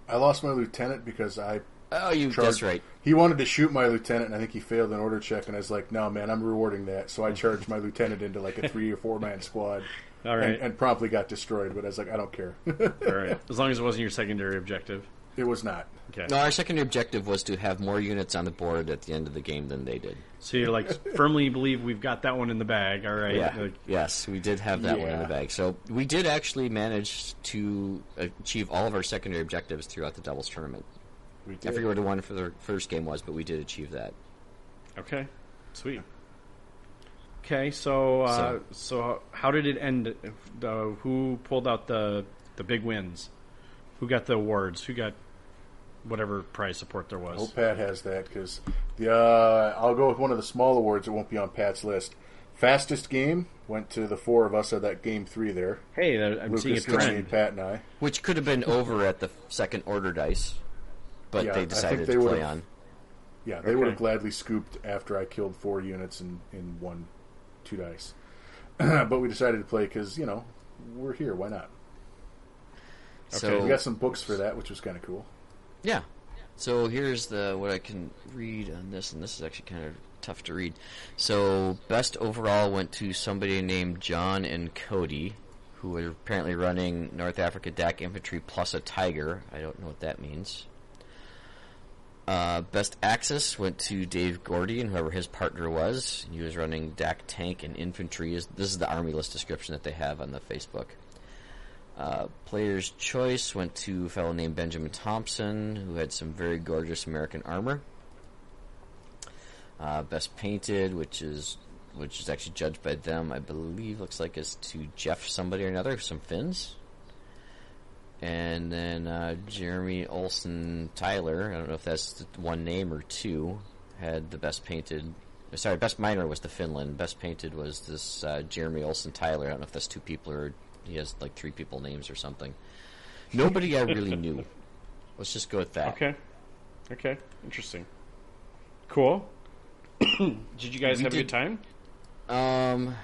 Speaker 3: I lost my lieutenant because I
Speaker 2: Oh, you
Speaker 3: charged.
Speaker 2: that's right.
Speaker 3: He wanted to shoot my lieutenant, and I think he failed an order check. And I was like, "No, man, I'm rewarding that." So I charged my lieutenant into like a three or four man squad,
Speaker 1: All right.
Speaker 3: and, and promptly got destroyed. But I was like, "I don't care."
Speaker 1: All right. As long as it wasn't your secondary objective.
Speaker 3: it was not.
Speaker 1: Okay.
Speaker 2: No, our secondary objective was to have more units on the board at the end of the game than they did.
Speaker 1: So you like firmly believe we've got that one in the bag. All right. Like,
Speaker 2: yes, we did have that one in
Speaker 3: Yeah.
Speaker 2: the bag. So we did actually manage to achieve all of our secondary objectives throughout the doubles tournament.
Speaker 3: We
Speaker 2: I
Speaker 3: did.
Speaker 2: forget what the one for the first game was, but we did achieve that.
Speaker 1: okay. Sweet. Okay. So uh, so.
Speaker 2: So-
Speaker 1: how did it end? Uh, who pulled out the the big wins? Who got the awards? Who got whatever prize support there
Speaker 3: I
Speaker 1: was?
Speaker 3: hope Pat has that because the uh, I'll go with one of the small awards. It won't be on Pat's list. Fastest game went to the four of us at that game three there.
Speaker 1: Hey, there- I'm seeing a
Speaker 3: Lucas, Christine,
Speaker 1: trend.
Speaker 3: Pat, and I.
Speaker 2: Which could have been over at the second order dice, but
Speaker 3: Yeah, I
Speaker 2: they
Speaker 3: think
Speaker 2: decided
Speaker 3: they
Speaker 2: to
Speaker 3: would've-
Speaker 2: play on.
Speaker 3: Yeah, they would
Speaker 1: Okay.
Speaker 3: have gladly scooped after I killed four units in, in one, two dice. but we decided to play because, you know, we're here. Why not?
Speaker 2: So
Speaker 3: We got some books for that, which was kind of cool.
Speaker 2: Yeah. So here's the what I can read on this, and this is actually kind of tough to read. So best overall went to somebody named John and Cody, who are apparently running North Africa DAC infantry plus a tiger. I don't know what that means. Uh, best axis went to Dave Gordy and whoever his partner was. He was running DAC tank and infantry. Is this is the army list description that they have on the Facebook? Uh, player's choice went to a fellow named Benjamin Thompson, who had some very gorgeous American armor. Uh, best painted, which is which is actually judged by them, I believe. Looks like is to Jeff somebody or another, some Finns. And then uh, Jeremy Olson Tyler, I don't know if that's one name or two, had the best painted. Sorry, best minor was the Finland. Best painted was this uh, Jeremy Olson Tyler. I don't know if that's two people or he has like three people names or something. Nobody I really knew. Let's just go with that.
Speaker 1: Okay. Okay. Interesting. Cool. did you guys have a
Speaker 2: did-
Speaker 1: good time?
Speaker 2: Um,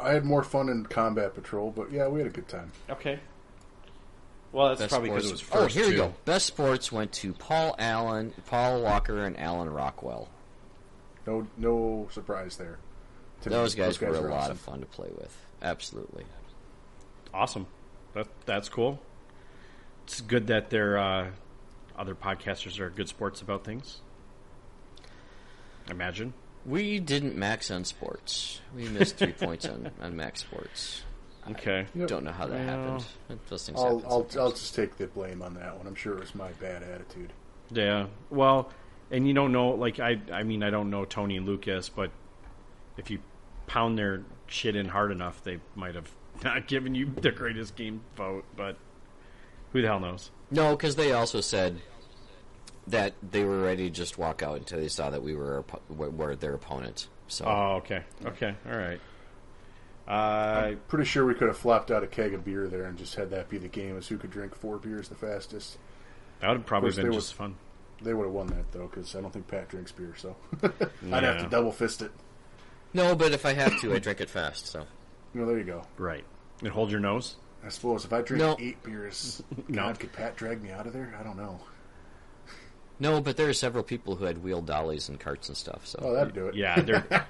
Speaker 3: I had more fun in Combat Patrol, but yeah, we had a good time.
Speaker 1: Okay. Well, that's
Speaker 2: best
Speaker 1: probably
Speaker 2: sports.
Speaker 1: because it was first.
Speaker 2: oh, here we
Speaker 1: too.
Speaker 2: go. Best sports went to Paul Allen, Paul Walker, and Alan Rockwell.
Speaker 3: No no surprise there. To me.
Speaker 2: Those guys, were a lot
Speaker 3: awesome.
Speaker 2: of fun to play with. Absolutely.
Speaker 1: Awesome. That that's cool. It's good that there uh, other podcasters are good sports about things. Imagine.
Speaker 2: We didn't max on sports. We missed three points on, on max sports.
Speaker 1: Okay.
Speaker 3: Yep.
Speaker 2: Don't know how that
Speaker 1: Well,
Speaker 2: happened. Those things
Speaker 3: I'll,
Speaker 2: happen
Speaker 3: I'll,
Speaker 2: sometimes.
Speaker 3: I'll just take the blame on that one. I'm sure it was my bad attitude.
Speaker 1: Yeah. Well, and you don't know like I I mean I don't know Tony and Lucas, but if you pound their shit in hard enough, they might have not given you the greatest game vote, but who the hell knows?
Speaker 2: No, because they also said that they were ready to just walk out until they saw that we were, oppo- were- were their opponent. So
Speaker 1: Oh, okay. Okay. All right. Uh,
Speaker 3: Pretty sure we could have flopped out a keg of beer there and just had that be the game as who could drink four beers the fastest.
Speaker 1: that would probably
Speaker 3: Of course
Speaker 1: have been
Speaker 3: they were-
Speaker 1: just fun.
Speaker 3: They would have won that though, because I don't think Pat drinks beer, so I'd have to double fist it.
Speaker 2: no, but if I have to, I drink it fast. So
Speaker 3: Well, there you go.
Speaker 1: Right. And hold your nose.
Speaker 3: I suppose if I drink
Speaker 2: No.
Speaker 3: eight beers,
Speaker 1: No.
Speaker 3: God, could Pat drag me out of there? I don't know.
Speaker 2: no, but there are several people who had wheel dollies and carts and stuff. So
Speaker 3: Oh, that'd do it.
Speaker 1: Yeah, they're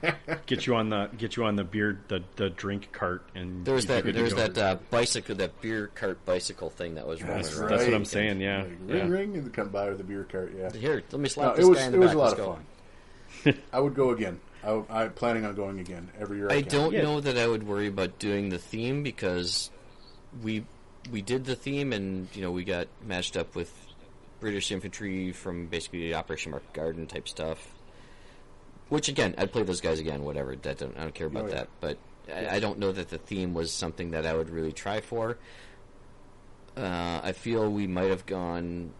Speaker 1: get you on the get you on the beard the, the drink cart and
Speaker 2: there was
Speaker 1: you'd be
Speaker 2: that
Speaker 1: good to
Speaker 2: there was
Speaker 1: go.
Speaker 2: that uh, bicycle that beer cart bicycle thing that was rolling
Speaker 3: That's
Speaker 2: around.
Speaker 1: That's what I'm
Speaker 3: right.
Speaker 1: saying. Yeah,
Speaker 3: Like, ring,
Speaker 1: yeah.
Speaker 3: ring, and come by with a beer cart. Yeah,
Speaker 2: Here, let me slap
Speaker 3: no, it
Speaker 2: this
Speaker 3: was
Speaker 2: guy in the
Speaker 3: it was
Speaker 2: back.
Speaker 3: a lot
Speaker 2: Let's
Speaker 3: of
Speaker 2: go.
Speaker 3: fun. I would go again. I, w- I'm planning on going again every year. I,
Speaker 2: I
Speaker 3: can.
Speaker 2: don't
Speaker 1: Yeah.
Speaker 2: know that I would worry about doing the theme because we we did the theme and you know we got matched up with British infantry from basically Operation Market Garden type stuff. Which again, I'd play those guys again. Whatever that don't, I don't care about
Speaker 3: Oh, yeah.
Speaker 2: that. But I, I don't know that the theme was something that I would really try for. Uh, I feel we might have gone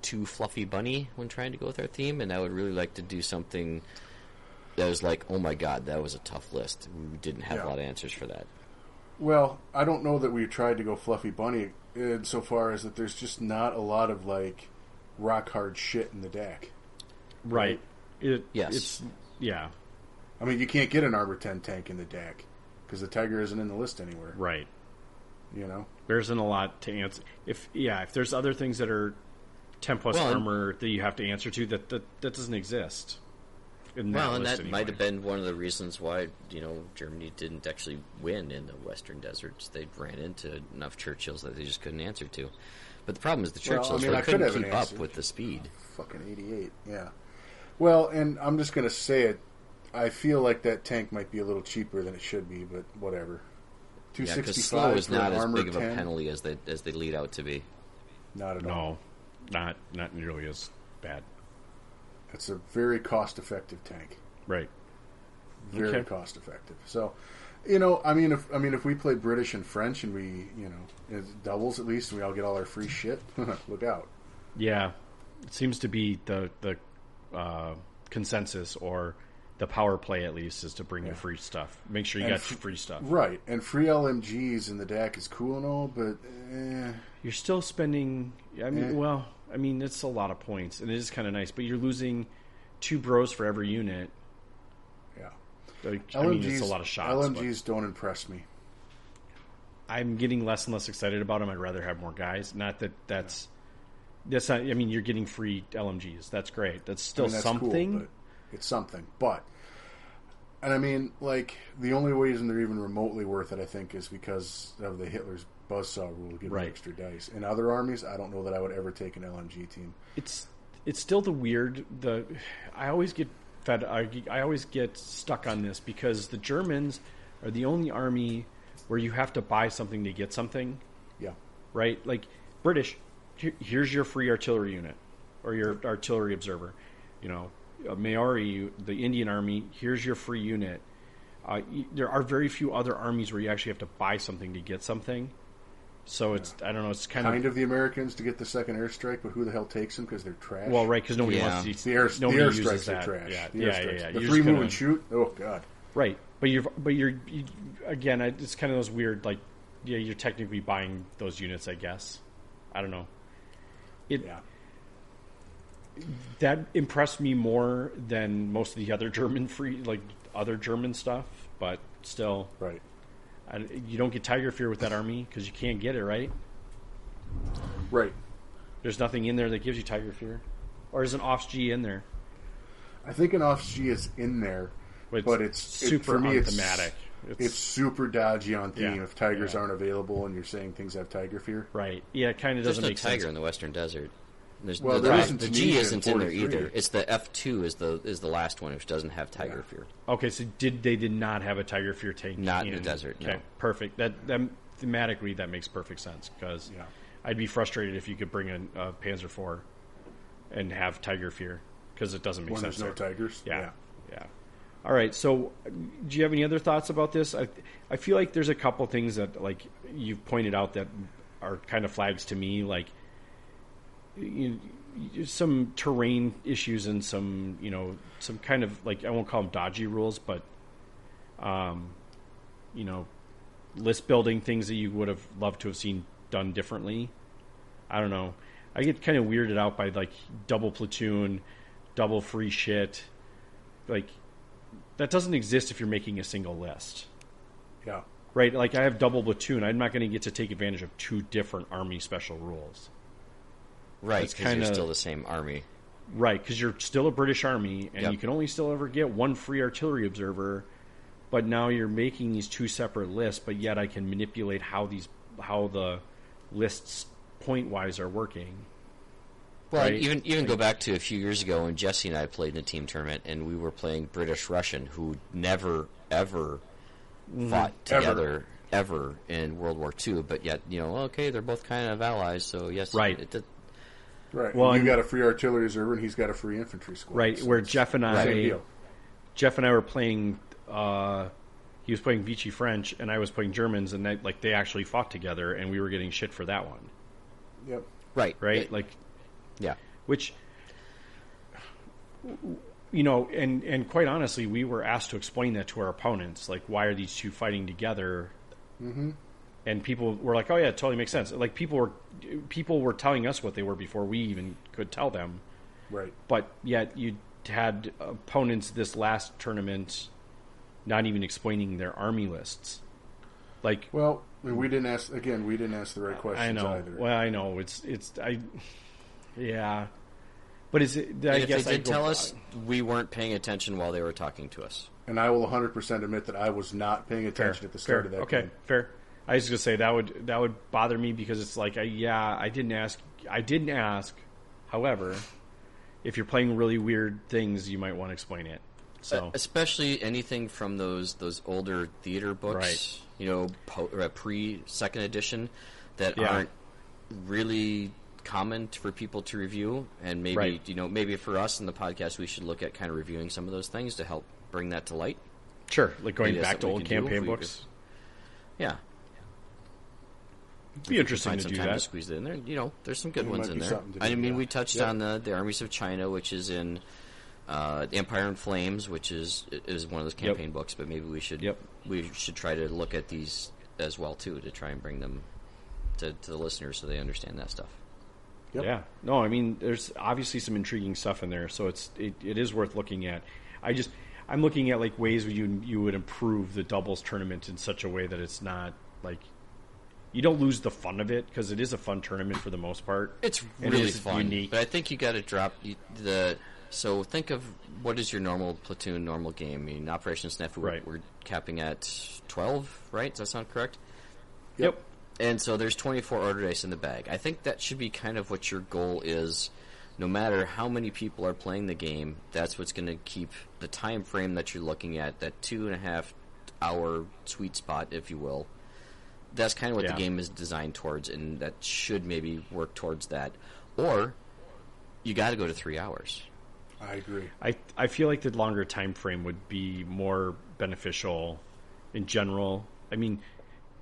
Speaker 2: too fluffy bunny when trying to go with our theme, and I would really like to do something that was like, oh my god, that was a tough list. We didn't have
Speaker 3: Yeah.
Speaker 2: a lot of answers for that.
Speaker 3: Well, I don't know that we tried to go fluffy bunny insofar as that there's just not a lot of like rock hard shit in the deck.
Speaker 1: right. It,
Speaker 2: Yes.
Speaker 1: it's yeah.
Speaker 3: I mean, you can't get an Arbor 10 tank in the DAC because the Tiger isn't in the list anywhere.
Speaker 1: Right.
Speaker 3: You know,
Speaker 1: There isn't a lot to answer. If yeah, if there's other things that are ten plus
Speaker 2: Well, and-
Speaker 1: armor that you have to answer to, that that, that doesn't exist. In that
Speaker 2: Well, and
Speaker 1: list
Speaker 2: that
Speaker 1: anyway.
Speaker 2: might have been one of the reasons why you know Germany didn't actually win in the Western deserts. They ran into enough Churchills that they just couldn't answer to. But the problem is the
Speaker 3: Well, I
Speaker 2: Churchills
Speaker 3: mean,
Speaker 2: they
Speaker 3: I could
Speaker 2: couldn't
Speaker 3: have an
Speaker 2: keep up
Speaker 3: answer.
Speaker 2: with the speed.
Speaker 3: fucking 88. Yeah. Well, and I'm just going to say it. I feel like that tank might be a little cheaper than it should be, but whatever.
Speaker 2: Yeah,
Speaker 3: 265
Speaker 2: because slow is
Speaker 3: for an
Speaker 2: not as
Speaker 3: Armor
Speaker 2: big of a
Speaker 3: 10?
Speaker 2: penalty as they as they lead out to be.
Speaker 3: Not at all.
Speaker 1: no, not not nearly as bad.
Speaker 3: It's a very cost effective tank.
Speaker 1: Right.
Speaker 3: Very
Speaker 1: Okay.
Speaker 3: cost effective. So, you know, I mean, if I mean, if we play British and French and we, you know, it doubles at least, and we all get all our free shit. look out.
Speaker 1: Yeah, it seems to be the the uh, consensus or the power play at least is to bring the free stuff. Make sure you
Speaker 3: And
Speaker 1: got
Speaker 3: fr-
Speaker 1: free stuff.
Speaker 3: Right, and free LMGs in the DAC is cool and all, but eh,
Speaker 1: You're still spending. I mean,
Speaker 3: Yeah.
Speaker 1: well, I mean, it's a lot of points, and it is kind of nice, but you're losing two bros for every unit.
Speaker 3: yeah.
Speaker 1: Like,
Speaker 3: LMGs,
Speaker 1: I mean, it's a lot of shots. but
Speaker 3: LMGs don't impress me.
Speaker 1: I'm getting less and less excited about them. I'd rather have more guys. Not that that's that's not. I mean, you're getting free LMGs. That's great. That's still
Speaker 3: I mean, that's
Speaker 1: something.
Speaker 3: Cool, but it's something, but and I mean, like the only reason they're even remotely worth it, I think, is because of the Hitler's buzzsaw rule, giving
Speaker 1: Right.
Speaker 3: extra dice. In other armies, I don't know that I would ever take an LMG team.
Speaker 1: it's it's still the weird the I always get fed I, I always get stuck on this because the Germans are the only army where you have to buy something to get something
Speaker 3: Yeah,
Speaker 1: right like British here, here's your free artillery unit or your artillery observer you know uh, Maori the Indian army here's your free unit uh, y- there are very few other armies where you actually have to buy something to get something so it's I don't know it's kind,
Speaker 3: kind of the Americans to get the second airstrike, but who the hell takes them because they're trash.
Speaker 1: Well, right, because nobody
Speaker 2: Yeah.
Speaker 1: wants to.
Speaker 3: The, air, the
Speaker 1: nobody uses
Speaker 3: airstrikes are
Speaker 1: that.
Speaker 3: trash.
Speaker 1: Yeah,
Speaker 3: the
Speaker 1: yeah, yeah,
Speaker 3: airstrikes.
Speaker 1: yeah. You're
Speaker 3: The three
Speaker 1: just
Speaker 3: move
Speaker 1: gonna-
Speaker 3: and shoot. Oh god.
Speaker 1: Right, but you're but you're you, again. I- It's kind of those weird like yeah. You're technically buying those units, I guess. I don't know. It
Speaker 3: Yeah.
Speaker 1: that impressed me more than most of the other German free like other German stuff, but still,
Speaker 3: Right.
Speaker 1: I, you don't get Tiger Fear with that army because you can't get it right.
Speaker 3: Right.
Speaker 1: There's nothing in there that gives you Tiger Fear, or is an Offs G in there?
Speaker 3: I think an off G is in there, but it's it,
Speaker 1: super
Speaker 3: for me. It's
Speaker 1: unthematic.
Speaker 3: It's, super dodgy on theme
Speaker 1: Yeah,
Speaker 3: if tigers
Speaker 1: yeah.
Speaker 3: aren't available and you're saying things have tiger fear.
Speaker 1: right. Yeah, it kind of
Speaker 2: There's
Speaker 1: doesn't
Speaker 2: no
Speaker 1: make
Speaker 2: tiger
Speaker 1: sense.
Speaker 2: in the Western desert. There's
Speaker 3: Well,
Speaker 2: the,
Speaker 3: there
Speaker 2: the-
Speaker 3: is in
Speaker 2: the G
Speaker 3: Tunisia in
Speaker 2: isn't in there
Speaker 3: 43.
Speaker 2: either. It's the F two is the is the last one which doesn't have tiger fear.
Speaker 1: Okay, so did they did not have a tiger fear tank?
Speaker 2: Not in the desert,
Speaker 1: Okay,
Speaker 2: no.
Speaker 1: perfect. That, that thematically that makes perfect sense because
Speaker 3: Yeah.
Speaker 1: I'd be frustrated if you could bring in a Panzer IV and have tiger fear because it doesn't make
Speaker 3: When
Speaker 1: sense.
Speaker 3: there's no
Speaker 1: there.
Speaker 3: tigers.
Speaker 1: Yeah, yeah. All right. So, do you have any other thoughts about this? I I feel like there's a couple things that like you've pointed out that are kind of flags to me, like you, you- some terrain issues and some you know some kind of like I won't call them dodgy rules, but um, you know, list building things that you would have loved to have seen done differently. I don't know. I get kind of weirded out by like double platoon, double free shit. Like that doesn't exist if you're making a single list.
Speaker 3: Yeah.
Speaker 1: Right? Like I have double platoon. I'm not going to get to take advantage of two different army special rules.
Speaker 2: Right,
Speaker 1: It's
Speaker 2: because you're
Speaker 1: kinda-
Speaker 2: still the same army.
Speaker 1: Right, cuz you're still a British army and
Speaker 2: Yep.
Speaker 1: you can only still ever get one free artillery observer, but now you're making these two separate lists, but yet I can manipulate how these how the lists point-wise are working.
Speaker 2: Well,
Speaker 1: Right.
Speaker 2: even even go back to a few years ago when Jesse and I played in a team tournament, and we were playing British Russian, who never ever
Speaker 1: Mm-hmm.
Speaker 2: fought
Speaker 3: Ever.
Speaker 2: together ever. in World War II. But yet, you know, okay, they're both kind of allies, so yes,
Speaker 1: Right.
Speaker 2: It, it,
Speaker 3: Right.
Speaker 1: Well,
Speaker 3: Well, you
Speaker 1: and-
Speaker 3: got a free artillery reserve and he's got a free infantry squad.
Speaker 1: Right,
Speaker 3: So
Speaker 1: where
Speaker 3: it's
Speaker 1: Jeff and I
Speaker 3: the same deal.
Speaker 1: Jeff and I were playing. Uh, he was playing Vichy French, and I was playing Germans, and that, like they actually fought together, and we were getting shit for that one,
Speaker 3: Yep.
Speaker 2: right,
Speaker 1: right?
Speaker 2: It-
Speaker 1: like,
Speaker 2: yeah,
Speaker 1: which, you know, and and quite honestly, we were asked to explain that to our opponents, like why are these two fighting together? And people were like, "Oh yeah, it totally makes sense." Like people were people were telling us what they were before we even could tell them.
Speaker 3: Right.
Speaker 1: but yet you had opponents this last tournament not even explaining their army lists. Like
Speaker 3: Well, we didn't ask again. We didn't ask the right questions
Speaker 1: I know.
Speaker 3: either.
Speaker 1: Well, I know it's it's I, yeah, but is it? I
Speaker 2: if
Speaker 1: guess
Speaker 2: they did
Speaker 1: I go-
Speaker 2: tell us, we weren't paying attention while they were talking to us.
Speaker 3: and I will 100 percent admit that I was not paying
Speaker 1: Fair,
Speaker 3: attention at the start
Speaker 1: fair.
Speaker 3: of that.
Speaker 1: Okay,
Speaker 3: game.
Speaker 1: fair. I was just gonna say that would that would bother me because it's like, I, yeah, I didn't ask. I didn't ask. However, if you're playing really weird things, you might want to explain it.
Speaker 2: Uh,
Speaker 1: So
Speaker 2: Especially anything from those those older theater books,
Speaker 1: Right.
Speaker 2: you know, po- or, uh, pre second edition that
Speaker 1: Yeah.
Speaker 2: aren't really common t- for people to review, and maybe
Speaker 1: Right.
Speaker 2: you know maybe for us in the podcast we should look at kind of reviewing some of those things to help bring that to light.
Speaker 1: sure, like going
Speaker 2: Maybe that's
Speaker 1: back to
Speaker 2: something we
Speaker 1: old
Speaker 2: can do if
Speaker 1: campaign
Speaker 2: we-
Speaker 1: books,
Speaker 2: Yeah,
Speaker 1: it'd be interesting
Speaker 2: find
Speaker 1: to
Speaker 2: some
Speaker 1: do
Speaker 2: time to
Speaker 1: that.
Speaker 2: squeeze it in there. You know, there's some good
Speaker 3: There
Speaker 2: ones
Speaker 3: might
Speaker 2: in
Speaker 3: be
Speaker 2: there.
Speaker 3: something to
Speaker 2: I
Speaker 3: do,
Speaker 2: mean,
Speaker 3: yeah.
Speaker 2: we touched
Speaker 3: Yep.
Speaker 2: on the, the armies of China, which is in uh, the Empire in Flames, which is is one of those campaign books. But maybe we should
Speaker 1: Yep.
Speaker 2: we should try to look at these as well too to try and bring them to, to the listeners so they understand that stuff.
Speaker 3: Yep.
Speaker 1: Yeah. No, I mean, there's obviously some intriguing stuff in there, so it's it, it is worth looking at. I just I'm looking at like ways you you would improve the doubles tournament in such a way that it's not like you don't lose the fun of it because it is a fun tournament for the most part.
Speaker 2: It's
Speaker 1: And
Speaker 2: really
Speaker 1: is
Speaker 2: fun,
Speaker 1: unique.
Speaker 2: but I think you got to drop you- the. So think of what is your normal platoon normal game? I mean, Operation Snafu, we're-
Speaker 1: Right.
Speaker 2: we're capping at twelve, right? Does that sound correct?
Speaker 1: Yep.
Speaker 2: And so there's 24 order dice in the bag. I think that should be kind of what your goal is. No matter how many people are playing the game, that's what's going to keep the time frame that you're looking at, that two and a half hour sweet spot, if you will. That's kind of what
Speaker 1: Yeah.
Speaker 2: the game is designed towards, and that should maybe work towards that. Or you got to go to three hours.
Speaker 3: I agree.
Speaker 1: I I feel like the longer time frame would be more beneficial in general. I mean,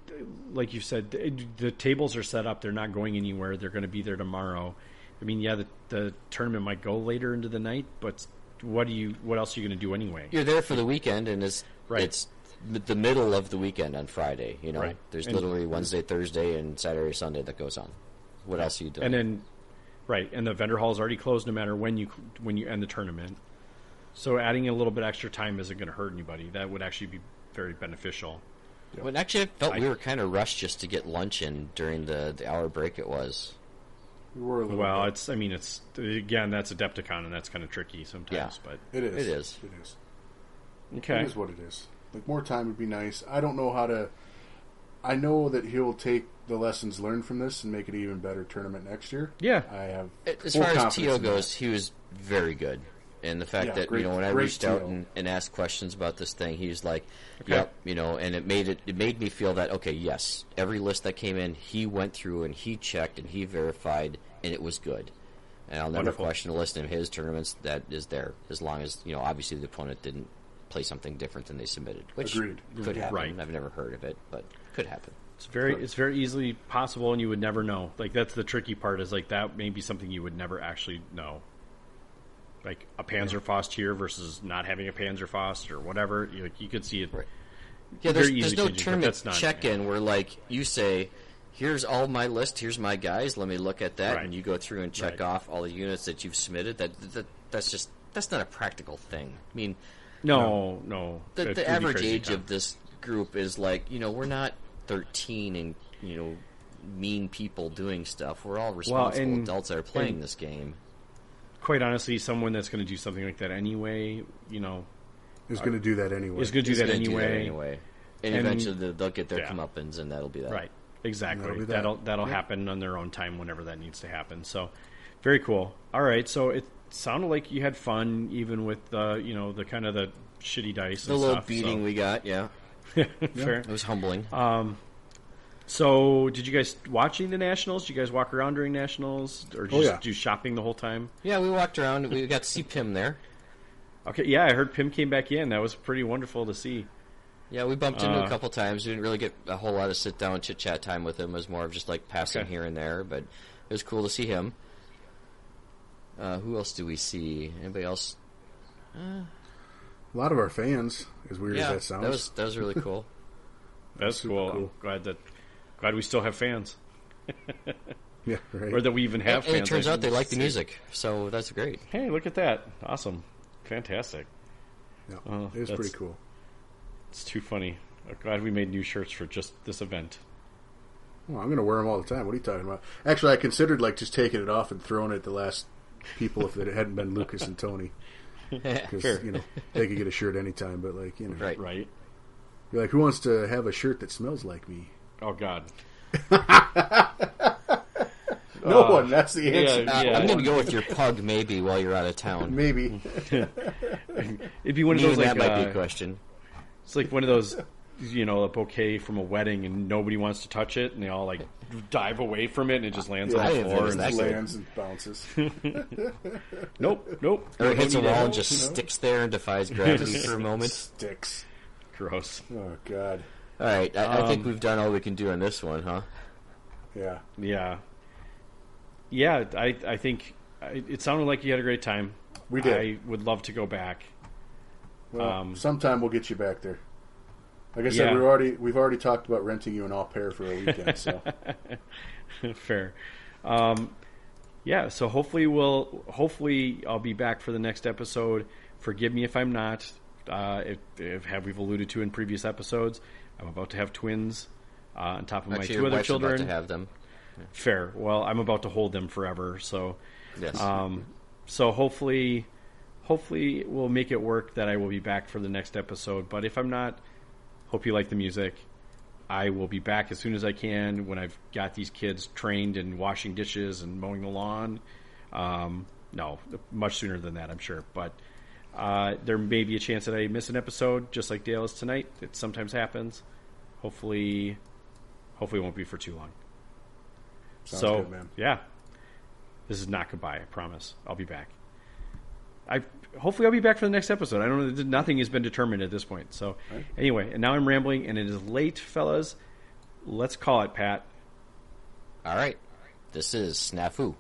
Speaker 1: th- like you said, the, the tables are set up; they're not going anywhere. They're going to be there tomorrow. I mean, yeah, the, the tournament might go later into the night, but what do you? What else are you going to do anyway?
Speaker 2: You're there for the weekend, and it's
Speaker 1: Right.
Speaker 2: it's m- the middle of the weekend on Friday. You know,
Speaker 1: Right.
Speaker 2: there's
Speaker 1: And-
Speaker 2: literally Wednesday, Thursday, and Saturday, Sunday that goes on. What else are you doing?
Speaker 1: And then, right, and the vendor hall is already closed no matter when you when you end the tournament. So adding a little bit extra time isn't going to hurt anybody. That would actually be very beneficial.
Speaker 2: Well, actually, I felt
Speaker 1: I-
Speaker 2: we were kind of rushed just to get lunch in during the, the hour break. It was.
Speaker 3: We were a little.
Speaker 1: Well,
Speaker 3: bit.
Speaker 1: it's I mean it's again that's Adepticon and that's kind of tricky sometimes,
Speaker 2: Yeah.
Speaker 1: but
Speaker 3: it is.
Speaker 2: it is.
Speaker 3: It is.
Speaker 1: okay,
Speaker 3: It is what it is. Like more time would be nice. I don't know how to. I know that he'll take the lessons learned from this and make it an even better tournament next year.
Speaker 1: Yeah.
Speaker 3: I have
Speaker 2: As
Speaker 3: full
Speaker 2: far as
Speaker 3: confidence
Speaker 2: Tio
Speaker 3: in that.
Speaker 2: goes, he was very good. And the fact
Speaker 3: Yeah,
Speaker 2: that
Speaker 3: great-
Speaker 2: you know when I
Speaker 3: great
Speaker 2: reached out
Speaker 3: T.O.
Speaker 2: and, and asked questions about this thing, he was like, "Yep," you know, and it made it it made me feel that okay, yes, every list that came in, he went through and he checked and he verified, and it was good. And I'll never
Speaker 1: Wonderful.
Speaker 2: question a list in his tournaments that is there, as long as you know, obviously the opponent didn't play something different than they submitted, which
Speaker 3: Agreed.
Speaker 2: could happen.
Speaker 1: Right.
Speaker 2: I've never heard of it, but could happen.
Speaker 1: it's very it's very easily possible, and you would never know. Like that's the tricky part is like that may be something you would never actually know, like a Panzerfaust here versus not having a Panzerfaust or whatever. You, you could see it.
Speaker 2: Right. Yeah, there's,
Speaker 1: Very
Speaker 2: there's
Speaker 1: easy
Speaker 2: no
Speaker 1: changes, but
Speaker 2: tournament
Speaker 1: that's not-
Speaker 2: check-in where like you say, "Here's all my list. Here's my guys. Let me look at that,"
Speaker 1: Right.
Speaker 2: and you go through and check
Speaker 1: Right.
Speaker 2: off all the units that you've submitted. That, that that's just that's not a practical thing. I mean,
Speaker 1: No, no.
Speaker 2: the,
Speaker 1: It
Speaker 2: the
Speaker 1: would be
Speaker 2: average
Speaker 1: crazy,
Speaker 2: age
Speaker 1: yeah.
Speaker 2: of this group is like you know we're not 13 and you know mean people doing stuff. We're all responsible
Speaker 1: and-
Speaker 2: adults that are playing
Speaker 1: and-
Speaker 2: this game.
Speaker 1: quite honestly, someone that's going to do something like that anyway, you know,
Speaker 3: is going to do that anyway.
Speaker 1: is going to do
Speaker 2: He's
Speaker 1: that
Speaker 2: gonna do
Speaker 1: anyway.
Speaker 2: anyway. And,
Speaker 1: And-
Speaker 2: eventually they'll- they'll get their
Speaker 1: Yeah.
Speaker 2: comeuppance, and that'll be that.
Speaker 1: Right. Exactly.
Speaker 3: That'll be that.
Speaker 1: That. will that'll happen on their own time whenever that needs to happen. So, very cool. All right. So it sounded like you had fun even with the you know the kind of the shitty dice.
Speaker 2: The
Speaker 1: and
Speaker 2: little
Speaker 1: stuff,
Speaker 2: beating we got, yeah,
Speaker 1: So. Fair.
Speaker 2: it was humbling.
Speaker 1: So did you guys watching the nationals? Did you guys walk around during nationals, or did you
Speaker 3: Oh,
Speaker 1: just
Speaker 3: yeah.
Speaker 1: do shopping the whole time?
Speaker 2: Yeah, we walked around. We got to see Pim there.
Speaker 1: Okay. Yeah, I heard Pim came back in. That was pretty wonderful to see.
Speaker 2: Yeah, we bumped into
Speaker 1: Uh.
Speaker 2: a couple times. We didn't really get a whole lot of sit down chit chat time with him. It was more of just like passing
Speaker 1: Okay.
Speaker 2: here and there, but it was cool to see him. Uh, who else do we see? Anybody else?
Speaker 3: A lot of our fans, as weird as that sounds,
Speaker 2: was that was really cool.
Speaker 1: That's
Speaker 3: super
Speaker 1: cool.
Speaker 3: cool.
Speaker 1: I'm glad that glad we still have fans,
Speaker 3: yeah, right.
Speaker 1: or that we even have
Speaker 2: and it
Speaker 1: fans. I
Speaker 2: turns out
Speaker 1: didn't
Speaker 2: they like the
Speaker 1: see.
Speaker 2: music, so that's great.
Speaker 1: Hey, look at that! Awesome, fantastic.
Speaker 3: Yeah, it was
Speaker 1: oh, that's-
Speaker 3: pretty cool.
Speaker 1: It's too funny. I'm glad we made new shirts for just this event.
Speaker 3: Well, I'm going to wear them all the time. What are you talking about? Actually, I considered like just taking it off and throwing it at the last people if it hadn't been Lucas and Tony. Because
Speaker 1: Sure.
Speaker 3: you know they could get a shirt anytime, but like you know,
Speaker 2: Right.
Speaker 1: Right?
Speaker 3: you're like, who wants to have a shirt that smells like me?
Speaker 1: Oh God.
Speaker 3: No one. That's the answer.
Speaker 1: Uh, Yeah, yeah.
Speaker 2: Uh, I'm going to go with your pug maybe while you're out of town.
Speaker 3: Maybe.
Speaker 1: It'd be one of
Speaker 2: Even
Speaker 1: those like
Speaker 2: that might be
Speaker 1: uh,
Speaker 2: a question.
Speaker 1: It's like one of those, you know, a bouquet from a wedding, and nobody wants to touch it, and they all like dive away from it, and it just lands
Speaker 3: Yeah,
Speaker 1: on
Speaker 2: I
Speaker 1: the
Speaker 2: have
Speaker 1: floor.
Speaker 2: noticed
Speaker 1: And
Speaker 2: that.
Speaker 3: Just
Speaker 2: Exactly.
Speaker 3: lands and bounces.
Speaker 1: nope, nope.
Speaker 2: Or it hits a
Speaker 1: Don't need
Speaker 2: wall
Speaker 1: it.
Speaker 2: and just sticks there and defies gravity for a moment.
Speaker 3: Sticks.
Speaker 1: Gross.
Speaker 3: Oh God.
Speaker 2: All right, I, I think
Speaker 1: Um,
Speaker 2: we've done all we can do on this one, huh?
Speaker 3: Yeah.
Speaker 1: Yeah, yeah. I I think I, it sounded like you had a great time.
Speaker 3: We did.
Speaker 1: I would love to go back.
Speaker 3: Well,
Speaker 1: Um,
Speaker 3: sometime we'll get you back there. Like I
Speaker 1: Yeah.
Speaker 3: said, we've already we've already talked about renting you an au pair for a weekend. So
Speaker 1: Fair. Um, yeah. So hopefully we'll hopefully I'll be back for the next episode. Forgive me if I'm not. Uh, if, if have we've alluded to in previous episodes, I'm about to have twins uh, on top of
Speaker 2: Actually,
Speaker 1: my two
Speaker 2: your
Speaker 1: other
Speaker 2: wife's
Speaker 1: children.
Speaker 2: about to have them.
Speaker 1: Fair. Well, I'm about to hold them forever. So,
Speaker 2: Yes.
Speaker 1: um, so hopefully, hopefully we'll make it work that I will be back for the next episode. But if I'm not, hope you like the music. I will be back as soon as I can when I've got these kids trained and washing dishes and mowing the lawn. Um, no, much sooner than that, I'm sure. But uh, there may be a chance that I miss an episode, just like Dale is tonight. It sometimes happens. Hopefully, hopefully it won't be for too long.
Speaker 3: Sounds
Speaker 1: so
Speaker 3: good, man.
Speaker 1: yeah, this is not goodbye. I promise. I'll be back. I hopefully I'll be back for the next episode. I don't know. Nothing has been determined at this point. So anyway, and now I'm rambling, and it is late, fellas. Let's call it, Pat.
Speaker 2: All right, this is Snafu.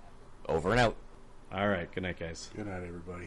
Speaker 2: Over and out.
Speaker 1: All right. Good night, guys.
Speaker 3: good night, everybody.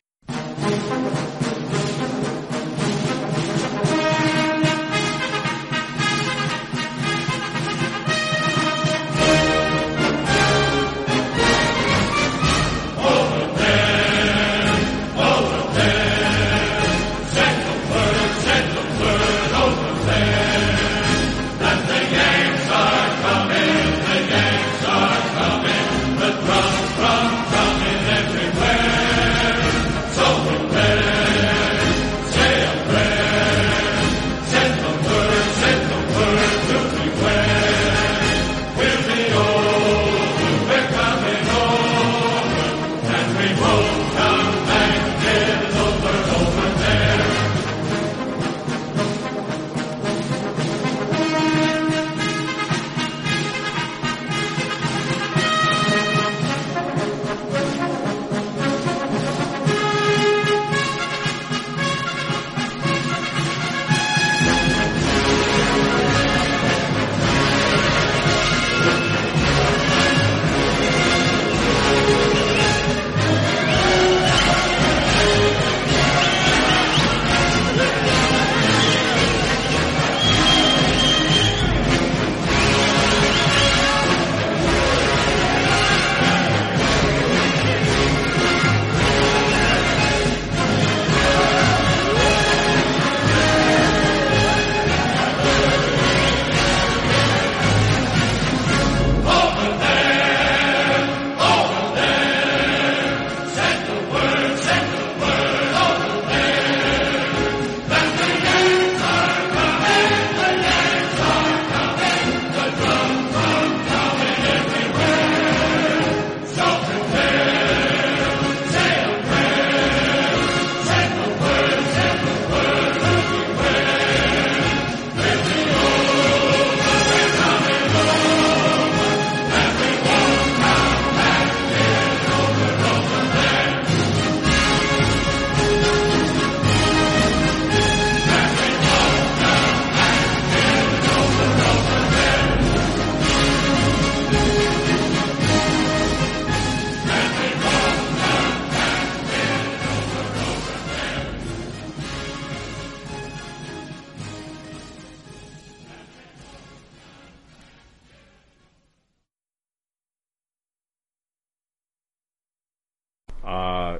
Speaker 1: Uh,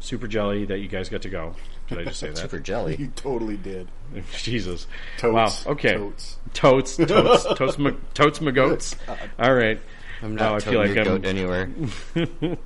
Speaker 1: Super Jelly that you guys got to go. Did I just say that?
Speaker 2: Super jelly.
Speaker 3: You totally did.
Speaker 1: Jesus.
Speaker 3: Totes.
Speaker 1: Wow. Okay.
Speaker 3: Totes.
Speaker 1: Totes. Totes. Totes. Ma- totes. Ma goats. All right.
Speaker 2: I'm
Speaker 1: Now
Speaker 2: not
Speaker 1: I
Speaker 2: I
Speaker 1: feel like
Speaker 2: goat
Speaker 1: I'm-
Speaker 2: anywhere.